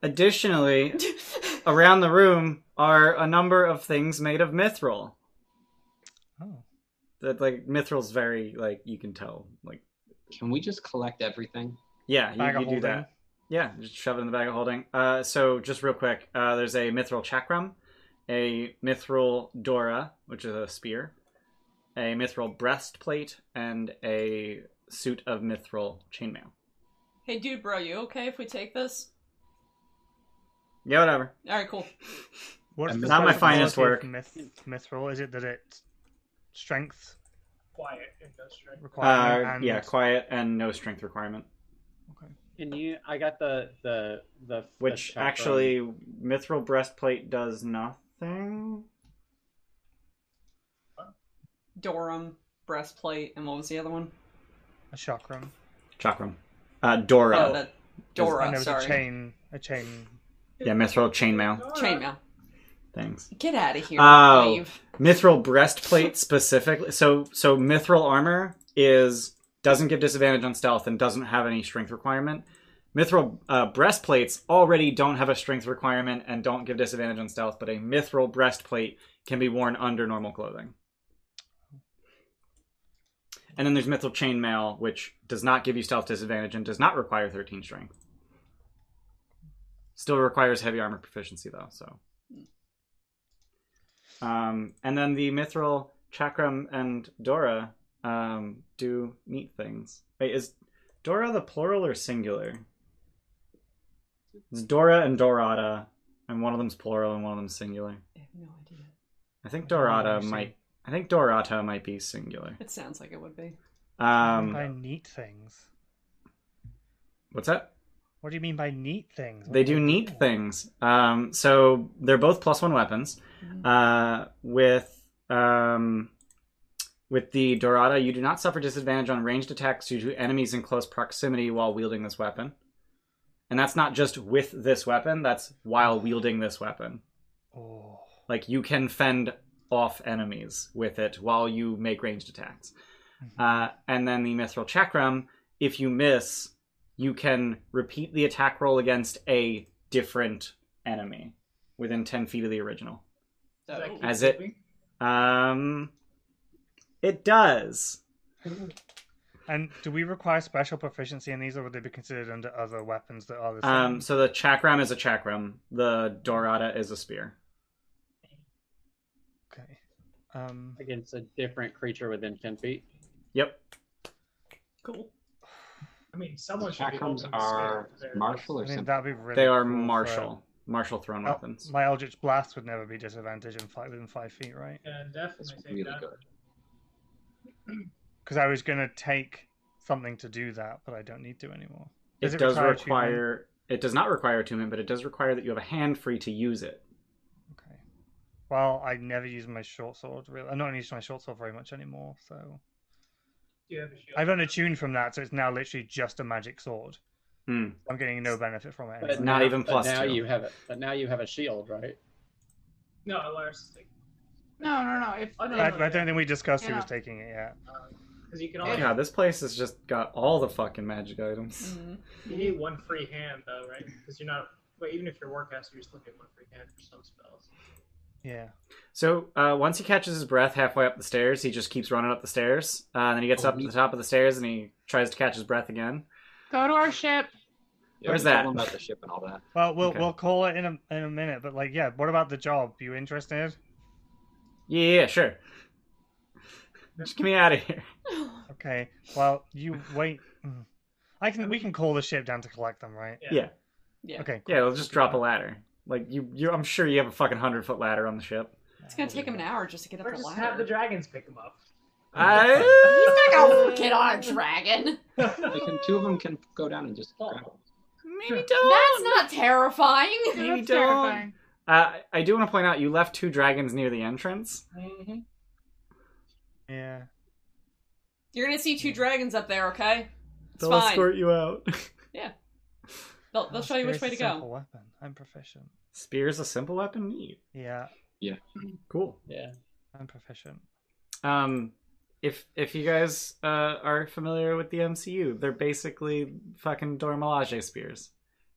[SPEAKER 1] Additionally, around the room are a number of things made of mithril.
[SPEAKER 5] Oh.
[SPEAKER 1] That like mithril's very like you can tell like
[SPEAKER 3] Can we just collect everything?
[SPEAKER 1] yeah
[SPEAKER 5] Bag
[SPEAKER 1] you,
[SPEAKER 5] of
[SPEAKER 1] you do
[SPEAKER 5] holding.
[SPEAKER 1] that yeah just shove it in the bag of holding. Uh, so just real quick, uh, there's a mithril chakram, a mithril dora which is a spear, a mithril breastplate, and a suit of mithril chainmail.
[SPEAKER 8] Hey, dude, bro, you okay if we take this?
[SPEAKER 1] Yeah, whatever.
[SPEAKER 8] All right, cool.
[SPEAKER 5] What's
[SPEAKER 3] And
[SPEAKER 5] the
[SPEAKER 3] not my
[SPEAKER 5] special
[SPEAKER 1] finest
[SPEAKER 5] quality of
[SPEAKER 1] work.
[SPEAKER 5] Myth, mithril is it that it strength
[SPEAKER 4] Quiet industrial.
[SPEAKER 5] requirement
[SPEAKER 1] Uh,
[SPEAKER 5] and
[SPEAKER 1] yeah, quiet and no strength requirement.
[SPEAKER 6] Can you? I got the the the the
[SPEAKER 1] Which
[SPEAKER 6] chakra.
[SPEAKER 1] actually, mithril breastplate does nothing.
[SPEAKER 8] Dorum, breastplate, and what was the other one?
[SPEAKER 5] a chakram.
[SPEAKER 1] Chakram. Uh, Dora.
[SPEAKER 8] Oh, that
[SPEAKER 5] and
[SPEAKER 8] Dora,
[SPEAKER 5] there was a
[SPEAKER 8] sorry.
[SPEAKER 5] chain, a chain.
[SPEAKER 1] Yeah, mithril chainmail
[SPEAKER 8] Chainmail.
[SPEAKER 1] things.
[SPEAKER 8] Get out of here.
[SPEAKER 1] Oh.
[SPEAKER 8] Leave.
[SPEAKER 1] Mithril breastplate specifically. So so mithril armor is doesn't give disadvantage on stealth and doesn't have any strength requirement. Mithril uh, breastplates already don't have a strength requirement and don't give disadvantage on stealth, but a mithril breastplate can be worn under normal clothing. And then there's mithril chainmail, which does not give you stealth disadvantage and does not require 13 strength. Still requires heavy armor proficiency though, so. Um, and then the mithril chakram and Dora um, do neat things. Wait, is Dora the plural or singular? It's Dora and Dorada, and one of them's plural and one of them's singular.
[SPEAKER 8] I have no idea.
[SPEAKER 1] I think
[SPEAKER 5] I don't know what
[SPEAKER 1] Dorada
[SPEAKER 5] you're
[SPEAKER 1] might. I think Dorata might be singular.
[SPEAKER 8] It sounds like it would be.
[SPEAKER 5] What do you mean
[SPEAKER 1] Um,
[SPEAKER 5] by neat things.
[SPEAKER 1] what's that?
[SPEAKER 5] What do you mean by neat things? Oh. What
[SPEAKER 1] They do
[SPEAKER 5] you
[SPEAKER 1] neat things. Um, so they're both plus one weapons.
[SPEAKER 8] Mhm.
[SPEAKER 1] Uh, with um, with the Dorada, you do not suffer disadvantage on ranged attacks due to enemies in close proximity while wielding this weapon. And that's not just with this weapon; that's while wielding this weapon.
[SPEAKER 5] Oh,
[SPEAKER 1] Like you can fend off enemies with it while you make ranged attacks.
[SPEAKER 5] Mhm.
[SPEAKER 1] Uh, and then the Mithril Chakram, if you miss, you can repeat the attack roll against a different enemy within 10 feet of the original.
[SPEAKER 4] Does that keep
[SPEAKER 1] As it-
[SPEAKER 4] moving?
[SPEAKER 1] Um, it does.
[SPEAKER 5] and do we require special proficiency in these, or would they be considered under other weapons that are the same?
[SPEAKER 1] Um, so the Chakram is a Chakram, the Dorada is a spear.
[SPEAKER 5] okay. Um,
[SPEAKER 6] against a different creature within ten feet.
[SPEAKER 1] Yep.
[SPEAKER 8] Cool.
[SPEAKER 4] I mean, someone should be
[SPEAKER 3] Chakrams
[SPEAKER 4] holding the
[SPEAKER 3] are
[SPEAKER 4] spear there.
[SPEAKER 3] martial
[SPEAKER 5] I
[SPEAKER 3] or
[SPEAKER 5] mean,
[SPEAKER 3] something.
[SPEAKER 5] that'd be really.
[SPEAKER 1] They are
[SPEAKER 5] cool for-
[SPEAKER 1] martial, martial thrown
[SPEAKER 5] Oh,
[SPEAKER 1] weapons.
[SPEAKER 5] my Eldritch Blast would never be disadvantaged in five, within five feet, right?
[SPEAKER 4] Yeah,
[SPEAKER 3] It's
[SPEAKER 4] definitely take
[SPEAKER 3] really
[SPEAKER 4] that.
[SPEAKER 3] good.
[SPEAKER 5] Because I was going to take something to do that, but I don't need to anymore.
[SPEAKER 1] It,
[SPEAKER 5] Does it
[SPEAKER 1] does
[SPEAKER 5] require
[SPEAKER 1] require,
[SPEAKER 5] attunement?
[SPEAKER 1] it does not require attunement, but it does require that you have a hand free to use it.
[SPEAKER 5] Okay. Well, I never use my short sword. Really, I'm not using my short sword very much anymore. So
[SPEAKER 4] Do you have a shield?
[SPEAKER 5] I've unattuned from that, so it's now literally just a magic sword.
[SPEAKER 1] Hmm.
[SPEAKER 5] I'm getting no benefit from it.
[SPEAKER 6] But
[SPEAKER 5] Anyway.
[SPEAKER 1] Not
[SPEAKER 6] now-
[SPEAKER 1] even
[SPEAKER 6] but
[SPEAKER 1] plus
[SPEAKER 6] now
[SPEAKER 1] two.
[SPEAKER 6] you have it. But now you have a shield, right?
[SPEAKER 4] No, Alaris take.
[SPEAKER 7] No, no, no. If
[SPEAKER 4] Oh, no,
[SPEAKER 5] I, I don't think we discussed who
[SPEAKER 7] Yeah.
[SPEAKER 5] was taking it yet.
[SPEAKER 4] Because you can only
[SPEAKER 1] Yeah, "Ah, this place has just got all the fucking magic items.
[SPEAKER 8] Mhm.
[SPEAKER 4] you need one free hand though, right? Because you're not. But even if you're warcaster, you still get one free hand for some spells.
[SPEAKER 5] Yeah.
[SPEAKER 1] So uh, once he catches his breath halfway up the stairs, he just keeps running up the stairs. Uh, and then he gets
[SPEAKER 3] Oh,
[SPEAKER 1] up to
[SPEAKER 3] neat.
[SPEAKER 1] the top of the stairs and he tries to catch his breath again.
[SPEAKER 7] go to our ship.
[SPEAKER 3] Yeah,
[SPEAKER 1] Where's
[SPEAKER 3] we told
[SPEAKER 1] that?
[SPEAKER 3] them about the ship and all that.
[SPEAKER 5] Well, we'll
[SPEAKER 1] Okay.
[SPEAKER 5] we'll call it in a in a minute. But like, yeah. What about the job? You interested?
[SPEAKER 1] Yeah, yeah, sure. Just get me out of here.
[SPEAKER 5] Okay. Well, you wait. Mm. I can. We can call the ship down to collect them, right?
[SPEAKER 4] Yeah.
[SPEAKER 1] Yeah,
[SPEAKER 8] Yeah.
[SPEAKER 5] Okay.
[SPEAKER 1] yeah. They'll just drop a ladder. Like you, you. I'm sure you have a fucking hundred foot ladder on the ship.
[SPEAKER 8] It's gonna take him an hour just to get up
[SPEAKER 4] Or
[SPEAKER 8] the
[SPEAKER 4] just
[SPEAKER 8] ladder.
[SPEAKER 4] have the dragons pick them up.
[SPEAKER 1] I,
[SPEAKER 8] He's not gonna get on a dragon.
[SPEAKER 3] They can, two of them can go down and just grab them.
[SPEAKER 1] maybe
[SPEAKER 8] That's
[SPEAKER 1] don't.
[SPEAKER 8] not terrifying.
[SPEAKER 1] Maybe
[SPEAKER 7] That's
[SPEAKER 1] don't.
[SPEAKER 7] terrifying.
[SPEAKER 1] Uh, I do want to point out you left two dragons near the entrance.
[SPEAKER 4] Mhm.
[SPEAKER 5] Yeah.
[SPEAKER 8] You're gonna see two dragons up there, okay? It's
[SPEAKER 1] They'll
[SPEAKER 8] fine.
[SPEAKER 1] escort you out.
[SPEAKER 8] They'll, they'll show you which way to
[SPEAKER 5] Spear's a simple
[SPEAKER 8] go.
[SPEAKER 5] Weapon. I'm proficient.
[SPEAKER 1] Spear's a simple weapon. Neat.
[SPEAKER 5] Yeah.
[SPEAKER 1] Cool.
[SPEAKER 6] Yeah.
[SPEAKER 5] I'm proficient.
[SPEAKER 1] um if if you guys uh are familiar with the MCU, they're basically fucking Dormelage spears.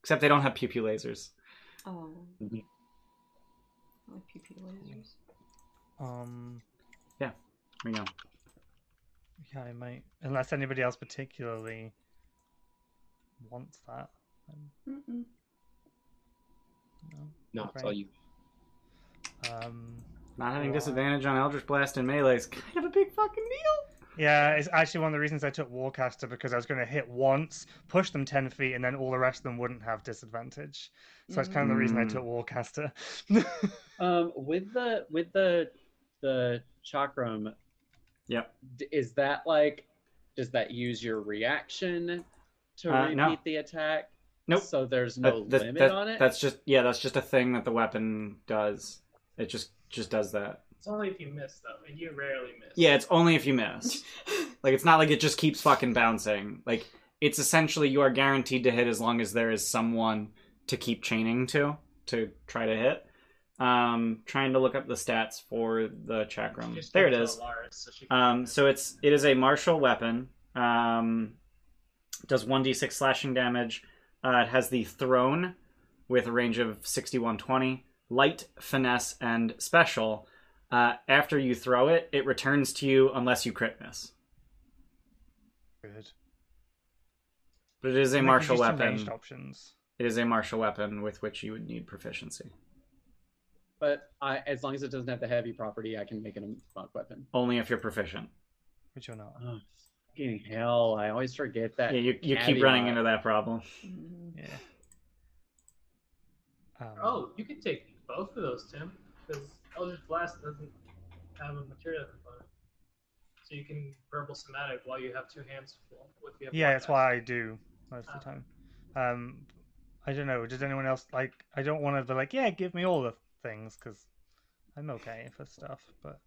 [SPEAKER 1] Except they don't have pew pew lasers.
[SPEAKER 8] Oh.
[SPEAKER 3] Mhm.
[SPEAKER 1] Mm-hmm.
[SPEAKER 8] I like PP lasers.
[SPEAKER 5] Um.
[SPEAKER 1] We know.
[SPEAKER 5] Yeah, I might. Unless anybody else particularly wants that. Um,
[SPEAKER 8] Mm-mm.
[SPEAKER 5] no.
[SPEAKER 3] No, it's all
[SPEAKER 5] Right.
[SPEAKER 3] you.
[SPEAKER 5] Um,
[SPEAKER 1] Not having
[SPEAKER 5] Why?
[SPEAKER 1] disadvantage on Eldritch Blast and melee is kind of a big fucking deal.
[SPEAKER 5] yeah, it's actually one of the reasons I took Warcaster because I was going to hit once, push them 10 feet, and then all the rest of them wouldn't have disadvantage. So that's kind of the reason I
[SPEAKER 1] Mm.
[SPEAKER 5] took Warcaster.
[SPEAKER 6] Um, with the with the the chakram.
[SPEAKER 1] Yep.
[SPEAKER 6] d- Is that like? Does that use your reaction to
[SPEAKER 1] Uh,
[SPEAKER 6] repeat
[SPEAKER 1] no.
[SPEAKER 6] the attack?
[SPEAKER 1] Nope.
[SPEAKER 6] So there's no
[SPEAKER 1] Uh, that-
[SPEAKER 6] limit
[SPEAKER 1] that-
[SPEAKER 6] on it.
[SPEAKER 1] That's just yeah, that's just a thing that the weapon does. It just just does that.
[SPEAKER 4] It's only if you miss though, and you rarely miss.
[SPEAKER 1] Yeah, it's only if you miss. like it's not like it just keeps fucking bouncing. Like it's essentially you are guaranteed to hit as long as there is someone to keep chaining to to try to hit. Um, trying to look up the stats for the
[SPEAKER 4] She
[SPEAKER 1] chakram.
[SPEAKER 4] just
[SPEAKER 1] There it
[SPEAKER 4] gives
[SPEAKER 1] is.
[SPEAKER 4] Alaris, so she can-
[SPEAKER 1] Um, so it's it is a martial weapon. Um, does one d6 slashing damage. Uh, it has the throne with a range of 6120, light, finesse, and special. Uh, after you throw it, it returns to you unless you crit miss.
[SPEAKER 5] Good.
[SPEAKER 1] But it is a
[SPEAKER 5] And that gives
[SPEAKER 1] martial
[SPEAKER 5] you some ranged
[SPEAKER 1] weapon.
[SPEAKER 5] Options.
[SPEAKER 1] It is a martial weapon with which you would need proficiency.
[SPEAKER 6] But I, as long as it doesn't have the heavy property, I can make it a monk weapon.
[SPEAKER 1] Only if you're proficient.
[SPEAKER 5] Which you're
[SPEAKER 1] Uh-huh.
[SPEAKER 5] not.
[SPEAKER 6] Oh, fucking hell! I always forget that.
[SPEAKER 1] Yeah, you, you keep
[SPEAKER 6] caveat.
[SPEAKER 1] running into that problem.
[SPEAKER 8] Mm.
[SPEAKER 5] Yeah. Um,
[SPEAKER 4] Oh, you can take both of those, Tim, because Eldritch Blast doesn't have a material component. So you can verbal somatic while you have two hands full. If you have
[SPEAKER 5] Yeah,
[SPEAKER 4] one
[SPEAKER 5] that's
[SPEAKER 4] hand.
[SPEAKER 5] why I do most of the
[SPEAKER 1] Oh.
[SPEAKER 4] Ah.
[SPEAKER 5] time. Um, I don't know. Does anyone else like? I don't want to be like, yeah, give me all the things because I'm okay for stuff. But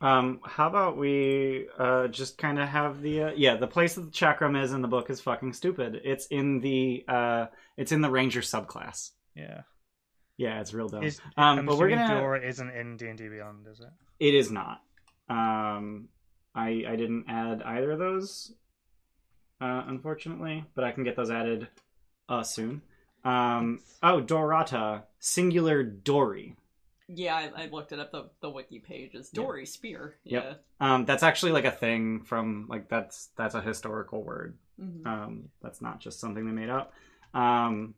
[SPEAKER 1] Um, how about we uh, just kind of have the uh, yeah the place that the chakram is in the book is fucking stupid. It's in the uh, it's in the ranger subclass.
[SPEAKER 5] yeah,
[SPEAKER 1] Yeah, it's real dumb.
[SPEAKER 5] Is-
[SPEAKER 1] um,
[SPEAKER 5] I'm
[SPEAKER 1] but we're
[SPEAKER 5] assuming
[SPEAKER 1] gonna
[SPEAKER 5] Dora isn't in D and D Beyond, is it?
[SPEAKER 1] it is not. Um, I I didn't add either of those, uh, unfortunately, but I can get those added uh, soon. Um, oh, Dorata, singular Dory.
[SPEAKER 8] Yeah, I, I looked it up. The, the wiki page is
[SPEAKER 1] Yeah.
[SPEAKER 8] Dory Spear.
[SPEAKER 1] Yep.
[SPEAKER 8] Yeah.
[SPEAKER 1] Um, that's actually like a thing from like that's that's a historical word.
[SPEAKER 8] Mhm.
[SPEAKER 1] Um, that's not just something they made up. Um,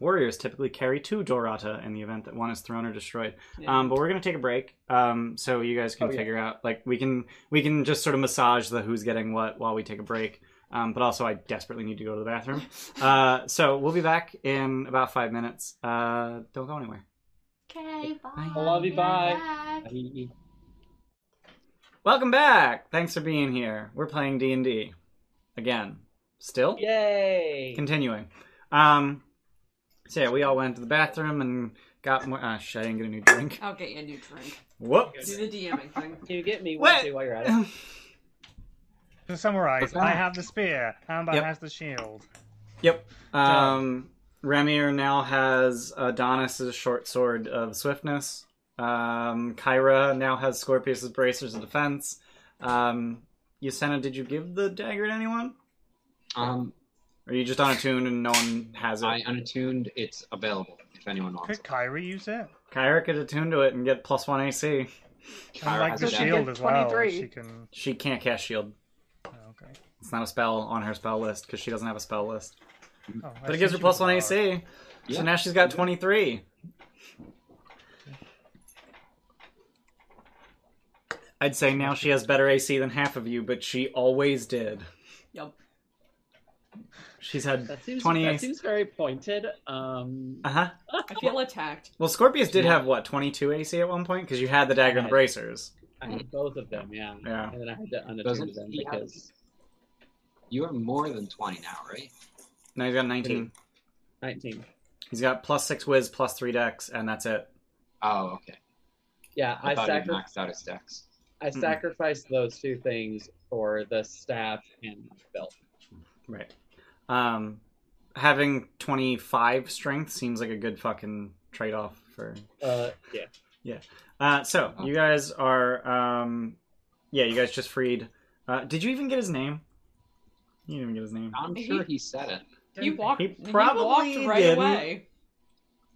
[SPEAKER 1] warriors typically carry two Dorata in the event that one is thrown or destroyed.
[SPEAKER 8] Yeah.
[SPEAKER 1] Um, but we're gonna take a break, um, so you guys can
[SPEAKER 6] Oh, yeah.
[SPEAKER 1] figure out. Like we can we can just sort of massage the who's getting what while we take a break. Um, but also, I desperately need to go to the bathroom. Uh, so we'll be back in about five minutes. Uh, don't go anywhere.
[SPEAKER 2] Okay, bye.
[SPEAKER 1] I
[SPEAKER 6] love you,
[SPEAKER 2] We're
[SPEAKER 6] bye.
[SPEAKER 2] back.
[SPEAKER 6] He-
[SPEAKER 1] Welcome back. Thanks for being here. We're playing D and D again. Still.
[SPEAKER 6] Yay!
[SPEAKER 1] continuing. Um, so yeah, we all went to the bathroom and got more. Ah, shit, I didn't get a new drink.
[SPEAKER 8] I'll get you a new drink.
[SPEAKER 1] Whoops.
[SPEAKER 8] Do the DMing thing.
[SPEAKER 6] Can you get me
[SPEAKER 1] What?
[SPEAKER 6] one too while you're at it?
[SPEAKER 5] To summarize,
[SPEAKER 1] What's
[SPEAKER 5] I
[SPEAKER 1] that?
[SPEAKER 5] have the spear. Amber
[SPEAKER 1] Yep.
[SPEAKER 5] has the shield.
[SPEAKER 1] Um, Ramir now has Adonis's short sword of swiftness. Um, Kyra now has Scorpius's bracers of defense. Um, Yusena, did you give the dagger to anyone?
[SPEAKER 3] Um,
[SPEAKER 1] Or are you just on a tune and no one has it?
[SPEAKER 3] I unattuned. It's available if anyone wants.
[SPEAKER 5] Could
[SPEAKER 3] it.
[SPEAKER 5] Kyrie use it?
[SPEAKER 1] Kyra could attune to it and get plus one AC.
[SPEAKER 5] And
[SPEAKER 3] Kyra
[SPEAKER 5] like
[SPEAKER 3] has
[SPEAKER 5] the
[SPEAKER 3] a dagger.
[SPEAKER 5] shield as well.
[SPEAKER 7] 23.
[SPEAKER 5] She can.
[SPEAKER 1] She can't cast shield.
[SPEAKER 5] Oh, okay.
[SPEAKER 1] It's not a spell on her spell list because she doesn't have a spell list.
[SPEAKER 5] Oh, I
[SPEAKER 1] But it
[SPEAKER 5] assume
[SPEAKER 1] gives her
[SPEAKER 5] she
[SPEAKER 1] plus
[SPEAKER 5] was
[SPEAKER 1] one
[SPEAKER 5] bard.
[SPEAKER 1] AC.
[SPEAKER 3] Yeah.
[SPEAKER 1] So now she's got 23. I'd say now she has better AC than half of you, but she always did.
[SPEAKER 8] Yep.
[SPEAKER 1] She's had.
[SPEAKER 6] That seems
[SPEAKER 1] 20.
[SPEAKER 6] that seems very pointed. Um,
[SPEAKER 1] Uh huh.
[SPEAKER 8] I feel attacked.
[SPEAKER 1] Well, Scorpius did have, what, 22 AC at one point? Because you had the dagger and the bracers.
[SPEAKER 6] I had both of them, yeah.
[SPEAKER 1] Yeah.
[SPEAKER 6] And then I had to
[SPEAKER 3] Doesn't
[SPEAKER 6] unattune them
[SPEAKER 3] he have-
[SPEAKER 6] because
[SPEAKER 3] You are more than twenty now, right?
[SPEAKER 1] Now he's got 19.
[SPEAKER 6] 19.
[SPEAKER 1] He's got plus 6 whiz, plus 3 dex, and that's it.
[SPEAKER 3] Oh, okay.
[SPEAKER 6] Yeah,
[SPEAKER 3] I,
[SPEAKER 6] I,
[SPEAKER 3] thought
[SPEAKER 6] sacri-
[SPEAKER 3] he maxed out his decks.
[SPEAKER 6] I
[SPEAKER 1] Mm-mm.
[SPEAKER 6] sacrificed those two things for the staff and my belt.
[SPEAKER 1] Right. Um, having 25 strength seems like a good fucking trade off for
[SPEAKER 6] Uh, yeah.
[SPEAKER 1] Uh, so you guys are, um, yeah, you guys just freed. Uh, did you even get his name? You didn't even get his name.
[SPEAKER 3] I'm sure he said it.
[SPEAKER 8] He walked.
[SPEAKER 1] He
[SPEAKER 8] He, walked
[SPEAKER 1] probably
[SPEAKER 8] right
[SPEAKER 1] didn't.
[SPEAKER 8] away.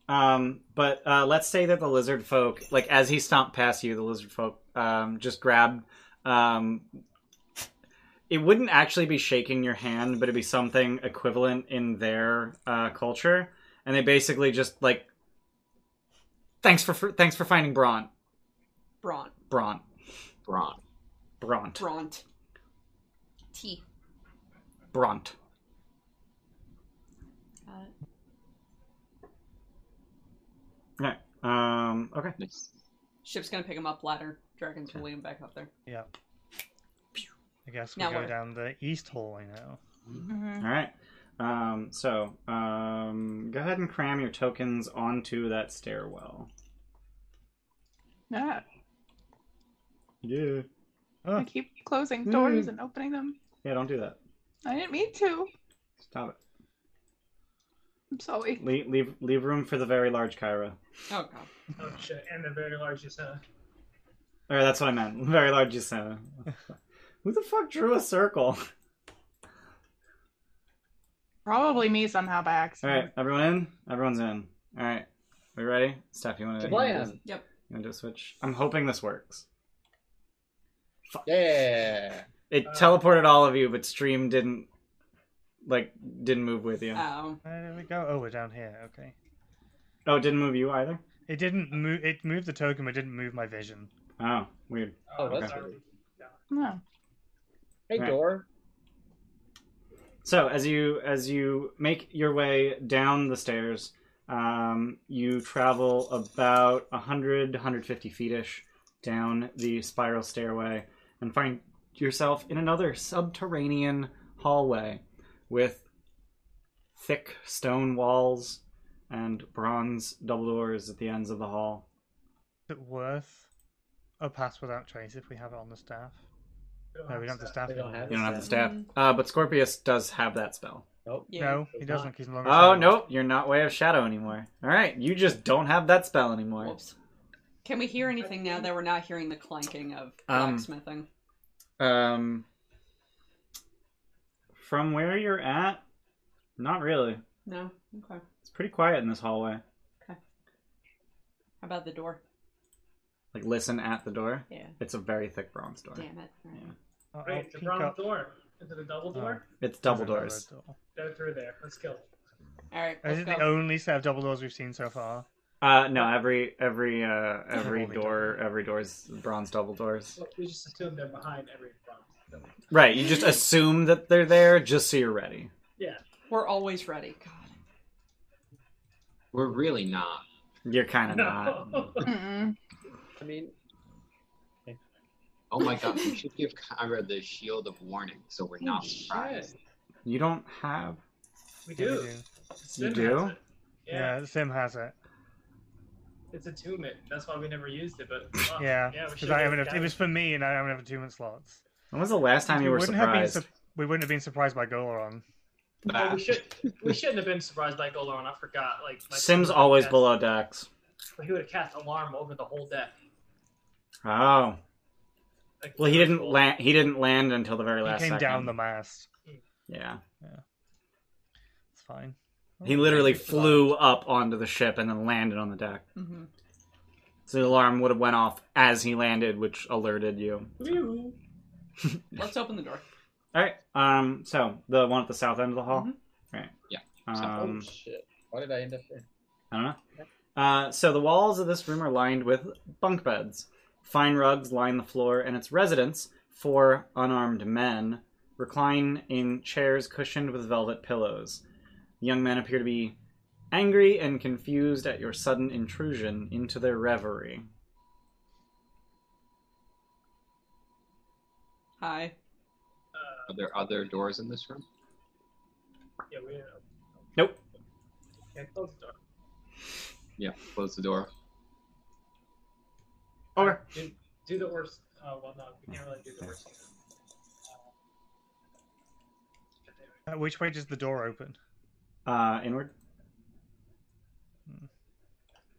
[SPEAKER 1] Um, but uh, let's say that the lizard folk, like as he stomped past you, the lizard folk um, just grabbed. Um, it wouldn't actually be shaking your hand, but it'd be something equivalent in their uh, culture, and they basically just like, thanks for, for thanks for finding Bront,
[SPEAKER 8] Bront.
[SPEAKER 1] Bront,
[SPEAKER 3] Braun.
[SPEAKER 1] Bront,
[SPEAKER 8] Bront.
[SPEAKER 2] Tea.
[SPEAKER 1] Bront.
[SPEAKER 8] Got it.
[SPEAKER 1] Okay. Um, okay.
[SPEAKER 3] Nice.
[SPEAKER 8] Ship's gonna pick him up ladder. Dragon's gonna lead him back up there.
[SPEAKER 5] I guess we
[SPEAKER 8] Now
[SPEAKER 5] go
[SPEAKER 8] we're-
[SPEAKER 5] down the east hallway now.
[SPEAKER 7] Mhm.
[SPEAKER 1] All right. Um, so um, go ahead and cram your tokens onto that stairwell.
[SPEAKER 7] Yeah,
[SPEAKER 1] Yeah.
[SPEAKER 7] I
[SPEAKER 5] Oh,
[SPEAKER 7] keep closing doors
[SPEAKER 1] Hmm.
[SPEAKER 7] and opening them.
[SPEAKER 1] Yeah. Don't do that.
[SPEAKER 7] I didn't mean to.
[SPEAKER 1] Stop it.
[SPEAKER 7] I'm sorry.
[SPEAKER 1] Leave leave, leave room for the very large Kyra.
[SPEAKER 8] Oh god.
[SPEAKER 4] Oh shit! And the very large uh, Yusena.
[SPEAKER 1] Or that's what I meant. Very large Yusena. Who the fuck drew a circle?
[SPEAKER 7] Probably me somehow by
[SPEAKER 1] All
[SPEAKER 7] accident.
[SPEAKER 1] right, everyone in? Everyone's in. All right. We ready? Steph, you want to
[SPEAKER 6] To plan.
[SPEAKER 8] Yep.
[SPEAKER 1] You want to switch? I'm hoping this works.
[SPEAKER 6] Yeah.
[SPEAKER 1] It
[SPEAKER 4] Uh,
[SPEAKER 1] teleported all of you, but stream didn't like didn't move with you.
[SPEAKER 8] Um,
[SPEAKER 5] Where did we go? Oh, we're down here. Okay.
[SPEAKER 1] oh, it didn't move you either.
[SPEAKER 5] It didn't move. It moved the token, but didn't move my vision.
[SPEAKER 1] Oh, weird.
[SPEAKER 6] Oh,
[SPEAKER 1] that's
[SPEAKER 4] sorry.
[SPEAKER 6] weird.
[SPEAKER 7] No.
[SPEAKER 6] Hey,
[SPEAKER 1] Right.
[SPEAKER 6] door.
[SPEAKER 1] So as you as you make your way down the stairs, um, you travel about 100 150 feet ish down the spiral stairway and find yourself in another subterranean hallway with thick stone walls and bronze double doors at the ends of the hall.
[SPEAKER 5] Is it worth a pass without trace if we have it on the staff? No, we don't have the
[SPEAKER 4] uh,
[SPEAKER 5] staff.
[SPEAKER 6] We don't
[SPEAKER 5] anymore.
[SPEAKER 6] have
[SPEAKER 1] You don't have the
[SPEAKER 6] Staff.
[SPEAKER 1] staff, uh, but Scorpius does have that spell.
[SPEAKER 6] Nope.
[SPEAKER 8] yeah.
[SPEAKER 5] No,
[SPEAKER 6] It's
[SPEAKER 5] he
[SPEAKER 6] not.
[SPEAKER 5] doesn't. He's no longer.
[SPEAKER 1] Oh
[SPEAKER 5] silent.
[SPEAKER 1] nope, you're not Way of Shadow anymore. All right, you just don't have that spell anymore.
[SPEAKER 8] Whoops. Can we hear anything now that we're not hearing the clanking of
[SPEAKER 1] Um,
[SPEAKER 8] blacksmithing?
[SPEAKER 1] Um, from where you're at, not really.
[SPEAKER 8] No. Okay. How
[SPEAKER 1] It's pretty quiet in this hallway.
[SPEAKER 8] about the door?
[SPEAKER 1] Like, listen at the door.
[SPEAKER 8] Yeah.
[SPEAKER 1] It's a very thick bronze door.
[SPEAKER 8] Damn it. All right.
[SPEAKER 1] Yeah.
[SPEAKER 5] I'll- I'll
[SPEAKER 4] Right, the
[SPEAKER 5] peek
[SPEAKER 4] brown
[SPEAKER 5] up. Oh.
[SPEAKER 4] door. Into the double door?
[SPEAKER 1] It's double
[SPEAKER 5] There's another
[SPEAKER 1] doors.
[SPEAKER 5] door.
[SPEAKER 4] Go through there. Let's kill it.
[SPEAKER 8] All right.
[SPEAKER 5] Is
[SPEAKER 8] Let's
[SPEAKER 5] it
[SPEAKER 8] go.
[SPEAKER 5] the only set of double doors we've seen so far?
[SPEAKER 1] Uh, no, every every uh every
[SPEAKER 5] Double
[SPEAKER 1] door every door is bronze double doors.
[SPEAKER 4] Well, we just assume they're behind every problem.
[SPEAKER 1] Right. You just assume that they're there just so you're ready.
[SPEAKER 4] Yeah.
[SPEAKER 8] We're always ready. God.
[SPEAKER 3] We're really not.
[SPEAKER 1] You're kind of not.
[SPEAKER 4] No.
[SPEAKER 7] Mm-mm.
[SPEAKER 6] I mean,
[SPEAKER 3] Oh my god, we should give Kyra the shield of warning so we're not surprised.
[SPEAKER 1] You don't have.
[SPEAKER 4] we
[SPEAKER 5] Yeah, we
[SPEAKER 4] do. Sim
[SPEAKER 1] do?
[SPEAKER 4] has it. Yeah.
[SPEAKER 5] Yeah, Sim has it.
[SPEAKER 4] It's attunement. That's why we never used it, but fuck.
[SPEAKER 5] Yeah,
[SPEAKER 4] Oh, yeah, we
[SPEAKER 5] because
[SPEAKER 4] should
[SPEAKER 5] I
[SPEAKER 4] have
[SPEAKER 5] haven't.
[SPEAKER 4] got
[SPEAKER 5] It
[SPEAKER 4] it.
[SPEAKER 5] was for me, and I haven't have two minute slots.
[SPEAKER 1] When was the last time you
[SPEAKER 5] We
[SPEAKER 1] were
[SPEAKER 5] wouldn't have been
[SPEAKER 1] surprised?
[SPEAKER 5] sur- We wouldn't have been surprised by Goleron.
[SPEAKER 4] Well,
[SPEAKER 3] Bah.
[SPEAKER 4] we should we shouldn't have been surprised by Golon. I forgot. Like my
[SPEAKER 1] Sim's
[SPEAKER 4] would've
[SPEAKER 1] always
[SPEAKER 4] cast-
[SPEAKER 1] below decks.
[SPEAKER 4] But he would have cast alarm over the whole deck.
[SPEAKER 1] Oh.
[SPEAKER 4] Like,
[SPEAKER 1] Well, he didn't
[SPEAKER 4] full-
[SPEAKER 1] land. He didn't land until the very
[SPEAKER 5] He
[SPEAKER 1] last.
[SPEAKER 5] came down
[SPEAKER 1] second.
[SPEAKER 5] the mast.
[SPEAKER 1] Yeah.
[SPEAKER 5] It's fine.
[SPEAKER 1] He literally flew up onto the ship and then landed on the deck.
[SPEAKER 8] hmm
[SPEAKER 1] So the alarm would have went off as he landed, which alerted you.
[SPEAKER 8] Mm-hmm. Let's open the door.
[SPEAKER 1] All right. Um. So the one at the south end of the hall.
[SPEAKER 8] Mhm.
[SPEAKER 1] Right.
[SPEAKER 3] Yeah.
[SPEAKER 1] Um.
[SPEAKER 6] oh shit! Why did I end up there?
[SPEAKER 1] I don't know. Uh, so the walls of this room are lined with bunk beds. Fine rugs line the floor, and its residents, four unarmed men, recline in chairs cushioned with velvet pillows. The young men appear to be angry and confused at your sudden intrusion into their reverie.
[SPEAKER 8] Hi.
[SPEAKER 3] Are there other doors in this room?
[SPEAKER 4] Yeah, we didn't.
[SPEAKER 1] Nope.
[SPEAKER 4] Yeah, close the door.
[SPEAKER 3] Yeah, close the door.
[SPEAKER 1] Or
[SPEAKER 4] Do, do the worst. Uh, well, no, we can't really do the worst. either.
[SPEAKER 5] Uh, Which way does the door open?
[SPEAKER 1] uh, inward.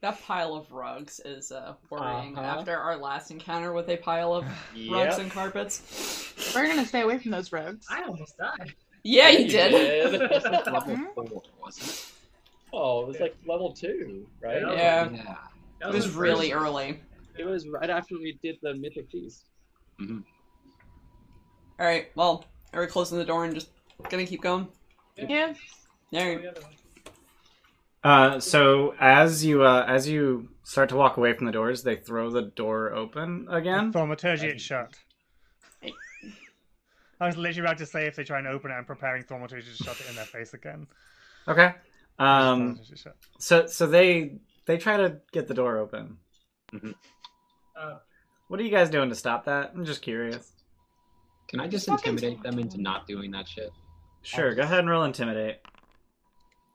[SPEAKER 8] That pile of rugs is uh, worrying
[SPEAKER 6] Uh-huh.
[SPEAKER 8] after our last encounter with a pile of rugs and carpets.
[SPEAKER 7] We're gonna stay away from those rogues.
[SPEAKER 4] I almost died.
[SPEAKER 8] Yeah, you did.
[SPEAKER 6] did.
[SPEAKER 4] It's like
[SPEAKER 3] Level
[SPEAKER 5] Uh-huh.
[SPEAKER 7] Mhm.
[SPEAKER 3] four, wasn't it?
[SPEAKER 6] oh, it was like level two, right?
[SPEAKER 4] Yeah.
[SPEAKER 8] Yeah,
[SPEAKER 3] Yeah.
[SPEAKER 4] That
[SPEAKER 8] it was
[SPEAKER 4] the
[SPEAKER 8] really
[SPEAKER 4] first-
[SPEAKER 8] early.
[SPEAKER 6] It was right after we did the Mythic Feast.
[SPEAKER 8] All right. Well, are we closing the door and just gonna keep going?
[SPEAKER 7] Yeah.
[SPEAKER 8] There.
[SPEAKER 4] Oh, the other one.
[SPEAKER 1] Uh, so as you uh, as you start to walk away from the doors, they throw the door open again.
[SPEAKER 5] Thaumaturgy, it's shut. I was literally about to say if they try and open it, I'm preparing Thaumaturgy to shut it in their face again.
[SPEAKER 1] Okay. Um,
[SPEAKER 5] Thaumaturgy shut.
[SPEAKER 1] so so they they try to get the door open.
[SPEAKER 4] Uh,
[SPEAKER 1] What are you guys doing to stop that? I'm just curious.
[SPEAKER 3] Can I just intimidate them into not doing that shit?
[SPEAKER 1] Sure, go ahead and roll intimidate.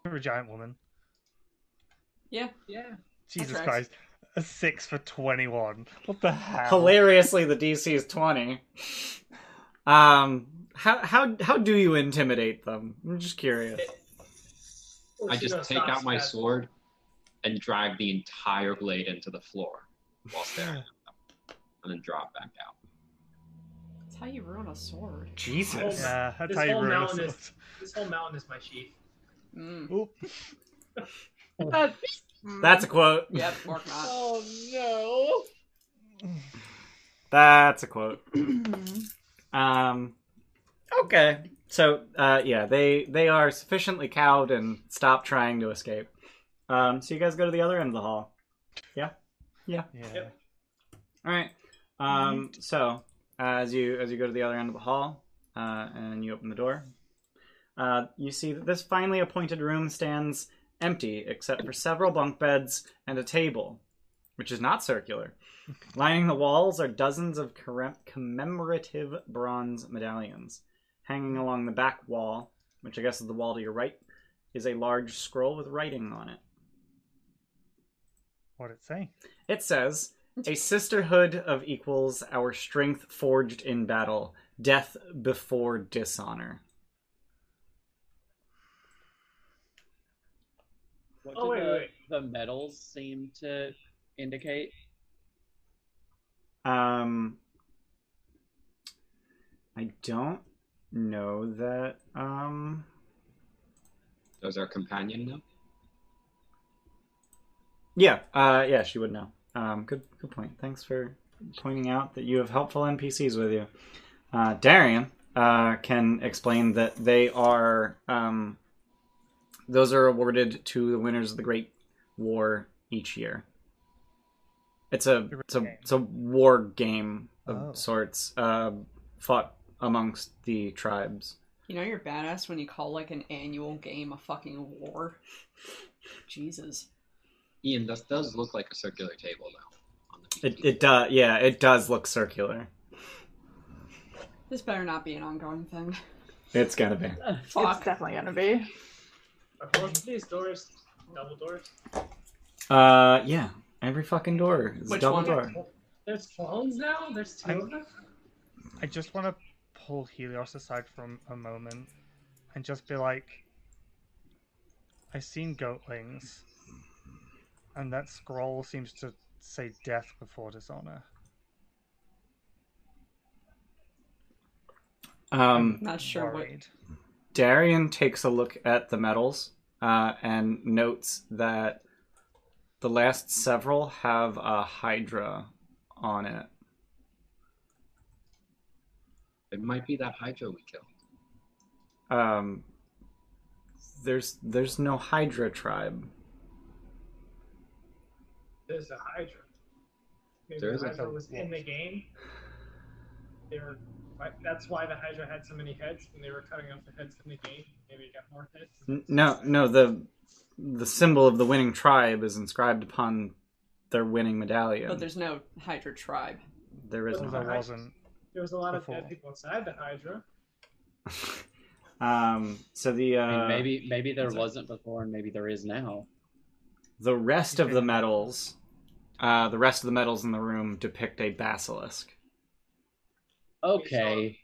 [SPEAKER 5] You're a giant woman.
[SPEAKER 4] yeah.
[SPEAKER 5] Jesus
[SPEAKER 8] tracks.
[SPEAKER 5] Christ. A six for 21. What the hell?
[SPEAKER 1] Hilariously, the DC is twenty. Um, how how how do you intimidate them? I'm just curious.
[SPEAKER 4] Well,
[SPEAKER 3] I
[SPEAKER 4] she
[SPEAKER 3] just
[SPEAKER 4] knows
[SPEAKER 3] take out
[SPEAKER 4] Scott's
[SPEAKER 3] my
[SPEAKER 4] bad.
[SPEAKER 3] sword and drag the entire blade into the floor while staring at them, and then drop back out.
[SPEAKER 8] That's how you ruin a sword.
[SPEAKER 1] Jesus.
[SPEAKER 5] Yeah, that's
[SPEAKER 4] This
[SPEAKER 5] how you
[SPEAKER 4] whole
[SPEAKER 5] ruin a
[SPEAKER 4] mountain
[SPEAKER 5] sword.
[SPEAKER 4] is- This whole mountain is my sheath.
[SPEAKER 8] Mm.
[SPEAKER 5] Oop.
[SPEAKER 4] That-
[SPEAKER 1] That's a quote.
[SPEAKER 8] Yep, Mark not.
[SPEAKER 6] Oh no!
[SPEAKER 1] That's a quote. Um, okay. So uh, yeah, they they are sufficiently cowed and stop trying to escape. Um, so you guys go to the other end of the hall.
[SPEAKER 5] Yeah.
[SPEAKER 4] Yep.
[SPEAKER 1] All right. Um, so as you as you go to the other end of the hall uh, and you open the door, uh, you see that this finely appointed room stands empty except for several bunk beds and a table, which is not circular. Lining the walls are dozens of corre- commemorative bronze medallions. Hanging along the back wall, which I guess is the wall to your right, is a large scroll with writing on it.
[SPEAKER 5] What'd it say?
[SPEAKER 1] It says, "A sisterhood of equals, our strength forged in battle, death before dishonor."
[SPEAKER 6] What
[SPEAKER 4] Oh,
[SPEAKER 6] do
[SPEAKER 4] wait,
[SPEAKER 6] the,
[SPEAKER 4] wait.
[SPEAKER 6] the medals seem to indicate?
[SPEAKER 1] Um, I don't know that. Um,
[SPEAKER 3] Does our companion know?
[SPEAKER 1] yeah, uh, yeah, she would know. Um, good, good point. Thanks for pointing out that you have helpful NPCs with you. Uh, Darian uh, can explain that they are. Um, those are awarded to the winners of the Great War each year. It's a it's a, it's a war game of
[SPEAKER 5] Oh.
[SPEAKER 1] sorts, uh, fought amongst the tribes.
[SPEAKER 8] You know you're badass when you call like an annual game a fucking war. Jesus.
[SPEAKER 3] Ian, this does look like a circular table though. On the
[SPEAKER 1] It it does yeah it does look circular.
[SPEAKER 8] This better not be an ongoing thing.
[SPEAKER 1] It's gonna be.
[SPEAKER 8] Fuck.
[SPEAKER 7] It's definitely gonna be.
[SPEAKER 4] Are both of these doors double doors?
[SPEAKER 1] Uh yeah, every fucking door is a
[SPEAKER 8] Which
[SPEAKER 1] double
[SPEAKER 8] one?
[SPEAKER 1] door.
[SPEAKER 4] There's clones now? There's two of them?
[SPEAKER 5] I just want to pull Helios aside for a- a moment and just be like, I've seen goatlings, and that scroll seems to say death before dishonor.
[SPEAKER 1] Um,
[SPEAKER 8] Not sure what-
[SPEAKER 5] Worried.
[SPEAKER 1] Darian takes a look at the medals uh, and notes that the last several have a Hydra on it.
[SPEAKER 3] It might be that hydra we killed.
[SPEAKER 1] Um, there's there's no Hydra tribe.
[SPEAKER 4] There's a Hydra. Maybe
[SPEAKER 3] There is
[SPEAKER 4] the
[SPEAKER 3] a
[SPEAKER 4] Hydra
[SPEAKER 5] Hydra.
[SPEAKER 4] was in the game. They were, right- that's why the Hydra had so many heads, and they were cutting off the heads in the game. Maybe it got more heads.
[SPEAKER 1] N- No, no the the symbol of the winning tribe is inscribed upon their winning medallion.
[SPEAKER 8] But there's no Hydra tribe.
[SPEAKER 1] there is
[SPEAKER 5] Well,
[SPEAKER 1] no
[SPEAKER 5] there
[SPEAKER 1] Hydra.
[SPEAKER 5] wasn't.
[SPEAKER 4] There was a lot of
[SPEAKER 5] Before.
[SPEAKER 4] dead people inside the Hydra.
[SPEAKER 1] Um, so the uh,
[SPEAKER 6] I mean, maybe maybe there
[SPEAKER 1] that's it.
[SPEAKER 6] wasn't before, and maybe there is now.
[SPEAKER 1] the rest of the medals, uh, the rest of the medals in the room depict a basilisk.
[SPEAKER 6] Okay,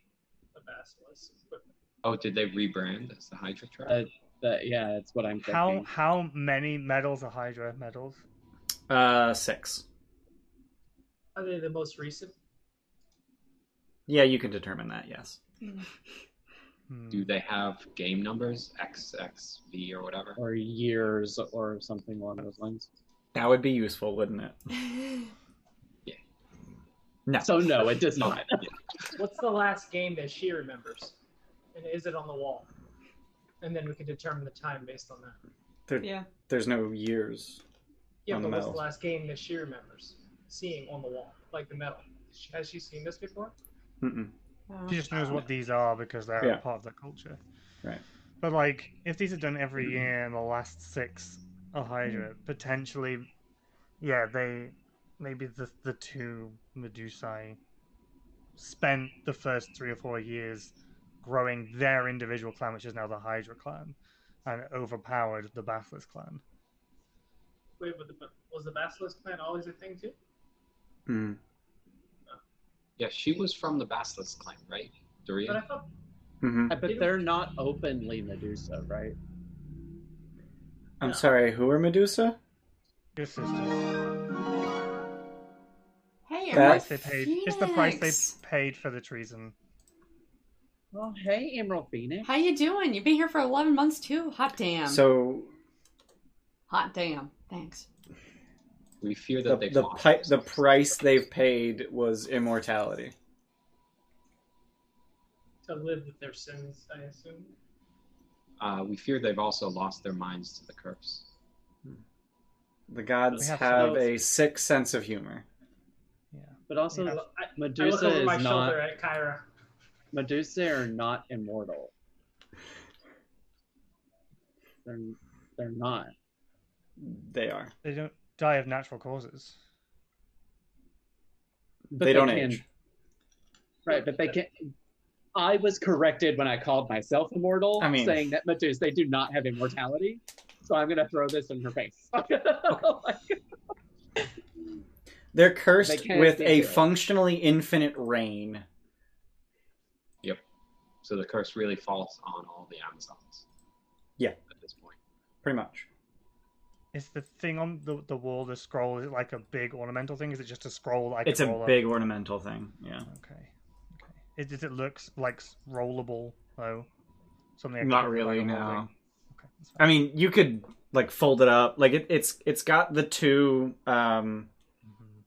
[SPEAKER 4] The Basilisk. But
[SPEAKER 3] Oh, did they rebrand as the Hydra tribe?
[SPEAKER 6] Uh, but yeah, that's what I'm thinking.
[SPEAKER 5] How how many medals are Hydra medals?
[SPEAKER 1] Uh, six.
[SPEAKER 4] are they the most recent?
[SPEAKER 1] Yeah, you can determine that. Yes.
[SPEAKER 5] Hmm.
[SPEAKER 3] Do they have game numbers? XXV or whatever?
[SPEAKER 6] Or years, or something along those lines.
[SPEAKER 1] That would be useful, wouldn't it?
[SPEAKER 6] So no, it does not.
[SPEAKER 4] What's the last game that she remembers? And is it on the wall? And then we can determine the time based on that.
[SPEAKER 8] Yeah.
[SPEAKER 1] There's no years.
[SPEAKER 4] Yeah,
[SPEAKER 1] On the
[SPEAKER 4] but what's the
[SPEAKER 1] medal.
[SPEAKER 4] last game that she remembers seeing on the wall, like the medal? Has she seen this before?
[SPEAKER 1] Mm-mm.
[SPEAKER 8] Uh,
[SPEAKER 5] She just knows what these are because they're
[SPEAKER 1] Yeah.
[SPEAKER 5] part of the culture.
[SPEAKER 1] Right.
[SPEAKER 5] But like, if these are done every year and the last six are Hydra,
[SPEAKER 1] Hmm.
[SPEAKER 5] potentially, yeah, they maybe the the two Medusae spent the first three or four years growing their individual clan, which is now the Hydra clan, and overpowered the Basilisk clan.
[SPEAKER 4] Wait, but the, was the Basilisk clan always a thing too?
[SPEAKER 1] Mm.
[SPEAKER 3] Yeah, she was from the Basilisk clan, right?
[SPEAKER 4] But I
[SPEAKER 3] Doria?
[SPEAKER 4] thought
[SPEAKER 1] hmm
[SPEAKER 6] but they're not openly Medusa, right?
[SPEAKER 1] I'm sorry. Who are Medusa?
[SPEAKER 5] Your sisters.
[SPEAKER 2] Hey,
[SPEAKER 1] That-
[SPEAKER 2] I'm
[SPEAKER 5] Price they paid. It's the price they paid for the treason.
[SPEAKER 6] Well, hey, Emerald Phoenix.
[SPEAKER 8] How you doing? You've been here for 11 months too? Hot damn.
[SPEAKER 1] So
[SPEAKER 8] Hot damn. Thanks.
[SPEAKER 3] We fear
[SPEAKER 1] the
[SPEAKER 3] that they've
[SPEAKER 1] the,
[SPEAKER 3] lost
[SPEAKER 1] pi- the
[SPEAKER 3] themselves.
[SPEAKER 1] price they've paid was immortality.
[SPEAKER 4] to live with their sins, I assume.
[SPEAKER 3] Uh, we fear they've also lost their minds to the curse.
[SPEAKER 1] The gods
[SPEAKER 5] We have
[SPEAKER 1] have
[SPEAKER 5] to-
[SPEAKER 1] a sick sense of humor.
[SPEAKER 6] But also,
[SPEAKER 5] Yeah.
[SPEAKER 4] I, I look
[SPEAKER 6] Medusa
[SPEAKER 4] over
[SPEAKER 6] is
[SPEAKER 4] my
[SPEAKER 6] not.
[SPEAKER 4] shoulder at Kyra.
[SPEAKER 6] Medusa are not immortal. They're they're not.
[SPEAKER 1] They are.
[SPEAKER 5] They don't die of natural causes.
[SPEAKER 6] But
[SPEAKER 1] they don't
[SPEAKER 6] can-
[SPEAKER 1] age.
[SPEAKER 6] Right, but they can. I was corrected when I called myself immortal,
[SPEAKER 1] I mean-
[SPEAKER 6] saying that Medusa they do not have immortality. So I'm gonna throw this in her face.
[SPEAKER 1] They're cursed
[SPEAKER 6] can't
[SPEAKER 1] with
[SPEAKER 6] think
[SPEAKER 1] a
[SPEAKER 6] of it.
[SPEAKER 1] functionally infinite reign.
[SPEAKER 3] So the curse really falls on all the Amazons.
[SPEAKER 1] Yeah.
[SPEAKER 3] At this point.
[SPEAKER 1] Pretty much.
[SPEAKER 5] Is the thing on the, the wall, the scroll, is it like a big ornamental thing? Is it just a scroll? I can
[SPEAKER 1] It's a
[SPEAKER 5] roll up?
[SPEAKER 1] big ornamental thing. Yeah.
[SPEAKER 5] Okay. Okay. It, does it look s- like s- rollable though? Something I
[SPEAKER 1] Not
[SPEAKER 5] can-
[SPEAKER 1] really,
[SPEAKER 5] like a
[SPEAKER 1] no.
[SPEAKER 5] holding? Okay, that's fine.
[SPEAKER 1] I mean, you could like fold it up. Like it, it's it's got the two um
[SPEAKER 5] Mhm.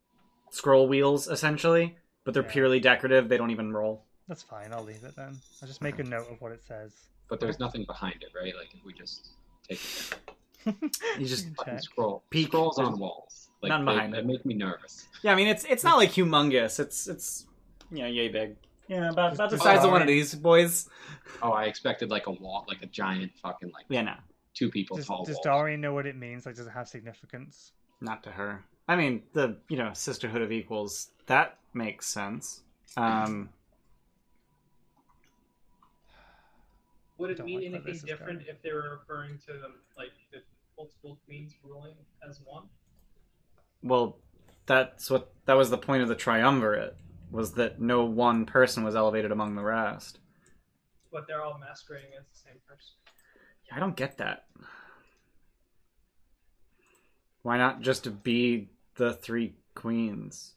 [SPEAKER 1] scroll wheels essentially, but they're
[SPEAKER 5] Yeah.
[SPEAKER 1] purely decorative. They don't even roll.
[SPEAKER 5] That's fine. I'll leave it then. I'll just make a note of what it says.
[SPEAKER 3] But there's nothing behind it, right? Like if we just take it down.
[SPEAKER 1] You just
[SPEAKER 5] Can
[SPEAKER 3] Fucking
[SPEAKER 5] check.
[SPEAKER 3] scroll.
[SPEAKER 1] Peek.
[SPEAKER 3] Scrolls on walls. Like
[SPEAKER 1] None
[SPEAKER 3] they,
[SPEAKER 1] behind
[SPEAKER 3] they
[SPEAKER 1] it.
[SPEAKER 3] make me nervous.
[SPEAKER 1] Yeah, I mean it's it's not like humongous. It's it's you know, yay big. Yeah, about,
[SPEAKER 5] Just-
[SPEAKER 1] about the
[SPEAKER 5] just
[SPEAKER 1] size of
[SPEAKER 5] sorry.
[SPEAKER 1] one of these boys.
[SPEAKER 3] Oh, I expected like a wall, like a giant fucking like
[SPEAKER 1] Yeah, no,
[SPEAKER 3] two people
[SPEAKER 5] Does,
[SPEAKER 3] tall
[SPEAKER 5] does
[SPEAKER 3] wall.
[SPEAKER 5] Dari know what it means? Like, does it have significance?
[SPEAKER 1] not to her. I mean the you know sisterhood of equals that makes sense. Um,
[SPEAKER 4] Would it
[SPEAKER 5] Don't
[SPEAKER 4] mean
[SPEAKER 5] like where
[SPEAKER 4] anything
[SPEAKER 5] this is
[SPEAKER 4] different
[SPEAKER 5] going.
[SPEAKER 4] if they were referring to them like the multiple queens ruling as one?
[SPEAKER 1] well, that's what that was the point of the triumvirate was that no one person was elevated among the rest.
[SPEAKER 4] But they're all masquerading as the same person.
[SPEAKER 1] I don't get that. Why not just be the three queens?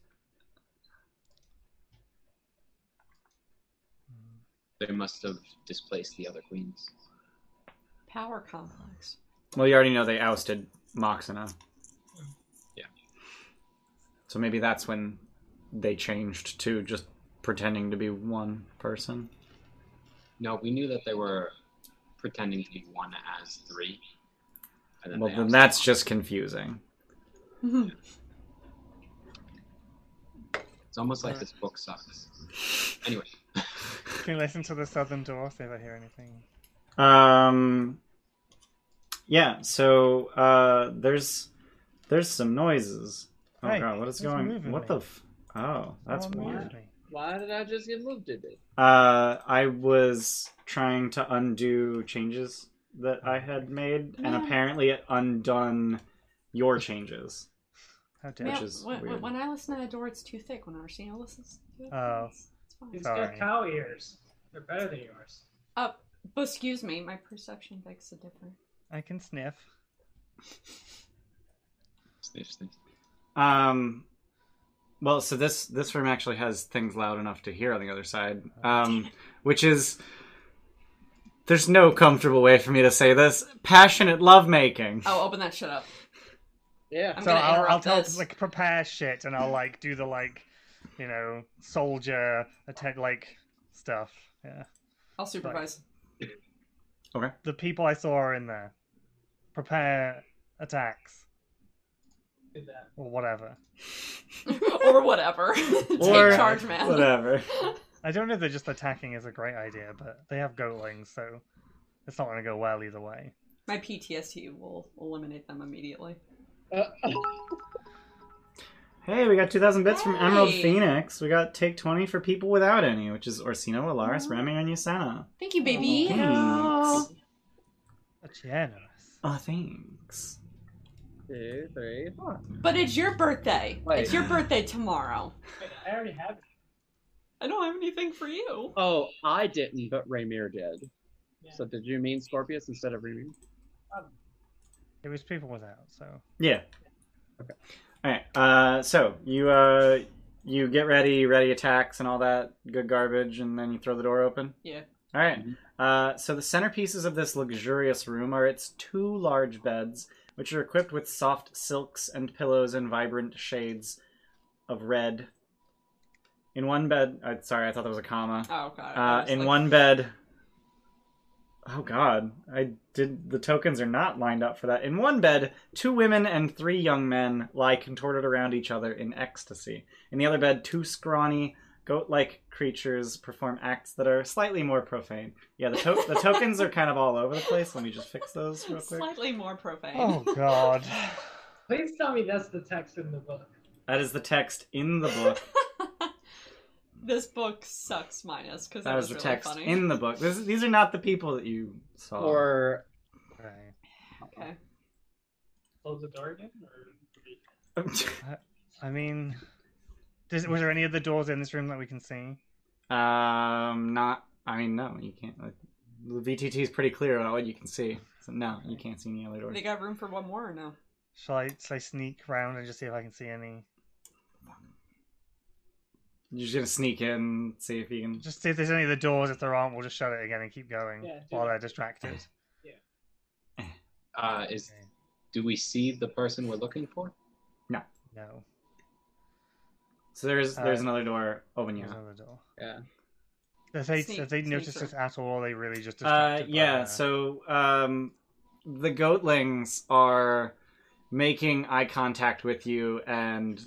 [SPEAKER 3] They must have displaced the other queens.
[SPEAKER 8] Power complex.
[SPEAKER 1] Well, you already know they ousted Moxena.
[SPEAKER 3] Yeah.
[SPEAKER 1] So maybe that's when they changed to just pretending to be one person.
[SPEAKER 3] No, we knew that they were pretending to be one as three. And
[SPEAKER 1] well,
[SPEAKER 3] they
[SPEAKER 1] then
[SPEAKER 3] also-
[SPEAKER 1] that's just confusing.
[SPEAKER 3] It's almost like this book sucks. Anyway,
[SPEAKER 5] Can you listen to the southern door? See if I hear anything.
[SPEAKER 1] Um. Yeah. So uh, there's there's some noises. Oh
[SPEAKER 5] Hey,
[SPEAKER 1] god, what is
[SPEAKER 5] it's
[SPEAKER 1] going?
[SPEAKER 5] moving
[SPEAKER 1] What
[SPEAKER 5] me.
[SPEAKER 1] the? F- oh, that's
[SPEAKER 5] Oh, no.
[SPEAKER 1] weird.
[SPEAKER 6] Why did I just get moved to this?
[SPEAKER 1] Uh, I was trying to undo changes that I had made, and
[SPEAKER 8] Yeah.
[SPEAKER 1] apparently it undone your changes.
[SPEAKER 5] How dare
[SPEAKER 8] Yeah,
[SPEAKER 1] Which
[SPEAKER 5] you.
[SPEAKER 1] is
[SPEAKER 8] when,
[SPEAKER 1] weird.
[SPEAKER 8] when I listen to that door, it's too thick. When Arsino listens to it,
[SPEAKER 5] Oh.
[SPEAKER 8] it's, it's fine.
[SPEAKER 4] He's
[SPEAKER 5] Sorry.
[SPEAKER 4] got cow ears. They're better than yours.
[SPEAKER 8] Uh, but excuse me, my perception makes a difference.
[SPEAKER 5] I can sniff.
[SPEAKER 3] sniff, sniff.
[SPEAKER 1] Um, well, so this this room actually has things loud enough to hear on the other side, um, which is there's no comfortable way for me to say this. Passionate lovemaking.
[SPEAKER 8] Oh, open that shit up.
[SPEAKER 6] Yeah.
[SPEAKER 8] I'm
[SPEAKER 5] so
[SPEAKER 8] gonna
[SPEAKER 5] I'll, I'll
[SPEAKER 8] interrupt
[SPEAKER 5] tell
[SPEAKER 8] this.
[SPEAKER 5] like prepare shit, and I'll like do the like, you know, soldier attack like stuff. Yeah.
[SPEAKER 8] I'll supervise.
[SPEAKER 5] The people I saw are in there. Prepare attacks
[SPEAKER 4] Do that.
[SPEAKER 5] or whatever.
[SPEAKER 8] or whatever. Take
[SPEAKER 1] Or
[SPEAKER 8] charge, man.
[SPEAKER 1] Whatever.
[SPEAKER 5] I don't know if they're just attacking is a great idea, but they have goatlings, so it's not going to go well either way.
[SPEAKER 8] My PTSD will eliminate them immediately.
[SPEAKER 6] Uh,
[SPEAKER 1] Hey, we got 2,000 bits from Emerald
[SPEAKER 8] Hey.
[SPEAKER 1] Phoenix. We got Take 20 for People Without Any, which is Orsino, Alaris, Remy, and Yusana.
[SPEAKER 8] Thank you, baby.
[SPEAKER 1] Thanks.
[SPEAKER 5] A generous.
[SPEAKER 1] Oh, thanks.
[SPEAKER 6] Two, three.
[SPEAKER 8] But it's your birthday.
[SPEAKER 6] Wait.
[SPEAKER 8] It's your birthday tomorrow.
[SPEAKER 4] Wait, I already have it.
[SPEAKER 8] I don't have anything for you.
[SPEAKER 6] Oh, I didn't, but Raymir did.
[SPEAKER 4] Yeah.
[SPEAKER 6] So did you mean Scorpius instead of Raymir?
[SPEAKER 5] It was people without, so
[SPEAKER 1] Yeah. Okay. All right. Uh, so you uh, you get ready, ready attacks and all that good garbage, and then you throw the door open.
[SPEAKER 8] Yeah.
[SPEAKER 1] All right.
[SPEAKER 3] Mhm.
[SPEAKER 1] Uh, so the centerpieces of this luxurious room are its two large beds, which are equipped with soft silks and pillows in vibrant shades of red. In one bed, uh, sorry, I thought that was a comma.
[SPEAKER 8] Oh god. I
[SPEAKER 1] Uh,
[SPEAKER 8] was
[SPEAKER 1] in
[SPEAKER 8] like-
[SPEAKER 1] one bed. Oh god, I did. The tokens are not lined up for that. In one bed, two women and three young men lie contorted around each other in ecstasy. In the other bed, two scrawny, goat-like creatures perform acts that are slightly more profane. Yeah, the, to- the tokens are kind of all over the place. Let me just fix those real quick.
[SPEAKER 8] Slightly more profane.
[SPEAKER 5] Oh god.
[SPEAKER 4] Please tell me that's the text in the book.
[SPEAKER 1] That is the text in the book.
[SPEAKER 8] this book sucks minus because that,
[SPEAKER 1] That was
[SPEAKER 8] was,
[SPEAKER 1] the
[SPEAKER 8] really
[SPEAKER 1] text
[SPEAKER 8] funny.
[SPEAKER 1] in the book. This, these are not the people that you saw.
[SPEAKER 6] Or
[SPEAKER 5] Okay.
[SPEAKER 8] Okay.
[SPEAKER 4] Close the door again? Or...
[SPEAKER 5] I mean, does, was there any of the doors in this room that we can see?
[SPEAKER 1] Um, not. I mean, no, you can't. Like, the VTT is pretty clear about what you can see. So no, you can't see any other doors.
[SPEAKER 8] They got room for one more or no?
[SPEAKER 5] Shall I, shall I sneak round and just see if I can see any?
[SPEAKER 1] You're just gonna sneak in, see if you can.
[SPEAKER 5] Just see if there's any of the doors. If there aren't, we'll just shut it again and keep going
[SPEAKER 4] Yeah, do
[SPEAKER 5] while
[SPEAKER 4] that.
[SPEAKER 5] they're distracted.
[SPEAKER 3] Uh, is
[SPEAKER 5] Okay.
[SPEAKER 3] do we see the person we're looking for?
[SPEAKER 5] No.
[SPEAKER 1] So there's there's
[SPEAKER 5] Uh,
[SPEAKER 1] another door open.
[SPEAKER 5] There's
[SPEAKER 1] Yeah.
[SPEAKER 5] another door.
[SPEAKER 6] Yeah.
[SPEAKER 5] If they,
[SPEAKER 8] Sneak-
[SPEAKER 5] if they
[SPEAKER 8] sneak
[SPEAKER 5] noticed
[SPEAKER 8] through.
[SPEAKER 5] us at all, they really just
[SPEAKER 1] Uh,
[SPEAKER 5] distracted by
[SPEAKER 1] yeah.
[SPEAKER 5] the-
[SPEAKER 1] So um, the goatlings are making eye contact with you, and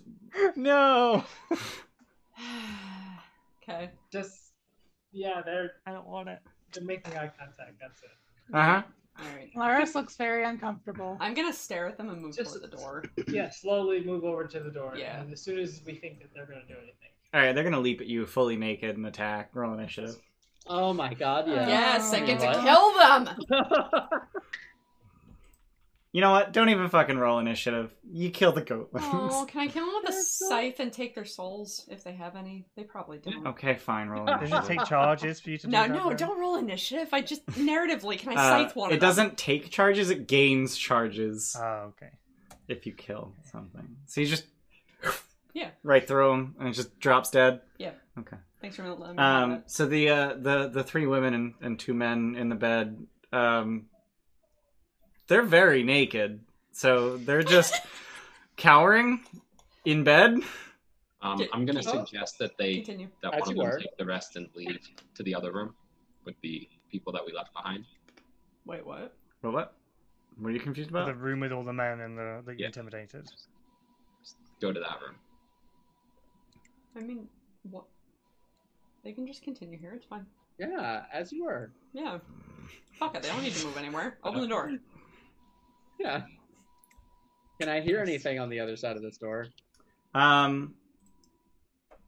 [SPEAKER 5] no.
[SPEAKER 8] okay.
[SPEAKER 4] Just, yeah, they're,
[SPEAKER 5] I don't want it.
[SPEAKER 4] they're making eye contact. That's it.
[SPEAKER 1] uh huh.
[SPEAKER 8] All right.
[SPEAKER 7] Laris looks very uncomfortable.
[SPEAKER 8] I'm gonna stare at them and move
[SPEAKER 4] Just-
[SPEAKER 8] toward the door.
[SPEAKER 4] Yeah, slowly move over to the door.
[SPEAKER 8] Yeah.
[SPEAKER 4] And as soon as we think that they're going to do anything.
[SPEAKER 1] All right, they're gonna leap at you fully naked and attack. Roll initiative.
[SPEAKER 6] oh my god, yeah.
[SPEAKER 2] Yes, I get to
[SPEAKER 6] What?
[SPEAKER 2] kill them.
[SPEAKER 1] You know what? Don't even fucking roll initiative. You kill the goatlings.
[SPEAKER 8] Oh, can I kill them with a
[SPEAKER 6] They're so-
[SPEAKER 8] scythe and take their souls if they have any? They probably don't.
[SPEAKER 1] Okay, fine. Roll
[SPEAKER 5] Does
[SPEAKER 1] initiative.
[SPEAKER 5] it take charges for you to do
[SPEAKER 8] No,
[SPEAKER 5] that,
[SPEAKER 8] no,
[SPEAKER 5] though?
[SPEAKER 8] don't roll initiative. I just narratively can I
[SPEAKER 1] Uh,
[SPEAKER 8] scythe one?
[SPEAKER 1] it
[SPEAKER 8] of them?
[SPEAKER 1] doesn't take charges; it gains charges
[SPEAKER 5] Oh, okay.
[SPEAKER 1] if you kill something. So you just
[SPEAKER 8] Yeah.
[SPEAKER 1] right through him, and it just drops dead.
[SPEAKER 8] Thanks for letting me. have
[SPEAKER 1] Um,
[SPEAKER 8] it.
[SPEAKER 1] so the uh, the the three women and, and two men in the bed, um, they're very naked, so they're just cowering in bed.
[SPEAKER 3] Um,
[SPEAKER 8] Did-
[SPEAKER 3] I'm gonna
[SPEAKER 8] oh.
[SPEAKER 3] suggest that they
[SPEAKER 8] Continue.
[SPEAKER 3] that
[SPEAKER 6] As
[SPEAKER 3] one of
[SPEAKER 6] you
[SPEAKER 3] them
[SPEAKER 6] are.
[SPEAKER 3] take the rest and leave to the other room with the people that we left behind.
[SPEAKER 8] Wait, what?
[SPEAKER 1] What? What? What are you confused
[SPEAKER 5] The
[SPEAKER 1] about?
[SPEAKER 5] room with all the men and the that you
[SPEAKER 3] Yeah.
[SPEAKER 5] intimidated.
[SPEAKER 3] Go to that room.
[SPEAKER 8] I mean, what? They can just continue here. It's fine.
[SPEAKER 6] yeah, as you were.
[SPEAKER 8] Yeah. Fuck it. They don't need to move anywhere. Open the door.
[SPEAKER 6] Yeah. Can I hear anything on the other side of this door?
[SPEAKER 1] Um,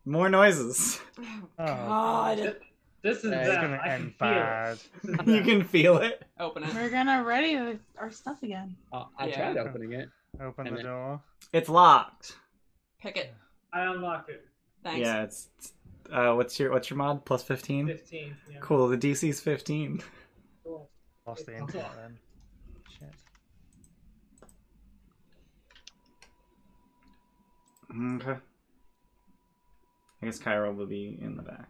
[SPEAKER 1] more noises.
[SPEAKER 8] Oh,
[SPEAKER 5] Oh.
[SPEAKER 8] God.
[SPEAKER 4] This is
[SPEAKER 5] It's
[SPEAKER 4] them.
[SPEAKER 5] gonna
[SPEAKER 4] I can
[SPEAKER 5] end
[SPEAKER 4] feel it.
[SPEAKER 5] bad.
[SPEAKER 4] This is
[SPEAKER 1] you
[SPEAKER 4] them.
[SPEAKER 1] can feel it.
[SPEAKER 8] Open it.
[SPEAKER 7] We're gonna ready our stuff again.
[SPEAKER 6] Uh, I
[SPEAKER 8] Yeah.
[SPEAKER 6] tried opening it.
[SPEAKER 5] Open
[SPEAKER 6] And
[SPEAKER 5] the
[SPEAKER 6] then-
[SPEAKER 5] door.
[SPEAKER 1] It's locked.
[SPEAKER 8] Pick it.
[SPEAKER 4] I unlock it.
[SPEAKER 8] Thanks.
[SPEAKER 1] Yeah, it's it's- uh, what's your what's your mod plus fifteen?
[SPEAKER 4] 15. Yeah.
[SPEAKER 1] Cool. The DC's fifteen.
[SPEAKER 4] Cool.
[SPEAKER 5] Lost the
[SPEAKER 4] Okay.
[SPEAKER 5] internet then. Shit.
[SPEAKER 1] Mm, Okay. I guess Cairo will be in the back.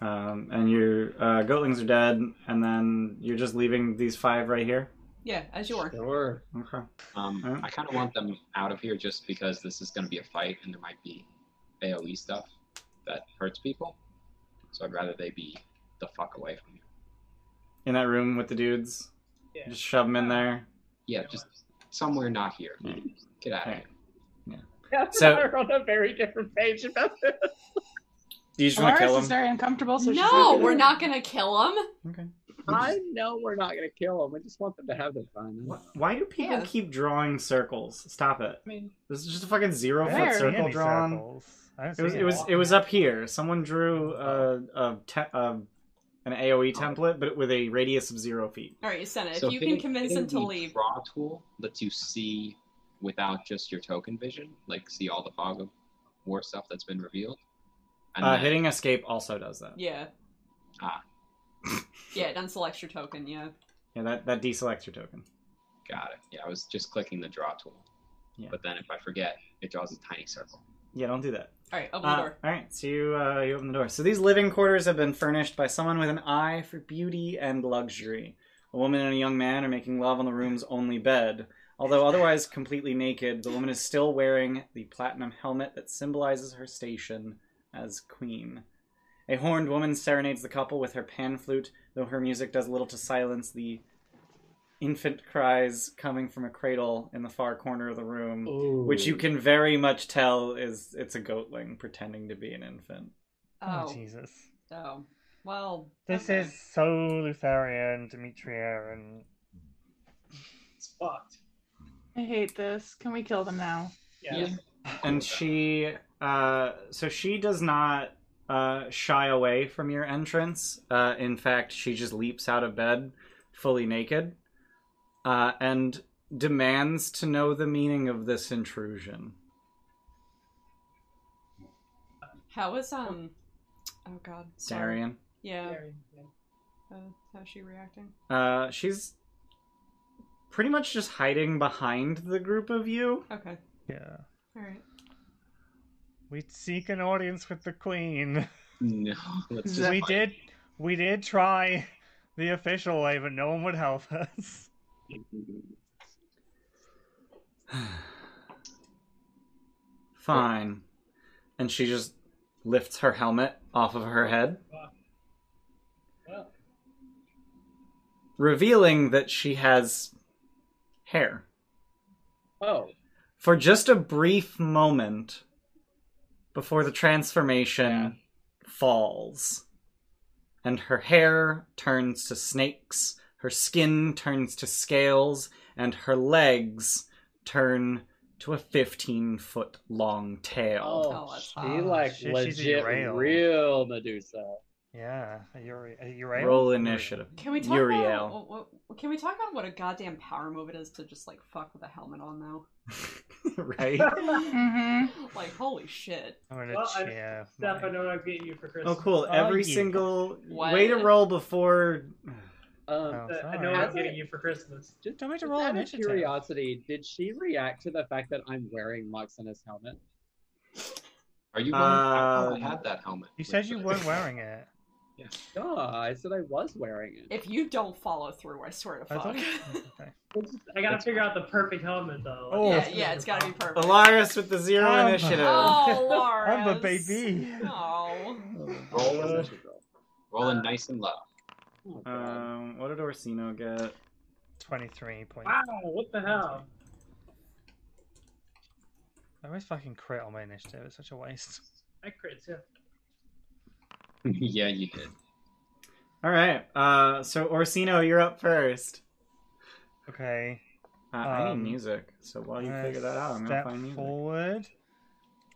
[SPEAKER 1] Um, and your uh, goatlings are dead, and then you're just leaving these five right here.
[SPEAKER 8] Yeah, as you were.
[SPEAKER 6] Sure.
[SPEAKER 1] Okay.
[SPEAKER 3] Um,
[SPEAKER 1] Alright.
[SPEAKER 3] I kind of want them out of here just because this is going to be a fight and there might be AOE stuff that hurts people. So I'd rather they be the fuck away from here.
[SPEAKER 1] In that room with the dudes.
[SPEAKER 4] Yeah.
[SPEAKER 1] Just shove them in there.
[SPEAKER 3] Yeah, just somewhere not here.
[SPEAKER 1] Yeah.
[SPEAKER 3] Get out of
[SPEAKER 1] Alright.
[SPEAKER 3] here.
[SPEAKER 1] So-
[SPEAKER 6] we're on a very different page about this.
[SPEAKER 1] Do you just want to kill
[SPEAKER 7] Laris is
[SPEAKER 1] them?
[SPEAKER 7] very uncomfortable, so she's
[SPEAKER 8] No,
[SPEAKER 7] gonna-
[SPEAKER 8] we're not gonna kill them.
[SPEAKER 1] Okay.
[SPEAKER 6] I know we're not gonna kill them. We just want them to have their fun.
[SPEAKER 1] Wh- Why do people
[SPEAKER 8] Yeah.
[SPEAKER 1] keep drawing circles? Stop it.
[SPEAKER 4] I mean,
[SPEAKER 1] This is just a fucking zero
[SPEAKER 5] I
[SPEAKER 7] Where?
[SPEAKER 1] foot
[SPEAKER 5] don't see
[SPEAKER 1] circle
[SPEAKER 5] any
[SPEAKER 1] drawn.
[SPEAKER 5] circles. I don't
[SPEAKER 1] It was
[SPEAKER 5] see
[SPEAKER 1] it was
[SPEAKER 5] any.
[SPEAKER 1] it was up here. Someone drew uh, a te- uh, an AOE template, but with a radius of zero feet.
[SPEAKER 8] All right, you sent it. If
[SPEAKER 3] So
[SPEAKER 8] you
[SPEAKER 3] hitting-
[SPEAKER 8] can convince
[SPEAKER 3] hitting
[SPEAKER 8] them to
[SPEAKER 3] the
[SPEAKER 8] leave,
[SPEAKER 3] Draw tool lets you see without just your token vision, like see all the fog of war stuff that's been revealed. And
[SPEAKER 1] Uh,
[SPEAKER 3] then-
[SPEAKER 1] hitting escape also does that.
[SPEAKER 8] yeah.
[SPEAKER 3] Ah.
[SPEAKER 8] yeah, it unselects your token. Yeah.
[SPEAKER 1] Yeah, that that deselects your token.
[SPEAKER 3] Got it. Yeah, I was just clicking the draw tool.
[SPEAKER 1] Yeah.
[SPEAKER 3] But then if I forget, it draws a tiny circle.
[SPEAKER 1] Yeah, don't do that.
[SPEAKER 8] All right, open
[SPEAKER 1] Uh,
[SPEAKER 8] the door.
[SPEAKER 1] All right, so you uh, you open the door. So these living quarters have been furnished by someone with an eye for beauty and luxury. A woman and a young man are making love on the room's only bed. Although otherwise completely naked, the woman is still wearing the platinum helmet that symbolizes her station as queen. A horned woman serenades the couple with her pan flute, though her music does little to silence the infant cries coming from a cradle in the far corner of the room which you can very much tell is it's a goatling pretending to be an infant.
[SPEAKER 5] Oh,
[SPEAKER 8] Oh,
[SPEAKER 5] Jesus.
[SPEAKER 8] oh. Well,
[SPEAKER 5] This
[SPEAKER 8] okay.
[SPEAKER 5] is so Lutheria and Demetria and
[SPEAKER 4] It's fucked.
[SPEAKER 7] I hate this. Can we kill them now?
[SPEAKER 4] Yeah.
[SPEAKER 8] Yeah.
[SPEAKER 1] And she, uh, so she does not uh, shy away from your entrance. Uh, in fact, she just leaps out of bed fully naked uh, and demands to know the meaning of this intrusion.
[SPEAKER 8] How is um? Oh God, sorry.
[SPEAKER 1] Darian,
[SPEAKER 8] Yeah,
[SPEAKER 4] Very good.
[SPEAKER 8] uh, how's she reacting?
[SPEAKER 1] uh, she's pretty much just hiding behind the group of you.
[SPEAKER 8] Okay,
[SPEAKER 5] yeah.
[SPEAKER 8] all right.
[SPEAKER 5] We seek an audience with the Queen.
[SPEAKER 3] No, let's just
[SPEAKER 5] we
[SPEAKER 3] fight.
[SPEAKER 5] did, we did try the official way, but no one would help us.
[SPEAKER 1] Fine. And she just lifts her helmet off of her head,
[SPEAKER 4] Well,
[SPEAKER 1] revealing that she has hair.
[SPEAKER 6] Oh,
[SPEAKER 1] For just a brief moment before the transformation falls, and her hair turns to snakes, her skin turns to scales, and her legs turn to a 15 foot long tail.
[SPEAKER 6] oh,
[SPEAKER 8] that's
[SPEAKER 6] she
[SPEAKER 8] hot.
[SPEAKER 6] like
[SPEAKER 5] Shit, she's a
[SPEAKER 6] legit
[SPEAKER 5] Urail.
[SPEAKER 6] real Medusa.
[SPEAKER 5] Yeah, you're you're right.
[SPEAKER 1] Roll initiative.
[SPEAKER 8] Can we talk
[SPEAKER 1] Uriel.
[SPEAKER 8] about what, what- Can we talk about what a goddamn power move it is to just like fuck with a helmet on though?
[SPEAKER 1] right?
[SPEAKER 7] Mm-hmm.
[SPEAKER 8] like holy shit!
[SPEAKER 5] I'm gonna
[SPEAKER 4] Well, I-
[SPEAKER 5] cheer.
[SPEAKER 4] Steph, I
[SPEAKER 5] my-
[SPEAKER 4] know what I'm getting you for Christmas.
[SPEAKER 1] Oh, cool.
[SPEAKER 5] Oh,
[SPEAKER 1] Every
[SPEAKER 5] yeah.
[SPEAKER 1] single
[SPEAKER 8] What?
[SPEAKER 1] way to roll before.
[SPEAKER 6] Um,
[SPEAKER 5] Oh,
[SPEAKER 4] Uh, I
[SPEAKER 5] sorry.
[SPEAKER 4] know what I'm
[SPEAKER 6] sorry.
[SPEAKER 4] getting you for Christmas.
[SPEAKER 6] just
[SPEAKER 5] Don't make her
[SPEAKER 6] just
[SPEAKER 5] roll
[SPEAKER 6] out of
[SPEAKER 5] initiative.
[SPEAKER 6] curiosity, did she react to the fact that I'm wearing Moxina's helmet?
[SPEAKER 3] Are you? wearing- I thought I
[SPEAKER 1] Uh,
[SPEAKER 3] had that helmet.
[SPEAKER 5] You said you weren't wearing it.
[SPEAKER 6] Yeah, I said I was wearing it.
[SPEAKER 8] If you don't follow through, I swear to
[SPEAKER 5] I
[SPEAKER 8] fuck.
[SPEAKER 5] thought. Okay.
[SPEAKER 4] I gotta figure out the perfect helmet though.
[SPEAKER 5] Oh.
[SPEAKER 8] yeah, yeah, it's gotta be perfect.
[SPEAKER 1] Alaris with the zero
[SPEAKER 5] Um,
[SPEAKER 1] initiative.
[SPEAKER 8] Oh, Laura.
[SPEAKER 5] I'm a baby.
[SPEAKER 8] Oh.
[SPEAKER 3] Roll,
[SPEAKER 5] Uh,
[SPEAKER 3] rolling nice and low.
[SPEAKER 6] Oh, God.
[SPEAKER 1] Um, what did Orsino get?
[SPEAKER 5] Twenty-three points.
[SPEAKER 4] Wow, what the hell?
[SPEAKER 5] I always fucking crit on my initiative. It's such a waste.
[SPEAKER 4] I crit too.
[SPEAKER 3] yeah, you did.
[SPEAKER 1] All right. Uh, so Orsino, you're up first.
[SPEAKER 5] Okay.
[SPEAKER 1] Uh, I
[SPEAKER 5] Um,
[SPEAKER 1] need music. So while you
[SPEAKER 5] I'm gonna
[SPEAKER 1] figure that out, I'm gonna
[SPEAKER 5] step
[SPEAKER 1] find music.
[SPEAKER 5] forward.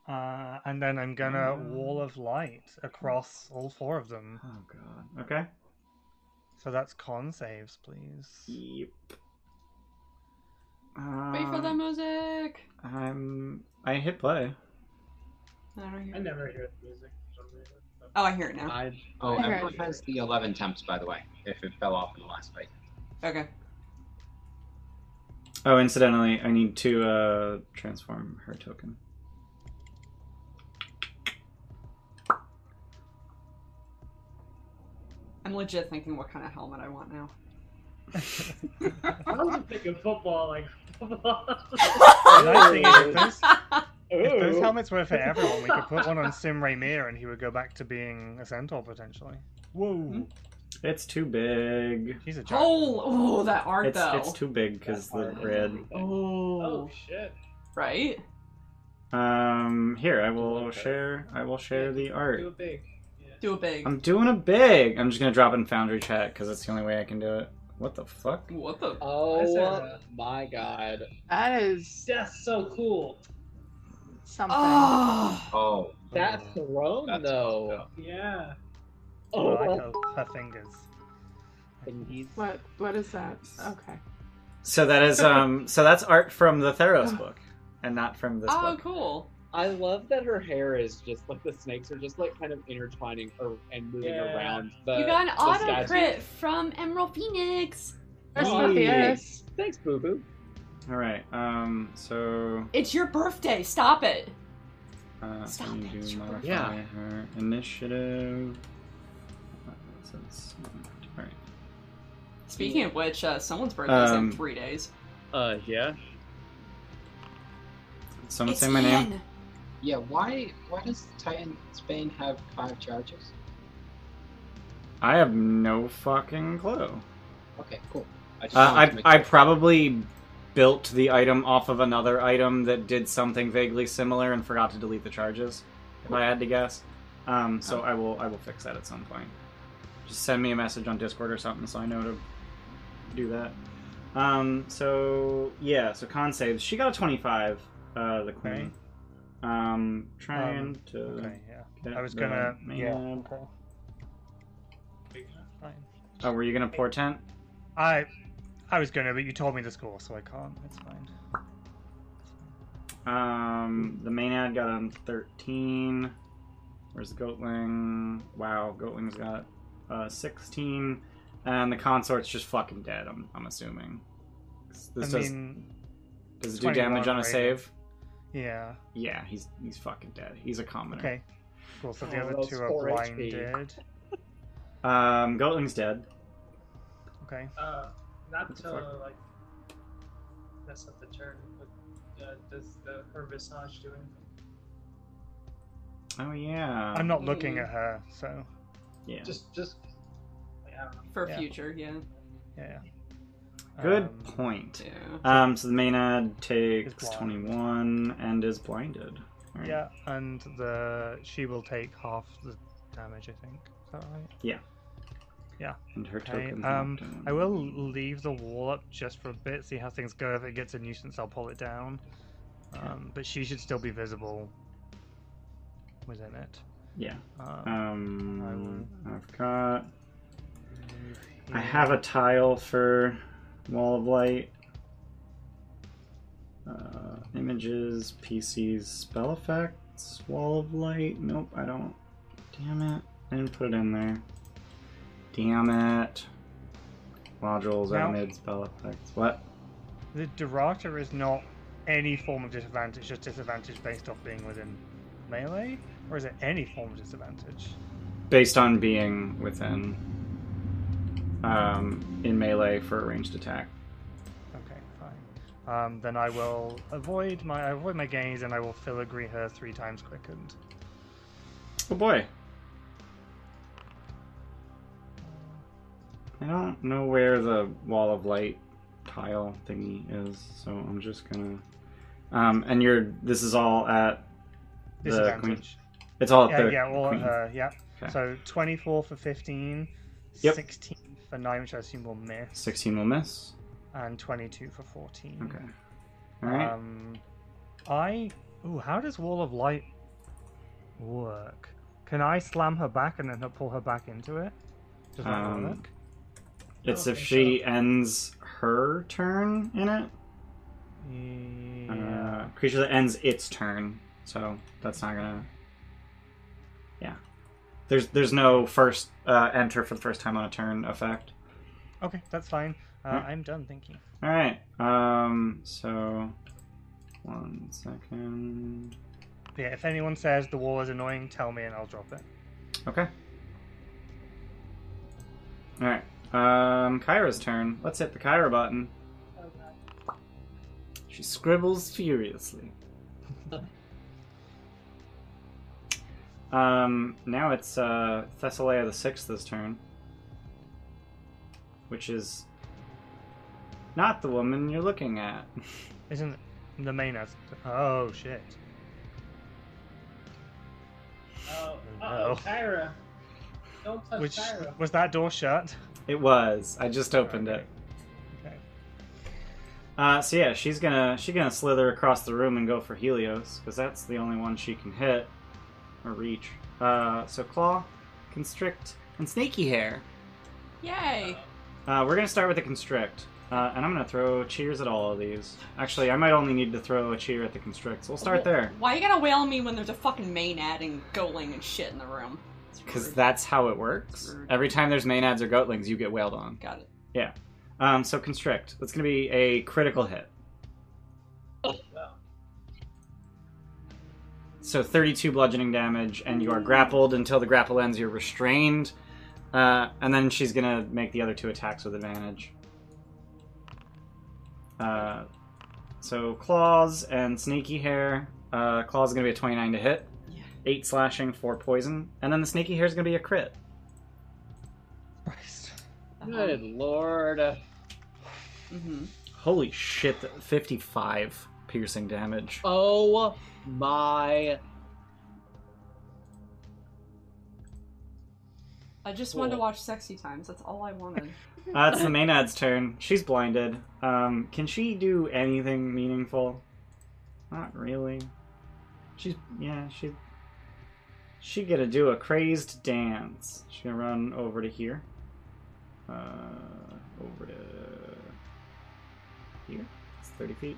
[SPEAKER 5] Uh, and then I'm gonna
[SPEAKER 4] Mm.
[SPEAKER 1] Um,
[SPEAKER 5] wall of light across all four of them.
[SPEAKER 1] Oh god. Okay.
[SPEAKER 5] So that's con saves, please.
[SPEAKER 1] Yep.
[SPEAKER 8] Wait for the
[SPEAKER 1] Um,
[SPEAKER 8] music.
[SPEAKER 1] I'm. I hit play.
[SPEAKER 8] I don't hear.
[SPEAKER 4] I
[SPEAKER 8] it.
[SPEAKER 4] never hear the music for some reason. but-
[SPEAKER 8] Oh, I hear it now.
[SPEAKER 6] I,
[SPEAKER 3] Oh,
[SPEAKER 7] Okay.
[SPEAKER 3] everyone has the eleven temps, by the way. If it fell off in the last fight.
[SPEAKER 8] Okay.
[SPEAKER 1] Oh, incidentally, I need to uh, transform her token.
[SPEAKER 8] I'm legit thinking what kind of helmet I want now.
[SPEAKER 4] I was thinking football, like football. Oh.
[SPEAKER 5] The nice thing is, if those, if those
[SPEAKER 4] Ooh.
[SPEAKER 5] helmets were for everyone, we could put one on Sim Raymir and he would go back to being a centaur potentially. Whoa!
[SPEAKER 1] It's too big.
[SPEAKER 5] She's a giant.
[SPEAKER 8] Oh, oh, that art
[SPEAKER 1] It's,
[SPEAKER 8] though.
[SPEAKER 1] it's too big because the
[SPEAKER 6] That art.
[SPEAKER 1] red.
[SPEAKER 8] oh,
[SPEAKER 4] Oh shit.
[SPEAKER 8] right.
[SPEAKER 1] Um, here I will
[SPEAKER 6] Okay.
[SPEAKER 1] share. I will share the art.
[SPEAKER 4] Do it big. Yeah.
[SPEAKER 8] Do a big.
[SPEAKER 1] I'm doing a big. I'm just gonna drop in Foundry chat because it's the only way I can do it. What the fuck?
[SPEAKER 8] What the?
[SPEAKER 4] I
[SPEAKER 6] oh
[SPEAKER 4] said, uh,
[SPEAKER 6] my god.
[SPEAKER 7] That is
[SPEAKER 4] That's so cool.
[SPEAKER 7] something.
[SPEAKER 8] Oh,
[SPEAKER 3] Oh,
[SPEAKER 6] That throne
[SPEAKER 3] that's
[SPEAKER 6] though.
[SPEAKER 4] Yeah.
[SPEAKER 5] Oh, I like
[SPEAKER 6] Oh,
[SPEAKER 5] her, her fingers.
[SPEAKER 6] and he's
[SPEAKER 7] What? What is that? Okay.
[SPEAKER 1] So that is um. so that's art from the Theros book, and not from this
[SPEAKER 8] oh,
[SPEAKER 1] book.
[SPEAKER 8] cool.
[SPEAKER 6] I love that her hair is just like the snakes are just like kind of intertwining or, and moving
[SPEAKER 4] Yeah.
[SPEAKER 6] around the.
[SPEAKER 8] you got an
[SPEAKER 6] the
[SPEAKER 8] auto
[SPEAKER 6] statue.
[SPEAKER 8] crit from Emerald Phoenix.
[SPEAKER 7] That's
[SPEAKER 1] Oh,
[SPEAKER 7] not the
[SPEAKER 1] yeah.
[SPEAKER 7] S.
[SPEAKER 6] Thanks, Boo Boo.
[SPEAKER 1] All right. Um. So
[SPEAKER 8] It's your birthday. Stop it.
[SPEAKER 1] Uh,
[SPEAKER 2] Stop
[SPEAKER 1] and
[SPEAKER 2] it,
[SPEAKER 1] do
[SPEAKER 2] it's
[SPEAKER 1] modify
[SPEAKER 6] Yeah.
[SPEAKER 1] her initiative. Uh, so it's- all right.
[SPEAKER 8] Speaking of which, uh, someone's birthday's
[SPEAKER 1] Um,
[SPEAKER 8] in three days.
[SPEAKER 6] Uh, yeah.
[SPEAKER 1] Did Someone
[SPEAKER 2] It's
[SPEAKER 1] say my name.
[SPEAKER 2] Ian.
[SPEAKER 3] Yeah, why why does Titan Spain have five charges?
[SPEAKER 1] I have no fucking clue.
[SPEAKER 3] Okay, cool. I just wanted
[SPEAKER 1] Uh,
[SPEAKER 3] to make
[SPEAKER 1] I I
[SPEAKER 3] sure.
[SPEAKER 1] probably built the item off of another item that did something vaguely similar and forgot to delete the charges. If I had to guess, um,
[SPEAKER 5] Oh.
[SPEAKER 1] so I will I will fix that at some point. Just send me a message on Discord or something so I know to do that. Um, so yeah, so con saves. She got a twenty five. Uh, the queen. Um, trying
[SPEAKER 5] Um,
[SPEAKER 1] to.
[SPEAKER 5] Okay, yeah.
[SPEAKER 1] get
[SPEAKER 5] I was
[SPEAKER 1] the
[SPEAKER 5] gonna.
[SPEAKER 1] man-
[SPEAKER 5] Yeah. Okay. Fine.
[SPEAKER 1] Oh, were you gonna portent?
[SPEAKER 5] I, I was gonna, but you told me the score, so I can't. It's fine.
[SPEAKER 1] Um, the main ad got on 13. Where's the Goatling? Wow, Goatling's got uh, 16. And the consort's just fucking dead, I'm, I'm assuming. This
[SPEAKER 5] I
[SPEAKER 1] does,
[SPEAKER 5] mean,
[SPEAKER 1] does it do damage
[SPEAKER 5] 21,
[SPEAKER 1] on a
[SPEAKER 5] right?
[SPEAKER 1] save?
[SPEAKER 5] yeah.
[SPEAKER 1] Yeah, he's he's fucking dead. He's a commoner.
[SPEAKER 5] Okay. Cool. So the
[SPEAKER 6] Oh,
[SPEAKER 5] other
[SPEAKER 6] those
[SPEAKER 5] two are
[SPEAKER 6] 4 HP.
[SPEAKER 5] blinded.
[SPEAKER 1] Um, Goatling's dead.
[SPEAKER 5] Okay.
[SPEAKER 4] Uh, not
[SPEAKER 1] What the
[SPEAKER 4] to
[SPEAKER 1] fuck?
[SPEAKER 4] like mess up the turn, but uh, does the her visage do anything?
[SPEAKER 1] Oh, yeah.
[SPEAKER 5] I'm not looking
[SPEAKER 8] Mm.
[SPEAKER 5] at her, so
[SPEAKER 1] Yeah.
[SPEAKER 4] Just, just like, I don't know.
[SPEAKER 8] For
[SPEAKER 5] yeah.
[SPEAKER 8] future, yeah.
[SPEAKER 5] yeah.
[SPEAKER 1] Good
[SPEAKER 5] Um,
[SPEAKER 1] point.
[SPEAKER 8] Yeah.
[SPEAKER 1] Um, so the main ad takes
[SPEAKER 5] blind.
[SPEAKER 1] 21 and is blinded. All right.
[SPEAKER 5] Yeah, and the she will take half the damage. I think. Is that right?
[SPEAKER 1] And her
[SPEAKER 5] Okay,
[SPEAKER 1] token.
[SPEAKER 5] um, I will leave the wall up just for a bit, see how things go. If it gets a nuisance, I'll pull it down. Um, but she should still be visible within it.
[SPEAKER 1] Yeah. Uh,
[SPEAKER 5] Um,
[SPEAKER 1] Um,
[SPEAKER 5] I
[SPEAKER 1] I've got.
[SPEAKER 5] move
[SPEAKER 1] I
[SPEAKER 5] here.
[SPEAKER 1] have a tile for Wall of Light. Uh, images, PCs, spell effects, Wall of Light. Nope, I don't. Damn it. I didn't put it in there. Damn it. Modules,
[SPEAKER 5] No.
[SPEAKER 1] I made spell effects. What?
[SPEAKER 5] The Durata is not any form of disadvantage, just disadvantage based off being within melee? Or is it any form of disadvantage?
[SPEAKER 1] Based on being within. Um, in melee for a ranged attack.
[SPEAKER 5] Okay, fine. Um, then I will avoid my I avoid my gaze and I will filigree her three times quickened.
[SPEAKER 1] Oh boy. I don't know where the wall of light tile thingy is, so I'm just gonna. Um, and you're. This is all at. The queen.
[SPEAKER 5] Disadvantage.
[SPEAKER 1] It's all at
[SPEAKER 5] Yeah,
[SPEAKER 1] the.
[SPEAKER 5] yeah, well,
[SPEAKER 1] queen.
[SPEAKER 5] uh, yeah.
[SPEAKER 1] Okay.
[SPEAKER 5] So 24 for 15,
[SPEAKER 1] Yep.
[SPEAKER 5] 16 for 9, which I assume will miss,
[SPEAKER 1] Sixteen will miss.
[SPEAKER 5] and 22 for 14.
[SPEAKER 1] Okay. All right.
[SPEAKER 5] Um, I. Ooh, how does Wall of Light work? Can I slam her back and then her- pull her back into it? Does that
[SPEAKER 1] Um,
[SPEAKER 5] work?
[SPEAKER 1] it's
[SPEAKER 4] don't
[SPEAKER 1] if
[SPEAKER 4] think
[SPEAKER 1] she
[SPEAKER 4] so.
[SPEAKER 1] ends her turn in it.
[SPEAKER 5] Yeah.
[SPEAKER 1] Uh, creature that ends its turn. So that's not gonna. Yeah. There's there's no first uh, enter for the first time on a turn effect.
[SPEAKER 5] okay, that's fine. Uh,
[SPEAKER 1] Alright.
[SPEAKER 5] I'm done, thank you.
[SPEAKER 1] All right. Um. So, one second.
[SPEAKER 5] Yeah, if anyone says the wall is annoying, tell me and I'll drop it.
[SPEAKER 1] Okay. All right. Um. Kyra's turn. Let's hit the Kyra button. She scribbles furiously. um. Now it's uh Thessalia the Sixth this turn, which is not the woman you're looking at.
[SPEAKER 5] Isn't the main as. Oh, shit.
[SPEAKER 4] Oh,
[SPEAKER 5] Oh,
[SPEAKER 4] uh-oh,
[SPEAKER 5] no.
[SPEAKER 4] Kyra. Don't touch
[SPEAKER 5] Which
[SPEAKER 4] Kyra.
[SPEAKER 5] was that door shut?
[SPEAKER 1] It was. I just opened it.
[SPEAKER 5] Okay.
[SPEAKER 1] Uh, so yeah, she's gonna she's gonna slither across the room and go for Helios because that's the only one she can hit or reach. Uh, so claw, constrict, and snaky hair.
[SPEAKER 8] Yay!
[SPEAKER 1] Uh, we're gonna start with the constrict, uh, and I'm gonna throw cheers at all of these. Actually, I might only need to throw a cheer at the constrict, so we'll start there
[SPEAKER 8] Why you gotta wail me when there's a fucking main ad and goling and shit in the room? It's
[SPEAKER 1] because
[SPEAKER 8] rude.
[SPEAKER 1] that's how it works.
[SPEAKER 8] Rude.
[SPEAKER 1] Every time there's maenads or goatlings, you get wailed on.
[SPEAKER 8] Got it.
[SPEAKER 1] Um, so constrict. That's gonna be a critical hit. So 32 bludgeoning damage, and you are grappled until the grapple ends. You're restrained, uh, and then she's gonna make the other two attacks with advantage. Uh, so claws and sneaky hair. Uh, claws is gonna be a 29 to hit,
[SPEAKER 8] Yeah.
[SPEAKER 1] eight slashing, four poison, and then the sneaky hair is gonna be a crit.
[SPEAKER 5] Christ.
[SPEAKER 8] Uh-huh.
[SPEAKER 6] Good lord.
[SPEAKER 8] hmm
[SPEAKER 1] Holy shit! 55 piercing damage.
[SPEAKER 6] Oh my.
[SPEAKER 8] I just wanted to
[SPEAKER 6] Cool.
[SPEAKER 8] watch sexy times. That's all I wanted.
[SPEAKER 1] Uh, it's the Maynard's turn. She's blinded. Um, can she do anything meaningful? Not really. She's yeah. She she gonna do a crazed dance. She gonna run over to here. Uh, over to here. It's thirty feet.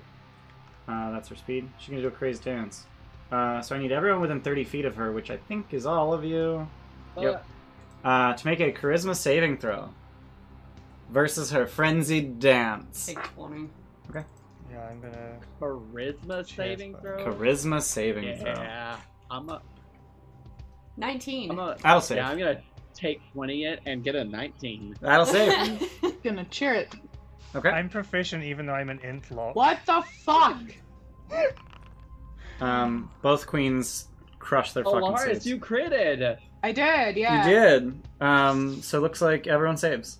[SPEAKER 1] Uh, that's her speed. She's gonna do a crazed dance. Uh, so I need everyone within thirty feet of her, which I think is all of you
[SPEAKER 6] Yep.
[SPEAKER 1] uh, to make a charisma saving throw versus her frenzied dance.
[SPEAKER 8] Take 20.
[SPEAKER 5] Yeah, I'm gonna.
[SPEAKER 6] Charisma saving
[SPEAKER 5] bud.
[SPEAKER 6] throw.
[SPEAKER 1] Charisma saving throw.
[SPEAKER 6] Yeah. I'm a.
[SPEAKER 8] 19.
[SPEAKER 6] I'm a.
[SPEAKER 1] That'll save.
[SPEAKER 6] Yeah, I'm gonna take 20 it and get a 19.
[SPEAKER 1] That'll save.
[SPEAKER 7] Gonna cheer it.
[SPEAKER 1] Okay.
[SPEAKER 5] I'm proficient even though I'm an int lock.
[SPEAKER 7] What the fuck?
[SPEAKER 1] Um, both queens crush their
[SPEAKER 6] Oh,
[SPEAKER 1] fucking
[SPEAKER 6] Lars,
[SPEAKER 1] saves.
[SPEAKER 6] you critted.
[SPEAKER 7] I did, yeah.
[SPEAKER 1] You did. Um, so looks like everyone saves.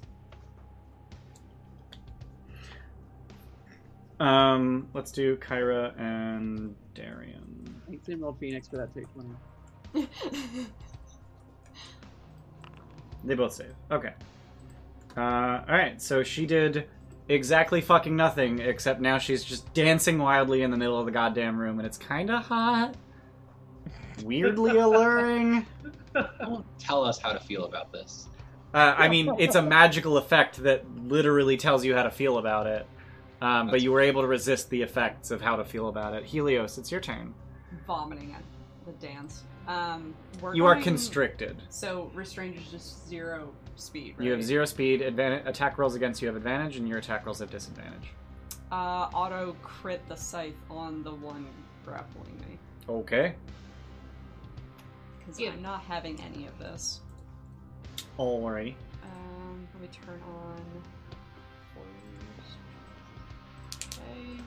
[SPEAKER 1] Um, let's do Kyra and Darian.
[SPEAKER 6] Thanks, Emerald Phoenix, for that take 20.
[SPEAKER 1] They both save. Okay. Uh, all right. So she did exactly fucking nothing, except now she's just dancing wildly in the middle of the goddamn room, and it's kind of hot, weirdly alluring.
[SPEAKER 3] Tell us how to feel about this.
[SPEAKER 1] Uh, I mean, it's a magical effect that literally tells you how to feel about it. Um, but you were able to resist the effects of how to feel about it. Helios, it's your turn.
[SPEAKER 8] Vomiting at the dance. Um, we're
[SPEAKER 1] You are
[SPEAKER 8] going-
[SPEAKER 1] constricted.
[SPEAKER 8] So restrained is just zero speed, right?
[SPEAKER 1] You have zero speed. Advan- attack rolls against you have advantage, and your attack rolls have disadvantage.
[SPEAKER 8] Uh, auto crit the scythe on the one grappling me.
[SPEAKER 1] Okay.
[SPEAKER 8] Because
[SPEAKER 2] Yeah.
[SPEAKER 8] I'm not having any of this.
[SPEAKER 1] Alrighty.
[SPEAKER 8] Um, let me turn on. foils. Okay. And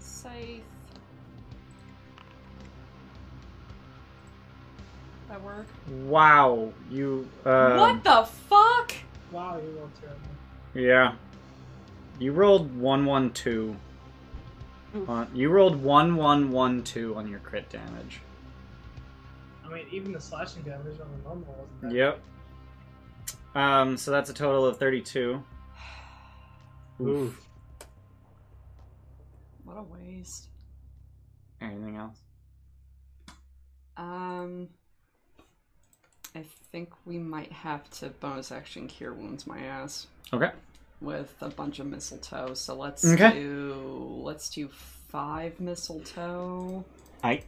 [SPEAKER 8] scythe. That work?
[SPEAKER 1] Wow, you. Uh,
[SPEAKER 8] what the fuck?
[SPEAKER 4] Wow, you rolled terrible.
[SPEAKER 1] Yeah, you rolled one one two.
[SPEAKER 7] Oof.
[SPEAKER 1] On, you rolled one one one two on your crit damage.
[SPEAKER 4] I mean, even the slashing damage on the normal wasn't that.
[SPEAKER 1] Yep. Um, so that's a total of thirty two. Oof.
[SPEAKER 8] What a waste.
[SPEAKER 1] Anything else?
[SPEAKER 8] Um, I think we might have to bonus action cure wounds my ass
[SPEAKER 1] Okay.
[SPEAKER 8] with a bunch of mistletoe. So let's
[SPEAKER 1] Okay.
[SPEAKER 8] do let's do five mistletoe.
[SPEAKER 1] I.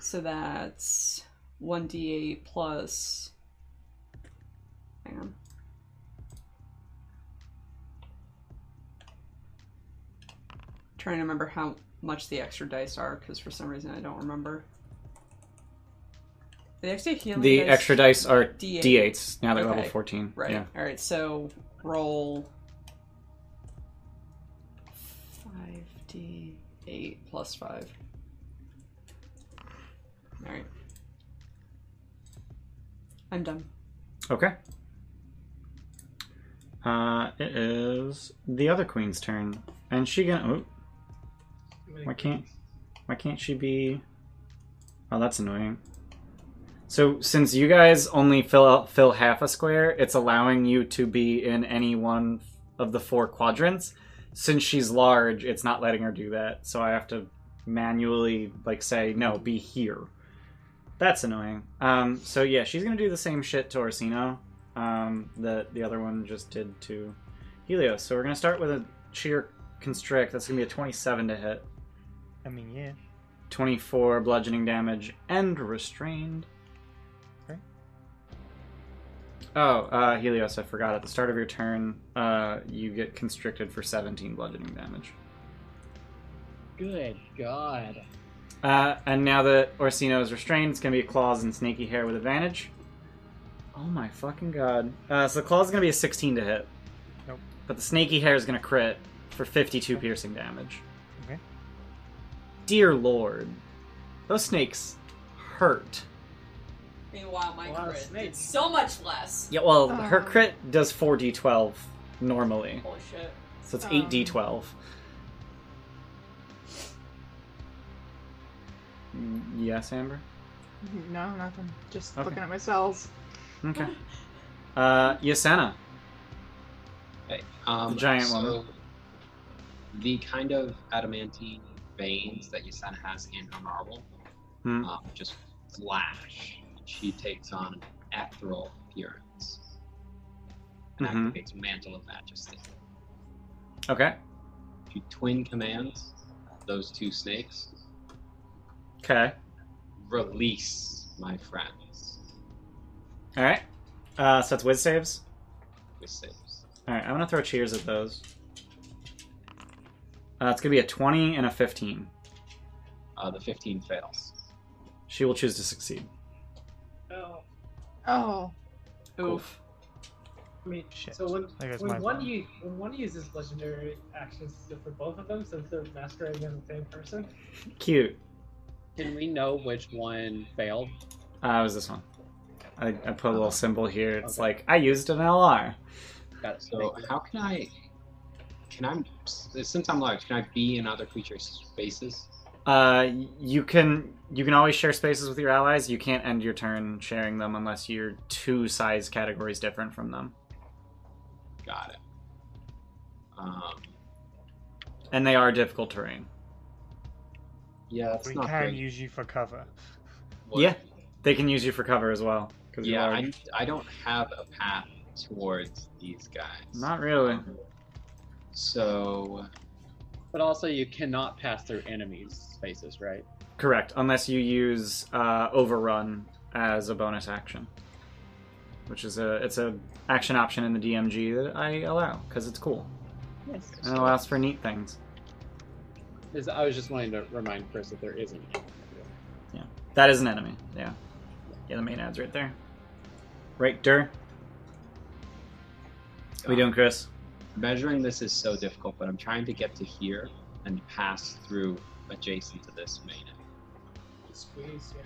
[SPEAKER 8] So that's one d eight plus. Hang on. Trying to remember how much the extra dice are because for some reason I don't remember. The extra healing
[SPEAKER 1] The
[SPEAKER 8] dice-
[SPEAKER 1] extra dice are
[SPEAKER 8] D8.
[SPEAKER 1] d8s. Now they're level
[SPEAKER 8] Okay.
[SPEAKER 1] fourteen.
[SPEAKER 8] Right.
[SPEAKER 1] Yeah.
[SPEAKER 8] All right. So roll five d eight plus five. All right. I'm done.
[SPEAKER 1] Okay. Uh, it is the other queen's turn, and she gonna. Oh,
[SPEAKER 4] Too many
[SPEAKER 1] Why can't-
[SPEAKER 4] creatures.
[SPEAKER 1] Why can't she be? Oh, that's annoying. So since you guys only fill out, fill half a square, it's allowing you to be in any one of the four quadrants. Since she's large, it's not letting her do that. So I have to manually like say no, be here. That's annoying. Um, so yeah, she's gonna do the same shit to Orsino um, that the other one just did to Helios. So we're gonna start with a sheer constrict. That's gonna be a twenty-seven to hit.
[SPEAKER 5] I mean, yeah.
[SPEAKER 1] 24 bludgeoning damage and restrained.
[SPEAKER 5] Okay.
[SPEAKER 1] Oh, uh, Helios, I forgot. At the start of your turn, uh, you get constricted for 17 bludgeoning damage.
[SPEAKER 6] Good God.
[SPEAKER 1] Uh, and now that Orsino is restrained, it's gonna be claws and snaky hair with advantage. Oh my fucking god! Uh, so the claws is gonna be a 16 to hit.
[SPEAKER 5] Nope.
[SPEAKER 1] But the snaky hair is gonna crit for 52 piercing damage.
[SPEAKER 5] Okay.
[SPEAKER 1] Dear lord, those snakes hurt.
[SPEAKER 8] Meanwhile, my
[SPEAKER 4] Wow,
[SPEAKER 8] crit
[SPEAKER 4] snake.
[SPEAKER 8] did so much less.
[SPEAKER 1] Yeah. Well, her
[SPEAKER 7] Oh.
[SPEAKER 1] crit does 4d12 normally,
[SPEAKER 8] Holy shit.
[SPEAKER 1] so it's
[SPEAKER 7] Um.
[SPEAKER 1] 8d12. Mm, Yes, Amber.
[SPEAKER 7] Mm-hmm. No, nothing. Just
[SPEAKER 1] Okay.
[SPEAKER 7] looking at my cells.
[SPEAKER 1] Okay. Uh, Yasena.
[SPEAKER 3] Okay. Um,
[SPEAKER 1] The giant
[SPEAKER 3] so
[SPEAKER 1] woman.
[SPEAKER 3] The kind of adamantine veins that Yasan has in her marble
[SPEAKER 1] Hmm.
[SPEAKER 3] um, just flash. She takes on an ethereal appearance and
[SPEAKER 1] Mhm.
[SPEAKER 3] activates Mantle of Majesty.
[SPEAKER 1] Okay.
[SPEAKER 3] She twin commands those two snakes.
[SPEAKER 1] Okay.
[SPEAKER 3] Release, my friends.
[SPEAKER 1] All right. Uh, so it's whiz saves.
[SPEAKER 3] With saves.
[SPEAKER 1] All right. I'm gonna throw cheers at those. Uh, it's gonna be a 20 and a 15.
[SPEAKER 3] Uh, the 15 fails.
[SPEAKER 1] She will choose to succeed.
[SPEAKER 4] Oh,
[SPEAKER 7] Oh,
[SPEAKER 8] Oof.
[SPEAKER 4] I mean,
[SPEAKER 5] Shit.
[SPEAKER 4] so when,
[SPEAKER 5] There goes my
[SPEAKER 4] when one
[SPEAKER 5] phone.
[SPEAKER 4] u- when one uses legendary actions to- for both of them, since they're masquerading as the same person,
[SPEAKER 1] Cute.
[SPEAKER 6] Can we know which one failed?
[SPEAKER 1] Uh, it was this one. I, I put a little symbol here. It's
[SPEAKER 6] Okay.
[SPEAKER 1] like I used an LR.
[SPEAKER 6] Got it.
[SPEAKER 3] So how can I? Can I? Since I'm large, can I be in other creatures' spaces?
[SPEAKER 1] Uh, y- you can you can always share spaces with your allies. You can't end your turn sharing them unless you're two size categories different from them,
[SPEAKER 3] Got it. Um,
[SPEAKER 1] and they are difficult terrain.
[SPEAKER 3] yeah, it's
[SPEAKER 5] we
[SPEAKER 3] not
[SPEAKER 5] can
[SPEAKER 3] great.
[SPEAKER 5] use you for cover.
[SPEAKER 3] What-
[SPEAKER 1] Yeah. They can use you for cover as well. 'cause you're
[SPEAKER 3] Yeah,
[SPEAKER 1] large.
[SPEAKER 3] I, I don't have a path towards these guys.
[SPEAKER 1] Not really.
[SPEAKER 3] So
[SPEAKER 6] But also, you cannot pass through enemies' spaces, right?
[SPEAKER 1] Correct, unless you use uh, overrun as a bonus action, which is a it's a action option in the DMG that I allow because it's cool
[SPEAKER 6] Yes.
[SPEAKER 1] and it allows for neat things.
[SPEAKER 6] I was just wanting to remind Chris that there isn't.
[SPEAKER 1] That is an enemy. Yeah, yeah. The main ad's right there. Right, Dur. How we doing, Chris?
[SPEAKER 3] measuring this is so difficult, but I'm trying to get to here and pass through adjacent to this main. enemy.
[SPEAKER 4] squeeze, yeah.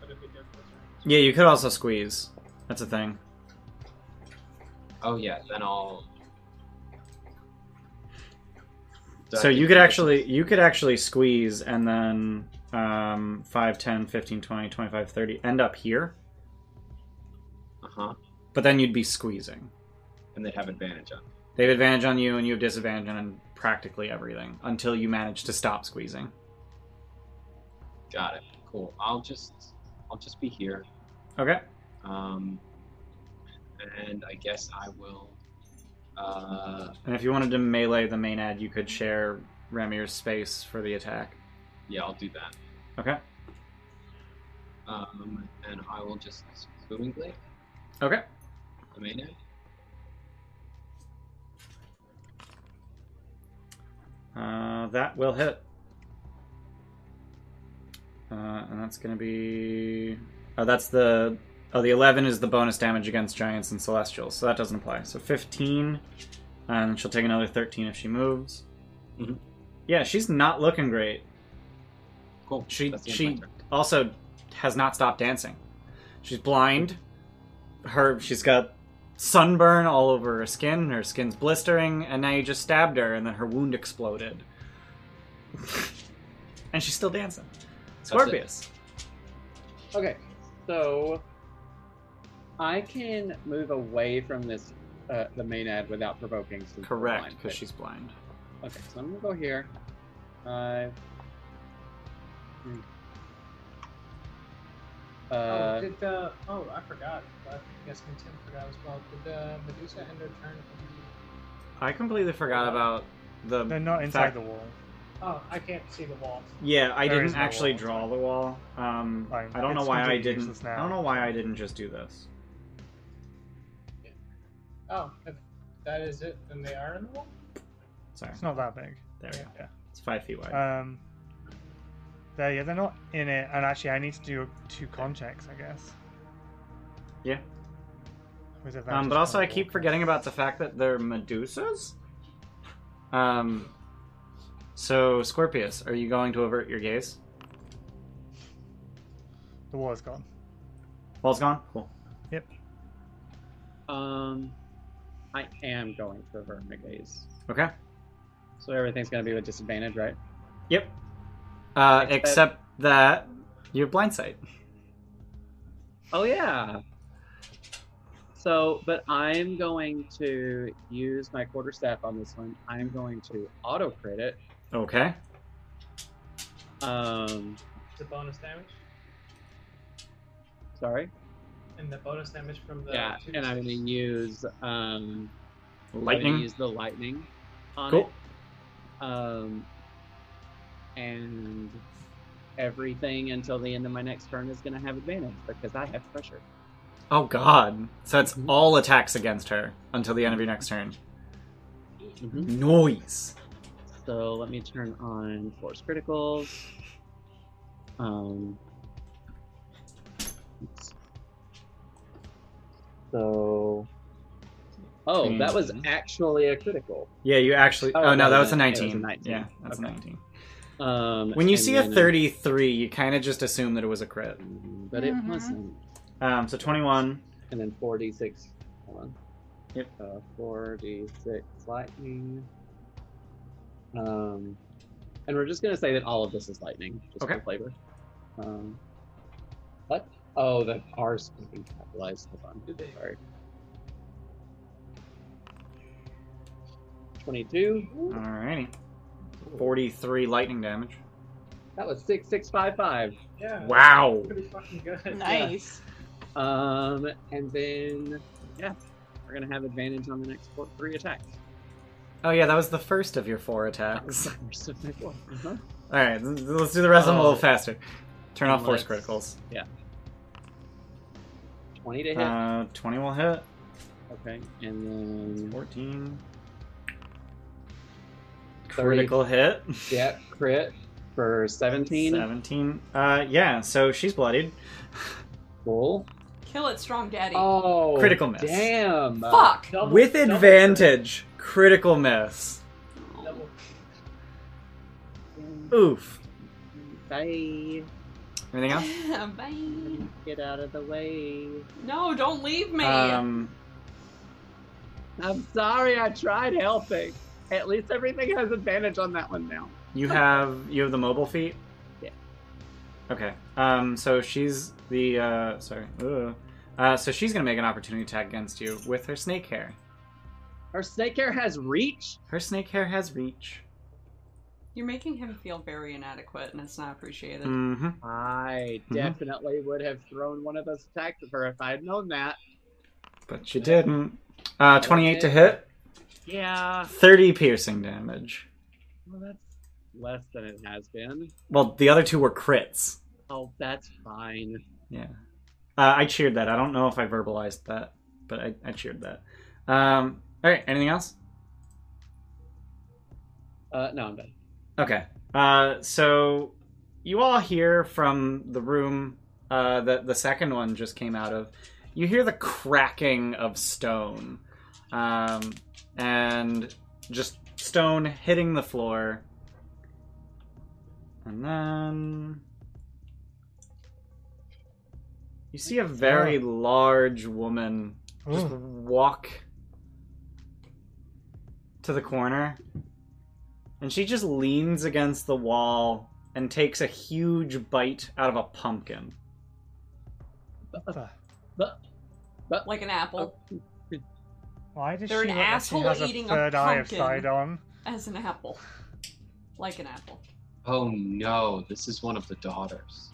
[SPEAKER 4] But it'd be difficult.
[SPEAKER 1] Yeah, you could also squeeze. That's a thing.
[SPEAKER 3] Oh yeah, then I'll.
[SPEAKER 1] so you could actually you could actually squeeze and then um 5 10 15 20 25 30 end up here
[SPEAKER 3] Uh huh.
[SPEAKER 1] but then you'd be squeezing
[SPEAKER 3] And they'd have advantage on. it.
[SPEAKER 1] They have advantage on you, and you have disadvantage on practically everything until you manage to stop squeezing.
[SPEAKER 3] Got it. Cool. I'll just I'll just be here.
[SPEAKER 1] Okay.
[SPEAKER 3] Um, and I guess I will. Uh,
[SPEAKER 1] And if you wanted to melee the main ad, you could share Ramir's space for the attack.
[SPEAKER 3] yeah, I'll do that.
[SPEAKER 1] Okay.
[SPEAKER 3] Um, and I will just booming blade
[SPEAKER 1] Okay.
[SPEAKER 3] the main end.
[SPEAKER 1] Uh, that will hit. Uh, and that's going to be. Oh, that's the. Oh, the 11 is the bonus damage against giants and celestials, so that doesn't apply. So 15, and she'll take another 13 if she moves.
[SPEAKER 3] Mhm.
[SPEAKER 1] Yeah, she's not looking great.
[SPEAKER 3] Cool.
[SPEAKER 1] She-
[SPEAKER 3] That's the end
[SPEAKER 1] she-
[SPEAKER 3] of my turn.
[SPEAKER 1] also has not stopped dancing. She's blind. Her she's got sunburn all over her skin. Her skin's blistering, and now you just stabbed her, and then her wound exploded. and she's still dancing.
[SPEAKER 3] it.
[SPEAKER 1] Scorpius.
[SPEAKER 6] Okay, so I can move away from this uh, the main ad without provoking. since we're
[SPEAKER 1] Correct,
[SPEAKER 6] blind,
[SPEAKER 1] because
[SPEAKER 6] but-
[SPEAKER 1] she's blind.
[SPEAKER 6] Okay, so I'm gonna go here. Five. Hmm.
[SPEAKER 4] oh,
[SPEAKER 6] Uh,
[SPEAKER 4] did uh, oh I forgot. I guess my Tim forgot as well. Did uh, Medusa end her turn?
[SPEAKER 1] I completely forgot about the.
[SPEAKER 5] They're not inside
[SPEAKER 1] fact-
[SPEAKER 5] the wall.
[SPEAKER 4] Oh, I can't see the walls.
[SPEAKER 1] Yeah, I
[SPEAKER 5] There
[SPEAKER 1] didn't
[SPEAKER 5] is no
[SPEAKER 1] actually
[SPEAKER 5] wall,
[SPEAKER 1] draw
[SPEAKER 5] sorry.
[SPEAKER 1] the wall. Um,
[SPEAKER 5] Fine.
[SPEAKER 1] I don't know
[SPEAKER 5] It's
[SPEAKER 1] why I
[SPEAKER 5] completely
[SPEAKER 1] didn't.
[SPEAKER 5] useless
[SPEAKER 1] I
[SPEAKER 5] now.
[SPEAKER 1] don't know why I didn't just do this.
[SPEAKER 4] Oh, if that is it. Then they are in the wall.
[SPEAKER 1] Sorry,
[SPEAKER 5] It's not that big.
[SPEAKER 1] there. we go.
[SPEAKER 5] Yeah.
[SPEAKER 1] It's five feet wide.
[SPEAKER 5] Um, They're, yeah, they're not in it. And actually, I need to do two con checks, I guess.
[SPEAKER 1] Yeah.
[SPEAKER 5] With
[SPEAKER 1] Um,
[SPEAKER 5] advantage
[SPEAKER 1] but also,
[SPEAKER 5] on
[SPEAKER 1] I keep
[SPEAKER 5] walk.
[SPEAKER 1] forgetting about the fact that they're Medusas. Um. So, Scorpius, are you going to avert your gaze?
[SPEAKER 5] The wall is gone.
[SPEAKER 1] Wall's gone. Cool.
[SPEAKER 6] Um, I am going to avert my gaze.
[SPEAKER 1] Okay.
[SPEAKER 6] So everything's going to be with disadvantage, right?
[SPEAKER 1] Yep. Uh,
[SPEAKER 6] Except-
[SPEAKER 1] except that you have blindsight.
[SPEAKER 6] Oh yeah. So, but I'm going to use my quarterstaff on this one. I'm going to auto crit it.
[SPEAKER 1] Okay.
[SPEAKER 6] Um,
[SPEAKER 4] The bonus damage
[SPEAKER 6] sorry.
[SPEAKER 4] and the bonus damage from the
[SPEAKER 6] yeah,
[SPEAKER 4] two
[SPEAKER 6] and I'm going to
[SPEAKER 4] d6.
[SPEAKER 6] use um, I'm gonna
[SPEAKER 1] Lightning.
[SPEAKER 6] Use the lightning on
[SPEAKER 1] Cool.
[SPEAKER 6] it. Um, and everything until the end of my next turn is going to have advantage because I have pressure.
[SPEAKER 1] Oh God. So it's
[SPEAKER 6] Mhm.
[SPEAKER 1] all attacks against her until the end of your next turn. Mm-hmm.
[SPEAKER 6] Mhm.
[SPEAKER 1] Noise.
[SPEAKER 6] So let me turn on force criticals. Um, oops. so, oh, that was
[SPEAKER 1] Mhm.
[SPEAKER 6] actually a critical.
[SPEAKER 1] Yeah, you actually. Oh,
[SPEAKER 6] Oh,
[SPEAKER 1] no,
[SPEAKER 6] no,
[SPEAKER 1] that was a
[SPEAKER 6] no, it was a
[SPEAKER 1] nineteen.
[SPEAKER 6] 19.
[SPEAKER 1] Yeah, that's a
[SPEAKER 6] Okay.
[SPEAKER 1] nineteen.
[SPEAKER 6] Um,
[SPEAKER 1] When you
[SPEAKER 6] and
[SPEAKER 1] see a
[SPEAKER 6] then-
[SPEAKER 1] thirty-three, you kind of just assume that it was a crit.
[SPEAKER 6] but it
[SPEAKER 7] Mhm.
[SPEAKER 6] wasn't.
[SPEAKER 1] Um, so twenty-one.
[SPEAKER 6] And then 4d6. Hold on.
[SPEAKER 1] Yep.
[SPEAKER 6] Uh, 4d6 lightning. Um, and we're just going to say that all of this is lightning, just
[SPEAKER 1] Okay.
[SPEAKER 6] for flavor. Um, what? Oh, the R's being capitalized. Hold on. Sorry. 22.
[SPEAKER 1] Alrighty. Forty-three lightning damage.
[SPEAKER 6] That was 6655.
[SPEAKER 4] Yeah,
[SPEAKER 1] Wow.
[SPEAKER 4] pretty fucking good.
[SPEAKER 7] Nice.
[SPEAKER 6] Um, and then, yeah, we're going to have advantage on the next four, three attacks.
[SPEAKER 1] Oh yeah, that was the first of your four
[SPEAKER 6] That was
[SPEAKER 1] attacks.
[SPEAKER 6] the first of my four. Uh-huh.
[SPEAKER 1] All right, th- th- let's do the rest of them a
[SPEAKER 6] Oh.
[SPEAKER 1] little faster. Turn off force
[SPEAKER 6] Let's-
[SPEAKER 1] criticals.
[SPEAKER 6] 20 to hit.
[SPEAKER 1] Uh, twenty will hit.
[SPEAKER 6] okay. And then,
[SPEAKER 1] Fourteen.
[SPEAKER 6] Thirty.
[SPEAKER 1] Critical hit.
[SPEAKER 6] yeah, crit for 17.
[SPEAKER 1] Seventeen. Uh, yeah. So she's bloodied.
[SPEAKER 6] Cool.
[SPEAKER 8] Kill it, strong daddy.
[SPEAKER 6] Oh,
[SPEAKER 1] Critical miss.
[SPEAKER 6] Damn.
[SPEAKER 8] Fuck.
[SPEAKER 4] Double-
[SPEAKER 1] With
[SPEAKER 4] double
[SPEAKER 1] advantage, critical miss.
[SPEAKER 4] crit, double-
[SPEAKER 1] Oof.
[SPEAKER 6] Bye.
[SPEAKER 1] Anything else?
[SPEAKER 8] Bye.
[SPEAKER 6] Get out of the way.
[SPEAKER 8] No, don't leave me.
[SPEAKER 1] Um,
[SPEAKER 6] I'm sorry. I tried helping. At least everything has advantage on that one now.
[SPEAKER 1] you have you have the mobile feat.
[SPEAKER 6] Yeah.
[SPEAKER 1] Okay. Um, so she's the uh, sorry. Ugh. Uh, so she's gonna make an opportunity attack against you with her snake hair.
[SPEAKER 6] Our snake hair has reach.
[SPEAKER 1] Her snake hair has reach.
[SPEAKER 8] You're making him feel very inadequate, and it's not appreciated.
[SPEAKER 1] Mm-hmm.
[SPEAKER 6] I
[SPEAKER 1] Mhm.
[SPEAKER 6] definitely would have thrown one of those attacks at her if I had known that.
[SPEAKER 1] But you didn't. Uh, 28 to hit,
[SPEAKER 6] Yeah.
[SPEAKER 1] 30 piercing damage.
[SPEAKER 6] Well, that's less than it has been.
[SPEAKER 1] Well, the other two were crits.
[SPEAKER 6] Oh, that's fine.
[SPEAKER 1] Yeah. Uh, I cheered that. I don't know if I verbalized that, but I, I cheered that. Um, all right, anything else?
[SPEAKER 6] Uh, no, I'm done.
[SPEAKER 1] Okay. Uh, so you all hear from the room uh, that the second one just came out of. You hear the cracking of stone, um, and just stone hitting the floor, and then you see a very large woman just
[SPEAKER 5] Ooh.
[SPEAKER 1] walk to the corner and she just leans against the wall and takes a huge bite out of a pumpkin.
[SPEAKER 5] What the-
[SPEAKER 8] Like an
[SPEAKER 1] Oh.
[SPEAKER 8] apple.
[SPEAKER 6] oh,
[SPEAKER 5] Why does
[SPEAKER 8] They're
[SPEAKER 5] she
[SPEAKER 8] an
[SPEAKER 5] look like
[SPEAKER 8] asshole
[SPEAKER 5] she has
[SPEAKER 8] eating
[SPEAKER 5] a
[SPEAKER 8] a
[SPEAKER 5] third eye of
[SPEAKER 8] pumpkin.
[SPEAKER 5] sight on?
[SPEAKER 8] As an apple. Like an apple.
[SPEAKER 3] Oh no, this is one of the daughters.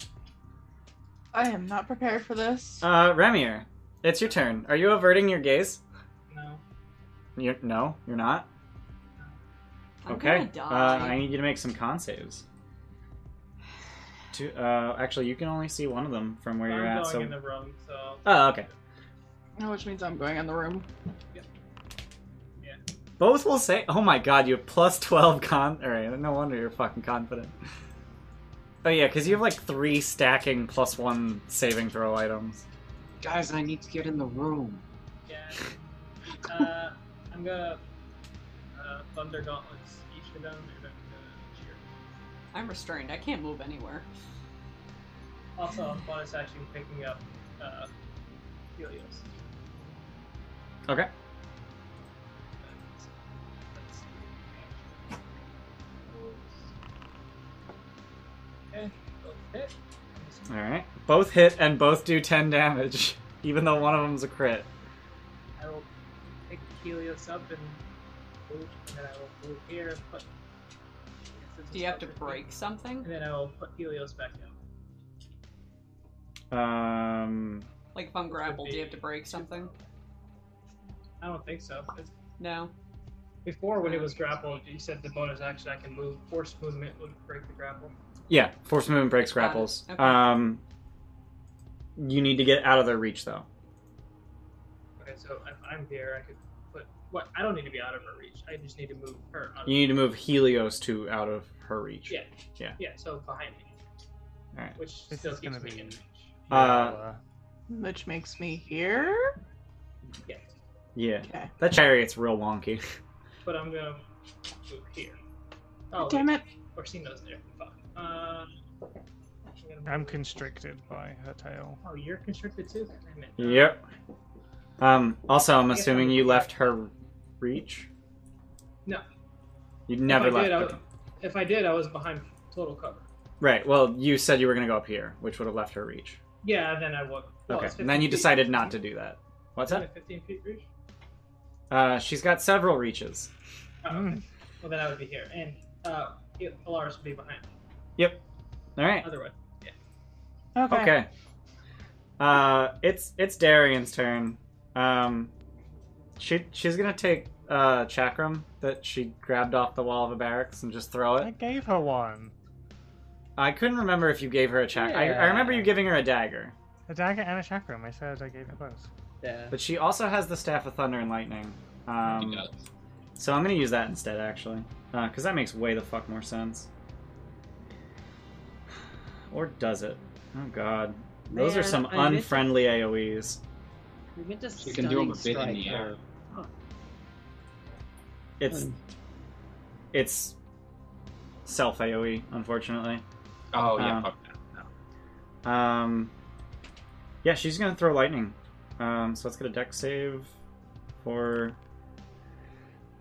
[SPEAKER 7] I am not prepared for this.
[SPEAKER 1] Uh, Ramir, it's your turn. Are you averting your gaze?
[SPEAKER 4] No.
[SPEAKER 1] You're, no, you're not.
[SPEAKER 8] I'm
[SPEAKER 1] okay.
[SPEAKER 8] gonna
[SPEAKER 1] Uh,
[SPEAKER 8] die.
[SPEAKER 1] I need you to make some con saves. Two, uh, actually, you can only see one of them from where
[SPEAKER 4] I'm
[SPEAKER 1] you're
[SPEAKER 4] going
[SPEAKER 1] at. So.
[SPEAKER 4] in the room, so
[SPEAKER 1] Oh, okay.
[SPEAKER 7] Which means I'm going in the room.
[SPEAKER 1] Both will say, "Oh my God, you have plus twelve con." All right, no wonder you're fucking confident. Oh yeah, because you have like three stacking plus one saving throw items.
[SPEAKER 3] Guys, I need to get in the room.
[SPEAKER 4] Yeah. Uh, I'm gonna uh, thunder gauntlets each of them. They're gonna go each year.
[SPEAKER 8] I'm restrained. I can't move anywhere.
[SPEAKER 4] Also, bonus action picking up uh, Helios.
[SPEAKER 1] Okay.
[SPEAKER 4] Okay, both hit.
[SPEAKER 1] All right. Both hit and both do ten damage, even though one of them's a crit.
[SPEAKER 4] I will pick Helios up and move, and then I will move here. And put...
[SPEAKER 8] Do you have to break something?
[SPEAKER 4] And then I will put Helios back down.
[SPEAKER 1] Um.
[SPEAKER 8] Like if I'm grappled, do you have to break something?
[SPEAKER 4] I don't think so. It's-
[SPEAKER 8] No.
[SPEAKER 4] Before, when it was grappled, you said the bonus action I can move, force movement would break the grapple.
[SPEAKER 1] Yeah, force movement breaks
[SPEAKER 8] it.
[SPEAKER 1] grapples.
[SPEAKER 8] Okay.
[SPEAKER 1] Um. You need to get out of their reach though.
[SPEAKER 4] Okay, so if I'm here, I could put. What? I don't need to be out of her reach. I just need to move her. Out of-
[SPEAKER 1] You need to move Helios two out of her reach.
[SPEAKER 4] Yeah.
[SPEAKER 1] Yeah.
[SPEAKER 4] Yeah. So behind me.
[SPEAKER 1] Alright.
[SPEAKER 4] Which
[SPEAKER 5] This
[SPEAKER 4] still
[SPEAKER 5] is
[SPEAKER 4] keeps
[SPEAKER 5] gonna
[SPEAKER 4] me
[SPEAKER 5] be-
[SPEAKER 4] in reach.
[SPEAKER 5] Yeah,
[SPEAKER 1] Uh,
[SPEAKER 7] Which makes me here.
[SPEAKER 4] Yeah.
[SPEAKER 1] Yeah.
[SPEAKER 7] Okay.
[SPEAKER 1] That chariot's real wonky.
[SPEAKER 4] But I'm gonna move here. Oh,
[SPEAKER 7] Damn it.
[SPEAKER 4] Orsino's there. Fuck. Uh, I'm gonna move-
[SPEAKER 5] I'm constricted by her tail.
[SPEAKER 4] Oh, you're constricted too. Damn it.
[SPEAKER 1] Yep. Um. Also, I'm
[SPEAKER 4] I guess
[SPEAKER 1] assuming
[SPEAKER 4] I'm-
[SPEAKER 1] you left her reach.
[SPEAKER 4] No.
[SPEAKER 1] You
[SPEAKER 4] If
[SPEAKER 1] never
[SPEAKER 4] I
[SPEAKER 1] left.
[SPEAKER 4] Did, I
[SPEAKER 1] her.
[SPEAKER 4] was, if I did, I was behind total cover.
[SPEAKER 1] Right. Well, you said you were going to go up here, which would have left her reach.
[SPEAKER 4] Yeah. Then I would. well,
[SPEAKER 1] okay.
[SPEAKER 4] it's
[SPEAKER 1] And then
[SPEAKER 4] 15
[SPEAKER 1] you
[SPEAKER 4] feet.
[SPEAKER 1] decided not to do that. What's
[SPEAKER 4] Isn't
[SPEAKER 1] that?
[SPEAKER 4] it 15 feet reach?
[SPEAKER 1] Uh, she's got several reaches.
[SPEAKER 4] Oh,
[SPEAKER 5] Mm.
[SPEAKER 4] Well, then I would be here, and uh, it- Alaris would be behind. me.
[SPEAKER 1] All right.
[SPEAKER 4] Other way.
[SPEAKER 7] Okay.
[SPEAKER 1] Okay. Uh, it's it's Darian's turn. Um, she she's gonna take uh chakram that she grabbed off the wall of a barracks and just throw
[SPEAKER 5] I
[SPEAKER 1] it.
[SPEAKER 5] gave her one.
[SPEAKER 1] I couldn't remember if you gave her a chakram. I, I remember you
[SPEAKER 6] Yeah.
[SPEAKER 1] giving her a dagger,
[SPEAKER 5] A dagger and a chakram. I said I gave her both.
[SPEAKER 6] Yeah.
[SPEAKER 1] but she also has the staff of thunder and lightning. Um,
[SPEAKER 3] You know,
[SPEAKER 1] so I'm gonna use that instead actually, because that makes way the fuck more sense. Or does it? Oh god, those are
[SPEAKER 6] Man,
[SPEAKER 1] some
[SPEAKER 6] I miss-
[SPEAKER 1] unfriendly AOE's.
[SPEAKER 6] We meant to
[SPEAKER 3] You can do 'em a
[SPEAKER 6] stunning
[SPEAKER 3] bit in the
[SPEAKER 6] strike Um,
[SPEAKER 3] air.
[SPEAKER 1] It's it's self AoE, unfortunately.
[SPEAKER 3] Oh yeah,
[SPEAKER 1] Um,
[SPEAKER 3] fuck that.
[SPEAKER 1] Um, yeah, she's gonna throw lightning. Um, so let's get a deck save for.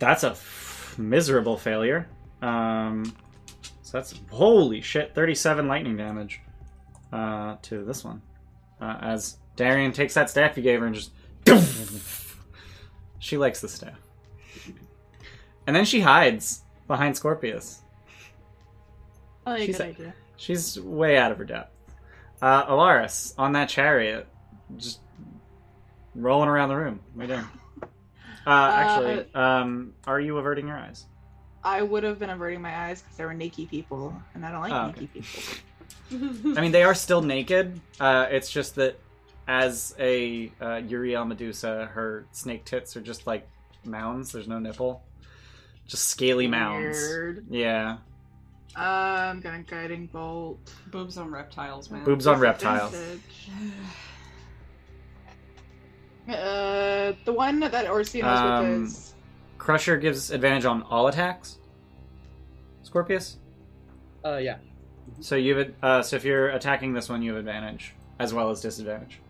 [SPEAKER 1] That's a f- miserable failure. Um, so that's holy shit, thirty-seven lightning damage uh, to this one. Uh, as Darian takes that staff you gave her and just, she likes the staff, and then she hides behind Scorpius.
[SPEAKER 7] I like
[SPEAKER 1] She's
[SPEAKER 7] good
[SPEAKER 1] a-
[SPEAKER 7] idea.
[SPEAKER 1] She's way out of her depth. Uh, Alaris on that chariot, just rolling around the room. Way down. Uh, actually, um, are you averting your eyes?
[SPEAKER 7] I would have been averting my eyes because there were naked people, and I don't like
[SPEAKER 1] Oh,
[SPEAKER 7] naked
[SPEAKER 1] okay.
[SPEAKER 7] people.
[SPEAKER 1] I mean, they are still naked. Uh, it's just that as a uh, Uriel Medusa, her snake tits are just like mounds. There's no nipple, just scaly mounds.
[SPEAKER 7] Weird.
[SPEAKER 1] Yeah,
[SPEAKER 7] Uh, I'm gonna guiding bolt.
[SPEAKER 8] Boobs on reptiles, man.
[SPEAKER 1] Boobs on reptiles.
[SPEAKER 7] Uh, the one that Orsino's
[SPEAKER 1] Um,
[SPEAKER 7] with is
[SPEAKER 1] Crusher gives advantage on all attacks. Scorpius.
[SPEAKER 6] Uh, yeah.
[SPEAKER 1] So you have ad- uh, so if you're attacking this one, you have advantage as well as disadvantage.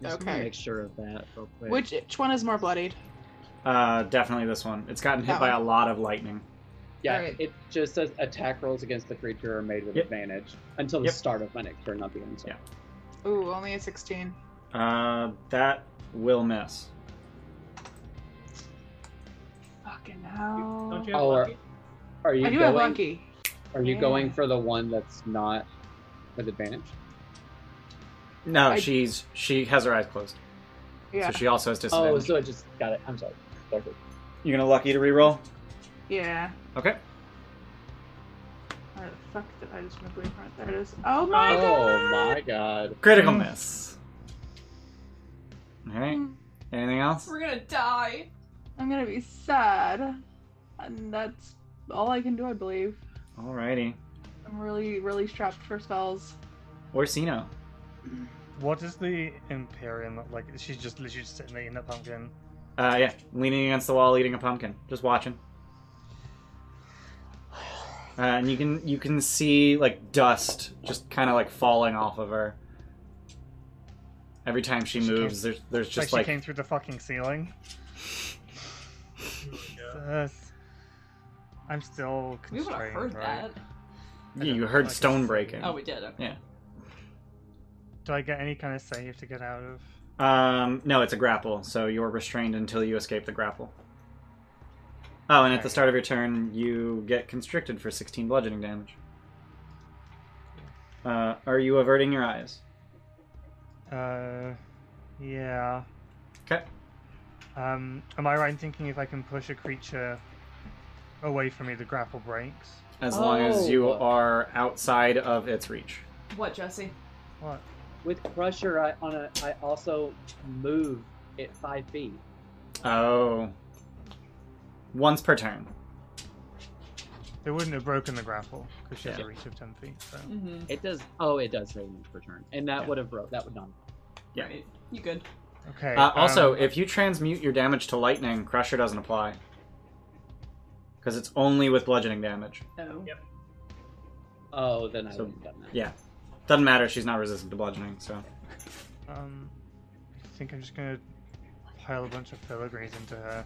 [SPEAKER 6] Just wanna
[SPEAKER 7] Okay.
[SPEAKER 6] Make sure of that real quick.
[SPEAKER 7] which which one is more bloodied?
[SPEAKER 1] Uh, definitely this one. It's gotten hit
[SPEAKER 7] That
[SPEAKER 1] by
[SPEAKER 7] one.
[SPEAKER 1] a lot of lightning.
[SPEAKER 6] yeah,
[SPEAKER 7] Alright.
[SPEAKER 6] it just says attack rolls against the creature are made with
[SPEAKER 1] Yep.
[SPEAKER 6] advantage until the
[SPEAKER 1] Yep.
[SPEAKER 6] start of my next turn, not the end. of
[SPEAKER 1] Yeah.
[SPEAKER 7] Ooh, only a sixteen.
[SPEAKER 1] Uh, that will miss.
[SPEAKER 7] Fucking
[SPEAKER 4] Don't
[SPEAKER 7] hell!
[SPEAKER 4] you have
[SPEAKER 6] Oh, or-
[SPEAKER 4] lucky?
[SPEAKER 6] Are you
[SPEAKER 7] I do
[SPEAKER 6] going?
[SPEAKER 7] have lucky.
[SPEAKER 6] Are you
[SPEAKER 7] Yeah.
[SPEAKER 6] going for the one that's not with advantage?
[SPEAKER 1] No,
[SPEAKER 7] I-
[SPEAKER 1] she's she has her eyes closed,
[SPEAKER 7] Yeah,
[SPEAKER 1] so she also has
[SPEAKER 6] Oh,
[SPEAKER 1] disadvantage.
[SPEAKER 6] so I just got it. I'm sorry. Perfect.
[SPEAKER 1] You're gonna lucky to reroll.
[SPEAKER 7] yeah.
[SPEAKER 1] Okay.
[SPEAKER 7] Uh, fuck that! I just moved away from it. There it is. Oh my
[SPEAKER 6] Oh
[SPEAKER 7] god!
[SPEAKER 6] my god.
[SPEAKER 1] Critical
[SPEAKER 5] Mm.
[SPEAKER 1] miss. All right. Anything else?
[SPEAKER 8] We're gonna die.
[SPEAKER 7] I'm gonna be sad, and that's all I can do, I believe.
[SPEAKER 1] Alrighty.
[SPEAKER 7] I'm really, really strapped for spells.
[SPEAKER 1] Orsino.
[SPEAKER 5] What does the Imperium look like? She's just literally just sitting there eating that pumpkin.
[SPEAKER 1] Uh, yeah, leaning against the wall, eating a pumpkin, just watching. Uh, and you can you can see like dust just kind of like falling off of her. Every time she
[SPEAKER 5] She came-
[SPEAKER 1] moves, there's there's
[SPEAKER 5] It's like
[SPEAKER 1] just
[SPEAKER 5] she
[SPEAKER 1] like,
[SPEAKER 5] came through the fucking ceiling. Jesus. I'm still
[SPEAKER 8] We would have
[SPEAKER 5] constrained.
[SPEAKER 8] heard
[SPEAKER 5] right?
[SPEAKER 8] that.
[SPEAKER 1] you, you heard
[SPEAKER 5] like a
[SPEAKER 1] stone
[SPEAKER 5] sea.
[SPEAKER 1] breaking.
[SPEAKER 8] Oh, we did. Okay.
[SPEAKER 5] Do I get any kind of save to get out of?
[SPEAKER 1] Um, no, it's a grapple, so you're restrained until you escape the grapple. Oh, and at the
[SPEAKER 5] Alright.
[SPEAKER 1] start of your turn, you get constricted for 16 bludgeoning damage. Uh, are you averting your eyes?
[SPEAKER 5] Uh, yeah.
[SPEAKER 1] Okay.
[SPEAKER 5] Um, am I right in thinking if I can push a creature away from me, the grapple breaks?
[SPEAKER 1] As long as you
[SPEAKER 6] Oh.
[SPEAKER 1] are outside of its reach.
[SPEAKER 8] What, Jesse?
[SPEAKER 5] What?
[SPEAKER 6] With Crusher, I on a I also move it five feet.
[SPEAKER 1] Oh. Once per turn.
[SPEAKER 5] They wouldn't have broken the grapple because she has
[SPEAKER 1] Yeah.
[SPEAKER 5] a reach of ten feet. So.
[SPEAKER 8] Mm-hmm.
[SPEAKER 6] It does. Oh, it does range per turn, and that
[SPEAKER 5] Yeah.
[SPEAKER 6] would have broke. That would not.
[SPEAKER 1] Yeah.
[SPEAKER 8] Right. You good?
[SPEAKER 5] Okay.
[SPEAKER 1] Uh, also,
[SPEAKER 5] um,
[SPEAKER 1] if you transmute your damage to lightning, Crusher doesn't apply. Because it's only with bludgeoning damage.
[SPEAKER 8] Oh.
[SPEAKER 4] Yep.
[SPEAKER 6] Oh, then I
[SPEAKER 1] So-
[SPEAKER 6] wouldn't have done that.
[SPEAKER 1] Yeah. Doesn't matter, she's not resistant to bludgeoning, so.
[SPEAKER 5] um, I think I'm just gonna pile a bunch of filigrees into her.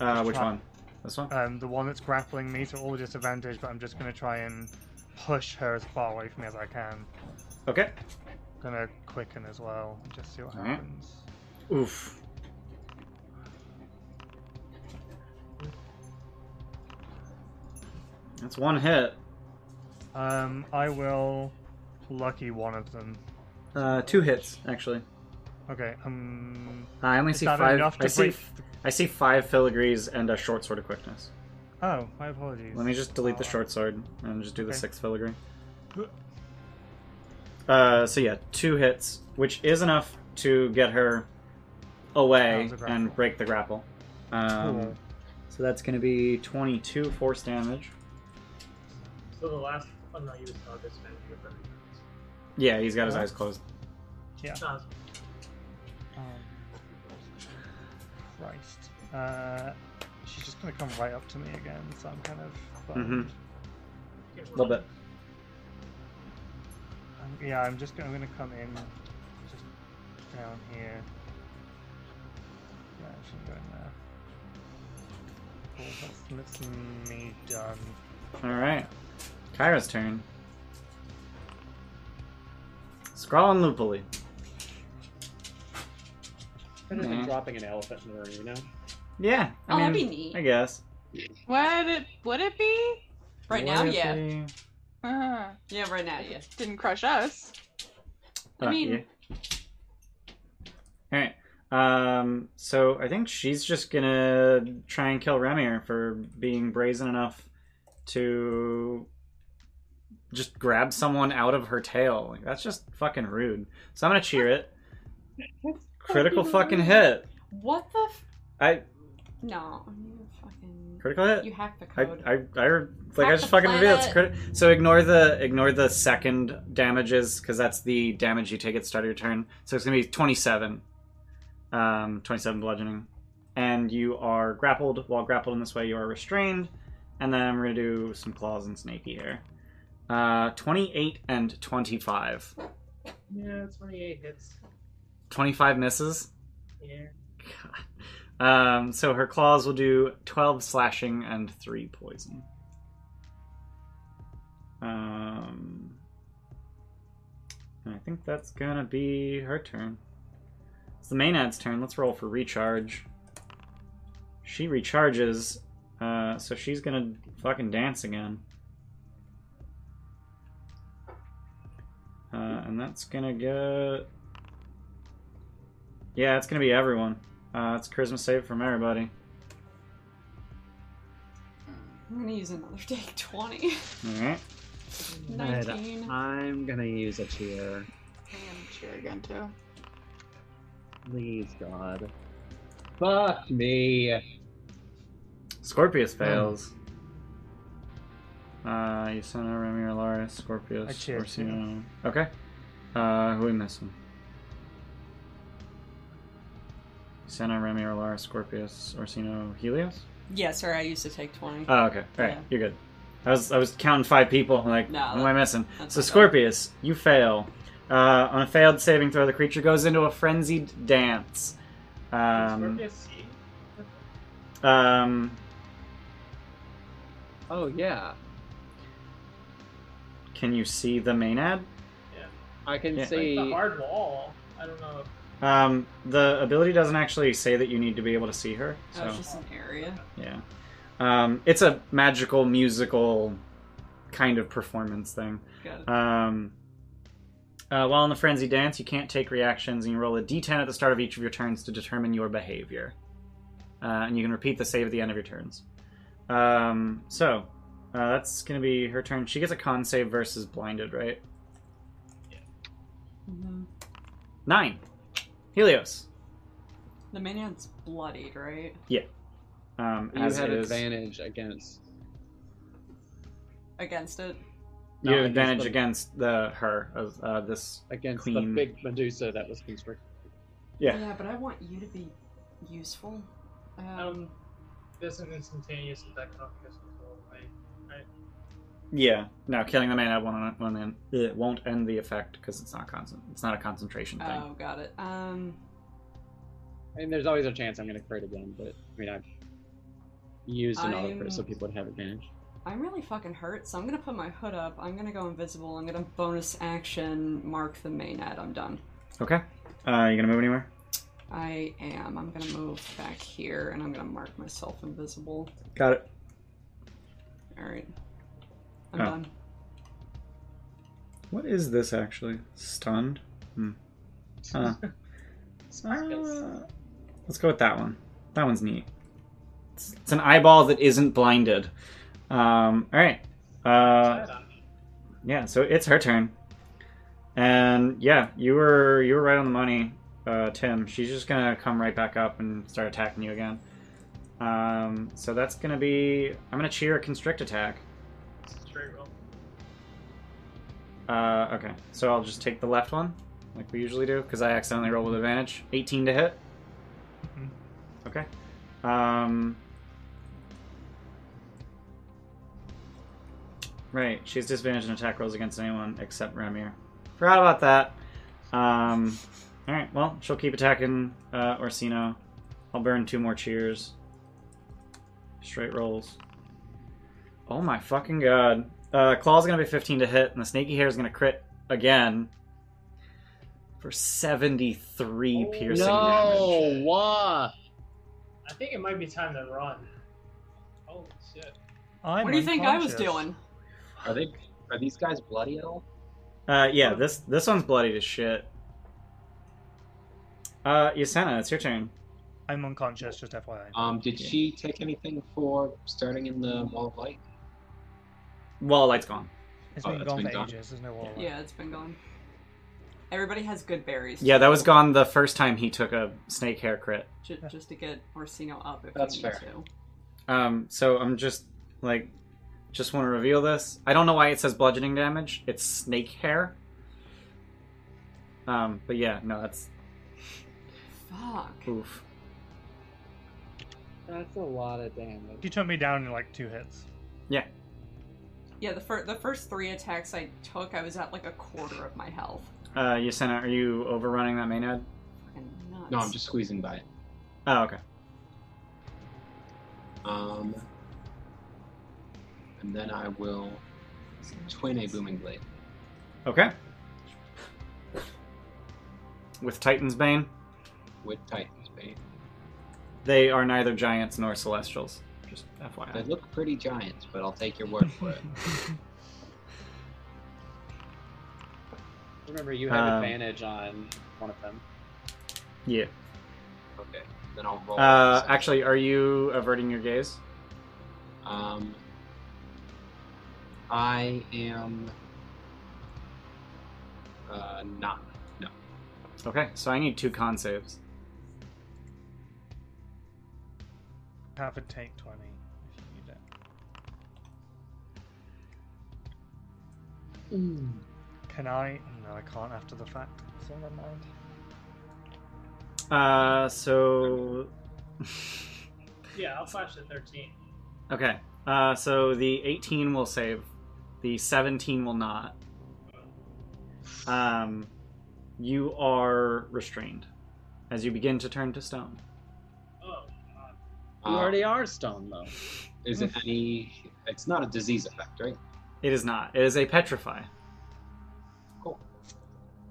[SPEAKER 1] Uh, which
[SPEAKER 5] Try-
[SPEAKER 1] one? This one?
[SPEAKER 5] Um, the one that's grappling me to all disadvantage, but I'm just gonna try and push her as far away from me as I can.
[SPEAKER 1] Okay.
[SPEAKER 5] Gonna quicken as well, just see what
[SPEAKER 1] Alright.
[SPEAKER 5] happens.
[SPEAKER 1] Oof. That's one hit.
[SPEAKER 5] Um, I will lucky one of them.
[SPEAKER 1] Uh, two hits actually.
[SPEAKER 5] Okay. Um,
[SPEAKER 1] I only
[SPEAKER 5] is
[SPEAKER 1] see
[SPEAKER 5] that
[SPEAKER 1] five.
[SPEAKER 5] enough to
[SPEAKER 1] I see.
[SPEAKER 5] break?
[SPEAKER 1] I see five filigrees and a short sword of quickness.
[SPEAKER 5] Oh, my apologies.
[SPEAKER 1] Let me just delete the
[SPEAKER 5] Oh,
[SPEAKER 1] short sword and just do the
[SPEAKER 5] Okay.
[SPEAKER 1] sixth filigree. Uh, so yeah, two hits, which is enough to get her
[SPEAKER 5] That
[SPEAKER 1] away
[SPEAKER 5] was a grapple.
[SPEAKER 1] and break the grapple. Um,
[SPEAKER 5] Cool.
[SPEAKER 1] So that's going to be 22 force damage.
[SPEAKER 4] So the last. Oh no, you saw this man. You were perfect.
[SPEAKER 1] Yeah, he's got his
[SPEAKER 5] Yeah.
[SPEAKER 1] eyes closed.
[SPEAKER 4] Uh,
[SPEAKER 5] Um, Christ. Uh, she's just gonna come right up to me again, so I'm kind of.
[SPEAKER 3] Mm-hmm.
[SPEAKER 5] bummed.
[SPEAKER 4] you can
[SPEAKER 1] A little
[SPEAKER 4] roll.
[SPEAKER 1] bit.
[SPEAKER 5] Um, yeah, I'm just gonna, I'm gonna come in, just down here. Yeah, actually going there. Cool, that's, that's me done.
[SPEAKER 1] All right. Kyra's turn. Scrawling loopily.
[SPEAKER 6] Better than
[SPEAKER 1] Yeah.
[SPEAKER 6] dropping an elephant in the room, you know.
[SPEAKER 1] Yeah. I
[SPEAKER 8] oh,
[SPEAKER 1] mean,
[SPEAKER 8] that'd be neat.
[SPEAKER 1] I guess.
[SPEAKER 7] Would it, would it be?
[SPEAKER 8] Right now,
[SPEAKER 1] What if
[SPEAKER 8] yeah.
[SPEAKER 1] they-
[SPEAKER 7] Uh,
[SPEAKER 8] Yeah, right now, yeah.
[SPEAKER 7] didn't crush us.
[SPEAKER 8] I mean-
[SPEAKER 1] all right. Um, so I think she's just gonna try and kill Ramir for being brazen enough to just grab someone out of her tail. Like, that's just fucking rude. So I'm gonna cheer it. Critical fucking hit.
[SPEAKER 8] What the? F-
[SPEAKER 1] I
[SPEAKER 8] no, you fucking.
[SPEAKER 1] critical hit.
[SPEAKER 8] You hacked the
[SPEAKER 1] I
[SPEAKER 8] code.
[SPEAKER 1] I I like I
[SPEAKER 8] Hack
[SPEAKER 1] just
[SPEAKER 8] the
[SPEAKER 1] fucking revealed it's
[SPEAKER 8] planet.
[SPEAKER 1] crit. So ignore the ignore the second damages because that's the damage you take at the start of your turn. So it's gonna be twenty seven, um, twenty seven bludgeoning, and you are grappled. While grappled in this way, you are restrained, and then we're gonna do some claws and snaky here. Uh, twenty eight and twenty five.
[SPEAKER 4] Yeah, 28 hits.
[SPEAKER 1] Twenty five misses.
[SPEAKER 4] Yeah.
[SPEAKER 1] God. Um, so her claws will do 12 slashing and 3 poison. Um, and I think that's gonna be her turn. It's the Maenad's turn. Let's roll for recharge. She recharges, uh, so she's gonna fucking dance again. Uh, and that's gonna get. Yeah, it's gonna be everyone. Uh, it's charisma save from everybody.
[SPEAKER 8] I'm gonna use another take twenty.
[SPEAKER 1] All right.
[SPEAKER 8] Nineteen.
[SPEAKER 6] I'm gonna use a cheer.
[SPEAKER 7] I'm gonna cheer again too.
[SPEAKER 6] Please, God. Fuck me.
[SPEAKER 8] Hmm.
[SPEAKER 1] Scorpius fails. Uh, Yusena, Ramir, Laris, Scorpius,
[SPEAKER 5] I cheered,
[SPEAKER 1] Orsino. Okay. Uh, who we missing? Yusena, Ramir, Laris, Scorpius, Orsino, Helios?
[SPEAKER 8] Yeah, sorry, I used to take 20.
[SPEAKER 1] Oh, okay. All right,
[SPEAKER 8] Yeah.
[SPEAKER 1] you're good. I was I was counting five people. I'm like,
[SPEAKER 8] No,
[SPEAKER 1] what am I missing?
[SPEAKER 8] that's
[SPEAKER 1] So
[SPEAKER 8] not bad.
[SPEAKER 1] Scorpius, you fail. Uh, on a failed saving throw, the creature goes into a frenzied dance. Um,
[SPEAKER 4] Scorpius, see?
[SPEAKER 1] um,
[SPEAKER 6] Oh yeah,
[SPEAKER 1] can you see the maenad?
[SPEAKER 6] I can
[SPEAKER 1] Yeah, like
[SPEAKER 6] see.
[SPEAKER 4] the hard wall. I don't know. if-
[SPEAKER 1] Um, the ability doesn't actually say that you need to be able to see her. So
[SPEAKER 8] That was Oh, just an area.
[SPEAKER 1] yeah, um, it's a magical musical kind of performance thing.
[SPEAKER 8] Got it.
[SPEAKER 1] Um, uh, while in the frenzy dance, you can't take reactions, and you roll a d10 at the start of each of your turns to determine your behavior. Uh, and you can repeat the save at the end of your turns. Um, so uh, that's going to be her turn. She gets a con save versus blinded, right?
[SPEAKER 8] Mhm.
[SPEAKER 1] Nine. Helios.
[SPEAKER 8] The minion's bloodied, right?
[SPEAKER 1] Um,
[SPEAKER 6] You
[SPEAKER 1] as
[SPEAKER 6] had
[SPEAKER 1] it is-
[SPEAKER 6] advantage against.
[SPEAKER 8] Against it.
[SPEAKER 1] you have
[SPEAKER 6] no,
[SPEAKER 1] advantage
[SPEAKER 6] the-
[SPEAKER 1] against the her of uh, this.
[SPEAKER 6] against
[SPEAKER 1] queen.
[SPEAKER 6] the big Medusa that was constricted.
[SPEAKER 1] Yeah.
[SPEAKER 8] but I want you to be useful. Um,
[SPEAKER 4] Um, There's an instantaneous attack on this control, right?
[SPEAKER 1] Yeah. No, killing the man won't won't end, it won't end the effect because it's not constant. It's not a concentration thing.
[SPEAKER 8] oh, got it. Um,
[SPEAKER 6] And there's always a chance I'm going to crit again, but I mean I've used an auto
[SPEAKER 8] I'm-
[SPEAKER 6] crit so people would have advantage.
[SPEAKER 8] I'm really fucking hurt, so I'm gonna put my hood up. I'm gonna go invisible. I'm gonna bonus action mark the mainnet. I'm done.
[SPEAKER 1] Okay. Uh, you gonna move anywhere?
[SPEAKER 8] I am. I'm gonna move back here, and I'm gonna mark myself invisible.
[SPEAKER 1] Got it.
[SPEAKER 8] All right. I'm
[SPEAKER 1] Oh.
[SPEAKER 8] done.
[SPEAKER 1] What is this actually? Stunned? Hmm. Huh. Uh, let's go with that one. That one's neat. It's, it's an eyeball that isn't blinded. Um, all right. Uh,
[SPEAKER 4] Sad, huh?
[SPEAKER 1] yeah, so it's her turn. And yeah, you were you were right on the money, uh, Tim. She's just gonna come right back up and start attacking you again. Um, so that's gonna be I'm gonna cheer a constrict attack.
[SPEAKER 4] Straight roll.
[SPEAKER 1] Uh, okay, so I'll just take the left one, like we usually do, because I accidentally rolled with advantage. 18 to hit.
[SPEAKER 5] Mhm.
[SPEAKER 1] Okay. Um. Right, she's disadvantaged in attack rolls against anyone except Ramir. Forgot about that. Um. All right, well, she'll keep attacking uh, Orsino. I'll burn two more cheers. Straight rolls. Oh my fucking god. Uh, Claw's gonna be 15 to hit, and the Snaky Hair is gonna crit again for 73
[SPEAKER 4] Oh,
[SPEAKER 1] piercing
[SPEAKER 4] no.
[SPEAKER 1] damage.
[SPEAKER 6] wah!
[SPEAKER 4] I think it might be time to run. Oh shit!
[SPEAKER 5] I'm
[SPEAKER 8] what do you think I was
[SPEAKER 5] unconscious.
[SPEAKER 8] doing?
[SPEAKER 3] Are they? Are these guys bloody at all?
[SPEAKER 1] Uh, yeah, this this one's bloodied as shit. Uh, Yasena, it's your turn.
[SPEAKER 5] I'm unconscious, just FYI.
[SPEAKER 3] Um, did
[SPEAKER 1] Yeah.
[SPEAKER 3] she take anything for starting in the wall of light?
[SPEAKER 1] Well, light's gone.
[SPEAKER 5] It's
[SPEAKER 3] oh,
[SPEAKER 5] been
[SPEAKER 3] it's
[SPEAKER 5] gone
[SPEAKER 3] been
[SPEAKER 5] for
[SPEAKER 3] gone.
[SPEAKER 5] ages. There's no wall.
[SPEAKER 8] Yeah, it's been gone. Everybody has good berries.
[SPEAKER 1] Yeah, that was gone the first time he took a snake hair crit.
[SPEAKER 8] Ju- just to get Orsino up if
[SPEAKER 3] That's
[SPEAKER 8] you
[SPEAKER 3] fair.
[SPEAKER 8] need to.
[SPEAKER 1] Um, so I'm just like, just want to reveal this. I don't know why it says bludgeoning damage. It's snake hair. Um, but yeah, no, that's
[SPEAKER 8] Fuck.
[SPEAKER 1] oof.
[SPEAKER 6] That's a lot of damage.
[SPEAKER 5] You took me down in like two hits.
[SPEAKER 8] Yeah, the, fir- the first three attacks I took, I was at like a quarter of my health.
[SPEAKER 1] Uh, Yasena, are you overrunning that maenad?
[SPEAKER 8] Fucking nuts.
[SPEAKER 3] No, I'm just squeezing by it.
[SPEAKER 1] Oh, okay.
[SPEAKER 3] Um, and then I will twin a booming blade.
[SPEAKER 1] Okay. With Titan's Bane,
[SPEAKER 3] with Titan's Bane.
[SPEAKER 1] they are neither giants nor celestials. Just FYI.
[SPEAKER 3] They look pretty giants, but I'll take your word for it.
[SPEAKER 6] Remember, you had
[SPEAKER 1] Um,
[SPEAKER 6] advantage on one of them.
[SPEAKER 1] Yeah.
[SPEAKER 3] Okay, then I'll roll.
[SPEAKER 1] Uh, actually, are you averting your gaze?
[SPEAKER 3] um, I am uh, not.
[SPEAKER 1] Okay, so I need two con saves.
[SPEAKER 5] Have a take 20 if you need it.
[SPEAKER 6] mm.
[SPEAKER 5] Can I? No, I can't after the fact. So never mind.
[SPEAKER 1] Uh, so.
[SPEAKER 4] Yeah, I'll flash the 13.
[SPEAKER 1] okay. Uh, so the 18 will save. The 17 will not. Um, you are restrained as you begin to turn to stone.
[SPEAKER 4] Oh, God.
[SPEAKER 6] You already are stone though.
[SPEAKER 3] Uh, Is it any? It's not a disease effect, right?
[SPEAKER 1] It is not. It is a petrify.
[SPEAKER 3] Cool.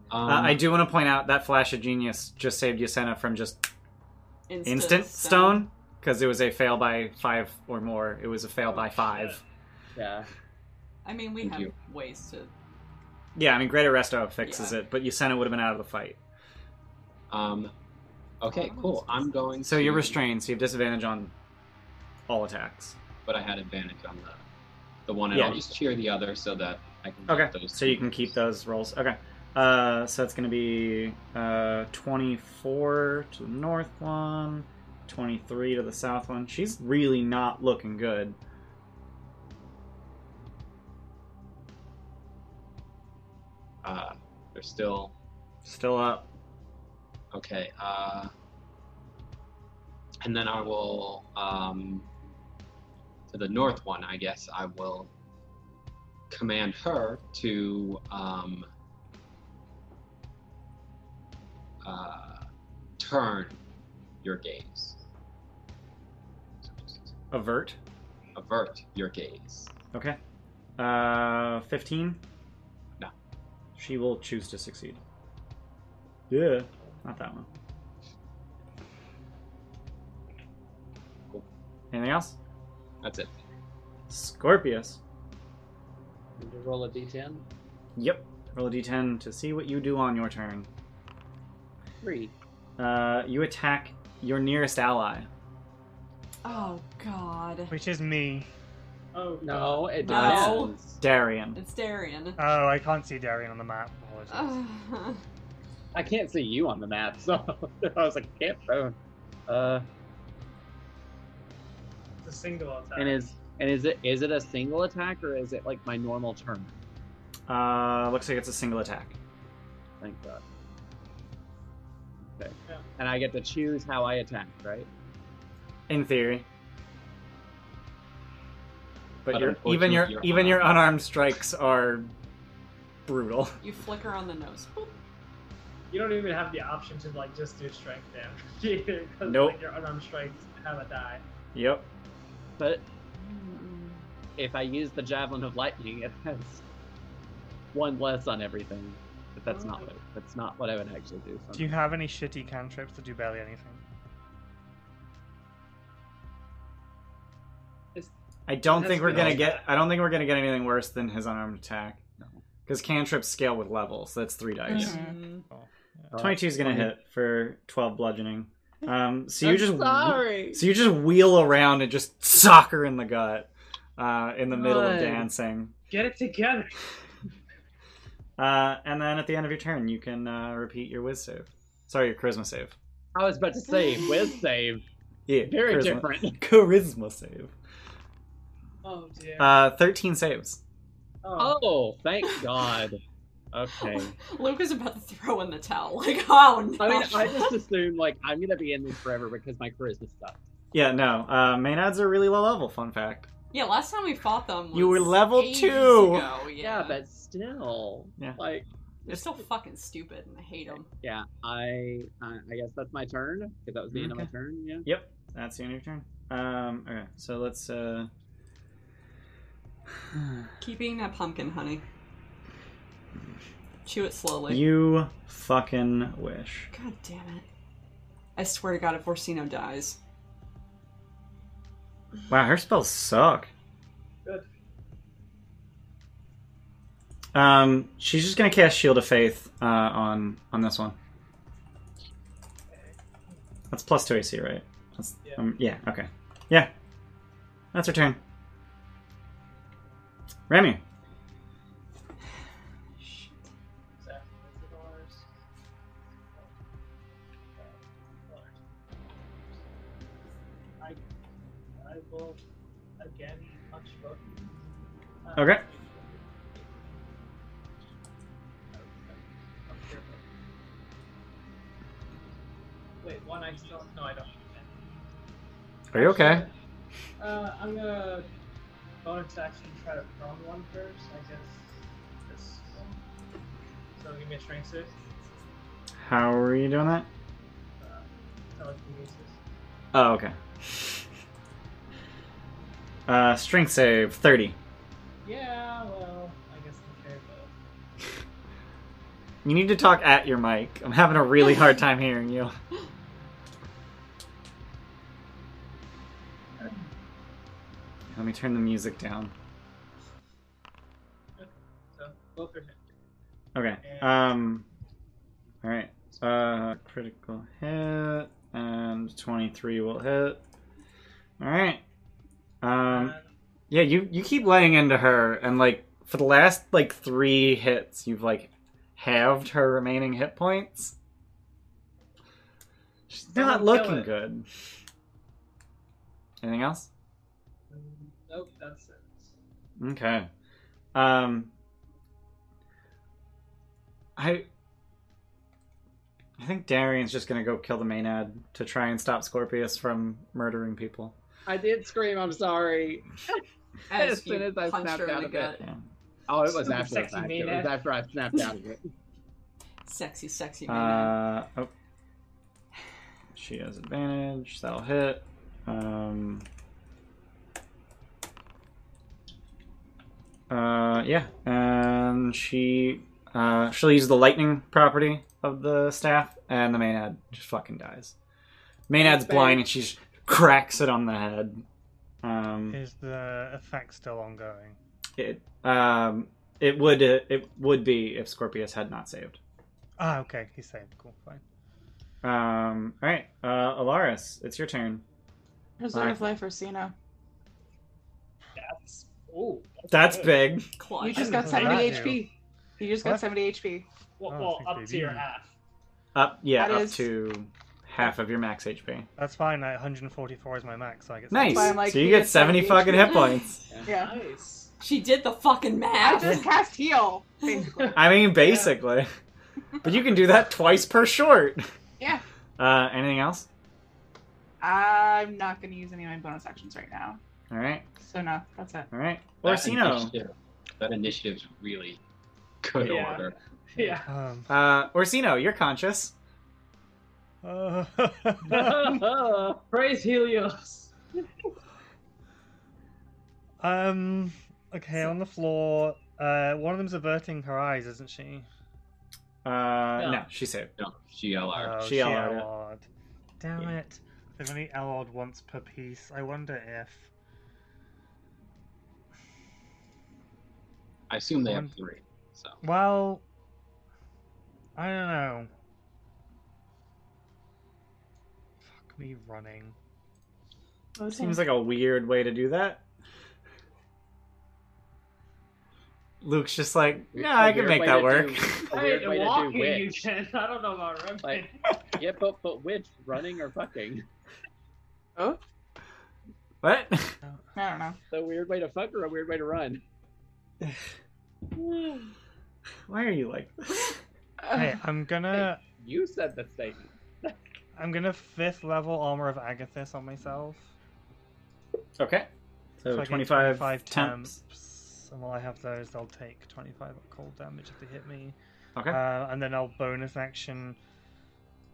[SPEAKER 3] Um,
[SPEAKER 1] uh, I do want to point out that flash of genius just saved Yasena from just instant stone because it was a fail by five or more. It was a fail
[SPEAKER 4] Oh,
[SPEAKER 1] by
[SPEAKER 4] shit.
[SPEAKER 1] five.
[SPEAKER 6] Yeah.
[SPEAKER 8] I mean, we
[SPEAKER 3] Thank
[SPEAKER 8] have
[SPEAKER 3] you.
[SPEAKER 8] ways to.
[SPEAKER 1] Yeah, I mean, Greater Resto fixes
[SPEAKER 8] Yeah.
[SPEAKER 1] it, but Yasena would have been out of the fight.
[SPEAKER 3] Um, okay, cool. I'm going.
[SPEAKER 1] Oh, So you're
[SPEAKER 3] to-
[SPEAKER 1] restrained, so you have disadvantage on all attacks.
[SPEAKER 3] but I had advantage on the the one, and
[SPEAKER 1] Yeah.
[SPEAKER 3] I'll just cheer the other so that I can.
[SPEAKER 1] Okay,
[SPEAKER 3] keep those
[SPEAKER 1] so you can keep those rolls. Okay, uh, so it's going to be uh, 24 to the north one, 23 to the south one. She's really not looking good.
[SPEAKER 3] Uh, they're still
[SPEAKER 1] Still up.
[SPEAKER 3] okay. Uh, and then I will um, to the north one. I guess I will command her to um, uh, turn your gaze.
[SPEAKER 1] Avert.
[SPEAKER 3] Avert your gaze.
[SPEAKER 1] Okay. Uh, 15?
[SPEAKER 3] No.
[SPEAKER 1] She will choose to succeed. Yeah. Not that one.
[SPEAKER 3] Cool.
[SPEAKER 1] Anything else?
[SPEAKER 3] That's it.
[SPEAKER 1] Scorpius.
[SPEAKER 6] Need to roll a d10.
[SPEAKER 1] Yep. Roll a d10 to see what you do on your turn.
[SPEAKER 6] Three.
[SPEAKER 1] Uh, you attack your nearest ally.
[SPEAKER 8] Oh God.
[SPEAKER 5] Which is me.
[SPEAKER 4] Oh,
[SPEAKER 6] No, it
[SPEAKER 8] No.
[SPEAKER 6] doesn't.
[SPEAKER 1] Darian.
[SPEAKER 8] It's Darian.
[SPEAKER 5] Oh, I can't see Darian on the map. Apologies.
[SPEAKER 8] Oh. Ugh.
[SPEAKER 6] I can't see you on the map, so I was like, can't phone. Uh,
[SPEAKER 4] It's a single attack.
[SPEAKER 6] and is and is it is it a single attack or is it like my normal turn?
[SPEAKER 3] Mm.
[SPEAKER 1] Uh, looks like it's a single attack.
[SPEAKER 6] Thank God. Okay.
[SPEAKER 4] Yeah.
[SPEAKER 6] And I get to choose how I attack, right?
[SPEAKER 1] In theory. But,
[SPEAKER 3] But
[SPEAKER 1] your, even
[SPEAKER 3] unfortunately,
[SPEAKER 1] your
[SPEAKER 3] you're
[SPEAKER 1] even your
[SPEAKER 3] unarmed.
[SPEAKER 1] unarmed strikes are brutal.
[SPEAKER 8] You flicker on the nose. Boop.
[SPEAKER 4] You don't even have the option to like just do strength damage either, 'cause,
[SPEAKER 1] Nope.
[SPEAKER 4] like, your unarmed strikes have a die.
[SPEAKER 1] Yep.
[SPEAKER 6] But
[SPEAKER 8] Mm.
[SPEAKER 6] if I use the javelin of lightning, it has one less on everything. But that's not what that's not what I would actually do. So
[SPEAKER 5] Do you have any shitty cantrips that do barely anything?
[SPEAKER 1] I don't
[SPEAKER 4] That's
[SPEAKER 1] think we're
[SPEAKER 4] good.
[SPEAKER 1] gonna get. I don't think we're gonna get anything worse than his unarmed attack. Because cantrips scale with levels. So that's three dice.
[SPEAKER 6] Mm-hmm.
[SPEAKER 7] Mhm.
[SPEAKER 8] Mm.
[SPEAKER 5] Oh, yeah.
[SPEAKER 6] Uh,
[SPEAKER 1] Twenty-two is gonna hit for twelve bludgeoning. Um, so you
[SPEAKER 6] I'm
[SPEAKER 1] just
[SPEAKER 6] sorry.
[SPEAKER 1] so you just wheel around and just sock her in the gut uh, in the middle of
[SPEAKER 6] God.
[SPEAKER 1] dancing.
[SPEAKER 4] Get it together.
[SPEAKER 1] Uh, and then at the end of your turn, you can uh, repeat your whiz save. Sorry, your charisma save.
[SPEAKER 6] I was about to say whiz save.
[SPEAKER 1] Yeah,
[SPEAKER 6] Very
[SPEAKER 1] charisma.
[SPEAKER 6] different.
[SPEAKER 1] Charisma save.
[SPEAKER 4] Oh dear.
[SPEAKER 1] Uh, Thirteen saves.
[SPEAKER 4] oh.
[SPEAKER 6] Oh, thank God. Okay.
[SPEAKER 8] Luke is about to throw in the towel. Like, oh no.
[SPEAKER 6] I mean, I just assume like I'm gonna be in this forever because my charisma sucks.
[SPEAKER 1] Yeah, no. Uh, Maenads are really low level. Fun fact.
[SPEAKER 8] yeah, last time we fought them,
[SPEAKER 1] You
[SPEAKER 8] was
[SPEAKER 1] were level
[SPEAKER 8] ages
[SPEAKER 1] two.
[SPEAKER 8] ago,
[SPEAKER 6] Yeah,
[SPEAKER 8] Yeah,
[SPEAKER 6] but still,
[SPEAKER 1] Yeah.
[SPEAKER 6] like,
[SPEAKER 8] they're still fucking stupid, and I hate them.
[SPEAKER 6] yeah, I, I, I guess that's my turn because that was the end of my
[SPEAKER 1] Okay.
[SPEAKER 6] turn. Yeah.
[SPEAKER 1] Yep, that's the end of your turn. Um, okay, so let's. Uh...
[SPEAKER 8] Keep eating that pumpkin, honey. Chew it slowly.
[SPEAKER 1] you fucking wish.
[SPEAKER 8] God damn it! I swear to God, if Orsino dies,
[SPEAKER 1] Wow, her spells suck.
[SPEAKER 4] Good.
[SPEAKER 1] Um, she's just gonna cast Shield of Faith uh, on on this one. That's plus two AC, right? That's,
[SPEAKER 4] Yeah.
[SPEAKER 1] Um, yeah. Okay. Yeah. That's her turn. Remy.
[SPEAKER 8] Shit.
[SPEAKER 4] I, I will again punch both.
[SPEAKER 1] Okay.
[SPEAKER 4] Wait, one I still. No, I don't.
[SPEAKER 1] Are you okay?
[SPEAKER 4] Uh, I'm gonna bonus action try to prone one first, I guess. This one. So give me a strength save.
[SPEAKER 1] How are you doing that?
[SPEAKER 4] Uh, telekinesis.
[SPEAKER 1] Oh, okay. Uh, strength save thirty.
[SPEAKER 4] Yeah, well, I guess I'm okay, but.
[SPEAKER 1] You need to talk at your mic. I'm having a really hard time hearing you. Let me turn the music down.
[SPEAKER 4] So, both are hit.
[SPEAKER 1] Okay. Um. All right. Uh, critical hit and twenty-three will hit. All right. Um.
[SPEAKER 4] And-
[SPEAKER 1] Yeah. You you keep laying into her, and like for the last like three hits, you've like halved her remaining hit points. She's not
[SPEAKER 4] Someone kill
[SPEAKER 1] looking
[SPEAKER 4] it.
[SPEAKER 1] good. Anything else?
[SPEAKER 4] mm, nope, that's it.
[SPEAKER 1] Okay. Um I I think Darian's just gonna go kill the Maenad to try and stop Scorpius from murdering people.
[SPEAKER 6] I did scream. I'm sorry. As soon
[SPEAKER 8] you
[SPEAKER 6] as I
[SPEAKER 8] punched
[SPEAKER 6] snapped
[SPEAKER 8] her in
[SPEAKER 6] out
[SPEAKER 8] the
[SPEAKER 6] of it.
[SPEAKER 8] gut.
[SPEAKER 1] Yeah.
[SPEAKER 6] Oh, it was
[SPEAKER 4] Super
[SPEAKER 6] after the
[SPEAKER 4] sexy
[SPEAKER 6] fact. It was
[SPEAKER 4] maid.
[SPEAKER 6] after I snapped out of it.
[SPEAKER 8] Sexy, sexy man.
[SPEAKER 1] Uh oh. She has advantage, that'll hit. Um Uh yeah. And she uh she'll use the lightning property of the staff and the Maenad just fucking dies. Maenad's
[SPEAKER 6] Okay.
[SPEAKER 1] blind and she just cracks it on the head. Um
[SPEAKER 5] Is the effect still ongoing?
[SPEAKER 1] it um it would it would be if Scorpius had not saved.
[SPEAKER 5] Ah, okay, he's saved. Cool, fine.
[SPEAKER 1] Um all right. Uh Alaris, it's your turn.
[SPEAKER 7] Preserve life, Orsino.
[SPEAKER 4] That's. Ooh.
[SPEAKER 1] That's
[SPEAKER 4] good.
[SPEAKER 1] big.
[SPEAKER 8] Clutch.
[SPEAKER 7] You just
[SPEAKER 5] didn't
[SPEAKER 7] got
[SPEAKER 5] know that.
[SPEAKER 7] 70 HP. You just got
[SPEAKER 5] What?
[SPEAKER 7] 70 HP.
[SPEAKER 4] Well,
[SPEAKER 5] Oh,
[SPEAKER 4] well,
[SPEAKER 5] thanks,
[SPEAKER 4] up to
[SPEAKER 5] baby.
[SPEAKER 4] your half.
[SPEAKER 1] Up, yeah,
[SPEAKER 7] That
[SPEAKER 1] up
[SPEAKER 7] is-
[SPEAKER 1] to half of your max HP.
[SPEAKER 5] That's fine. Like 144 is my max. So I get
[SPEAKER 1] Nice.
[SPEAKER 7] why I'm like,
[SPEAKER 1] so you
[SPEAKER 7] he
[SPEAKER 1] get
[SPEAKER 7] gets
[SPEAKER 1] 70
[SPEAKER 7] 70
[SPEAKER 1] fucking hit
[SPEAKER 7] HP.
[SPEAKER 1] points.
[SPEAKER 7] Yeah.
[SPEAKER 4] Nice.
[SPEAKER 8] She did the fucking
[SPEAKER 7] I
[SPEAKER 8] math.
[SPEAKER 7] just cast heal, basically.
[SPEAKER 1] I mean, basically. but you can do that twice per short.
[SPEAKER 7] Yeah.
[SPEAKER 1] Uh, anything else?
[SPEAKER 7] I'm not going to use any of my bonus actions right now.
[SPEAKER 1] All right,
[SPEAKER 7] So, no, that's it.
[SPEAKER 1] all right.
[SPEAKER 3] That
[SPEAKER 1] Orsino.
[SPEAKER 3] initiative- That initiative's really good
[SPEAKER 4] Yeah.
[SPEAKER 3] order.
[SPEAKER 4] Yeah.
[SPEAKER 5] Um.
[SPEAKER 1] Uh, Orsino, you're conscious.
[SPEAKER 5] uh,
[SPEAKER 4] Praise Helios.
[SPEAKER 5] um. Okay, on the floor. Uh, one of them's averting her eyes, isn't she?
[SPEAKER 1] Uh,
[SPEAKER 4] No.
[SPEAKER 1] no. she saved.
[SPEAKER 3] No, GLR.
[SPEAKER 5] Oh,
[SPEAKER 1] She allowed it.
[SPEAKER 5] allowed. Damn
[SPEAKER 1] Yeah.
[SPEAKER 5] it! They've only allowed once per piece. I wonder if.
[SPEAKER 3] I assume they
[SPEAKER 5] One.
[SPEAKER 3] have three. So
[SPEAKER 5] Well, I don't know. Fuck me running.
[SPEAKER 1] Seems like a weird way to do that. Luke's just like,
[SPEAKER 6] It's
[SPEAKER 1] yeah, I
[SPEAKER 6] a
[SPEAKER 1] can
[SPEAKER 6] weird
[SPEAKER 1] make
[SPEAKER 6] way
[SPEAKER 1] that
[SPEAKER 6] to
[SPEAKER 1] work.
[SPEAKER 6] do- a weird
[SPEAKER 4] I
[SPEAKER 6] way to
[SPEAKER 4] ain't
[SPEAKER 6] do
[SPEAKER 4] walking you
[SPEAKER 6] which.
[SPEAKER 4] can. I don't know about running.
[SPEAKER 6] Like- Yeah, but but which running or fucking?
[SPEAKER 1] what?
[SPEAKER 7] I don't know.
[SPEAKER 6] The weird way to fuck or a weird way to run?
[SPEAKER 1] Why are you like this?
[SPEAKER 5] Hey, I'm gonna
[SPEAKER 6] You said the statement.
[SPEAKER 5] I'm gonna fifth level armor of Agathis on myself.
[SPEAKER 1] Okay. So,
[SPEAKER 5] I get
[SPEAKER 1] 25,
[SPEAKER 5] 25
[SPEAKER 1] temps.
[SPEAKER 5] temps, And while I have those, they'll take 25 cold damage if they hit me.
[SPEAKER 1] Okay.
[SPEAKER 5] Uh, and then I'll bonus action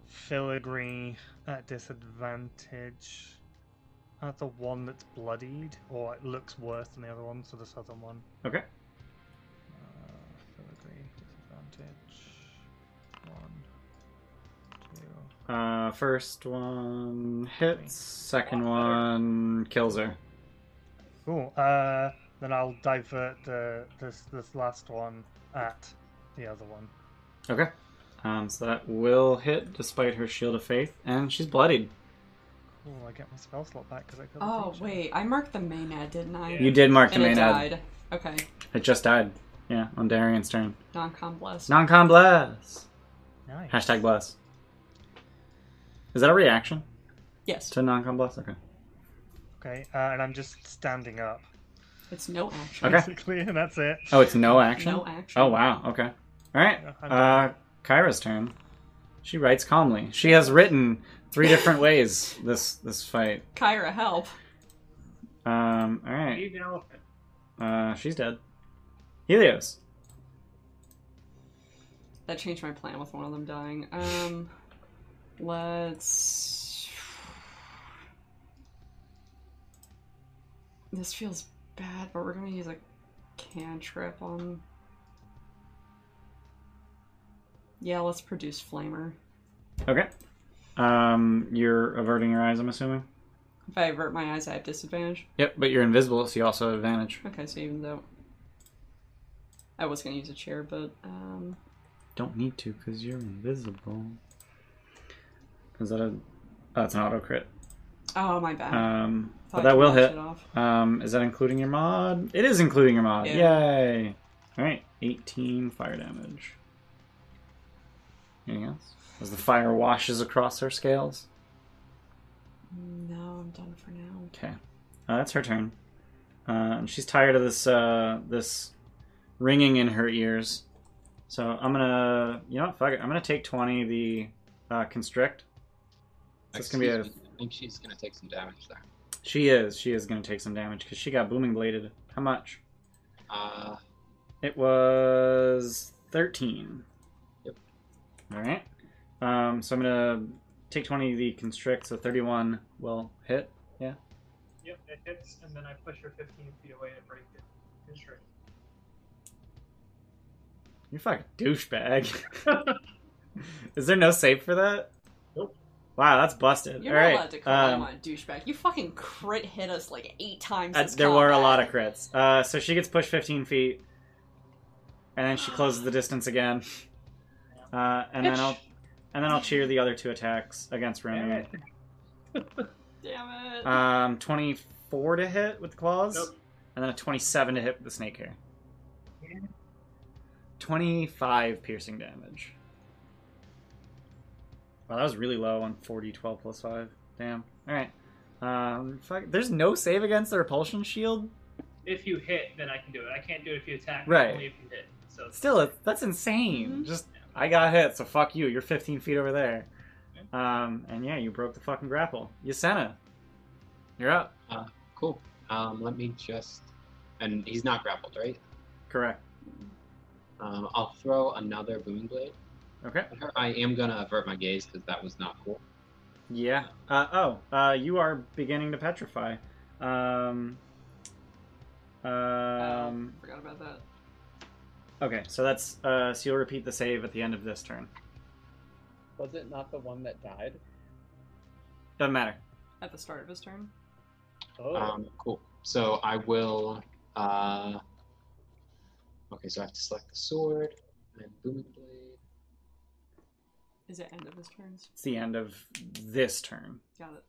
[SPEAKER 5] filigree at disadvantage at the one that's bloodied, or it looks worse than the other one, so the southern one.
[SPEAKER 1] Okay.
[SPEAKER 5] Uh, filigree, disadvantage. One, two.
[SPEAKER 1] Uh, first one hits, second
[SPEAKER 5] Better.
[SPEAKER 1] one kills her.
[SPEAKER 5] Cool. Uh, then I'll divert the this this last one at the other one.
[SPEAKER 1] Okay. Um, so that will hit despite her shield of faith, and she's bloodied.
[SPEAKER 5] Cool. I get my spell slot back because I killed. the
[SPEAKER 8] Oh
[SPEAKER 5] creature.
[SPEAKER 8] wait, I marked the maenad, didn't I?
[SPEAKER 1] You did mark the
[SPEAKER 8] And it
[SPEAKER 1] main ad.
[SPEAKER 8] died. Okay,
[SPEAKER 1] It just died. Yeah, on Darian's turn.
[SPEAKER 8] non-com blessed.
[SPEAKER 1] Non-con bless.
[SPEAKER 5] Nice.
[SPEAKER 1] Hashtag bless. Is that a reaction
[SPEAKER 8] yes,
[SPEAKER 1] to non-con bless? Okay.
[SPEAKER 5] Okay, uh, and I'm just standing up.
[SPEAKER 8] it's no action.
[SPEAKER 1] Okay.
[SPEAKER 5] Basically, and that's it.
[SPEAKER 1] Oh, it's no action?
[SPEAKER 8] No action.
[SPEAKER 1] Oh, wow. Okay. All right.
[SPEAKER 5] Yeah, I'm-
[SPEAKER 1] Uh, Kyra's turn. She writes calmly. She has written Three different ways this this fight.
[SPEAKER 8] Kyra, help.
[SPEAKER 1] Um, all
[SPEAKER 6] eh.
[SPEAKER 4] I
[SPEAKER 1] right.
[SPEAKER 4] need an elephant.
[SPEAKER 1] Uh, she's dead. Helios.
[SPEAKER 8] That changed my plan with one of them dying. Um, let's. This feels bad, but we're gonna use a cantrip on. Yeah, let's produce flamer.
[SPEAKER 1] Okay. Um, you're averting your eyes, I'm assuming.
[SPEAKER 8] If I avert my eyes, I have disadvantage.
[SPEAKER 1] Yep, but you're invisible, so you also have advantage.
[SPEAKER 8] Okay, so even though I was gonna use a chair, but um,
[SPEAKER 1] Don't need to, cause you're invisible. Is that a? That's an auto crit.
[SPEAKER 8] oh my bad.
[SPEAKER 1] Um,
[SPEAKER 8] Thought
[SPEAKER 1] but that
[SPEAKER 8] I took
[SPEAKER 1] will
[SPEAKER 8] my
[SPEAKER 1] hit.
[SPEAKER 8] shit off.
[SPEAKER 1] Um, is that including your mod? It is including your mod.
[SPEAKER 8] Yeah.
[SPEAKER 1] Yay! All right, 18 fire damage. Anything else? As the fire washes across her scales.
[SPEAKER 8] No, I'm done for now.
[SPEAKER 1] Okay, uh, that's her turn, uh, and she's tired of this uh, this ringing in her ears. So I'm gonna, you know, what, fuck it. I'm gonna take 20 the uh, constrict. So it's gonna be a
[SPEAKER 3] Excuse me, I think she's gonna take some damage there.
[SPEAKER 1] She is. She is going to take some damage because she got booming bladed. How much?
[SPEAKER 3] Uh,
[SPEAKER 1] It was thirteen.
[SPEAKER 3] Yep.
[SPEAKER 1] All right. Um, so I'm going to take twenty of the constrict. So thirty-one will hit.
[SPEAKER 4] Yep, it hits, and then I push her 15 feet away to break it. Constrict.
[SPEAKER 1] You're fucking douchebag. is there no save for that?
[SPEAKER 4] Nope.
[SPEAKER 1] Wow, that's busted.
[SPEAKER 8] You're
[SPEAKER 1] All
[SPEAKER 8] not
[SPEAKER 1] right.
[SPEAKER 8] allowed to call
[SPEAKER 1] um,
[SPEAKER 8] him a douchebag. You fucking crit hit us like eight times.
[SPEAKER 1] That's,
[SPEAKER 8] this
[SPEAKER 1] uh, there were a
[SPEAKER 8] combat.
[SPEAKER 1] lot of crits. Uh, so she gets pushed 15 feet, and then she closes the distance again. Uh, and then
[SPEAKER 7] Bitch.
[SPEAKER 1] I'll and then I'll cheer the other two attacks against
[SPEAKER 4] Damn
[SPEAKER 1] Remy.
[SPEAKER 4] it.
[SPEAKER 8] Damn it.
[SPEAKER 1] Um, 24 to hit with the claws,
[SPEAKER 4] Nope.
[SPEAKER 1] and then a 27 to hit with the snake hair.
[SPEAKER 4] Yeah.
[SPEAKER 1] 25 piercing damage. Wow, that was really low on 40, 12 plus 5. Damn. Alright. Um, fuck. There's no save against the repulsion shield?
[SPEAKER 4] If you hit, then I can do it. I can't do it if you attack.
[SPEAKER 1] Right.
[SPEAKER 4] Only if you hit. So it's
[SPEAKER 1] Still, that's insane.
[SPEAKER 4] Mm-hmm.
[SPEAKER 8] Mhm.
[SPEAKER 1] Just I got hit, so fuck you. You're 15 feet over there. Um, and yeah, you broke the fucking grapple. Yasena, you're up.
[SPEAKER 3] cool. Um, let me just. And he's not grappled, right?
[SPEAKER 1] Correct.
[SPEAKER 3] Um, I'll throw another booming blade
[SPEAKER 1] Okay.
[SPEAKER 3] at her. I am gonna avert my gaze because that was not cool.
[SPEAKER 1] Yeah. Uh, oh, uh, you are beginning to petrify. Um, um,
[SPEAKER 8] oh, forgot about that.
[SPEAKER 1] okay, so that's uh, so you'll repeat the save at the end of this turn.
[SPEAKER 6] Was it not the one that died?
[SPEAKER 1] Doesn't matter.
[SPEAKER 8] At the start of his turn.
[SPEAKER 6] Oh,
[SPEAKER 3] Um, cool. So I will. Uh, okay, so I have to select the sword and booming blade.
[SPEAKER 8] Is it end of his turns?
[SPEAKER 1] It's the end of this turn.
[SPEAKER 8] Got it.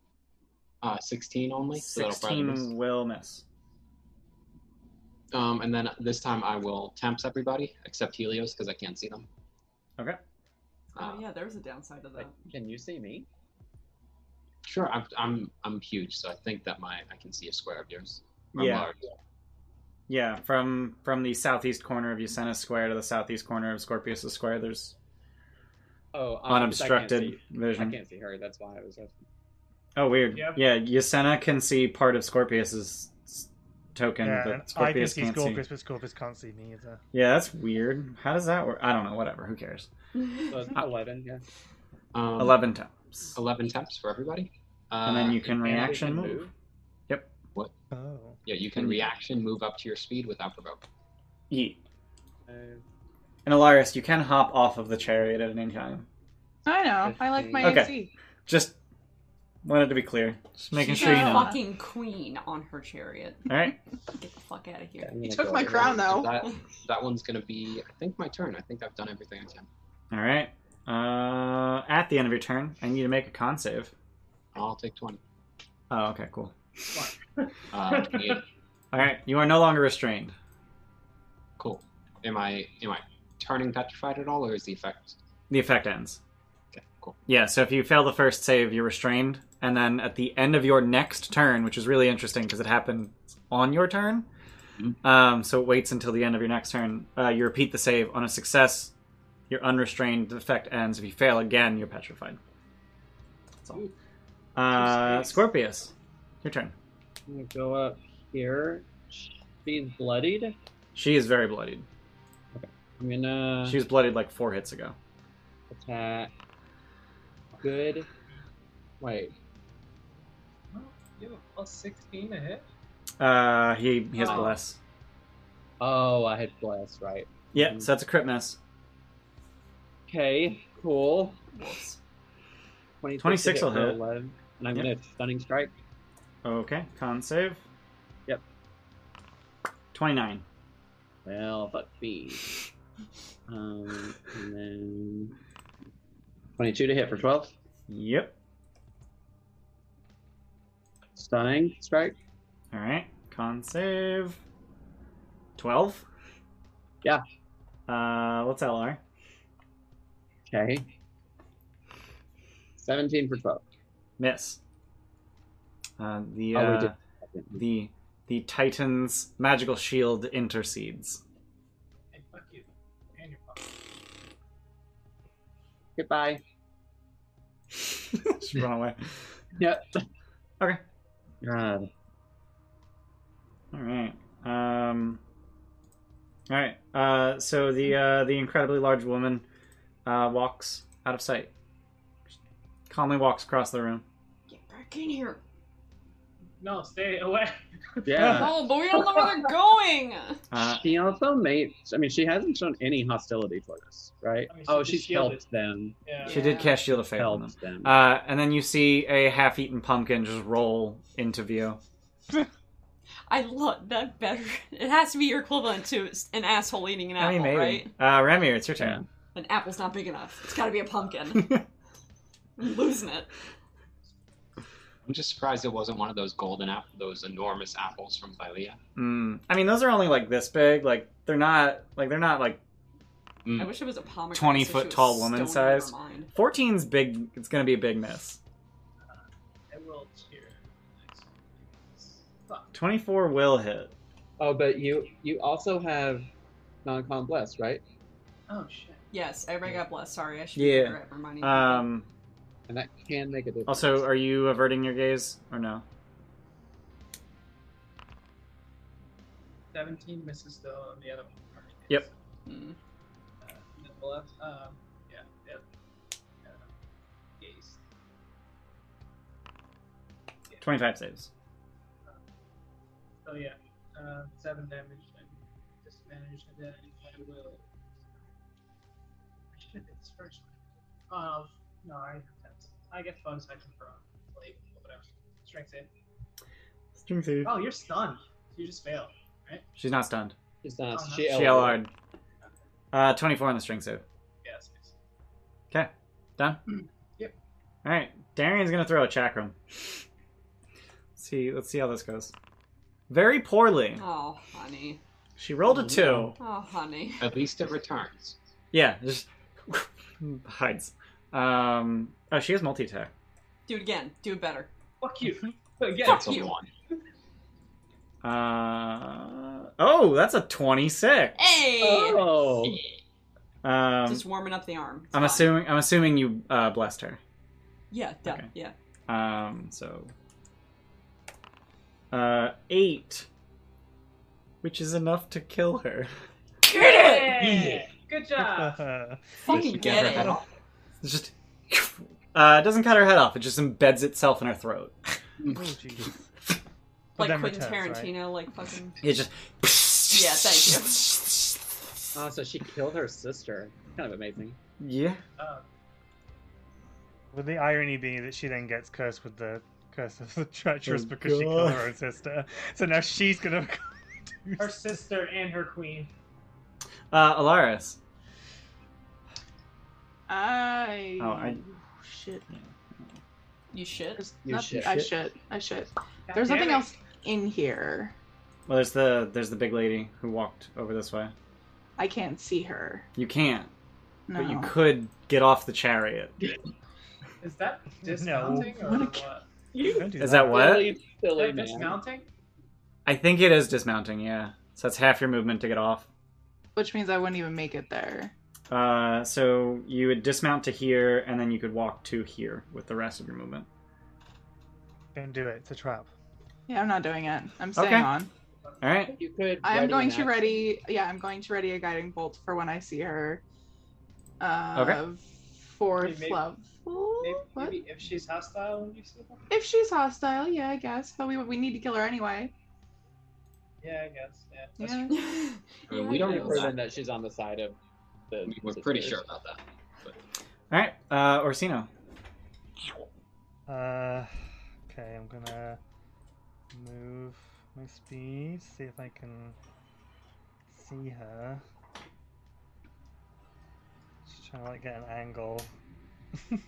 [SPEAKER 3] Uh, 16 only. So that'll probably miss.
[SPEAKER 1] 16 will miss.
[SPEAKER 3] Um, and then this time I will temps everybody except Helios because I can't see them.
[SPEAKER 1] Okay.
[SPEAKER 3] Uh,
[SPEAKER 1] Ah.
[SPEAKER 8] oh yeah, there was a downside to that.
[SPEAKER 6] can you see me?
[SPEAKER 3] Sure, I'm, I'm I'm huge, so I think that my I can see a square of yours. I'm
[SPEAKER 1] Yeah.
[SPEAKER 3] large.
[SPEAKER 1] Yeah, from from the southeast corner of Yasena Square to the southeast corner of Scorpius Square, there's
[SPEAKER 6] Oh, um, I can't,
[SPEAKER 1] unobstructed
[SPEAKER 6] see, I
[SPEAKER 1] vision.
[SPEAKER 6] can't see her. That's why I was.
[SPEAKER 1] Oh, weird.
[SPEAKER 4] Yep.
[SPEAKER 1] Yeah, Yasena can see part of Scorpius's s- token,
[SPEAKER 5] yeah, and
[SPEAKER 1] but
[SPEAKER 5] I can
[SPEAKER 1] Scorpius
[SPEAKER 5] see
[SPEAKER 1] can't
[SPEAKER 5] Scorpius,
[SPEAKER 1] see.
[SPEAKER 5] but Scorpius can't see me either.
[SPEAKER 1] Yeah, that's weird. How does that work? I don't know. Whatever. Who cares?
[SPEAKER 6] So it's
[SPEAKER 1] Ah.
[SPEAKER 6] eleven. Yeah.
[SPEAKER 3] Um,
[SPEAKER 1] Eleven times,
[SPEAKER 3] 11 temps for everybody. Uh,
[SPEAKER 1] and then you can
[SPEAKER 6] And I
[SPEAKER 1] reaction
[SPEAKER 6] can
[SPEAKER 1] move.
[SPEAKER 5] Oh.
[SPEAKER 3] yeah, you can reaction move up to your speed without provoke.
[SPEAKER 1] Yeet.
[SPEAKER 6] Uh,
[SPEAKER 1] And Alaris, you can hop off of the chariot at any time.
[SPEAKER 7] I know. I like my
[SPEAKER 1] Okay.
[SPEAKER 7] AC.
[SPEAKER 1] Just wanted to be clear. Just making
[SPEAKER 8] She's
[SPEAKER 1] sure you
[SPEAKER 8] a
[SPEAKER 1] know.
[SPEAKER 8] fucking queen on her chariot.
[SPEAKER 1] All right.
[SPEAKER 8] Get the fuck out of here.
[SPEAKER 6] I'm gonna
[SPEAKER 7] took
[SPEAKER 6] go
[SPEAKER 7] my
[SPEAKER 6] over
[SPEAKER 7] crown,
[SPEAKER 6] there.
[SPEAKER 7] though.
[SPEAKER 3] That, that one's going to be, I think, my turn. I think I've done everything I can.
[SPEAKER 1] All right. Uh, at the end of your turn, I need to make a con save.
[SPEAKER 3] I'll take 20.
[SPEAKER 1] Oh, okay, cool.
[SPEAKER 3] Uh, 28.
[SPEAKER 1] All right, you are no longer restrained.
[SPEAKER 3] cool. Am I am I turning petrified at all, or is the effect?
[SPEAKER 1] The effect ends.
[SPEAKER 3] Okay, cool.
[SPEAKER 1] Yeah, so if you fail the first save, you're restrained, and then at the end of your next turn, which is really interesting because it happens on your turn,
[SPEAKER 3] Mhm.
[SPEAKER 1] um, so it waits until the end of your next turn. Uh, you repeat the save on a success. Your unrestrained effect ends. If you fail again, you're petrified. That's all. Uh,
[SPEAKER 4] space.
[SPEAKER 1] Scorpius, your turn.
[SPEAKER 6] I'm gonna go up here. She's bloodied.
[SPEAKER 1] She is very bloodied.
[SPEAKER 6] I'm gonna
[SPEAKER 1] She was bloodied like four hits ago.
[SPEAKER 6] attack. Good. Wait.
[SPEAKER 4] You have a plus 16 to hit.
[SPEAKER 1] Uh, he he has
[SPEAKER 6] Oh.
[SPEAKER 1] bless.
[SPEAKER 6] Oh, I had blast right.
[SPEAKER 1] Yeah,
[SPEAKER 6] Mhm.
[SPEAKER 1] so that's a crit miss.
[SPEAKER 6] Okay. Cool.
[SPEAKER 1] 26 will
[SPEAKER 6] to
[SPEAKER 1] hit.
[SPEAKER 6] 11, and I'm
[SPEAKER 1] Yep.
[SPEAKER 6] gonna stunning strike.
[SPEAKER 1] Okay, con save.
[SPEAKER 6] Yep.
[SPEAKER 1] Twenty nine.
[SPEAKER 6] Well, fuck me. Um, and then 22 to hit for 12.
[SPEAKER 1] Yep.
[SPEAKER 6] Stunning strike.
[SPEAKER 1] All right, con save. Twelve.
[SPEAKER 6] Yeah.
[SPEAKER 1] Uh, what's LR?
[SPEAKER 6] Okay. 17 for 12.
[SPEAKER 1] Miss. Uh, the
[SPEAKER 6] Oh, we
[SPEAKER 1] uh,
[SPEAKER 6] did.
[SPEAKER 1] the the Titan's magical shield intercedes.
[SPEAKER 4] Hey, fuck you. And you're fucked.
[SPEAKER 6] Goodbye.
[SPEAKER 1] Just run away.
[SPEAKER 6] Yep.
[SPEAKER 1] Okay.
[SPEAKER 6] God.
[SPEAKER 1] All right. Um, all right. Uh, so the uh, the incredibly large woman uh, walks out of sight. Just calmly walks across the room.
[SPEAKER 8] Get back in here.
[SPEAKER 4] No, stay away.
[SPEAKER 6] Yeah.
[SPEAKER 8] Oh, but we don't know where they're going.
[SPEAKER 1] Uh,
[SPEAKER 6] she also made. I mean, she hasn't shown any hostility toward us, right?
[SPEAKER 4] I mean, she
[SPEAKER 6] oh,
[SPEAKER 4] just
[SPEAKER 6] she's
[SPEAKER 4] shielded.
[SPEAKER 6] helped them.
[SPEAKER 4] Yeah.
[SPEAKER 1] she did cast Shield of Faith on them.
[SPEAKER 6] Helped them.
[SPEAKER 1] Uh, and then you see a half-eaten pumpkin just roll into view.
[SPEAKER 8] I love that better. It has to be your equivalent to an asshole eating an apple,
[SPEAKER 1] I mean, maybe.
[SPEAKER 8] right?
[SPEAKER 1] Uh, Ramir, it's your turn.
[SPEAKER 8] An apple's not big enough. It's got to be a pumpkin. I'm losing it.
[SPEAKER 3] I'm just surprised it wasn't one of those golden apple, those enormous apples from Thylea.
[SPEAKER 1] Mm. I mean, those are only like this big. Like they're not like they're not like
[SPEAKER 8] I wish it was a pomegranate.
[SPEAKER 1] 20
[SPEAKER 8] so
[SPEAKER 1] foot
[SPEAKER 8] she was
[SPEAKER 1] Mm. tall woman
[SPEAKER 8] stoned out of
[SPEAKER 1] size.
[SPEAKER 8] her mind.
[SPEAKER 1] 14's big. It's gonna be a big miss.
[SPEAKER 4] I will cheer. Fuck.
[SPEAKER 1] Twenty-four will hit.
[SPEAKER 6] Oh, but you you also have non-con bless, right?
[SPEAKER 4] Oh, shit.
[SPEAKER 8] Yes, everybody got blessed. Sorry, I should
[SPEAKER 1] Yeah.
[SPEAKER 8] be better at reminding people.
[SPEAKER 1] Um.
[SPEAKER 6] And that can make a difference.
[SPEAKER 1] Also, are you averting your gaze or no?
[SPEAKER 4] 17 misses though on the other one.
[SPEAKER 1] Yep.
[SPEAKER 8] Mm.
[SPEAKER 4] Uh, and then we'll have, um, yeah, yeah. Uh, gaze.
[SPEAKER 1] 25 saves.
[SPEAKER 4] So Uh, yeah, uh, seven damage and disadvantage, and then I will. I should hit this first one. Uh, no, I have that. I get bonus action for uh, like whatever. Strength save. Oh, you're stunned. You just failed.
[SPEAKER 1] She's not stunned.
[SPEAKER 6] It's not-
[SPEAKER 7] Oh,
[SPEAKER 4] Uh-huh.
[SPEAKER 1] She LR'd. Uh, 24 on the string save.
[SPEAKER 4] Yes. yes.
[SPEAKER 1] Okay. Done?
[SPEAKER 4] Yep.
[SPEAKER 1] Alright. Darian's gonna throw a chakram. see, let's see how this goes. Very poorly.
[SPEAKER 8] Oh, honey.
[SPEAKER 1] She rolled a
[SPEAKER 6] Oh,
[SPEAKER 1] two.
[SPEAKER 6] no.
[SPEAKER 8] Oh, honey.
[SPEAKER 3] At least it returns.
[SPEAKER 1] Yeah, just hides. Um, oh, she has multi attack.
[SPEAKER 8] Do it again. Do it better.
[SPEAKER 4] Fuck you. Again.
[SPEAKER 8] Fuck
[SPEAKER 3] That's a
[SPEAKER 8] you.
[SPEAKER 3] one.
[SPEAKER 1] Uh, oh, that's a 26.
[SPEAKER 8] Hey!
[SPEAKER 6] Oh,
[SPEAKER 1] Um,
[SPEAKER 8] Just warming up the arm. It's
[SPEAKER 1] I'm
[SPEAKER 8] fine.
[SPEAKER 1] assuming I'm assuming you uh, blessed her.
[SPEAKER 8] Yeah, duh,
[SPEAKER 1] Okay.
[SPEAKER 8] yeah.
[SPEAKER 1] Um, so uh, eight, which is enough to kill her.
[SPEAKER 8] Get it!
[SPEAKER 4] Yeah. Good job.
[SPEAKER 8] Fucking
[SPEAKER 3] Get
[SPEAKER 8] get
[SPEAKER 3] her head
[SPEAKER 8] it.
[SPEAKER 3] off.
[SPEAKER 1] It's just uh, it doesn't cut her head off. It just embeds itself in her throat.
[SPEAKER 5] Oh,
[SPEAKER 8] Like Quentin Tarantino, like fucking.
[SPEAKER 1] It just
[SPEAKER 8] Yeah, thank you.
[SPEAKER 6] oh, so she killed her sister. Kind of amazing.
[SPEAKER 1] yeah.
[SPEAKER 4] Uh,
[SPEAKER 5] With the irony being that she then gets cursed with the curse of the treacherous
[SPEAKER 1] Oh,
[SPEAKER 5] because she killed
[SPEAKER 1] God.
[SPEAKER 5] her own sister. So now she's gonna. do
[SPEAKER 4] her sister and her queen.
[SPEAKER 1] Uh, Alaris.
[SPEAKER 7] I.
[SPEAKER 1] Oh, I-
[SPEAKER 7] Shit.
[SPEAKER 8] You shit.
[SPEAKER 7] There's
[SPEAKER 6] You
[SPEAKER 7] nothing.
[SPEAKER 6] shit.
[SPEAKER 7] I should. I should.
[SPEAKER 4] God
[SPEAKER 7] There's
[SPEAKER 4] damn
[SPEAKER 7] nothing
[SPEAKER 4] it.
[SPEAKER 7] else in here.
[SPEAKER 1] Well, there's the there's the big lady who walked over this way.
[SPEAKER 7] I can't see her.
[SPEAKER 1] You can't,
[SPEAKER 7] No.
[SPEAKER 1] but you could get off the chariot.
[SPEAKER 4] Is that dismounting or
[SPEAKER 5] What a-
[SPEAKER 4] what?
[SPEAKER 5] Don't do
[SPEAKER 1] Is that what?
[SPEAKER 6] Silly, silly
[SPEAKER 4] Is that
[SPEAKER 6] man.
[SPEAKER 4] dismounting?
[SPEAKER 1] I think it is dismounting. Yeah. So that's half your movement to get off.
[SPEAKER 7] Which means I wouldn't even make it there.
[SPEAKER 1] Uh, so you would dismount to here, and then you could walk to here with the rest of your movement.
[SPEAKER 5] Don't do it. It's a trap.
[SPEAKER 7] Yeah, I'm not doing it. I'm staying
[SPEAKER 1] Okay.
[SPEAKER 7] on.
[SPEAKER 1] All right.
[SPEAKER 6] You could.
[SPEAKER 7] I am
[SPEAKER 6] ready
[SPEAKER 7] going
[SPEAKER 6] an
[SPEAKER 7] to
[SPEAKER 6] action.
[SPEAKER 7] ready. Yeah, I'm going to ready a guiding bolt for when I see her. Uh,
[SPEAKER 1] Okay.
[SPEAKER 7] Fourth
[SPEAKER 4] Maybe-
[SPEAKER 7] level.
[SPEAKER 4] Maybe,
[SPEAKER 7] What?
[SPEAKER 4] maybe if she's hostile when you see her.
[SPEAKER 7] If she's hostile, yeah, I guess. But we we need to kill her anyway.
[SPEAKER 4] Yeah, I guess. Yeah. That's
[SPEAKER 7] Yeah.
[SPEAKER 3] I mean, we don't
[SPEAKER 6] Pretty
[SPEAKER 3] know
[SPEAKER 6] proven
[SPEAKER 3] that.
[SPEAKER 6] that she's on the side of the.
[SPEAKER 3] I mean, we're pretty
[SPEAKER 6] sisters.
[SPEAKER 3] sure about that.
[SPEAKER 1] All right. Uh, Orsino.
[SPEAKER 5] Uh, okay, I'm gonna move my speed, see if I can see her. Just trying to like get an angle. Can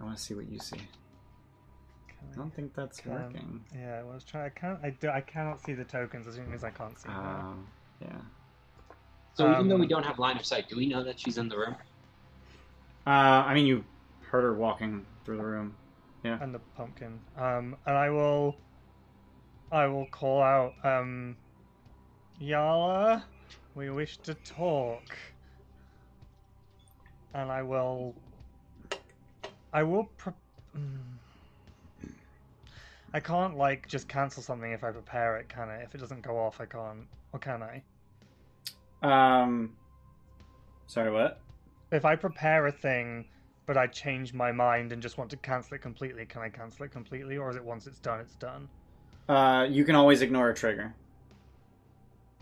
[SPEAKER 1] I want to see what you see. I
[SPEAKER 5] I-
[SPEAKER 1] don't think that's
[SPEAKER 5] Um,
[SPEAKER 1] working.
[SPEAKER 5] Yeah, well, I was trying. I can't. I, do, I cannot see the tokens. As soon as I can't see. them.
[SPEAKER 1] Um, yeah.
[SPEAKER 3] So even though we
[SPEAKER 5] Um,
[SPEAKER 3] don't have line of sight, do we know that she's in the room?
[SPEAKER 1] Uh, I mean, you heard her walking through the room.
[SPEAKER 5] and the pumpkin. Um, and I will, I will call out, um, Yala, we wish to talk. And I will, I will. Pre- mm. I can't like just cancel something if I prepare it, can I? If it doesn't go off, I can't. Or can I?
[SPEAKER 1] Um, sorry, what?
[SPEAKER 5] If I prepare a thing, but I change my mind and just want to cancel it completely, can I cancel it completely, or is it once it's done, it's done?
[SPEAKER 1] Uh, you can always ignore a trigger.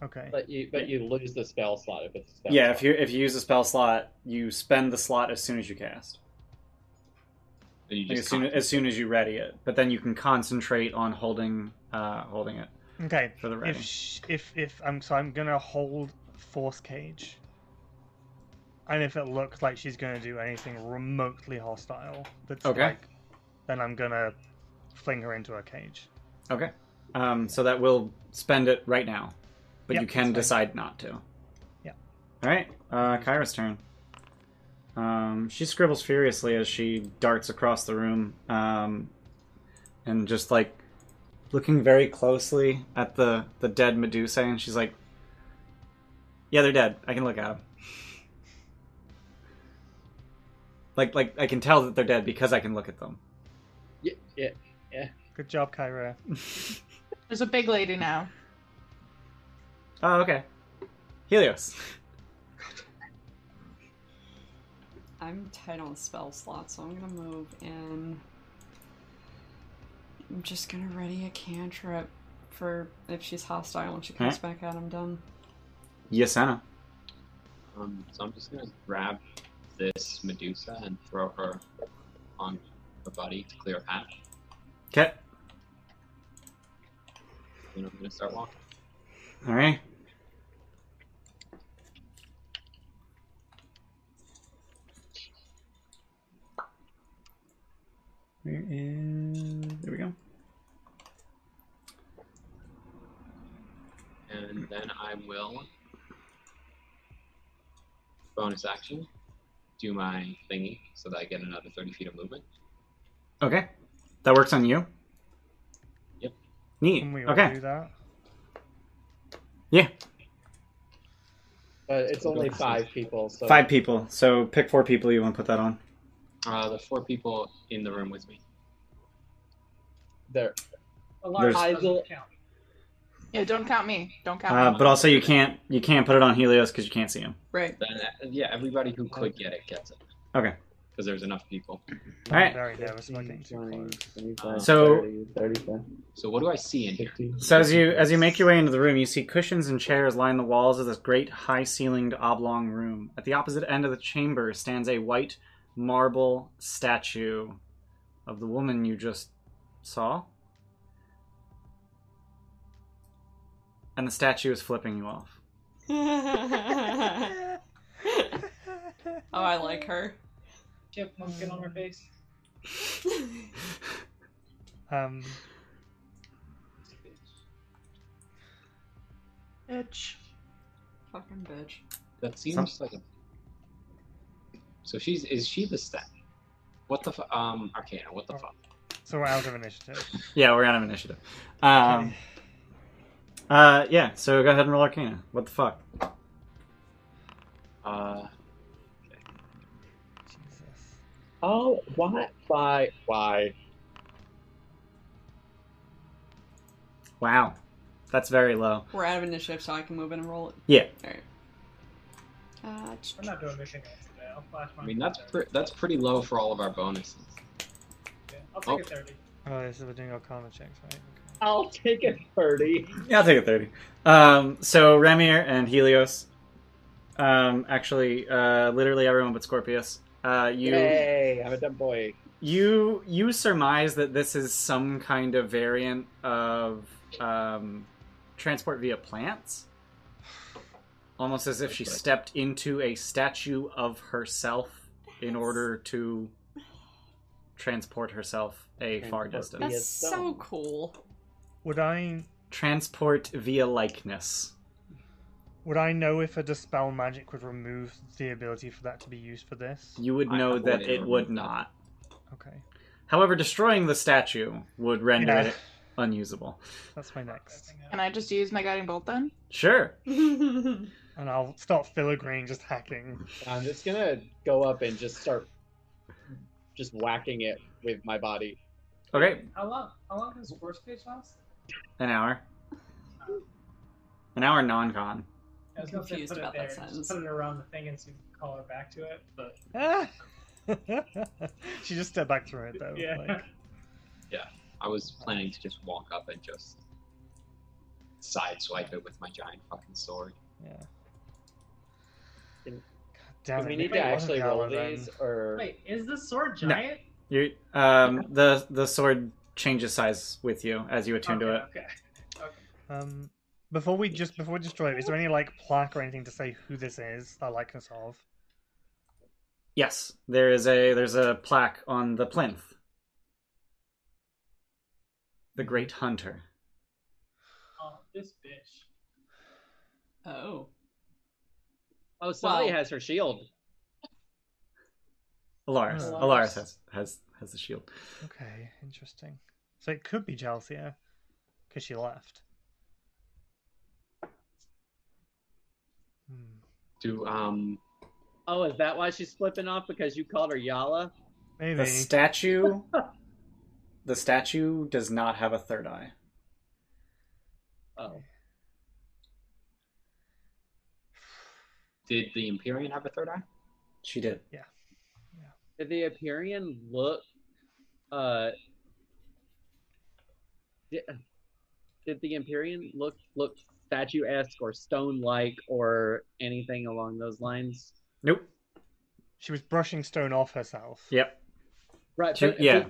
[SPEAKER 5] Okay.
[SPEAKER 6] But you, but you lose the spell slot if it's. a Spell
[SPEAKER 1] Yeah,
[SPEAKER 6] slot.
[SPEAKER 1] if you if you use a spell slot, you spend the slot as soon as you cast.
[SPEAKER 3] And you
[SPEAKER 1] Like,
[SPEAKER 3] just
[SPEAKER 1] as soon
[SPEAKER 3] can't-
[SPEAKER 1] as soon as you ready it, but then you can concentrate on holding uh holding it
[SPEAKER 5] Okay.
[SPEAKER 1] for the ready.
[SPEAKER 5] If sh- if if I'm so I'm gonna hold force cage, and if it looks like she's gonna do anything remotely hostile, that's
[SPEAKER 1] Okay.
[SPEAKER 5] like, then I'm gonna fling her into a cage.
[SPEAKER 1] Okay. Um, so that will spend it right now, but
[SPEAKER 5] Yep,
[SPEAKER 1] you can
[SPEAKER 5] that's
[SPEAKER 1] decide not to.
[SPEAKER 5] Yeah.
[SPEAKER 1] All right. Uh, Kyra's turn. Um, she scribbles furiously as she darts across the room, um, and just like looking very closely at the the dead Medusa, and she's like, "Yeah, they're dead. I can look at them." Like, like I can tell that they're dead because I can look at them.
[SPEAKER 6] Yeah, yeah.
[SPEAKER 5] Good job, Kyra.
[SPEAKER 7] There's a big lady now.
[SPEAKER 1] Oh, okay. Helios.
[SPEAKER 8] I'm tight on spell slots, so I'm gonna move in. I'm just gonna ready a cantrip for if she's hostile when she comes back out. I'm done.
[SPEAKER 1] Yasena.
[SPEAKER 3] Um, so I'm just gonna grab this Medusa and throw her on her buddy to clear a path.
[SPEAKER 1] Okay.
[SPEAKER 3] Then I'm gonna start walking.
[SPEAKER 1] All right. Where is? There we go.
[SPEAKER 3] And then I will bonus action, do my thingy so that I get another 30 feet of movement.
[SPEAKER 1] Okay, that works on you.
[SPEAKER 3] Yep.
[SPEAKER 1] Neat.
[SPEAKER 5] Can we all do
[SPEAKER 1] Okay.
[SPEAKER 5] that?
[SPEAKER 6] But it's only five people, so
[SPEAKER 1] Five people. So pick four people you want to put that on.
[SPEAKER 3] Uh, the four people in the room with me.
[SPEAKER 6] there.
[SPEAKER 4] a large
[SPEAKER 1] There's-
[SPEAKER 4] doesn't count.
[SPEAKER 7] Yeah, don't count me. Don't count
[SPEAKER 1] Uh,
[SPEAKER 7] me.
[SPEAKER 1] but also you can't you can't put it on Helios because you can't see him.
[SPEAKER 8] Right.
[SPEAKER 3] Then, uh, yeah, everybody who could get it gets it
[SPEAKER 1] Okay.
[SPEAKER 3] because there's enough people. Uh,
[SPEAKER 1] All right.
[SPEAKER 5] I'm very nervous about getting too
[SPEAKER 6] 20,
[SPEAKER 5] close.
[SPEAKER 6] 25,
[SPEAKER 1] So-
[SPEAKER 6] 30, 35,
[SPEAKER 3] So what do I see in here?
[SPEAKER 6] 50,
[SPEAKER 1] So as you as you make your way into the room, you see cushions and chairs line the walls of this great high-ceilinged oblong room. At the opposite end of the chamber stands a white marble statue of the woman you just saw. And the statue is flipping you off.
[SPEAKER 8] oh, I like her.
[SPEAKER 4] She have pumpkin on her face.
[SPEAKER 5] Um,
[SPEAKER 7] Bitch.
[SPEAKER 8] Fucking bitch.
[SPEAKER 3] That seems like a. So she's is she the stat? What the fu- um Arcana? What the fuck?
[SPEAKER 5] so we're out of initiative.
[SPEAKER 1] Yeah, we're out of initiative. Um, uh, yeah, so go ahead and roll Arcana. What the fuck?
[SPEAKER 3] Uh,
[SPEAKER 5] Jesus.
[SPEAKER 6] Oh, why? Why? Why?
[SPEAKER 1] Wow. That's very low.
[SPEAKER 8] We're out of initiative, so I can move in and roll it.
[SPEAKER 1] Yeah.
[SPEAKER 8] All right. Uh, ch-
[SPEAKER 4] We're not doing mission goals today. I'll flash my.
[SPEAKER 3] I mean, that's pre- that's pretty low for all of our bonuses.
[SPEAKER 4] Yeah, I'll take
[SPEAKER 3] Oh.
[SPEAKER 4] a thirty.
[SPEAKER 5] Oh, this is we're doing Arcana checks, right? Okay.
[SPEAKER 6] I'll take a thirty.
[SPEAKER 1] Yeah, I'll take a 30. Um, so Ramir and Helios, um, actually, uh, literally everyone but Scorpius, uh, you
[SPEAKER 6] Yay! I'm a dumb boy.
[SPEAKER 1] you you surmise that this is some kind of variant of um, transport via plants, almost as if she stepped into a statue of herself in order to transport herself a far
[SPEAKER 6] Transport.
[SPEAKER 1] distance.
[SPEAKER 8] That's
[SPEAKER 6] Yes,
[SPEAKER 8] so
[SPEAKER 6] so.
[SPEAKER 8] cool.
[SPEAKER 5] Would I
[SPEAKER 1] Transport via likeness.
[SPEAKER 5] would I know if a dispel magic would remove the ability for that to be used for this?
[SPEAKER 1] You would
[SPEAKER 3] I
[SPEAKER 1] know
[SPEAKER 3] have
[SPEAKER 1] that
[SPEAKER 3] already
[SPEAKER 1] it would
[SPEAKER 3] removed that.
[SPEAKER 1] not.
[SPEAKER 5] Okay.
[SPEAKER 1] However, destroying the statue would render
[SPEAKER 5] Yeah,
[SPEAKER 1] it unusable.
[SPEAKER 5] that's my next.
[SPEAKER 7] Can I just use my guiding bolt then?
[SPEAKER 1] Sure.
[SPEAKER 5] And I'll start filigrane, just hacking.
[SPEAKER 6] I'm just gonna go up and just start just whacking it with my body.
[SPEAKER 1] Okay.
[SPEAKER 4] How long? How long does force page last?
[SPEAKER 1] An hour. An hour non con.
[SPEAKER 4] I was gonna say
[SPEAKER 8] confused
[SPEAKER 4] put it
[SPEAKER 8] about that
[SPEAKER 4] there,
[SPEAKER 8] sentence.
[SPEAKER 4] Just put it around the thing and see if you can call her back to it. But
[SPEAKER 5] Ah! she just stepped back through it though.
[SPEAKER 4] Yeah.
[SPEAKER 5] Like,
[SPEAKER 3] I was planning to just walk up and just sideswipe it with my giant fucking sword.
[SPEAKER 5] yeah. God
[SPEAKER 6] Can- Do
[SPEAKER 5] damn it,
[SPEAKER 6] we need
[SPEAKER 5] Nick,
[SPEAKER 6] to
[SPEAKER 5] it wasn't
[SPEAKER 6] actually
[SPEAKER 5] the
[SPEAKER 6] roll
[SPEAKER 5] hour then.
[SPEAKER 6] these, or
[SPEAKER 4] wait, is the sword
[SPEAKER 1] No.
[SPEAKER 4] giant?
[SPEAKER 1] You um the the sword changes size with you as you attune
[SPEAKER 4] okay,
[SPEAKER 1] to it.
[SPEAKER 4] okay.
[SPEAKER 5] Um, before we just before we destroy it, is there any like plaque or anything to say who this is or likeness of?
[SPEAKER 1] Yes. There is a there's a plaque on the plinth. The Great Hunter.
[SPEAKER 4] Oh, this bitch.
[SPEAKER 8] oh.
[SPEAKER 6] oh, somebody
[SPEAKER 8] Well-
[SPEAKER 6] has her shield.
[SPEAKER 1] Alaris.
[SPEAKER 5] Alaris.
[SPEAKER 1] Alaris has has has the shield.
[SPEAKER 5] Okay, interesting. So it could be Jalcia, because she left. Hmm.
[SPEAKER 3] Do um,
[SPEAKER 6] Oh, is that why she's flipping off because you called her Yala?
[SPEAKER 5] Maybe.
[SPEAKER 1] The statue The statue does not have a third eye.
[SPEAKER 6] Oh,
[SPEAKER 3] did the Empyrean have a third eye?
[SPEAKER 1] She did.
[SPEAKER 6] did the Empyrean look? Uh, did, did the Empyrean look look statuesque or stone like or anything along those lines?
[SPEAKER 1] Nope.
[SPEAKER 5] She was brushing stone off herself.
[SPEAKER 1] Yep.
[SPEAKER 6] Right,
[SPEAKER 1] Sure,
[SPEAKER 6] but,
[SPEAKER 1] yeah.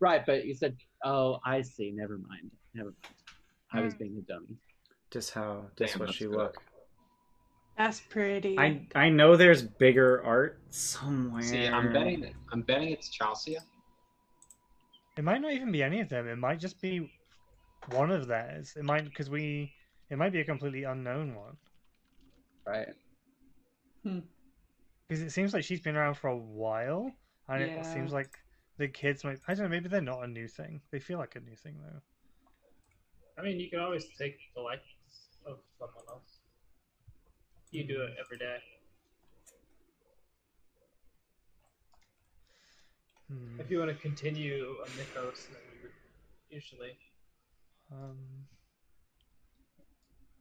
[SPEAKER 6] right, but you said, "Oh, I see. Never mind. Never mind. I was
[SPEAKER 4] Hmm.
[SPEAKER 7] Mm.
[SPEAKER 6] being a dummy."
[SPEAKER 1] Just how just
[SPEAKER 3] Damn,
[SPEAKER 1] what
[SPEAKER 3] that's
[SPEAKER 1] she
[SPEAKER 3] good.
[SPEAKER 1] looked.
[SPEAKER 7] That's pretty.
[SPEAKER 1] I I know there's bigger art somewhere.
[SPEAKER 3] See, I'm betting I'm betting it's Chalcia.
[SPEAKER 5] It might not even be any of them. It might just be one of theirs. It might because we. It might be a completely unknown one
[SPEAKER 6] Right.
[SPEAKER 5] because it seems like she's been around for a while, and
[SPEAKER 8] Yeah.
[SPEAKER 5] it seems like the kids might. I don't know. Maybe they're not a new thing. They feel like a new thing though.
[SPEAKER 4] I mean, you can always take the likeness of someone else. You do it every day.
[SPEAKER 5] Hmm.
[SPEAKER 4] If you want to continue a mythos, then you would usually.
[SPEAKER 5] Um,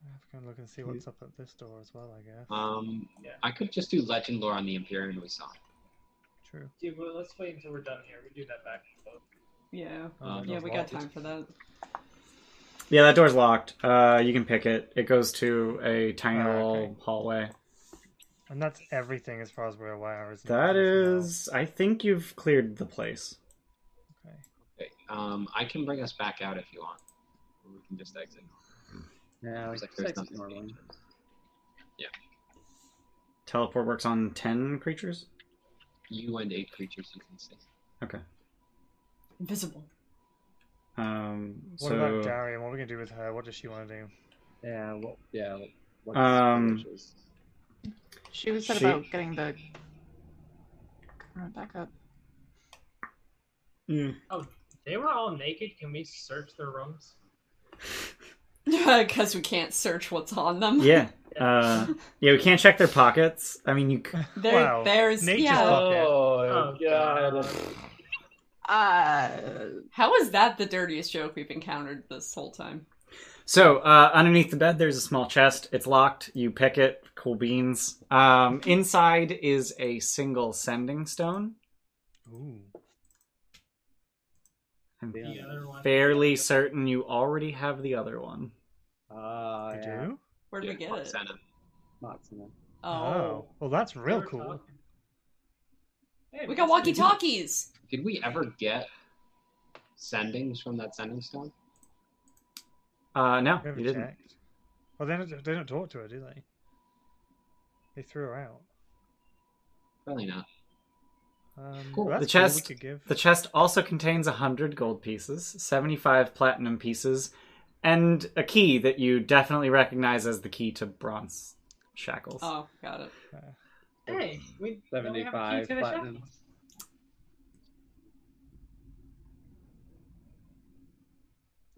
[SPEAKER 5] I have to go and look and see what's up at this door as well. I guess.
[SPEAKER 1] Uh,
[SPEAKER 3] Um,
[SPEAKER 4] Yeah.
[SPEAKER 3] I could just do legend lore on the Empyrean we saw.
[SPEAKER 5] True.
[SPEAKER 4] Dude, well, let's wait until we're done here. We do that back. and forth.
[SPEAKER 8] Yeah.
[SPEAKER 3] Um,
[SPEAKER 8] Yeah,
[SPEAKER 5] that's
[SPEAKER 8] we got
[SPEAKER 5] locked.
[SPEAKER 8] time for that.
[SPEAKER 1] Yeah, that door's locked. Uh, you can pick it. It goes to a tiny
[SPEAKER 5] Oh,
[SPEAKER 1] little
[SPEAKER 5] okay.
[SPEAKER 1] hallway.
[SPEAKER 5] And that's everything as far as we're aware, isn't it?
[SPEAKER 1] That
[SPEAKER 5] Anything else?
[SPEAKER 1] is. I think you've cleared the place.
[SPEAKER 5] Okay.
[SPEAKER 3] Okay. Um, I can bring us back out if you want. Or We can just exit.
[SPEAKER 6] Yeah,
[SPEAKER 3] It's
[SPEAKER 6] like, sex is
[SPEAKER 3] nothing
[SPEAKER 6] normal.
[SPEAKER 3] dangerous.
[SPEAKER 1] Teleport works on ten creatures.
[SPEAKER 3] You and eight creatures you can see.
[SPEAKER 8] Invisible.
[SPEAKER 1] Um,
[SPEAKER 5] What
[SPEAKER 1] so
[SPEAKER 5] about Darian? What are we gonna do with her? What does she want to do?
[SPEAKER 6] Yeah, well, yeah. What
[SPEAKER 1] Um,
[SPEAKER 7] she was said
[SPEAKER 1] she-
[SPEAKER 7] about getting the. Come on, Back up.
[SPEAKER 1] Mm.
[SPEAKER 4] They were all naked. Can we search their rooms?
[SPEAKER 8] Because we can't search what's on them.
[SPEAKER 1] Yeah. Uh, yeah, we can't check their pockets. I mean, you. c-
[SPEAKER 8] There,
[SPEAKER 5] Wow.
[SPEAKER 8] There's
[SPEAKER 5] Nature's
[SPEAKER 8] yeah.
[SPEAKER 5] up. Okay.
[SPEAKER 6] Oh, God.
[SPEAKER 7] Uh,
[SPEAKER 8] How is that the dirtiest joke we've encountered this whole time?
[SPEAKER 1] So uh, underneath the bed, there's a small chest. It's locked. You pick it. Cool beans. Um, inside is a single sending stone.
[SPEAKER 5] Ooh.
[SPEAKER 1] I'm
[SPEAKER 6] Yeah.
[SPEAKER 4] The other one.
[SPEAKER 1] fairly certain you already have the other one.
[SPEAKER 6] Ah,
[SPEAKER 5] I
[SPEAKER 6] yeah.
[SPEAKER 5] do?
[SPEAKER 8] Where'd we
[SPEAKER 3] Yeah,
[SPEAKER 8] get it?
[SPEAKER 3] Montana.
[SPEAKER 6] Moxina.
[SPEAKER 8] Oh.
[SPEAKER 5] Well, that's real
[SPEAKER 4] They were
[SPEAKER 5] cool.
[SPEAKER 4] talking. Hey,
[SPEAKER 8] We got
[SPEAKER 4] that's
[SPEAKER 8] walkie
[SPEAKER 4] good.
[SPEAKER 8] talkies.
[SPEAKER 3] Did we ever get sendings from that sending stone?
[SPEAKER 1] Uh, no,
[SPEAKER 5] Never
[SPEAKER 1] you didn't.
[SPEAKER 5] checked. Well, they don't, they don't talk to her, do they? They threw her out.
[SPEAKER 3] Probably not.
[SPEAKER 5] Um,
[SPEAKER 3] Cool.
[SPEAKER 5] well, that's
[SPEAKER 1] The chest-
[SPEAKER 5] Cool. We could give.
[SPEAKER 1] The chest also contains 100 gold pieces, 75 platinum pieces, and a key that you definitely recognize as the key to bronze shackles.
[SPEAKER 8] Oh, got it.
[SPEAKER 5] Uh,
[SPEAKER 4] Hey, we don't we have a key
[SPEAKER 6] 75
[SPEAKER 4] to the
[SPEAKER 6] platinum.
[SPEAKER 4] shackles?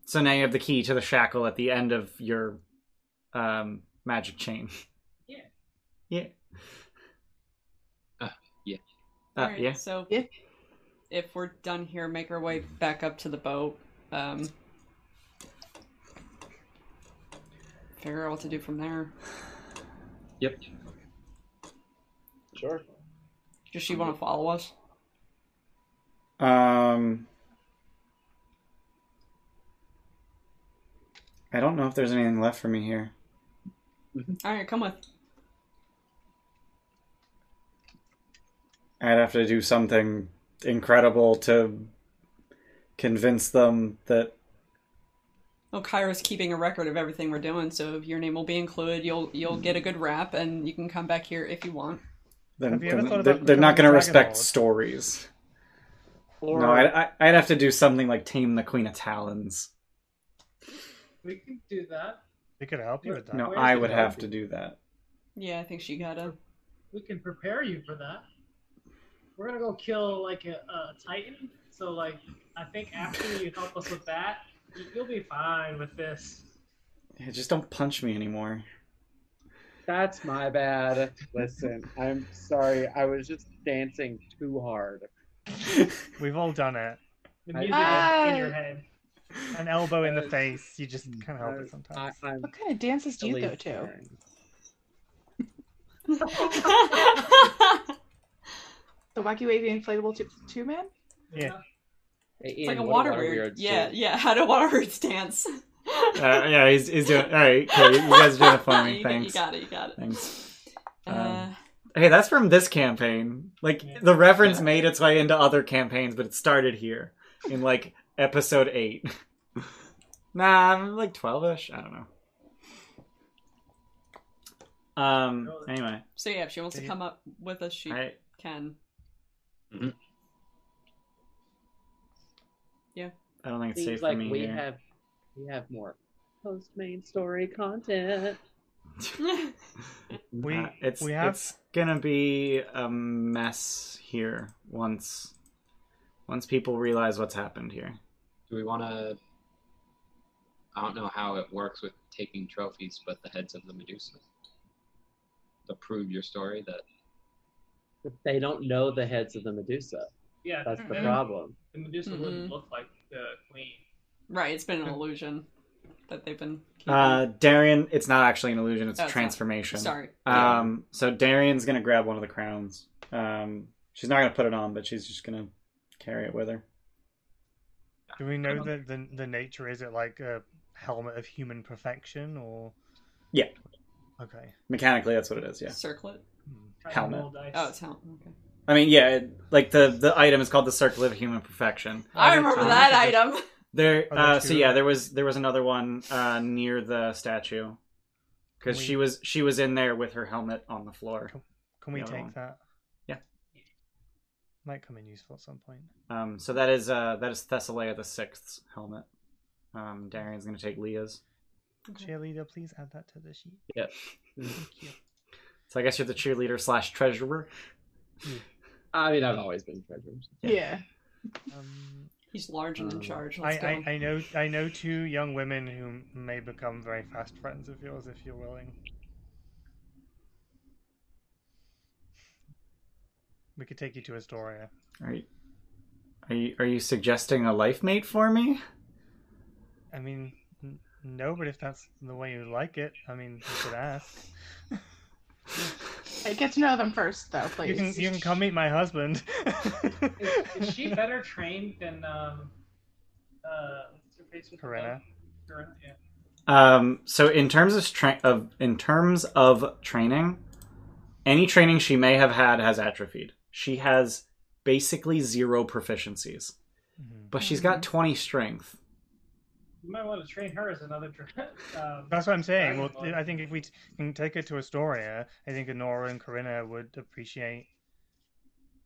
[SPEAKER 1] So now you have the key to the shackle at the end of your um, magic chain.
[SPEAKER 4] Yeah.
[SPEAKER 1] Yeah.
[SPEAKER 3] Uh, yeah.
[SPEAKER 1] Uh,
[SPEAKER 8] Alright,
[SPEAKER 1] yeah.
[SPEAKER 8] So
[SPEAKER 7] Yeah.
[SPEAKER 8] if we're done here, make our way back up to the boat. Um, figure out what to do from there.
[SPEAKER 3] Yep.
[SPEAKER 6] Sure.
[SPEAKER 8] Does she want to follow us?
[SPEAKER 1] Um, I don't know if there's anything left for me here.
[SPEAKER 8] All right, come with.
[SPEAKER 1] I'd have to do something incredible to convince them that.
[SPEAKER 8] Oh, Kyra's keeping a record of everything we're doing, so your name will be included. You'll you'll get a good rap, and you can come back here if you want.
[SPEAKER 1] They're,
[SPEAKER 5] Have you ever
[SPEAKER 1] they're-
[SPEAKER 5] thought about
[SPEAKER 1] they're- they're not going
[SPEAKER 5] becoming
[SPEAKER 1] to respect
[SPEAKER 5] Dragon Lord?
[SPEAKER 1] stories.
[SPEAKER 6] Or
[SPEAKER 1] No, I, I, I'd have to do something like tame the Queen of Talons.
[SPEAKER 4] We can do that.
[SPEAKER 5] we could help you with that.
[SPEAKER 1] No,
[SPEAKER 4] Where's
[SPEAKER 1] I
[SPEAKER 4] the
[SPEAKER 1] would
[SPEAKER 4] help?
[SPEAKER 1] have to do that.
[SPEAKER 8] Yeah, I think she gotta.
[SPEAKER 4] We can prepare you for that. We're gonna go kill like a, a titan. So like, I think after you help us with that, you- you'll be fine with this.
[SPEAKER 1] Yeah, Just don't punch me anymore.
[SPEAKER 6] That's my bad. Listen, I'm sorry. I was just dancing too hard.
[SPEAKER 5] We've all done it.
[SPEAKER 4] The
[SPEAKER 6] I-
[SPEAKER 4] music
[SPEAKER 8] Ah.
[SPEAKER 4] is in your head.
[SPEAKER 5] An elbow in the
[SPEAKER 6] Uh,
[SPEAKER 5] face. You just can't help it
[SPEAKER 6] uh, I,
[SPEAKER 5] sometimes.
[SPEAKER 6] I'm
[SPEAKER 7] what kind of dances do you go
[SPEAKER 6] really
[SPEAKER 7] to?
[SPEAKER 6] sorry.
[SPEAKER 8] it's
[SPEAKER 7] The wacky wavy inflatable two, two man?
[SPEAKER 5] Yeah.
[SPEAKER 6] Hey,
[SPEAKER 8] like a
[SPEAKER 6] Ian, what
[SPEAKER 8] water weird.
[SPEAKER 6] weird
[SPEAKER 8] Yeah,
[SPEAKER 6] scene.
[SPEAKER 8] yeah. How do water birds dance?
[SPEAKER 1] Uh, yeah, he's, he's doing. All right, okay, you guys are doing it for me.
[SPEAKER 8] you, got- you
[SPEAKER 1] Thanks.
[SPEAKER 8] got it. You got it.
[SPEAKER 1] Thanks.
[SPEAKER 8] Uh,
[SPEAKER 1] Um, Hey, that's from this campaign. Like the reference made its way into other campaigns, but it started here in like episode eight. nah, I'm like twelve-ish. I don't know. Um. Anyway,
[SPEAKER 8] so yeah, if she wants to
[SPEAKER 5] Yeah.
[SPEAKER 8] come up with us, she
[SPEAKER 1] I
[SPEAKER 8] can.
[SPEAKER 1] I don't think it's safe
[SPEAKER 6] Seems
[SPEAKER 1] for
[SPEAKER 6] like
[SPEAKER 1] me
[SPEAKER 6] we
[SPEAKER 1] here.
[SPEAKER 6] have we have more post main story content.
[SPEAKER 5] We
[SPEAKER 1] Uh, it's
[SPEAKER 5] we have
[SPEAKER 1] it's gonna be a mess here once once people realize what's happened here.
[SPEAKER 3] Do we want to? I don't know how it works with taking trophies, but the heads of the Medusa to prove your story that
[SPEAKER 6] But They don't know the heads of the Medusa.
[SPEAKER 4] Yeah,
[SPEAKER 6] That's the
[SPEAKER 4] and
[SPEAKER 6] problem.
[SPEAKER 4] The Medusa
[SPEAKER 8] Mhm.
[SPEAKER 4] wouldn't look like the queen.
[SPEAKER 8] right, it's been an illusion that they've been. Keeping.
[SPEAKER 1] Uh, Darian, it's not actually an illusion; it's
[SPEAKER 8] Mm-hmm.
[SPEAKER 1] a
[SPEAKER 8] Oh, it's not.
[SPEAKER 1] transformation.
[SPEAKER 8] Sorry. Yeah.
[SPEAKER 1] Um, so Darian's gonna grab one of the crowns. Um, she's not gonna put it on, but she's just gonna carry it with her.
[SPEAKER 5] Do we know
[SPEAKER 3] don't-
[SPEAKER 5] that the the nature is it like a helmet of human perfection or?
[SPEAKER 1] Yeah.
[SPEAKER 5] Okay.
[SPEAKER 1] Mechanically, that's what it is. Yeah.
[SPEAKER 8] Circlet.
[SPEAKER 5] Hmm.
[SPEAKER 4] Try to
[SPEAKER 1] Helmet.
[SPEAKER 4] roll dice.
[SPEAKER 8] Oh, it's helmet. Okay.
[SPEAKER 1] I mean, yeah. It, like the the item is called the Circle of Human Perfection.
[SPEAKER 8] I
[SPEAKER 5] they
[SPEAKER 8] remember
[SPEAKER 1] two?
[SPEAKER 8] that
[SPEAKER 5] Is it-
[SPEAKER 8] item.
[SPEAKER 1] There.
[SPEAKER 5] Are there
[SPEAKER 1] Uh, so
[SPEAKER 5] two?
[SPEAKER 1] yeah, there was there was another one uh, near the statue because
[SPEAKER 5] Can
[SPEAKER 1] she
[SPEAKER 5] we-
[SPEAKER 1] was she was in there with her helmet on the floor.
[SPEAKER 5] Can we
[SPEAKER 1] The other
[SPEAKER 5] take
[SPEAKER 1] one.
[SPEAKER 5] that?
[SPEAKER 1] Yeah.
[SPEAKER 5] Might come in useful at some point.
[SPEAKER 1] Um, so that is uh that is Thessalia the Sixth's helmet. Um, Darian's gonna take Leah's.
[SPEAKER 5] Cheerleader, please add that to the sheet.
[SPEAKER 6] Yep.
[SPEAKER 5] Thank you.
[SPEAKER 1] So I guess you're the cheerleader slash treasurer.
[SPEAKER 6] I mean, I've always been treasured.
[SPEAKER 1] Yeah.
[SPEAKER 7] Yeah.
[SPEAKER 5] Um,
[SPEAKER 8] He's large and in
[SPEAKER 6] Um,
[SPEAKER 8] charge.
[SPEAKER 5] I,
[SPEAKER 8] Let's go.
[SPEAKER 5] I, I know I know two young women who may become very fast friends of yours if you're willing. We could take you to Astoria.
[SPEAKER 1] Are you, are you, are you suggesting a life mate for me?
[SPEAKER 5] I mean, n- no, but if that's the way you like it, I mean, you could ask.
[SPEAKER 7] Hey, get to know them first, though, please.
[SPEAKER 5] You can you can come meet my husband.
[SPEAKER 4] Is, is she better trained than um uh what's her face with the
[SPEAKER 5] Corinna.
[SPEAKER 4] bug? Corinna, yeah.
[SPEAKER 1] Um, so in terms of, tra- of in terms of training, any training she may have had has atrophied. She has basically zero proficiencies,
[SPEAKER 5] Mhm.
[SPEAKER 1] but she's got 20 strength.
[SPEAKER 4] You might want to train her as another. dra- Um,
[SPEAKER 5] That's what I'm saying. Well,
[SPEAKER 4] Dragon Ball.
[SPEAKER 5] I think if we t- can take her to Astoria, I think Honora and Corinna would appreciate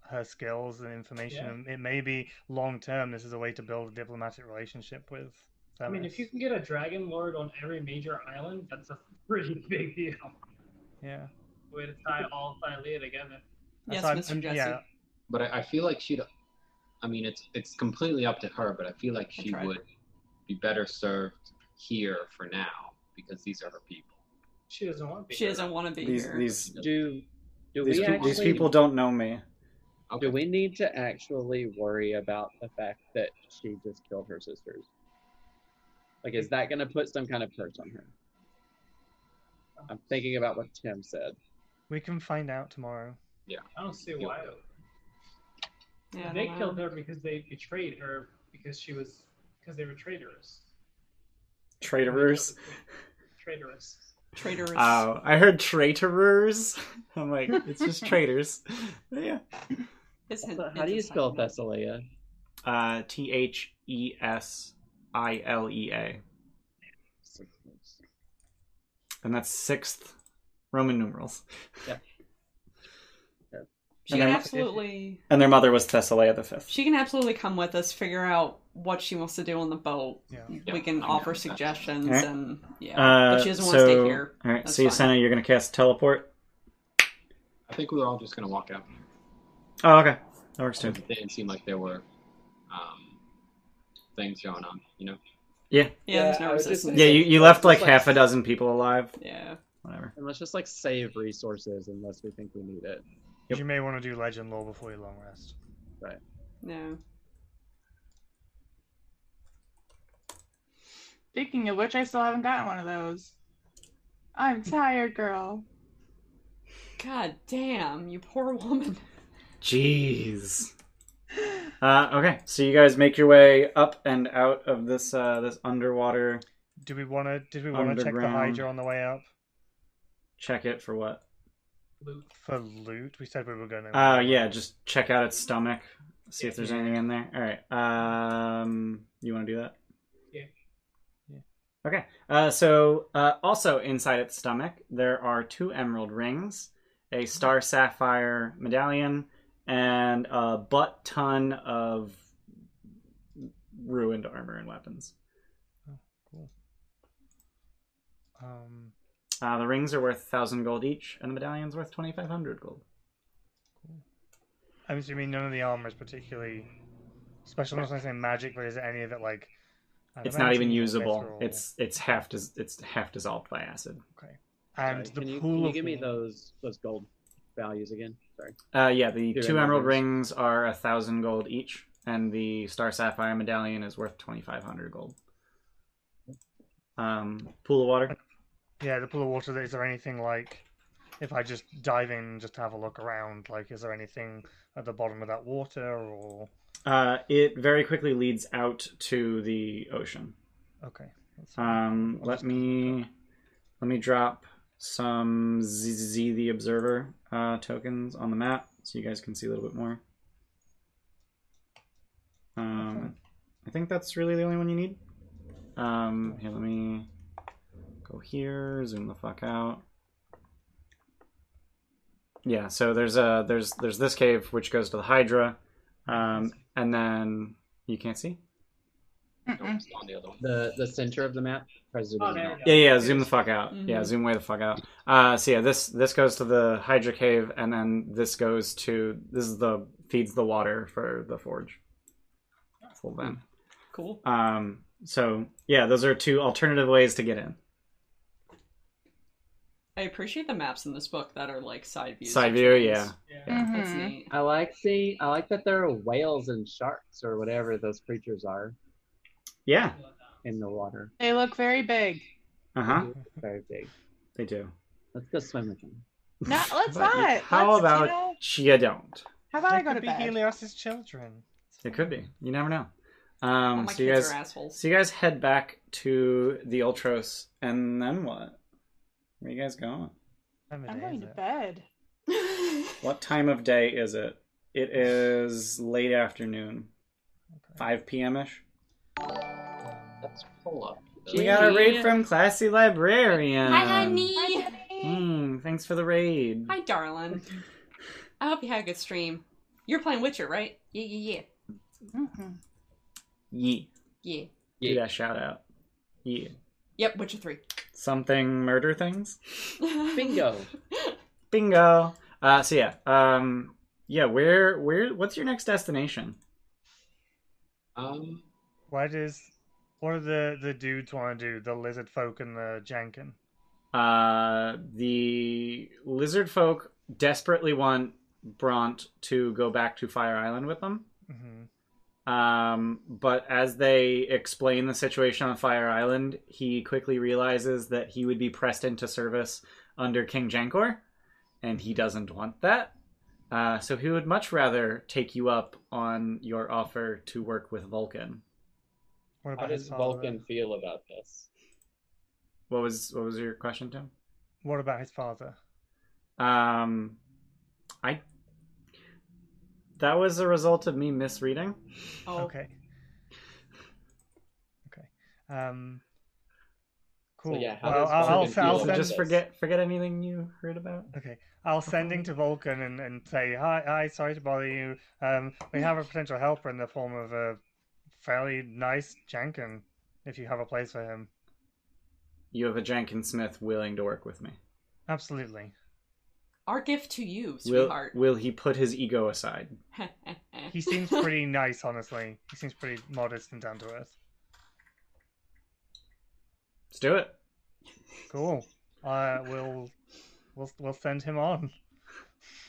[SPEAKER 5] her skills and information.
[SPEAKER 4] Yeah.
[SPEAKER 5] And It may be long term. This is a way to build a diplomatic relationship with.
[SPEAKER 4] I mean, if you
[SPEAKER 5] Themis.
[SPEAKER 4] can get a dragon lord on every major island, that's a pretty big deal.
[SPEAKER 5] yeah,
[SPEAKER 4] Way to tie all of Thylea together.
[SPEAKER 8] Yes,
[SPEAKER 5] So I'm-
[SPEAKER 8] Mr.
[SPEAKER 5] I'm-
[SPEAKER 8] Jesse.
[SPEAKER 5] yeah,
[SPEAKER 3] But I, I feel like she'd. I mean, it's it's completely up to her, but I feel like she
[SPEAKER 8] tried.
[SPEAKER 3] would be better served here for now because these are her people.
[SPEAKER 4] She doesn't want to be.
[SPEAKER 8] She
[SPEAKER 4] here.
[SPEAKER 8] doesn't want to be
[SPEAKER 1] These
[SPEAKER 8] here.
[SPEAKER 1] these
[SPEAKER 6] Do do
[SPEAKER 1] these,
[SPEAKER 6] we
[SPEAKER 1] pe-
[SPEAKER 6] actually
[SPEAKER 1] these people don't know me.
[SPEAKER 6] do we need to actually worry about the fact that she just killed her sisters? Like, is that going to put some kind of curse on her? I'm thinking about what Tim said.
[SPEAKER 5] we can find out tomorrow.
[SPEAKER 4] I don't see
[SPEAKER 3] You'll
[SPEAKER 4] why.
[SPEAKER 3] go.
[SPEAKER 8] Yeah, I
[SPEAKER 4] they
[SPEAKER 8] don't know.
[SPEAKER 4] killed her because they betrayed her because she was because they were traitorous.
[SPEAKER 1] Traitorers.
[SPEAKER 4] Traitorous.
[SPEAKER 8] Traitorous.
[SPEAKER 1] Oh, I heard traitorers. I'm like, it's just traitors. yeah.
[SPEAKER 8] His hint-
[SPEAKER 6] So how
[SPEAKER 8] hint
[SPEAKER 6] do you
[SPEAKER 8] is
[SPEAKER 6] spell
[SPEAKER 8] hiding.
[SPEAKER 6] Thessalia?
[SPEAKER 1] Uh, T H E S I L E A, and that's sixth Roman numerals.
[SPEAKER 8] She
[SPEAKER 1] And
[SPEAKER 8] can
[SPEAKER 1] I'm-
[SPEAKER 8] absolutely.
[SPEAKER 1] And their mother was Thessalia the fifth.
[SPEAKER 8] She can absolutely come with us. Figure out what she wants to do on the boat.
[SPEAKER 5] Yeah.
[SPEAKER 8] we can
[SPEAKER 3] Yeah, I
[SPEAKER 8] offer
[SPEAKER 3] know.
[SPEAKER 8] suggestions
[SPEAKER 1] Alright.
[SPEAKER 8] and yeah.
[SPEAKER 1] Uh,
[SPEAKER 8] but she doesn't
[SPEAKER 1] so,
[SPEAKER 8] want to stay here.
[SPEAKER 1] All right,
[SPEAKER 8] That's
[SPEAKER 1] so you,
[SPEAKER 8] fine.
[SPEAKER 1] Senna, you're gonna cast teleport.
[SPEAKER 3] I think we were all just gonna walk out.
[SPEAKER 1] Oh, okay, that works too.
[SPEAKER 3] It didn't seem like there were um, things going on, you know.
[SPEAKER 1] Yeah,
[SPEAKER 8] Yeah, there's no
[SPEAKER 6] I would just-
[SPEAKER 8] resistance.
[SPEAKER 1] yeah. You, you
[SPEAKER 6] Let's
[SPEAKER 1] left like
[SPEAKER 6] just,
[SPEAKER 1] half a dozen people alive.
[SPEAKER 8] yeah.
[SPEAKER 1] Whatever.
[SPEAKER 6] And let's just like save resources unless we think we need it.
[SPEAKER 1] Yep.
[SPEAKER 5] You may want to do legend lore before your long rest.
[SPEAKER 8] No.
[SPEAKER 7] Speaking of which, I still haven't gotten one of those. I'm tired, girl.
[SPEAKER 8] God damn, you poor woman.
[SPEAKER 1] Jeez. Uh, okay, so you guys make your way up and out of this uh, this underwater.
[SPEAKER 5] Do we want to? Did we want to check the
[SPEAKER 1] Underground.
[SPEAKER 5] Hydra on the way up
[SPEAKER 1] Check it for what?
[SPEAKER 4] Luke.
[SPEAKER 5] for loot? We said we were going to.
[SPEAKER 1] Uh, yeah, just check out its stomach, see if there's anything in there. All right. Um, you want to do that?
[SPEAKER 4] Yeah.
[SPEAKER 5] Yeah.
[SPEAKER 1] Okay. Uh, so uh, also inside its stomach there are two emerald rings, a star sapphire medallion, and a butt ton of ruined armor and weapons.
[SPEAKER 5] Cool. Um.
[SPEAKER 1] Uh, the rings are worth thousand gold each, and the medallion's worth twenty five hundred gold.
[SPEAKER 5] I'm assuming none of the armor is particularly special. I'm not saying magic, but is any of it like?
[SPEAKER 1] It's not even
[SPEAKER 5] adamantine or
[SPEAKER 1] usable.
[SPEAKER 5] mithril?
[SPEAKER 1] It's it's half dis- it's half dissolved by acid.
[SPEAKER 5] and
[SPEAKER 6] Sorry,
[SPEAKER 5] the
[SPEAKER 6] can you,
[SPEAKER 5] pool
[SPEAKER 6] can you
[SPEAKER 5] of
[SPEAKER 6] give me those those gold values again? Sorry.
[SPEAKER 1] Uh, yeah, the
[SPEAKER 6] Two
[SPEAKER 1] two, emerald
[SPEAKER 6] emerald
[SPEAKER 1] rings. are a thousand gold each, and the star sapphire medallion is worth twenty five hundred gold. Um, pool of water.
[SPEAKER 5] yeah, the pool of water. Is there anything like? If I just dive in, just to have a look around, like, is there anything at the bottom of that water, or
[SPEAKER 1] Uh, it very quickly leads out to the ocean.
[SPEAKER 5] okay? that's fine.
[SPEAKER 1] Um, let me let me drop some ZZ the Observer uh, tokens on the map so you guys can see a little bit more. Um, I think that's really the only one you need. Um, here, let me go here, zoom the fuck out. Yeah, so there's a there's there's this cave which goes to the Hydra, um, and then you can't see.
[SPEAKER 3] No,
[SPEAKER 7] Mm-mm.
[SPEAKER 3] it's on the other one.
[SPEAKER 6] The the center of the map.
[SPEAKER 4] Oh,
[SPEAKER 6] President.
[SPEAKER 4] there you go.
[SPEAKER 1] Yeah, yeah, zoom the fuck out. Yeah,
[SPEAKER 8] Mhm.
[SPEAKER 1] zoom way the fuck out. Uh, so yeah, this this goes to the Hydra cave, and then this goes to this is the feeds the water for the forge. impactful then.
[SPEAKER 8] Cool.
[SPEAKER 1] Um, so yeah, those are two alternative ways to get in.
[SPEAKER 8] I appreciate the maps in this book that are like side views.
[SPEAKER 1] Side
[SPEAKER 8] of
[SPEAKER 1] view,
[SPEAKER 8] trains.
[SPEAKER 1] yeah.
[SPEAKER 4] Yeah.
[SPEAKER 8] That's
[SPEAKER 5] Mm-hmm.
[SPEAKER 7] Mhm.
[SPEAKER 8] neat.
[SPEAKER 6] I like see. I like that there are whales and sharks or whatever those creatures are
[SPEAKER 1] Yeah.
[SPEAKER 6] in the water.
[SPEAKER 7] They look very big.
[SPEAKER 1] Uh huh.
[SPEAKER 6] Very big.
[SPEAKER 1] They do.
[SPEAKER 6] Let's go swim with them.
[SPEAKER 7] No, let's
[SPEAKER 1] But you-
[SPEAKER 7] not.
[SPEAKER 1] How
[SPEAKER 7] Let's, you
[SPEAKER 1] about
[SPEAKER 7] know,
[SPEAKER 1] Chia don't?
[SPEAKER 7] how about
[SPEAKER 5] They
[SPEAKER 7] I go
[SPEAKER 5] could
[SPEAKER 7] to
[SPEAKER 5] be
[SPEAKER 7] bed?
[SPEAKER 5] Helios's children.
[SPEAKER 1] It could be. You never know.
[SPEAKER 8] All
[SPEAKER 1] Um,
[SPEAKER 8] my
[SPEAKER 1] so you
[SPEAKER 8] kids
[SPEAKER 1] guys,
[SPEAKER 8] are assholes.
[SPEAKER 1] so you guys head back to the Ultros, and then what? Where you guys going?
[SPEAKER 5] Time of
[SPEAKER 7] I'm
[SPEAKER 5] day
[SPEAKER 7] going
[SPEAKER 5] is
[SPEAKER 7] to
[SPEAKER 5] it?
[SPEAKER 7] bed.
[SPEAKER 1] What time of day is it? It is late afternoon,
[SPEAKER 5] Okay.
[SPEAKER 1] five p.m. ish.
[SPEAKER 3] Let's pull up.
[SPEAKER 1] We
[SPEAKER 3] the-
[SPEAKER 1] got a raid
[SPEAKER 8] Yeah.
[SPEAKER 1] from Classy Librarian.
[SPEAKER 2] Hi, honey.
[SPEAKER 1] Hmm, thanks for the raid.
[SPEAKER 8] Hi, darling. I hope you had a good stream. You're playing Witcher, right? Yeah, yeah, yeah.
[SPEAKER 7] Mhm.
[SPEAKER 1] Yee.
[SPEAKER 8] Yeah.
[SPEAKER 1] Do that shout out. Yee.
[SPEAKER 8] Yep, Witcher 3.
[SPEAKER 1] Something murder things?
[SPEAKER 6] Bingo.
[SPEAKER 1] Bingo. Uh, so yeah, um, yeah. Where, where? What's your next destination?
[SPEAKER 3] Um,
[SPEAKER 5] What is? What do the the dudes want to do? The lizard folk and the Jenkin.
[SPEAKER 1] Uh, the lizard folk desperately want Bront to go back to Fire Island with them.
[SPEAKER 5] hmm
[SPEAKER 1] Um, but as they explain the situation on Fire Island, he quickly realizes that he would be pressed into service under King Jankor, and he doesn't want that. Uh, so he would much rather take you up on your offer to work with Vulcan.
[SPEAKER 5] What
[SPEAKER 6] How
[SPEAKER 5] about his
[SPEAKER 6] does
[SPEAKER 5] father?
[SPEAKER 6] Vulcan feel about this?
[SPEAKER 1] What was what was your question, Tim?
[SPEAKER 5] What about his father?
[SPEAKER 1] Um, I that was a result of me misreading.
[SPEAKER 8] Oh,
[SPEAKER 5] Okay. Okay. Um. Cool.
[SPEAKER 6] yeah, how
[SPEAKER 5] well,
[SPEAKER 6] does
[SPEAKER 5] I'll, I'll,
[SPEAKER 6] Vulcan
[SPEAKER 5] se- I'll
[SPEAKER 6] feel
[SPEAKER 1] So
[SPEAKER 5] send.
[SPEAKER 6] about
[SPEAKER 1] just
[SPEAKER 6] this?
[SPEAKER 1] forget forget anything you heard about.
[SPEAKER 5] Okay, I'll send him to Vulcan and, and say hi. Hi, sorry to bother you. Um, we have a potential helper in the form of a fairly nice Jenkin. If you have a place for him,
[SPEAKER 1] You have a Jenkins Smith willing to work with me.
[SPEAKER 5] absolutely.
[SPEAKER 8] Our gift to you,
[SPEAKER 1] Will,
[SPEAKER 8] sweetheart.
[SPEAKER 1] will he put his ego aside?
[SPEAKER 5] He seems pretty nice, honestly. He seems pretty modest and down to earth.
[SPEAKER 1] Let's do it.
[SPEAKER 5] Cool. Uh, we'll we'll we'll send him on.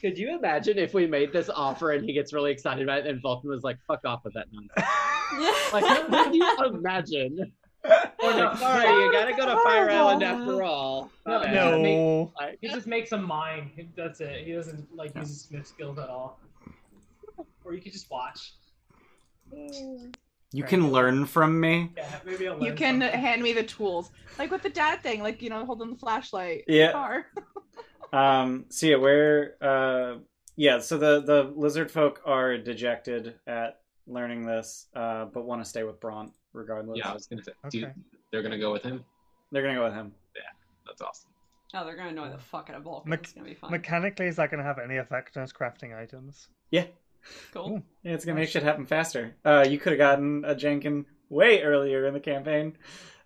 [SPEAKER 6] Could you imagine if we made this offer and he gets really excited about it and Vulcan was like, "Fuck off with that nonsense." Like, can you imagine?
[SPEAKER 4] Or no,
[SPEAKER 6] Like, sorry, you gotta go to Fire Island after all.
[SPEAKER 4] No,
[SPEAKER 6] My bad.
[SPEAKER 4] I mean-
[SPEAKER 5] No.
[SPEAKER 4] He just makes a mine. That's it. He doesn't like use his smith skills at all. Or you could just watch.
[SPEAKER 1] You can learn from me.
[SPEAKER 4] Yeah, maybe I'll
[SPEAKER 7] You
[SPEAKER 4] learn
[SPEAKER 7] can uh,
[SPEAKER 4] something.
[SPEAKER 7] hand me the tools, like with the dad thing, like you know, holding the flashlight. in the
[SPEAKER 1] Yeah.
[SPEAKER 7] Car.
[SPEAKER 1] Um. So yeah, where? Uh. Yeah. So the the lizard folk are dejected at learning this, uh, but want to stay with Bront regardless.
[SPEAKER 3] yeah, I was gonna say, do you,
[SPEAKER 5] Okay.
[SPEAKER 3] they're gonna go with him.
[SPEAKER 1] They're gonna go with him.
[SPEAKER 3] That's awesome.
[SPEAKER 8] oh, they're going to annoy the fuck out of Vulcan.
[SPEAKER 5] Mech-
[SPEAKER 8] it's going to be fun.
[SPEAKER 5] Mechanically, is that going to have any effect on us crafting items?
[SPEAKER 1] Yeah.
[SPEAKER 8] cool.
[SPEAKER 1] yeah it's gonna make shit happen faster. Uh, you could have gotten a Jenkin way earlier in the campaign,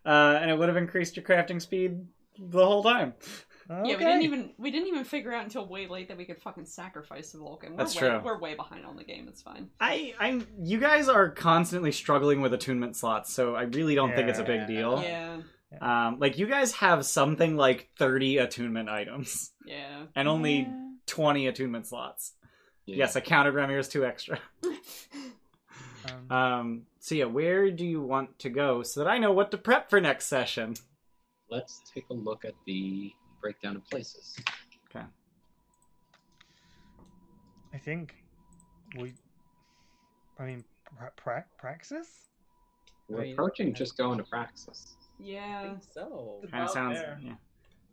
[SPEAKER 1] uh, and it would have increased your crafting speed the whole time.
[SPEAKER 8] Yeah, we
[SPEAKER 5] Okay.
[SPEAKER 8] didn't even we didn't even figure out until way late that we could fucking sacrifice the Vulcan. We're
[SPEAKER 1] That's
[SPEAKER 8] way,
[SPEAKER 1] true.
[SPEAKER 8] We're way behind on the game. It's fine.
[SPEAKER 1] I, I, you guys are constantly struggling with attunement slots, so I really don't think it's a big
[SPEAKER 6] Yeah.
[SPEAKER 1] deal.
[SPEAKER 8] Yeah,
[SPEAKER 1] Um, like you guys have something like 30 attunement items
[SPEAKER 8] yeah.
[SPEAKER 1] and only
[SPEAKER 7] Yeah.
[SPEAKER 1] 20 attunement slots.
[SPEAKER 3] Yeah.
[SPEAKER 1] Yes, I counted Ramir's two extra.
[SPEAKER 5] Um,
[SPEAKER 1] Um, so yeah, where do you want to go so that I know what to prep for next session?
[SPEAKER 3] Let's take a look at the breakdown of places.
[SPEAKER 5] I think we. I mean, pra- pra- praxis.
[SPEAKER 3] We're
[SPEAKER 6] Right.
[SPEAKER 3] approaching just going to Praxis.
[SPEAKER 6] I
[SPEAKER 8] Yeah,
[SPEAKER 6] think so.
[SPEAKER 1] Kind of
[SPEAKER 4] About
[SPEAKER 1] sounds,
[SPEAKER 4] there.
[SPEAKER 1] yeah,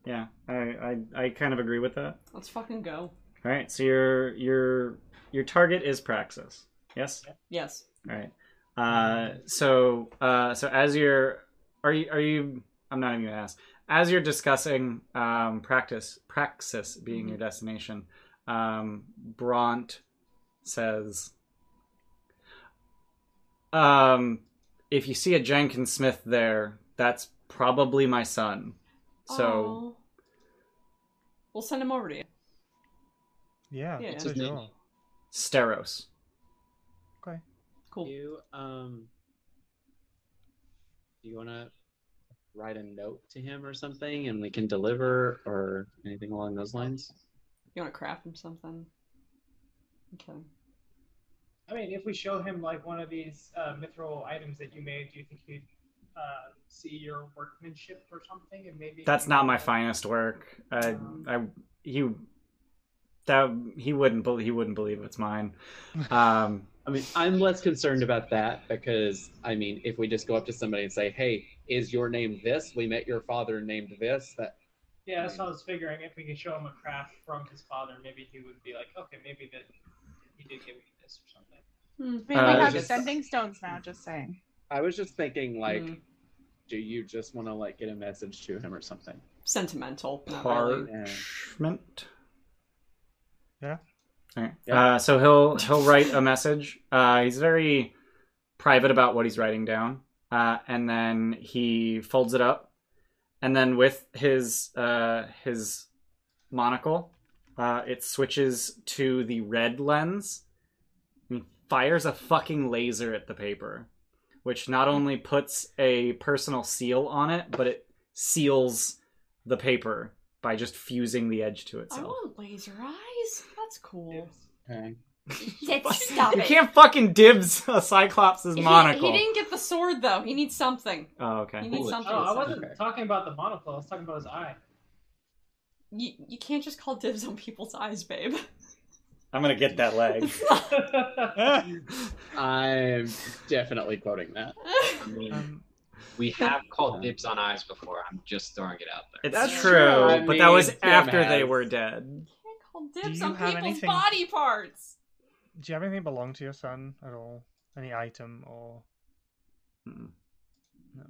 [SPEAKER 1] yeah. I, I, I kind of agree with that.
[SPEAKER 8] let's fucking go.
[SPEAKER 1] All right, so your your your target is Praxis. Yes.
[SPEAKER 8] Yes.
[SPEAKER 1] All right. Uh, so uh, so as you're are you are you I'm not even gonna ask. As you're discussing um, practice praxis being your destination, um, Bront says, um, "If you see a Jenkins Smith there, that's probably my son. So
[SPEAKER 8] Aw. we'll send him over to you.
[SPEAKER 5] Yeah.
[SPEAKER 8] Yeah.
[SPEAKER 5] for
[SPEAKER 3] What's his name?
[SPEAKER 5] sure.
[SPEAKER 1] Steros.
[SPEAKER 5] Okay.
[SPEAKER 8] Cool.
[SPEAKER 6] You um, do you want to write a note to him or something, and we can deliver or anything along those lines?
[SPEAKER 8] You want to craft him something? Okay.
[SPEAKER 4] I mean, if we show him like one of these uh, mithril items that you made, do you think he'd uh, see your workmanship or something, and maybe
[SPEAKER 1] That's not my finest work. I, I, you, that he wouldn't believe he wouldn't believe it's mine. Um,
[SPEAKER 6] I mean, I'm less concerned about that because I mean, if we just go up to somebody and say, "Hey, is your name this? We met your father named this." That
[SPEAKER 4] Yeah, that's what I was figuring. If we could show him a craft from his father, maybe he would be like, okay, maybe that he did give me this or something.
[SPEAKER 8] Hmm.
[SPEAKER 7] I mean,
[SPEAKER 1] Uh,
[SPEAKER 7] we have
[SPEAKER 6] just-
[SPEAKER 7] sending stones now. Just saying.
[SPEAKER 6] I was just thinking, like,
[SPEAKER 8] Mm.
[SPEAKER 6] do you just want to like get a message to him or something?
[SPEAKER 8] Sentimental. Not really.
[SPEAKER 1] parchment.
[SPEAKER 5] Yeah.
[SPEAKER 1] Alright.
[SPEAKER 6] Yeah.
[SPEAKER 1] Uh, so he'll he'll write a message. Uh, he's very private about what he's writing down, uh, and then he folds it up, and then with his uh, his monocle, uh, it switches to the red lens and fires a fucking laser at the paper, which not only puts a personal seal on it, but it seals the paper by just fusing the edge to
[SPEAKER 8] I
[SPEAKER 1] itself.
[SPEAKER 8] want laser eyes. That's cool.
[SPEAKER 6] Okay.
[SPEAKER 2] Stop
[SPEAKER 1] you
[SPEAKER 2] it.
[SPEAKER 1] can't fucking dibs a Cyclops'
[SPEAKER 8] He-
[SPEAKER 1] monocle.
[SPEAKER 8] He, didn't get the sword though. He needs something.
[SPEAKER 1] Oh,
[SPEAKER 8] He
[SPEAKER 1] okay.
[SPEAKER 8] needs
[SPEAKER 3] Ooh,
[SPEAKER 8] something.
[SPEAKER 4] Oh, I wasn't
[SPEAKER 6] Okay.
[SPEAKER 4] talking about the monocle. I was talking about his eye.
[SPEAKER 8] You, you can't just call dibs on people's eyes, babe.
[SPEAKER 1] I'm gonna get that leg.
[SPEAKER 6] I'm definitely quoting that.
[SPEAKER 3] I mean,
[SPEAKER 5] Um,
[SPEAKER 3] we have called dibs on eyes before. I'm just throwing it out there.
[SPEAKER 1] It's
[SPEAKER 7] That's
[SPEAKER 1] true,
[SPEAKER 7] true, I
[SPEAKER 1] but that was
[SPEAKER 6] mean, Tim
[SPEAKER 1] after they
[SPEAKER 6] has-
[SPEAKER 1] were dead.
[SPEAKER 8] can't call dibs
[SPEAKER 5] you
[SPEAKER 8] on
[SPEAKER 5] have
[SPEAKER 8] people's
[SPEAKER 5] anything-
[SPEAKER 8] body parts.
[SPEAKER 5] do you have anything belong to your son at all? Any item or
[SPEAKER 1] Mm.
[SPEAKER 5] No.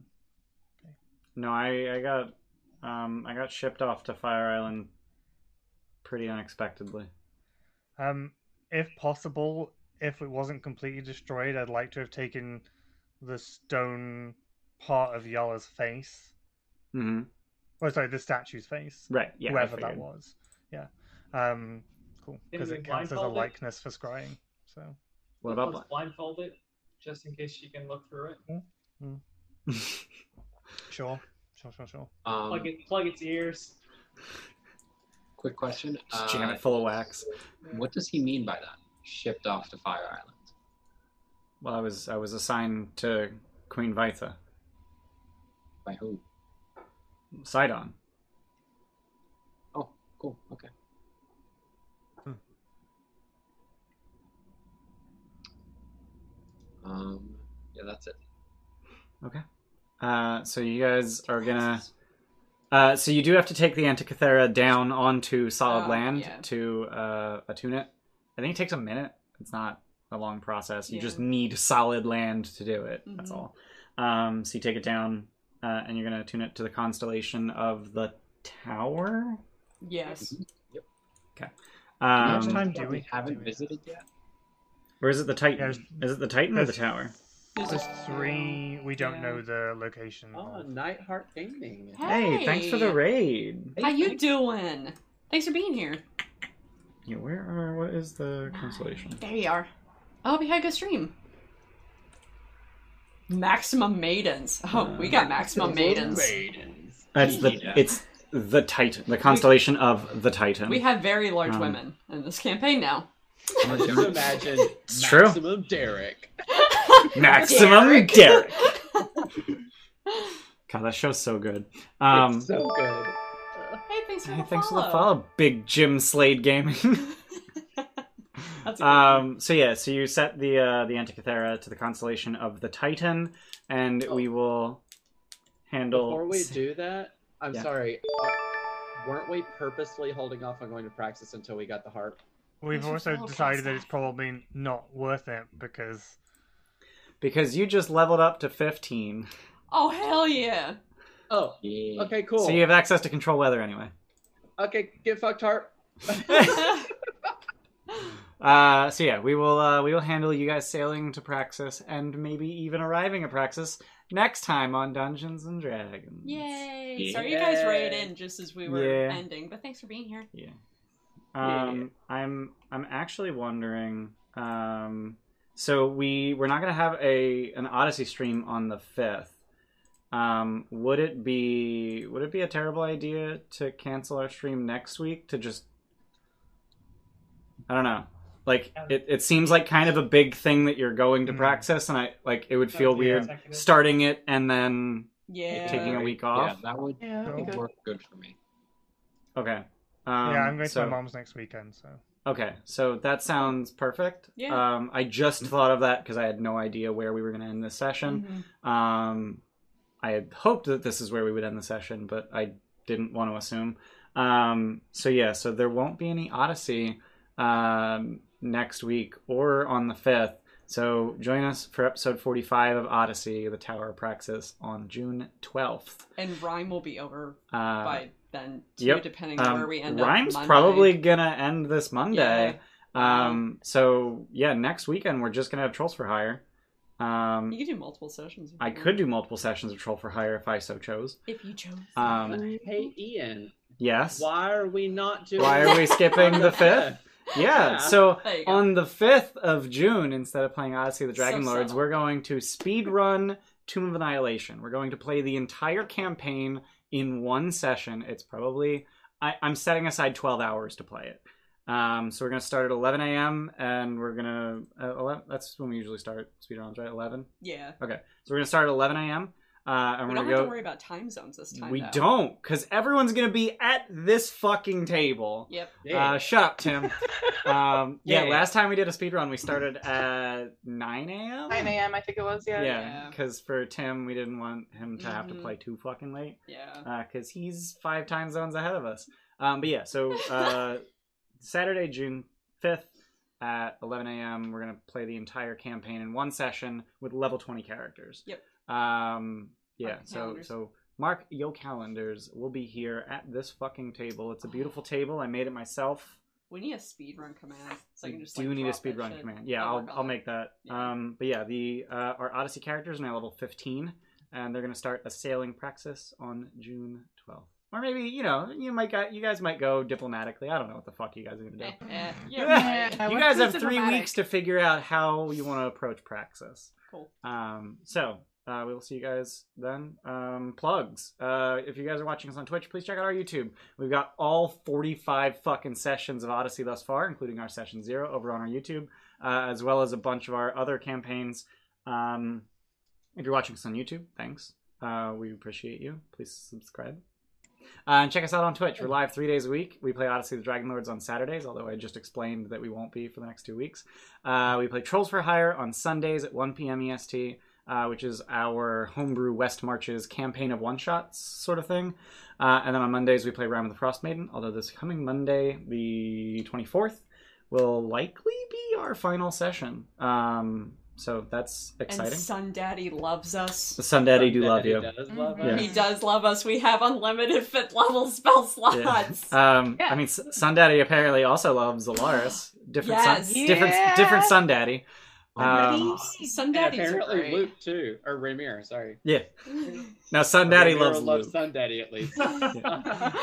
[SPEAKER 5] Okay.
[SPEAKER 1] No, I, I got um I got shipped off to Fire Island pretty unexpectedly.
[SPEAKER 5] Um, if possible, if it wasn't completely destroyed, I'd like to have taken the stone part of Yala's face.
[SPEAKER 1] hmm
[SPEAKER 5] Oh, sorry, the statue's face.
[SPEAKER 1] Right. Yeah. I
[SPEAKER 5] whoever that
[SPEAKER 1] figured.
[SPEAKER 5] was. Yeah. Um, cool.
[SPEAKER 4] Didn't
[SPEAKER 5] Because
[SPEAKER 4] we
[SPEAKER 5] it counts as a
[SPEAKER 4] blindfold it?
[SPEAKER 5] likeness for scrying. So
[SPEAKER 1] What about
[SPEAKER 4] Let's blindfold it, just in case she can look through it.
[SPEAKER 1] Black?
[SPEAKER 5] sure, sure, sure, sure.
[SPEAKER 3] Um,
[SPEAKER 4] Plug it, plug its ears.
[SPEAKER 3] Quick question.
[SPEAKER 1] Just jam
[SPEAKER 3] uh,
[SPEAKER 1] it full of wax.
[SPEAKER 3] What does he mean by that? Shipped off to Fire Island.
[SPEAKER 1] Well, I was I was assigned to Queen Vitha,
[SPEAKER 3] By who?
[SPEAKER 1] Sidon.
[SPEAKER 3] Oh, cool. Okay.
[SPEAKER 5] Hmm.
[SPEAKER 3] Um, yeah, that's it.
[SPEAKER 1] Uh, so you guys are gonna. Uh, so you do have to take the Antikythera down onto solid
[SPEAKER 8] Oh,
[SPEAKER 1] land
[SPEAKER 8] yeah.
[SPEAKER 1] to uh, attune it. I think it takes a minute. It's not a long process. You
[SPEAKER 8] Yeah.
[SPEAKER 1] just need solid land to do it. That's
[SPEAKER 8] Mhm.
[SPEAKER 1] all. Um, so you take it down, uh, and you're gonna attune it to the constellation of the Tower.
[SPEAKER 8] Yes.
[SPEAKER 5] How
[SPEAKER 1] Um,
[SPEAKER 5] much time
[SPEAKER 3] Yeah,
[SPEAKER 5] do
[SPEAKER 3] we
[SPEAKER 5] we
[SPEAKER 3] Mhm. haven't
[SPEAKER 5] do we-
[SPEAKER 3] visited yet?
[SPEAKER 1] or is it the Titan?
[SPEAKER 5] There's-
[SPEAKER 1] is it the Titan or the
[SPEAKER 5] there's-
[SPEAKER 1] Tower?
[SPEAKER 5] There's three. We don't
[SPEAKER 8] Yeah.
[SPEAKER 5] know the location.
[SPEAKER 6] Oh,
[SPEAKER 5] of.
[SPEAKER 6] Nightheart Gaming.
[SPEAKER 1] Hey, thanks for the raid.
[SPEAKER 8] How you doing? Thanks for being here.
[SPEAKER 1] Yeah, where are? What is the constellation?
[SPEAKER 8] There you are. I hope you Oh, had a good stream. Maximum maidens.
[SPEAKER 1] Uh,
[SPEAKER 8] Oh, we got maximum maidens.
[SPEAKER 6] Maidens.
[SPEAKER 1] It's the
[SPEAKER 3] Yeah.
[SPEAKER 1] it's the Titan, the constellation of the Titan.
[SPEAKER 8] We have very large
[SPEAKER 1] Um,
[SPEAKER 8] women in this campaign now.
[SPEAKER 3] I'm
[SPEAKER 6] Just
[SPEAKER 3] gonna jump-
[SPEAKER 6] imagine
[SPEAKER 1] It's true.
[SPEAKER 6] maximum Derek.
[SPEAKER 1] maximum Derek.
[SPEAKER 8] Derek.
[SPEAKER 1] God, that show's so good. Um,
[SPEAKER 6] it's so good.
[SPEAKER 8] Hey, thanks for
[SPEAKER 1] hey,
[SPEAKER 8] the
[SPEAKER 1] thanks for
[SPEAKER 8] follow.
[SPEAKER 1] the follow, Big Jim Slade Gaming.
[SPEAKER 8] That's a good one.
[SPEAKER 1] um, so yeah, so you set the uh, the Antikythera to the constellation of the Titan, and
[SPEAKER 8] Oh.
[SPEAKER 1] we will handle.
[SPEAKER 6] Before we do that, I'm
[SPEAKER 1] Yeah.
[SPEAKER 6] sorry. Uh, weren't we purposely holding off on going to Praxis until we got the harp?
[SPEAKER 5] We've
[SPEAKER 8] There's a
[SPEAKER 5] also
[SPEAKER 8] fellow
[SPEAKER 5] decided that
[SPEAKER 8] cast
[SPEAKER 5] it's probably not worth it because
[SPEAKER 1] because you just leveled up to fifteen,
[SPEAKER 8] Oh hell yeah!
[SPEAKER 6] Oh,
[SPEAKER 3] Yeah.
[SPEAKER 6] okay, cool.
[SPEAKER 1] so you have access to control weather anyway.
[SPEAKER 6] Okay, get fucked, harp.
[SPEAKER 1] Uh, so yeah, we will uh, we will handle you guys sailing to Praxis and maybe even arriving at Praxis next time on Dungeons and Dragons.
[SPEAKER 8] Yay!
[SPEAKER 3] Yeah.
[SPEAKER 8] Sorry, you guys raid in just as we were
[SPEAKER 1] Yeah.
[SPEAKER 8] ending, but thanks for being here.
[SPEAKER 1] Yeah. Um, I'm I'm actually wondering. Um, So we we're not gonna have a an Odyssey stream on the fifth. Um, would it be would it be a terrible idea to cancel our stream next week to just I don't know. Like it, it seems like kind of a big thing that you're going to
[SPEAKER 5] Hmm.
[SPEAKER 1] Praxis and I like it would
[SPEAKER 4] So,
[SPEAKER 1] feel
[SPEAKER 4] yeah,
[SPEAKER 1] weird
[SPEAKER 4] executive.
[SPEAKER 1] starting it and then
[SPEAKER 8] Yeah.
[SPEAKER 1] taking a week
[SPEAKER 3] Yeah,
[SPEAKER 1] off.
[SPEAKER 3] that would
[SPEAKER 7] Yeah, that'd be
[SPEAKER 5] Cool.
[SPEAKER 7] good.
[SPEAKER 3] work good for me.
[SPEAKER 1] Okay. Um,
[SPEAKER 5] yeah, I'm going
[SPEAKER 1] so-
[SPEAKER 5] to my mom's next weekend, so
[SPEAKER 1] Okay, so that sounds perfect.
[SPEAKER 8] Yeah.
[SPEAKER 1] Um, I just thought of that because I had no idea where we were going to end this session.
[SPEAKER 8] Mhm.
[SPEAKER 1] Um, I had hoped that this is where we would end the session, but I didn't want to assume. Um, so yeah, so there won't be any Odyssey um, next week or on the fifth. So join us for episode forty-five of Odyssey: The Tower of Praxis on June twelfth.
[SPEAKER 8] And rhyme will be over
[SPEAKER 1] Uh,
[SPEAKER 8] by then, too,
[SPEAKER 1] yep.
[SPEAKER 8] depending on
[SPEAKER 1] um,
[SPEAKER 8] where we end up.
[SPEAKER 1] Rhyme's
[SPEAKER 8] Monday.
[SPEAKER 1] probably gonna end this Monday.
[SPEAKER 8] Yeah.
[SPEAKER 1] Um, so yeah, next weekend we're just gonna have Trolls for Hire. Um,
[SPEAKER 8] You could do multiple sessions. if
[SPEAKER 1] I
[SPEAKER 8] you want.
[SPEAKER 1] could do multiple sessions of Troll for Hire if I so chose.
[SPEAKER 8] If you chose.
[SPEAKER 1] Um,
[SPEAKER 6] Hey, Ian,
[SPEAKER 1] yes.
[SPEAKER 6] why are we not doing?
[SPEAKER 1] Why are we skipping
[SPEAKER 6] on
[SPEAKER 1] the fifth? Yeah.
[SPEAKER 6] Yeah.
[SPEAKER 1] So
[SPEAKER 8] there you go.
[SPEAKER 1] on the fifth of June, instead of playing Odyssey of the
[SPEAKER 8] So
[SPEAKER 1] Dragon Lords,
[SPEAKER 8] subtle.
[SPEAKER 1] we're going to speed run Tomb of Annihilation. We're going to play the entire campaign in one session. It's probably I, I'm setting aside 12 hours to play it. Um, so we're going to start at 11 a.m. and we're going to uh, 11, that's when we usually start speedruns, right? 11.
[SPEAKER 8] yeah.
[SPEAKER 1] So we're going to start at 11 a.m. Uh, and
[SPEAKER 8] We
[SPEAKER 1] we're
[SPEAKER 8] don't
[SPEAKER 1] going
[SPEAKER 8] have
[SPEAKER 1] go.
[SPEAKER 8] to worry about time zones this time.
[SPEAKER 1] we
[SPEAKER 8] though.
[SPEAKER 1] don't, because everyone's going to be at this fucking table.
[SPEAKER 8] Yep.
[SPEAKER 6] Yeah.
[SPEAKER 1] Uh, shut up, Tim. um, yeah,
[SPEAKER 6] Yeah.
[SPEAKER 1] last time we did a speed run, we started at 9 a.m.
[SPEAKER 7] 9 a.m. I think it was. Yeah.
[SPEAKER 1] Yeah,
[SPEAKER 8] Yeah.
[SPEAKER 1] because for Tim, we didn't want him to have to
[SPEAKER 8] Mhm.
[SPEAKER 1] play too fucking late
[SPEAKER 8] Yeah.
[SPEAKER 1] because he's five time zones ahead of us. Um, but yeah, so uh, Saturday, June 5th at 11 a.m., we're going to play the entire campaign in one session with level 20 characters.
[SPEAKER 8] Yep.
[SPEAKER 1] Um, yeah,
[SPEAKER 8] Mark your
[SPEAKER 1] so,
[SPEAKER 8] calendars.
[SPEAKER 1] so mark your calendars. We'll be here at this fucking table. It's a beautiful table. I made it myself.
[SPEAKER 8] We need a speed run command. So I
[SPEAKER 1] We
[SPEAKER 8] can just
[SPEAKER 1] do
[SPEAKER 8] like,
[SPEAKER 1] need a
[SPEAKER 8] drop that
[SPEAKER 1] speed run
[SPEAKER 8] shit.
[SPEAKER 1] command. Yeah,
[SPEAKER 8] I'll
[SPEAKER 1] I'll,
[SPEAKER 8] work on
[SPEAKER 1] I'll
[SPEAKER 8] it.
[SPEAKER 1] make that.
[SPEAKER 8] Yeah.
[SPEAKER 1] Um, but yeah, the uh, our Odyssey characters are now level 15, and they're going to start assailing Praxis on June 12th. Or maybe you know you might got, you guys might go diplomatically. I don't know what the fuck you guys are going to do.
[SPEAKER 8] Eh, eh, yeah, right.
[SPEAKER 7] Yeah.
[SPEAKER 1] you
[SPEAKER 7] what's
[SPEAKER 1] guys
[SPEAKER 7] so
[SPEAKER 1] have three
[SPEAKER 7] diplomatic?
[SPEAKER 1] weeks to figure out how you want to approach Praxis.
[SPEAKER 8] Cool.
[SPEAKER 1] Um, so uh, we will see you guys then. Um, plugs. Uh, if you guys are watching us on Twitch, please check out our YouTube. We've got all 45 fucking sessions of Odyssey thus far, including our session zero over on our YouTube, uh, as well as a bunch of our other campaigns. Um, if you're watching us on YouTube, thanks. Uh, we appreciate you. Please subscribe. Uh, and check us out on Twitch. We're live three days a week. We play Odyssey of the Dragon Lords on Saturdays, although I just explained that we won't be for the next two weeks. Uh, we play Trolls for Hire on Sundays at 1 p.m. EST, uh, which is our homebrew West Marches campaign of one shots sort of thing. Uh, and then on Mondays, we play Rhyme of the Frost Maiden, although this coming Monday, the 24th, will likely be our final session. Um, so that's
[SPEAKER 8] And
[SPEAKER 1] exciting.
[SPEAKER 8] Sun Daddy loves us.
[SPEAKER 1] Sun Daddy do love
[SPEAKER 6] Daddy
[SPEAKER 1] you.
[SPEAKER 6] does love
[SPEAKER 7] Mhm.
[SPEAKER 8] He
[SPEAKER 6] us.
[SPEAKER 8] does love us. We have unlimited fifth level spell slots.
[SPEAKER 1] Um,
[SPEAKER 7] Yeah.
[SPEAKER 1] I mean, S- Sun Daddy apparently also loves Zolaris. Different,
[SPEAKER 8] Yes.
[SPEAKER 1] sun, different,
[SPEAKER 7] Yeah.
[SPEAKER 1] different Sun Daddy.
[SPEAKER 8] Um,
[SPEAKER 1] Um,
[SPEAKER 8] Sun
[SPEAKER 6] And
[SPEAKER 8] Daddy's
[SPEAKER 6] apparently
[SPEAKER 8] great.
[SPEAKER 6] Luke too, or Ramir. Sorry,
[SPEAKER 1] yeah. Now Sun Daddy
[SPEAKER 6] Ramiro
[SPEAKER 1] loves, Luke.
[SPEAKER 6] Sun Daddy at least.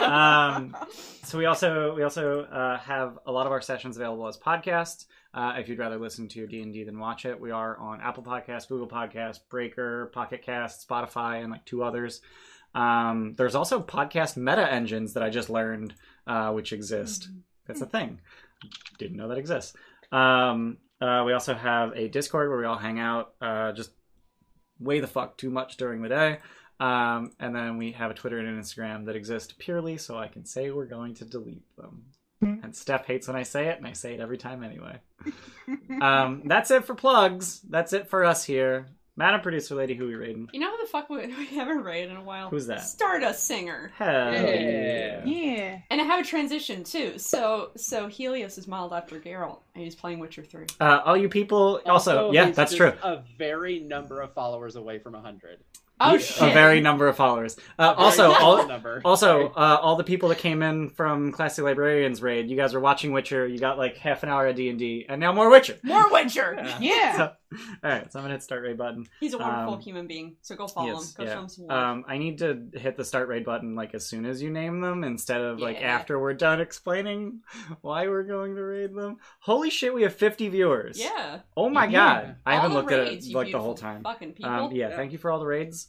[SPEAKER 1] Um, so we also we also uh, have a lot of our sessions available as podcasts. Uh, if you'd rather listen to D and D than watch it, we are on Apple Podcasts, Google Podcasts, Breaker, Pocket Cast, Spotify, and like two others. Um, there's also podcast meta engines that I just learned, uh, which exist. That's a thing. Didn't know that exists. Um, uh, we also have a Discord where we all hang out, uh, just way the fuck too much during the day. Um, and then we have a Twitter and an Instagram that exist purely so I can say we're going to delete them.
[SPEAKER 5] Hmm.
[SPEAKER 1] And Steph hates when I say it, and I say it every time anyway. Um, that's it for plugs. That's it for us here. Madam Producer Lady, who we raiding?
[SPEAKER 8] You know who the fuck we, we haven't raided in a while?
[SPEAKER 1] Who's that?
[SPEAKER 8] Stardust Singer.
[SPEAKER 1] Hell
[SPEAKER 6] Yeah.
[SPEAKER 7] yeah.
[SPEAKER 8] And I have a transition too. So so Helios is modeled after Geralt, and he's playing Witcher three.
[SPEAKER 1] Uh, all you people, also, yeah,
[SPEAKER 6] he's
[SPEAKER 1] that's
[SPEAKER 6] just
[SPEAKER 1] true.
[SPEAKER 6] A very number of followers away from hundred.
[SPEAKER 8] Oh
[SPEAKER 1] a
[SPEAKER 8] shit!
[SPEAKER 1] very number of followers. Uh,
[SPEAKER 6] Very
[SPEAKER 1] also,
[SPEAKER 6] small
[SPEAKER 1] all,
[SPEAKER 6] number.
[SPEAKER 1] also
[SPEAKER 6] Sorry.
[SPEAKER 1] uh, all the people that came in from Classy Librarians raid. You guys were watching Witcher. You got like half an hour of D and D, and now more Witcher.
[SPEAKER 8] More Witcher.
[SPEAKER 1] Yeah.
[SPEAKER 7] Yeah.
[SPEAKER 1] So, all right, so I'm gonna hit start raid button.
[SPEAKER 8] He's a wonderful
[SPEAKER 1] Um,
[SPEAKER 8] human being. So go follow
[SPEAKER 1] yes,
[SPEAKER 8] him. Go
[SPEAKER 1] yeah.
[SPEAKER 8] show him some love.
[SPEAKER 1] Um, I need to hit the start raid button like as soon as you name them, instead of like
[SPEAKER 8] Yeah.
[SPEAKER 1] after we're done explaining why we're going to raid them. Holy shit, we have 50 viewers.
[SPEAKER 8] yeah.
[SPEAKER 1] Oh my
[SPEAKER 6] Yeah.
[SPEAKER 1] god, I
[SPEAKER 8] All
[SPEAKER 1] haven't
[SPEAKER 8] the
[SPEAKER 1] looked
[SPEAKER 8] raids,
[SPEAKER 1] at it
[SPEAKER 8] you
[SPEAKER 1] like the
[SPEAKER 8] beautiful
[SPEAKER 1] whole time.
[SPEAKER 8] Fucking people.
[SPEAKER 1] Um, yeah, thank you for all the raids,